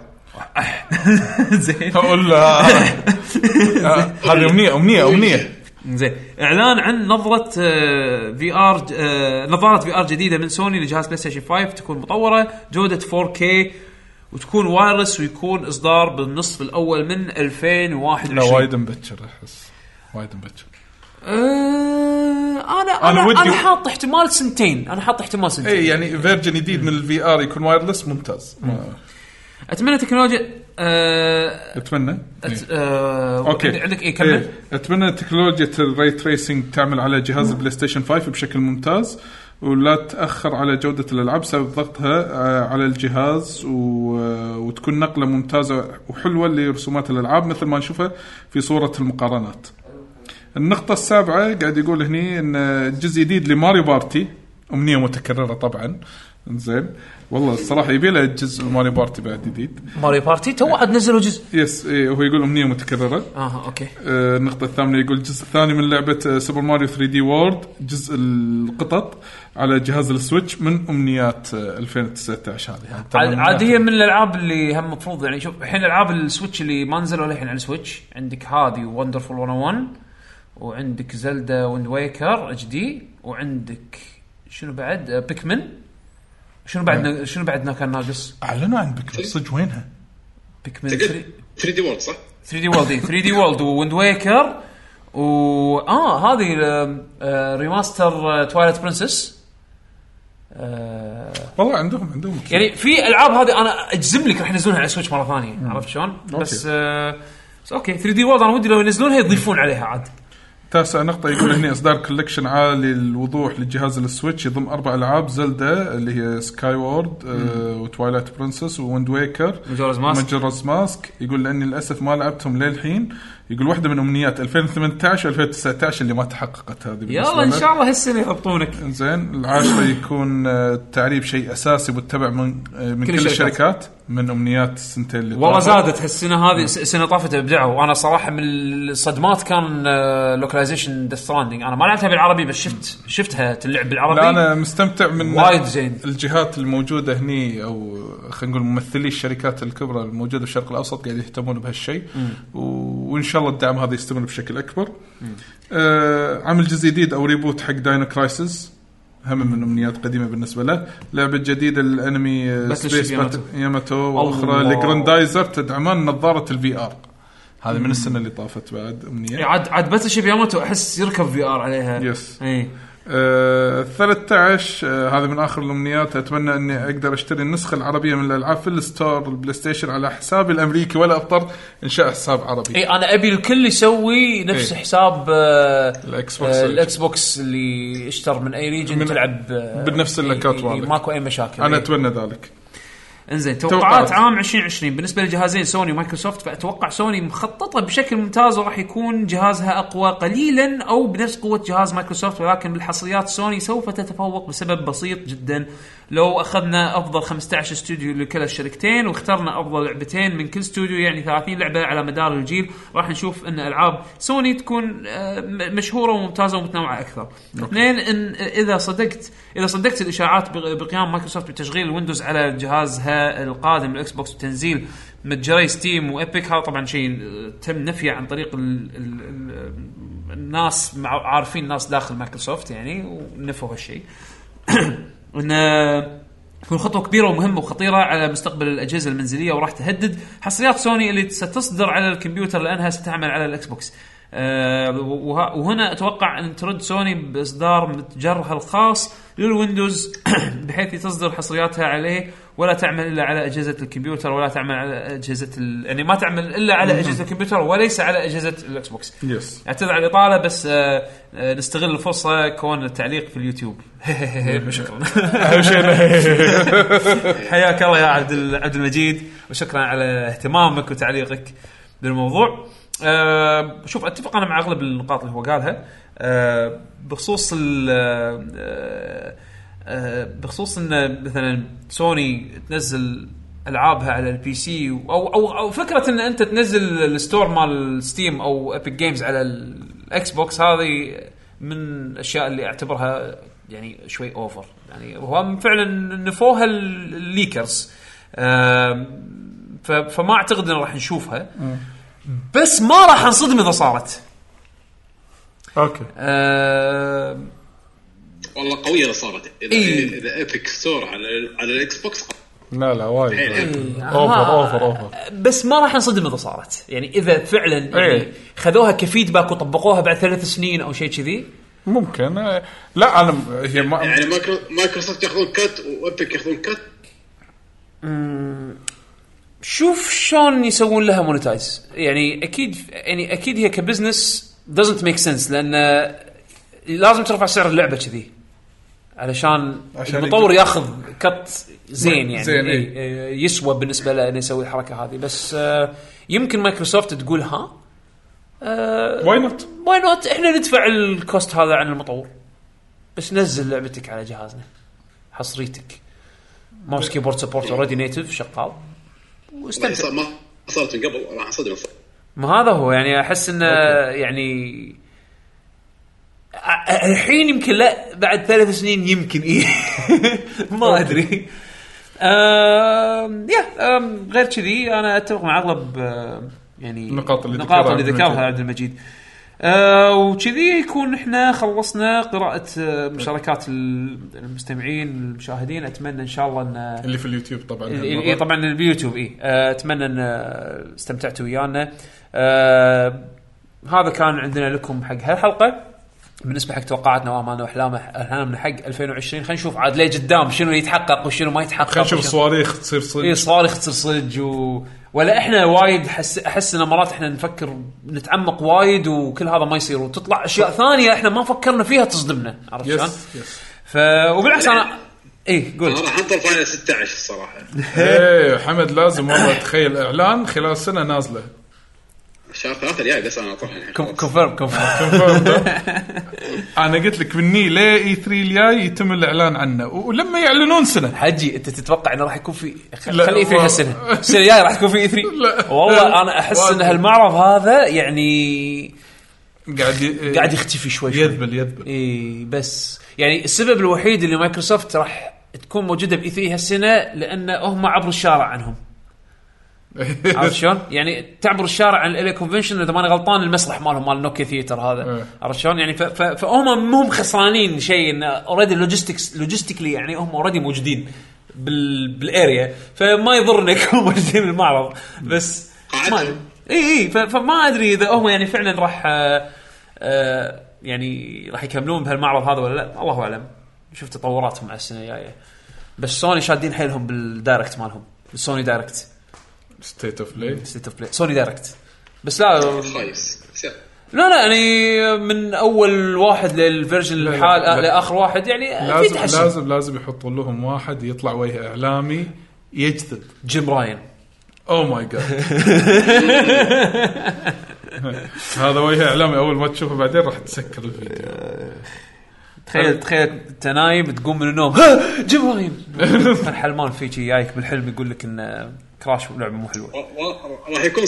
[SPEAKER 3] زين
[SPEAKER 1] اقول آه، آه، هذه امنيه امنيه امنيه
[SPEAKER 3] زين اعلان عن آه، نظره في ار نظاره في ار جديده من سوني لجهاز بلاي ستيشن 5 تكون مطوره جوده 4K وتكون وايرلس ويكون اصدار بالنصف الاول من 2021
[SPEAKER 1] لا وايد مبكر احس وايد مبكر
[SPEAKER 3] آه، انا
[SPEAKER 1] أنا
[SPEAKER 3] انا
[SPEAKER 1] ودي-
[SPEAKER 3] انا حاط احتمال
[SPEAKER 1] إيه،
[SPEAKER 3] سنتين انا حاط احتمال سنتين
[SPEAKER 1] اي يعني فيرجن جديد من الفي ار يكون وايرلس ممتاز ما-
[SPEAKER 3] اتمنى تكنولوجيا آه
[SPEAKER 1] اتمنى إيه.
[SPEAKER 3] أت... آه
[SPEAKER 1] اوكي
[SPEAKER 3] عندك اي كمل
[SPEAKER 1] إيه. اتمنى تكنولوجيا الري تريسنج تعمل على جهاز البلاي ستيشن 5 بشكل ممتاز ولا تاخر على جوده الالعاب بسبب ضغطها آه، على الجهاز و... آه، وتكون نقله ممتازه وحلوه لرسومات الالعاب مثل ما نشوفها في صوره المقارنات. النقطة السابعة قاعد يقول هني ان جزء جديد لماريو بارتي امنية متكررة طبعا زين والله الصراحة يبي له جزء ماريو بارتي بعد جديد
[SPEAKER 3] ماريو بارتي تو عاد نزلوا جزء
[SPEAKER 1] يس إيه، هو يقول امنية متكررة
[SPEAKER 3] اه اوكي
[SPEAKER 1] آه، النقطة الثامنة يقول الجزء الثاني من لعبة آه، سوبر ماريو 3 دي وورد جزء القطط على جهاز السويتش من امنيات آه، 2019 هذه يعني طبعاً
[SPEAKER 3] عاد-
[SPEAKER 1] من
[SPEAKER 3] عاد
[SPEAKER 1] آخر-
[SPEAKER 3] هي من الالعاب اللي هم المفروض يعني شوف الحين العاب السويتش اللي ما نزلوا للحين على السويتش عندك هذه وندرفول 101 وعندك زلدا ويند ويكر اتش دي وعندك شنو بعد آه، بيكمن شنو بعد شنو بعد نا- كان ناقص
[SPEAKER 1] اعلنوا عن بيكمن صدق وينها؟
[SPEAKER 3] بيكمن 3
[SPEAKER 4] 3 دي وورد صح؟
[SPEAKER 3] 3 دي وولد 3 دي وولد ويند ويكر و اه هذه آه، آه، آه، ريماستر توايلايت برنسس
[SPEAKER 1] والله عندهم عندهم
[SPEAKER 3] يعني في العاب هذه انا اجزم لك راح ينزلونها على سويتش مره ثانيه عرفت شلون؟ بس آه بس اوكي 3 دي وورد انا ودي لو ينزلونها يضيفون عليها عاد
[SPEAKER 1] تاسع نقطة يقول هنا إصدار كولكشن عالي الوضوح للجهاز السويتش يضم أربع ألعاب زلدا اللي هي سكاي وورد آه وتوايلايت برنسس وويند ويكر
[SPEAKER 3] مجورز ماسك.
[SPEAKER 1] مجرز ماسك يقول لأني للأسف ما لعبتهم للحين يقول واحدة من أمنيات 2018 و2019 اللي ما تحققت هذه بالنسبة
[SPEAKER 3] يلا ان
[SPEAKER 1] له.
[SPEAKER 3] شاء الله هالسنه يضبطونك
[SPEAKER 1] زين العاشرة يكون آه، التعريب شيء أساسي متبع من آه، من كل,
[SPEAKER 3] الشركات.
[SPEAKER 1] الشركات من أمنيات السنتين اللي
[SPEAKER 3] والله
[SPEAKER 1] طافت.
[SPEAKER 3] زادت هالسنه هذه س- السنه طافت ابدعوا وانا صراحه من الصدمات كان آه، لوكلايزيشن ديث ستراندنج انا ما لعبتها بالعربي بس شفت شفتها تلعب بالعربي
[SPEAKER 1] لا انا مستمتع من
[SPEAKER 3] وايد زين.
[SPEAKER 1] الجهات الموجوده هني او خلينا نقول ممثلي الشركات الكبرى الموجوده في الشرق الاوسط قاعد يهتمون بهالشيء و... وان شاء الله الدعم هذا يستمر بشكل اكبر. آه عمل جزء جديد او ريبوت حق داينو كرايسس هم من امنيات قديمه بالنسبه له، لعبه جديده للانمي آه،
[SPEAKER 3] Battleship
[SPEAKER 1] Space
[SPEAKER 3] Yamato.
[SPEAKER 1] Bat- ياماتو واخرى
[SPEAKER 3] الله.
[SPEAKER 1] لجراندايزر تدعمان نظاره الفي ار. هذه من السنه اللي طافت بعد امنيه.
[SPEAKER 3] يعني عاد عاد باتل شيب ياماتو احس يركب في ار عليها إيه.
[SPEAKER 1] يس.
[SPEAKER 3] اي
[SPEAKER 1] آه، 13 آه، هذا من اخر الامنيات اتمنى اني اقدر اشتري النسخه العربيه من الالعاب في الستور البلاي ستيشن على حسابي الامريكي ولا اضطر انشاء حساب عربي
[SPEAKER 3] اي انا ابي إيه، الكل يسوي نفس
[SPEAKER 1] إي.
[SPEAKER 3] حساب آه،
[SPEAKER 1] الإكس بوكس.
[SPEAKER 3] آه، الاكس بوكس اللي اشتر من اي ريجن
[SPEAKER 1] من-
[SPEAKER 3] تلعب آه،
[SPEAKER 1] بنفس
[SPEAKER 3] إي-
[SPEAKER 1] الأكونت
[SPEAKER 3] إي-
[SPEAKER 1] مالك.
[SPEAKER 3] ماكو اي مشاكل إيه.
[SPEAKER 1] انا
[SPEAKER 3] إي.
[SPEAKER 1] اتمنى ذلك
[SPEAKER 3] انزين
[SPEAKER 1] توقعات.
[SPEAKER 3] توقعات عام 2020 بالنسبه لجهازين سوني ومايكروسوفت فاتوقع سوني مخططه بشكل ممتاز وراح يكون جهازها اقوى قليلا او بنفس قوه جهاز مايكروسوفت ولكن بالحصريات سوني سوف تتفوق بسبب بسيط جدا لو اخذنا افضل 15 استوديو لكلا الشركتين واخترنا افضل لعبتين من كل استوديو يعني 30 لعبه على مدار الجيل راح نشوف ان العاب سوني تكون آه، م- مشهوره وممتازه ومتنوعه اكثر. اثنين ان اذا صدقت اذا صدقت الاشاعات بق- بقيام مايكروسوفت بتشغيل ويندوز على جهازها القادم الاكس بوكس وتنزيل متجري ستيم وابيك هذا طبعا شيء آه، تم نفيه عن طريق ال ال ال الناس مع- عارفين ناس داخل مايكروسوفت يعني ونفوا هالشيء. ان آه، تكون خطوه كبيره ومهمه وخطيره على مستقبل الاجهزه المنزليه وراح تهدد حصريات سوني اللي ستصدر على الكمبيوتر لانها ستعمل على الاكس بوكس. آه، وه- وهنا اتوقع ان ترد سوني باصدار متجرها الخاص للويندوز بحيث تصدر حصرياتها عليه ولا تعمل الا على اجهزه الكمبيوتر ولا تعمل على اجهزه ال... يعني ما تعمل الا على اجهزه الكمبيوتر وليس على اجهزه الاكس بوكس.
[SPEAKER 1] يس
[SPEAKER 3] اعتذر على الاطاله بس آه، آه، نستغل الفرصه كون التعليق في اليوتيوب شكرا اهم شيء حياك الله يا عبد ال- عبد المجيد وشكرا على اهتمامك وتعليقك بالموضوع آه، شوف اتفق انا مع اغلب النقاط اللي هو قالها آه، بخصوص ال آه، آه، بخصوص ان مثلا سوني تنزل العابها على البي سي او او او فكره ان انت تنزل الستور مال ستيم او ابيك جيمز على الاكس بوكس هذه من الاشياء اللي اعتبرها يعني شوي اوفر يعني هو فعلا نفوها الليكرز آم، ف- فما اعتقد ان راح نشوفها بس ما راح انصدم اذا صارت
[SPEAKER 1] اوكي
[SPEAKER 3] آم،
[SPEAKER 4] والله قويه اذا صارت اذا
[SPEAKER 3] إيه.
[SPEAKER 4] اذا ايبك ستور على على الاكس بوكس
[SPEAKER 1] لا لا وايد
[SPEAKER 4] حيل
[SPEAKER 1] اوفر اوفر اوفر
[SPEAKER 3] بس ما راح انصدم اذا صارت يعني اذا فعلا يعني
[SPEAKER 1] إيه.
[SPEAKER 3] خذوها كفيدباك وطبقوها بعد ثلاث سنين او شيء كذي
[SPEAKER 1] ممكن آه، لا انا هي ما
[SPEAKER 4] يعني مايكرو- مايكروسوفت ياخذون كات وابيك ياخذون كات
[SPEAKER 3] شوف شلون يسوون لها مونتايز يعني اكيد يعني اكيد هي كبزنس doesn't make sense لان لازم ترفع سعر اللعبه كذي علشان
[SPEAKER 1] عشان
[SPEAKER 3] المطور
[SPEAKER 1] يقدر-
[SPEAKER 3] ياخذ كت زين يعني
[SPEAKER 1] زين، إيه.
[SPEAKER 3] زين
[SPEAKER 1] إي.
[SPEAKER 3] يسوى بالنسبه له انه يسوي الحركه هذه بس آه، يمكن مايكروسوفت تقول ها آه،
[SPEAKER 1] واي نوت
[SPEAKER 3] واي نوت احنا ندفع الكوست هذا عن المطور بس نزل لعبتك على جهازنا حصريتك ماوس كيبورد
[SPEAKER 1] إيه.
[SPEAKER 3] سبورت اوريدي نيتف شغال
[SPEAKER 4] ما
[SPEAKER 3] واستمتع
[SPEAKER 4] صار- ما حصلت من قبل راح انصدم
[SPEAKER 3] ما هذا هو يعني احس انه يعني أ- أ- الحين يمكن لا بعد ثلاث سنين يمكن ايه ما ادري آم، يا آم، غير كذي انا اتفق مع اغلب آم، يعني
[SPEAKER 1] النقاط اللي
[SPEAKER 3] النقاط
[SPEAKER 1] ذكرها
[SPEAKER 3] اللي
[SPEAKER 1] عبد
[SPEAKER 3] ذكرها
[SPEAKER 1] المجيد.
[SPEAKER 3] عبد المجيد آه وكذي يكون احنا خلصنا قراءة آه، مشاركات المستمعين المشاهدين اتمنى ان شاء الله ان آه،
[SPEAKER 1] اللي في اليوتيوب طبعا
[SPEAKER 3] إي-
[SPEAKER 1] هالمرة.
[SPEAKER 3] اي طبعا اللي باليوتيوب اي آه، اتمنى ان آه، استمتعتوا ويانا آه، هذا كان عندنا لكم حق هالحلقه بالنسبه حق توقعاتنا وامالنا واحلامنا احلامنا حق 2020 خلينا نشوف عاد ليه قدام شنو يتحقق وشنو ما يتحقق
[SPEAKER 1] خلينا نشوف
[SPEAKER 3] وشنو-
[SPEAKER 1] الصواريخ تصير صدق
[SPEAKER 3] اي صواريخ تصير صج و... ولا احنا وايد حس... احس ان مرات احنا نفكر نتعمق وايد وكل هذا ما يصير وتطلع اشياء ثانيه احنا ما فكرنا فيها تصدمنا عرفت شلون؟
[SPEAKER 1] يس يس
[SPEAKER 3] ف وبالعكس إيه، انا اي قول
[SPEAKER 4] انا راح انطر فاينل 16 الصراحه
[SPEAKER 1] ايه حمد لازم والله تخيل اعلان خلال سنه نازله
[SPEAKER 4] شهر ثلاثه الجاي بس يعني. انا اطرح الحين
[SPEAKER 3] كم- كونفيرم كونفيرم
[SPEAKER 1] كونفيرم ده. انا قلت لك مني لا اي 3 الجاي يتم الاعلان عنه ولما يعلنون سنه
[SPEAKER 3] حجي انت تتوقع انه راح يكون في
[SPEAKER 1] لا،
[SPEAKER 3] خل- خلي اي 3
[SPEAKER 1] والله.
[SPEAKER 3] هالسنه السنه الجايه راح تكون في اي 3
[SPEAKER 1] لا.
[SPEAKER 3] والله انا احس ان
[SPEAKER 1] واجد.
[SPEAKER 3] هالمعرض هذا يعني
[SPEAKER 1] قاعد ي...
[SPEAKER 3] قاعد يختفي شوي شوي
[SPEAKER 1] يذبل يذبل
[SPEAKER 3] اي بس يعني السبب الوحيد اللي مايكروسوفت راح تكون موجوده باي 3 هالسنه لان هم عبروا الشارع عنهم عرفت شلون؟ يعني تعبر الشارع عن الالي كونفنشن اذا ماني غلطان المسرح مالهم مال نوكيا ثيتر
[SPEAKER 1] إيه.
[SPEAKER 3] هذا عرفت شلون؟ يعني ف- ف- فهم مو هم خسرانين شيء انه اوريدي لوجيستكس لوجيستيكلي يعني هم اوريدي موجودين بال بالاريا فما يضر انه يكونوا موجودين بالمعرض بس ما
[SPEAKER 4] قاعدهم.
[SPEAKER 3] اي اي ف- فما ادري اذا هم يعني فعلا راح آه، آه، يعني راح يكملون بهالمعرض هذا ولا لا الله اعلم نشوف تطوراتهم على السنه الجايه بس سوني شادين حيلهم بالدايركت مالهم بالسوني دايركت
[SPEAKER 1] ستيت اوف بلاي
[SPEAKER 3] ستيت اوف بلاي سوني دايركت بس لا
[SPEAKER 4] خايس سير.
[SPEAKER 3] لا لا يعني من اول واحد للفيرجن
[SPEAKER 1] لا،
[SPEAKER 3] الحال
[SPEAKER 1] لا.
[SPEAKER 3] لاخر واحد يعني في
[SPEAKER 1] لازم
[SPEAKER 3] تحسن
[SPEAKER 1] لازم لازم يحطوا لهم واحد يطلع وجه اعلامي يجذب Oh
[SPEAKER 3] جيم راين
[SPEAKER 1] او ماي جاد هذا وجه اعلامي اول ما تشوفه بعدين راح تسكر الفيديو
[SPEAKER 3] تخيل تخيل انت نايم تقوم من النوم ها جيم راين الحلمان فيك جايك بالحلم يقول لك ان كراش لعبه مو حلوه
[SPEAKER 4] را- را- راح يكون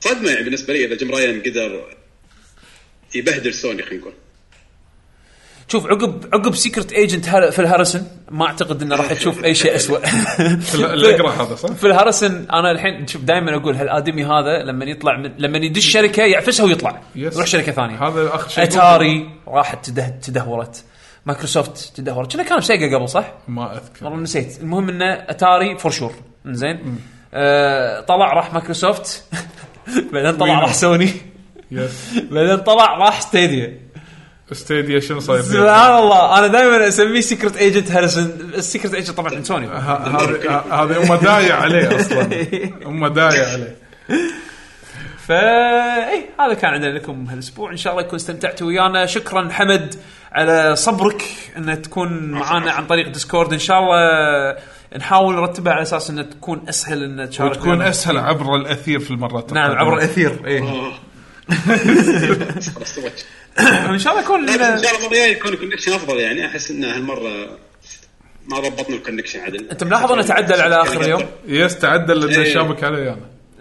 [SPEAKER 4] صدمه يعني بالنسبه لي اذا جيم رايان قدر يبهدل سوني خلينا نقول
[SPEAKER 3] شوف عقب عقب سيكرت ايجنت في الهارسن ما اعتقد انه راح تشوف اي شيء اسوء
[SPEAKER 1] الاقرع هذا صح؟
[SPEAKER 3] في الهرسن انا الحين شوف دائما اقول هالادمي هذا لما يطلع من لما يدش شركه يعفسها ويطلع
[SPEAKER 1] يس.
[SPEAKER 3] يروح شركه ثانيه
[SPEAKER 1] هذا اخر شيء
[SPEAKER 3] اتاري راحت تده... تدهورت مايكروسوفت تدهورت كنا كانوا بسيجا قبل صح؟
[SPEAKER 1] ما اذكر
[SPEAKER 3] والله نسيت المهم انه اتاري فور شور زين آه طلع راح مايكروسوفت بعدين طلع
[SPEAKER 1] وينو.
[SPEAKER 3] راح سوني
[SPEAKER 1] يس
[SPEAKER 3] بعدين طلع راح ستيديا
[SPEAKER 1] ستيديا شنو صاير فيه؟
[SPEAKER 3] سبحان الله انا دائما اسميه سيكرت ايجنت هاريسون السيكرت ايجنت طبعا من سوني
[SPEAKER 1] ه- هذه ه- هذه امه دايع عليه اصلا امه دايع عليه
[SPEAKER 3] فا اي إيه، هذا كان عندنا لكم هالاسبوع ان شاء الله يكون استمتعتوا ويانا شكرا حمد على صبرك ان تكون معانا عن طريق ديسكورد ان شاء الله نحاول نرتبها على اساس انها تكون اسهل ان تشارك
[SPEAKER 1] وتكون
[SPEAKER 3] ويانا.
[SPEAKER 1] اسهل عبر الاثير في المرات
[SPEAKER 3] نعم عبر الاثير اي
[SPEAKER 4] آه. خلاص سويت.
[SPEAKER 1] إيه.
[SPEAKER 3] ان شاء الله يكون
[SPEAKER 4] لا،
[SPEAKER 3] لنا
[SPEAKER 4] بس ان شاء الله المره الجايه يكون الكونكشن افضل يعني احس ان هالمره ما ضبطنا الكونكشن عدل
[SPEAKER 3] انت ملاحظ انه تعدل على آخر اليوم؟
[SPEAKER 1] يس تعدل لانه
[SPEAKER 4] إيه.
[SPEAKER 1] شابك يعني. علي انا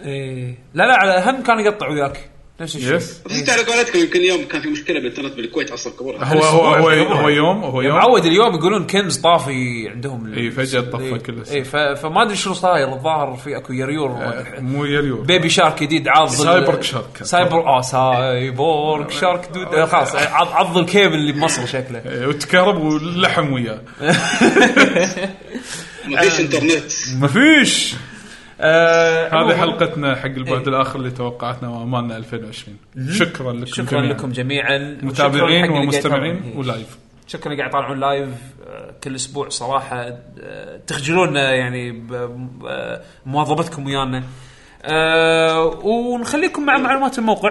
[SPEAKER 3] إي. إيه. لا لا على هم كان يقطع وياك نفس الشيء
[SPEAKER 1] يس
[SPEAKER 4] بس انت على قولتكم يمكن اليوم كان في مشكله بالانترنت بالكويت اصلا كبرها
[SPEAKER 1] هو هو هو هو يوم هو يوم
[SPEAKER 3] معود اليوم يقولون كنز طافي عندهم ال-
[SPEAKER 1] إي، إيه، فجأة طفى
[SPEAKER 3] إي.
[SPEAKER 1] كل شيء.
[SPEAKER 3] اي ف- فما ادري شنو صاير الظاهر في اكو يريور ما أدري.
[SPEAKER 1] آه، مو يريو
[SPEAKER 3] بيبي شارك جديد عض
[SPEAKER 1] سايبورغ شارك.
[SPEAKER 3] سايبر اه سايبورغ شارك دود آه، خلاص عض عض الكيبل اللي بمصر شكله
[SPEAKER 1] إيه، وتكهرب واللحم وياه
[SPEAKER 4] ما فيش انترنت
[SPEAKER 1] ما فيش
[SPEAKER 3] آه،
[SPEAKER 1] هذه
[SPEAKER 3] عموماً،
[SPEAKER 1] حلقتنا حق
[SPEAKER 3] إيه.
[SPEAKER 1] البعد الاخر اللي توقعتنا وامالنا 2020 شكرا لكم
[SPEAKER 3] شكرا
[SPEAKER 1] جميعاً.
[SPEAKER 3] لكم جميعا وشكراً حق
[SPEAKER 1] متابعين
[SPEAKER 3] اللي قاعد
[SPEAKER 1] ومستمعين
[SPEAKER 3] يتابعون.
[SPEAKER 1] ولايف
[SPEAKER 3] شكرا قاعد يطالعون لايف آه، آه، كل اسبوع صراحه آه، تخجلونا يعني بمواظبتكم ويانا آه، ونخليكم مع معلومات الموقع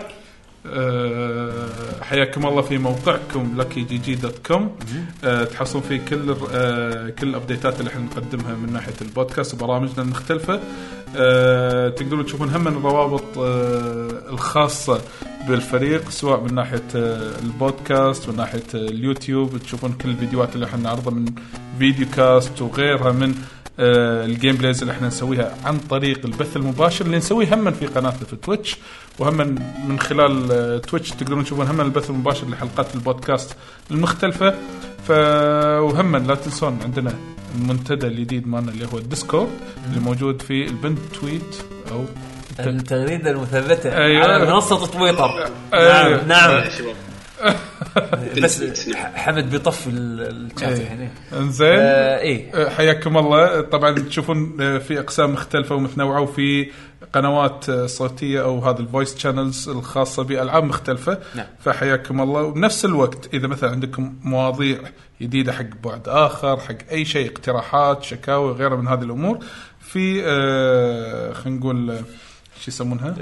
[SPEAKER 1] آه، حياكم الله في موقعكم لكي جي جي دوت كوم آه، تحصلون فيه كل الر- آه، كل الابديتات اللي احنا نقدمها من ناحيه البودكاست وبرامجنا المختلفه آه، تقدرون تشوفون هم الروابط آه، الخاصه بالفريق سواء من ناحيه آه، البودكاست من ناحيه آه، اليوتيوب تشوفون كل الفيديوهات اللي احنا نعرضها من فيديو كاست وغيرها من آه، الجيم بلايز اللي احنا نسويها عن طريق البث المباشر اللي نسويه هم في قناتنا في تويتش وهم من خلال آه، تويتش تقدرون تشوفون هم البث المباشر لحلقات البودكاست المختلفه ف وهم لا تنسون عندنا المنتدى الجديد مالنا اللي هو الديسكورد اللي موجود في البنت تويت او
[SPEAKER 5] التغريده المثبته
[SPEAKER 1] أيوة.
[SPEAKER 5] على منصه تويتر
[SPEAKER 1] أيوة.
[SPEAKER 5] نعم نعم
[SPEAKER 4] يا شباب
[SPEAKER 5] بس حمد بيطفي ال- الشات
[SPEAKER 1] أيوة.
[SPEAKER 5] يعني. الحين
[SPEAKER 1] انزين
[SPEAKER 5] آه، إيه.
[SPEAKER 1] آه، حياكم الله طبعا تشوفون آه، في اقسام مختلفه ومتنوعه وفي قنوات آه، صوتيه او هذا الفويس شانلز الخاصه بالعاب مختلفه
[SPEAKER 3] نعم.
[SPEAKER 1] فحياكم الله وبنفس الوقت اذا مثلا عندكم مواضيع جديده حق بعد اخر حق اي شيء اقتراحات شكاوي غيره من هذه الامور في آه، خلينا نقول آه، شو يسمونها؟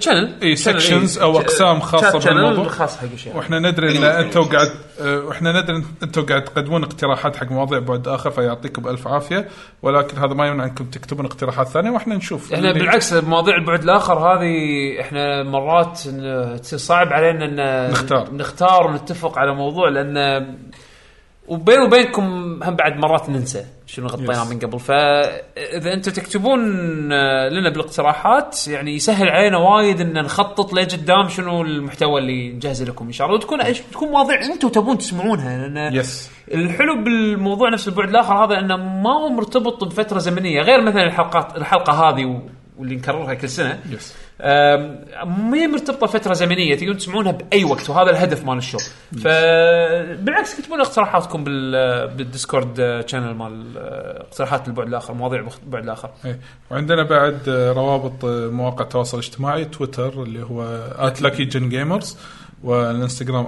[SPEAKER 3] شانل
[SPEAKER 1] اي سكشنز او اقسام خاصه
[SPEAKER 3] بالموضوع
[SPEAKER 1] بالموضوع
[SPEAKER 3] خاص حق الشيء
[SPEAKER 1] واحنا ندري ان
[SPEAKER 4] أيوة.
[SPEAKER 1] انتم قاعد آه، واحنا ندري ان انتم قاعد تقدمون اقتراحات حق مواضيع بعد اخر فيعطيكم بالف عافيه ولكن هذا ما يمنع انكم تكتبون اقتراحات ثانيه واحنا نشوف
[SPEAKER 3] احنا
[SPEAKER 1] اللي-
[SPEAKER 3] بالعكس مواضيع البعد الاخر هذه احنا مرات ن- تصير صعب علينا ان
[SPEAKER 1] نختار.
[SPEAKER 3] نختار ونتفق على موضوع لان وبين وبينكم هم بعد مرات ننسى شنو غطيناه
[SPEAKER 1] Yes.
[SPEAKER 3] من قبل فاذا انتم تكتبون آه، لنا بالاقتراحات يعني يسهل علينا وايد ان نخطط لقدام شنو المحتوى اللي نجهزه لكم ان شاء الله وتكون أش- تكون مواضيع انتم تبون تسمعونها لان
[SPEAKER 1] يس
[SPEAKER 3] الحلو بالموضوع نفس البعد الاخر هذا انه ما هو مرتبط بفتره زمنيه غير مثلا الحلقات الحلقه هذه و- واللي نكررها كل سنه
[SPEAKER 1] يس
[SPEAKER 3] أم، ما هي مرتبطه بفتره زمنيه تقدرون تسمعونها باي وقت وهذا الهدف مال الشو فبالعكس كتبوا لنا اقتراحاتكم بال بالديسكورد شانل مال آه، اقتراحات البعد الاخر مواضيع بخ- البعد الاخر
[SPEAKER 1] إيه. وعندنا بعد آه، روابط آه، مواقع التواصل الاجتماعي تويتر اللي هو ات لكي جن جيمرز والانستغرام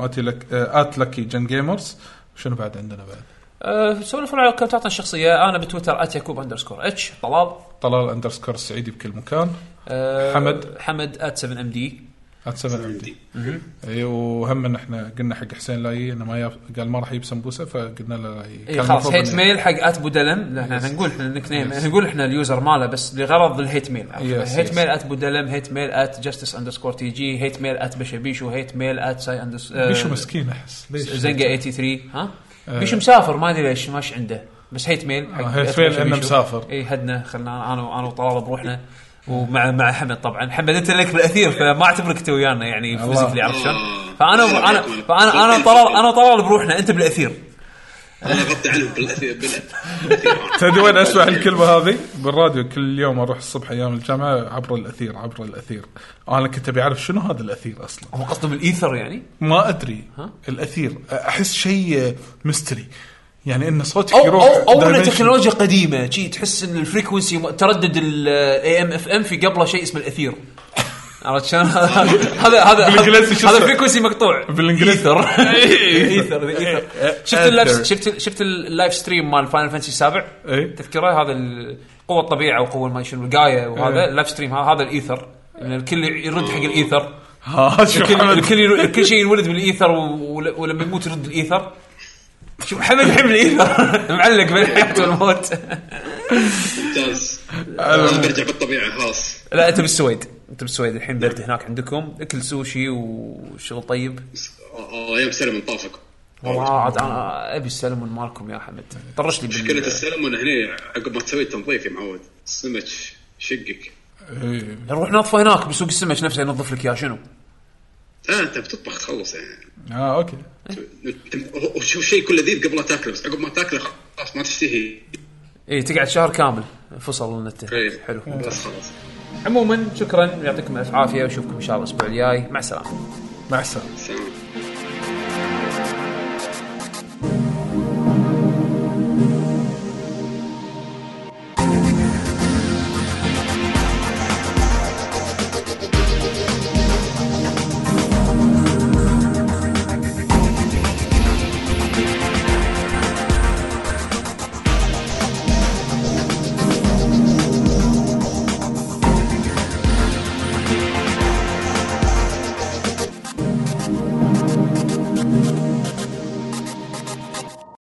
[SPEAKER 1] ات لكي جن جيمرز شنو بعد عندنا بعد؟
[SPEAKER 3] أه، سولفونا على اكونتاتنا الشخصيه انا بتويتر @يكوب اندرسكور اتش طلال
[SPEAKER 1] طلال اندرسكور السعيدي بكل مكان
[SPEAKER 3] أه،
[SPEAKER 1] حمد.
[SPEAKER 3] حمد @7 md
[SPEAKER 1] ات 7 ام دي اي إيه، وهم ان احنا قلنا حق حسين لا يجي انه ما ياب- قال ما راح يجيب سمبوسه فقلنا له لا يجي.
[SPEAKER 3] اي
[SPEAKER 1] كان
[SPEAKER 3] إيه، خلاص
[SPEAKER 1] المفروض
[SPEAKER 3] هيت
[SPEAKER 1] إنه-
[SPEAKER 3] ميل حق ات بودلم لا، احنا نقول احنا النيك نيم إحنا نقول احنا اليوزر ماله بس لغرض الهيت ميل
[SPEAKER 1] Yes,
[SPEAKER 3] هيت
[SPEAKER 1] yes.
[SPEAKER 3] ميل ات بودلم هيت ميل ات جاستس اندرسكور تي جي هيت ميل ات بشبيشو هيت ميل ات ساي اندرس
[SPEAKER 1] بيشو مسكين احس ليش
[SPEAKER 3] زنقه 83 ها بيشو مسافر ما ادري ليش ماش عنده بس هيت ميل حق
[SPEAKER 1] Uh, آه، هيت
[SPEAKER 3] at
[SPEAKER 1] ميل
[SPEAKER 3] بشبيشو.
[SPEAKER 1] إنه مسافر.
[SPEAKER 3] اي هدنا خلنا انا انا وطلال بروحنا ومع مع حمد طبعا حمد انت لك بالاثير فما اعتبرك انت ويانا يعني
[SPEAKER 1] الله.
[SPEAKER 3] فيزيكلي عرفت شلون؟
[SPEAKER 4] آه.
[SPEAKER 3] فانا فانا فانا انا وطلال انا وطلال بروحنا انت بالاثير
[SPEAKER 4] انا غطي عنهم بالاثير بالاثير
[SPEAKER 1] تدري وين اسمع الكلمه هذه؟ بالراديو كل يوم اروح الصبح ايام الجامعه عبر الاثير عبر الاثير انا كنت ابي اعرف شنو هذا الاثير اصلا
[SPEAKER 3] هو قصده بالايثر يعني
[SPEAKER 1] ما ادري الاثير احس شيء ميستري يعني ان صوتك
[SPEAKER 3] او
[SPEAKER 1] يروح
[SPEAKER 3] او او انها
[SPEAKER 1] dimension.
[SPEAKER 3] تكنولوجيا قديمه شي تحس ان الفريكونسي م- تردد الاي ام اف ام في قبله شيء اسمه الاثير عرفت شلون؟ هذا هذا هذا
[SPEAKER 1] بالإنجليزي شو إيه،
[SPEAKER 3] هذا
[SPEAKER 1] اسمه؟
[SPEAKER 3] الفريكونسي مقطوع
[SPEAKER 1] بالإنجليزي.
[SPEAKER 3] ايثر ايثر ايثر
[SPEAKER 1] إيه.
[SPEAKER 3] شفت اللايف
[SPEAKER 1] Ether.
[SPEAKER 3] شفت شفت اللايف ستريم مال فاينل فانسي السابع؟
[SPEAKER 1] إي.
[SPEAKER 3] تذكره هذا ال- قوه الطبيعه وقوه ما شنو القايه وهذا
[SPEAKER 1] إي.
[SPEAKER 3] اللايف ستريم ه- هذا الايثر إن الكل يرد حق الايثر
[SPEAKER 1] ها شو
[SPEAKER 3] الكل
[SPEAKER 1] حمد؟
[SPEAKER 3] الكل كل شيء ينولد بالايثر ول- ولما يموت يرد الايثر شوف حمد يحب الايثر معلق بين الحياه والموت
[SPEAKER 4] ممتاز انا برجع بالطبيعه خلاص
[SPEAKER 3] لا انت بالسويد انت بالسويد الحين برد هناك عندكم اكل سوشي وشغل طيب
[SPEAKER 4] آه، يوم سلم طافك
[SPEAKER 3] والله عاد انا ابي السلمون مالكم يا حمد طرش لي بال-
[SPEAKER 4] مشكله السلمون هنا عقب ما تسوي تنظيف يا معود السمك شقك
[SPEAKER 1] إيه.
[SPEAKER 3] نروح نطفى هناك بسوق السمك نفسه ينظف لك يا شنو
[SPEAKER 4] اه انت بتطبخ تخلص يعني
[SPEAKER 1] اه اوكي
[SPEAKER 4] وشوف شيء كله لذيذ قبل لا تاكله بس عقب ما تاكله خلاص ما تشتهي
[SPEAKER 3] اي إيه، تقعد شهر كامل فصل النت
[SPEAKER 4] إيه.
[SPEAKER 3] حلو
[SPEAKER 4] بس خلاص
[SPEAKER 3] عموما شكرا يعطيكم الف عافيه واشوفكم ان شاء الله الاسبوع الجاي مع السلامه
[SPEAKER 1] مع السلامه
[SPEAKER 4] سلام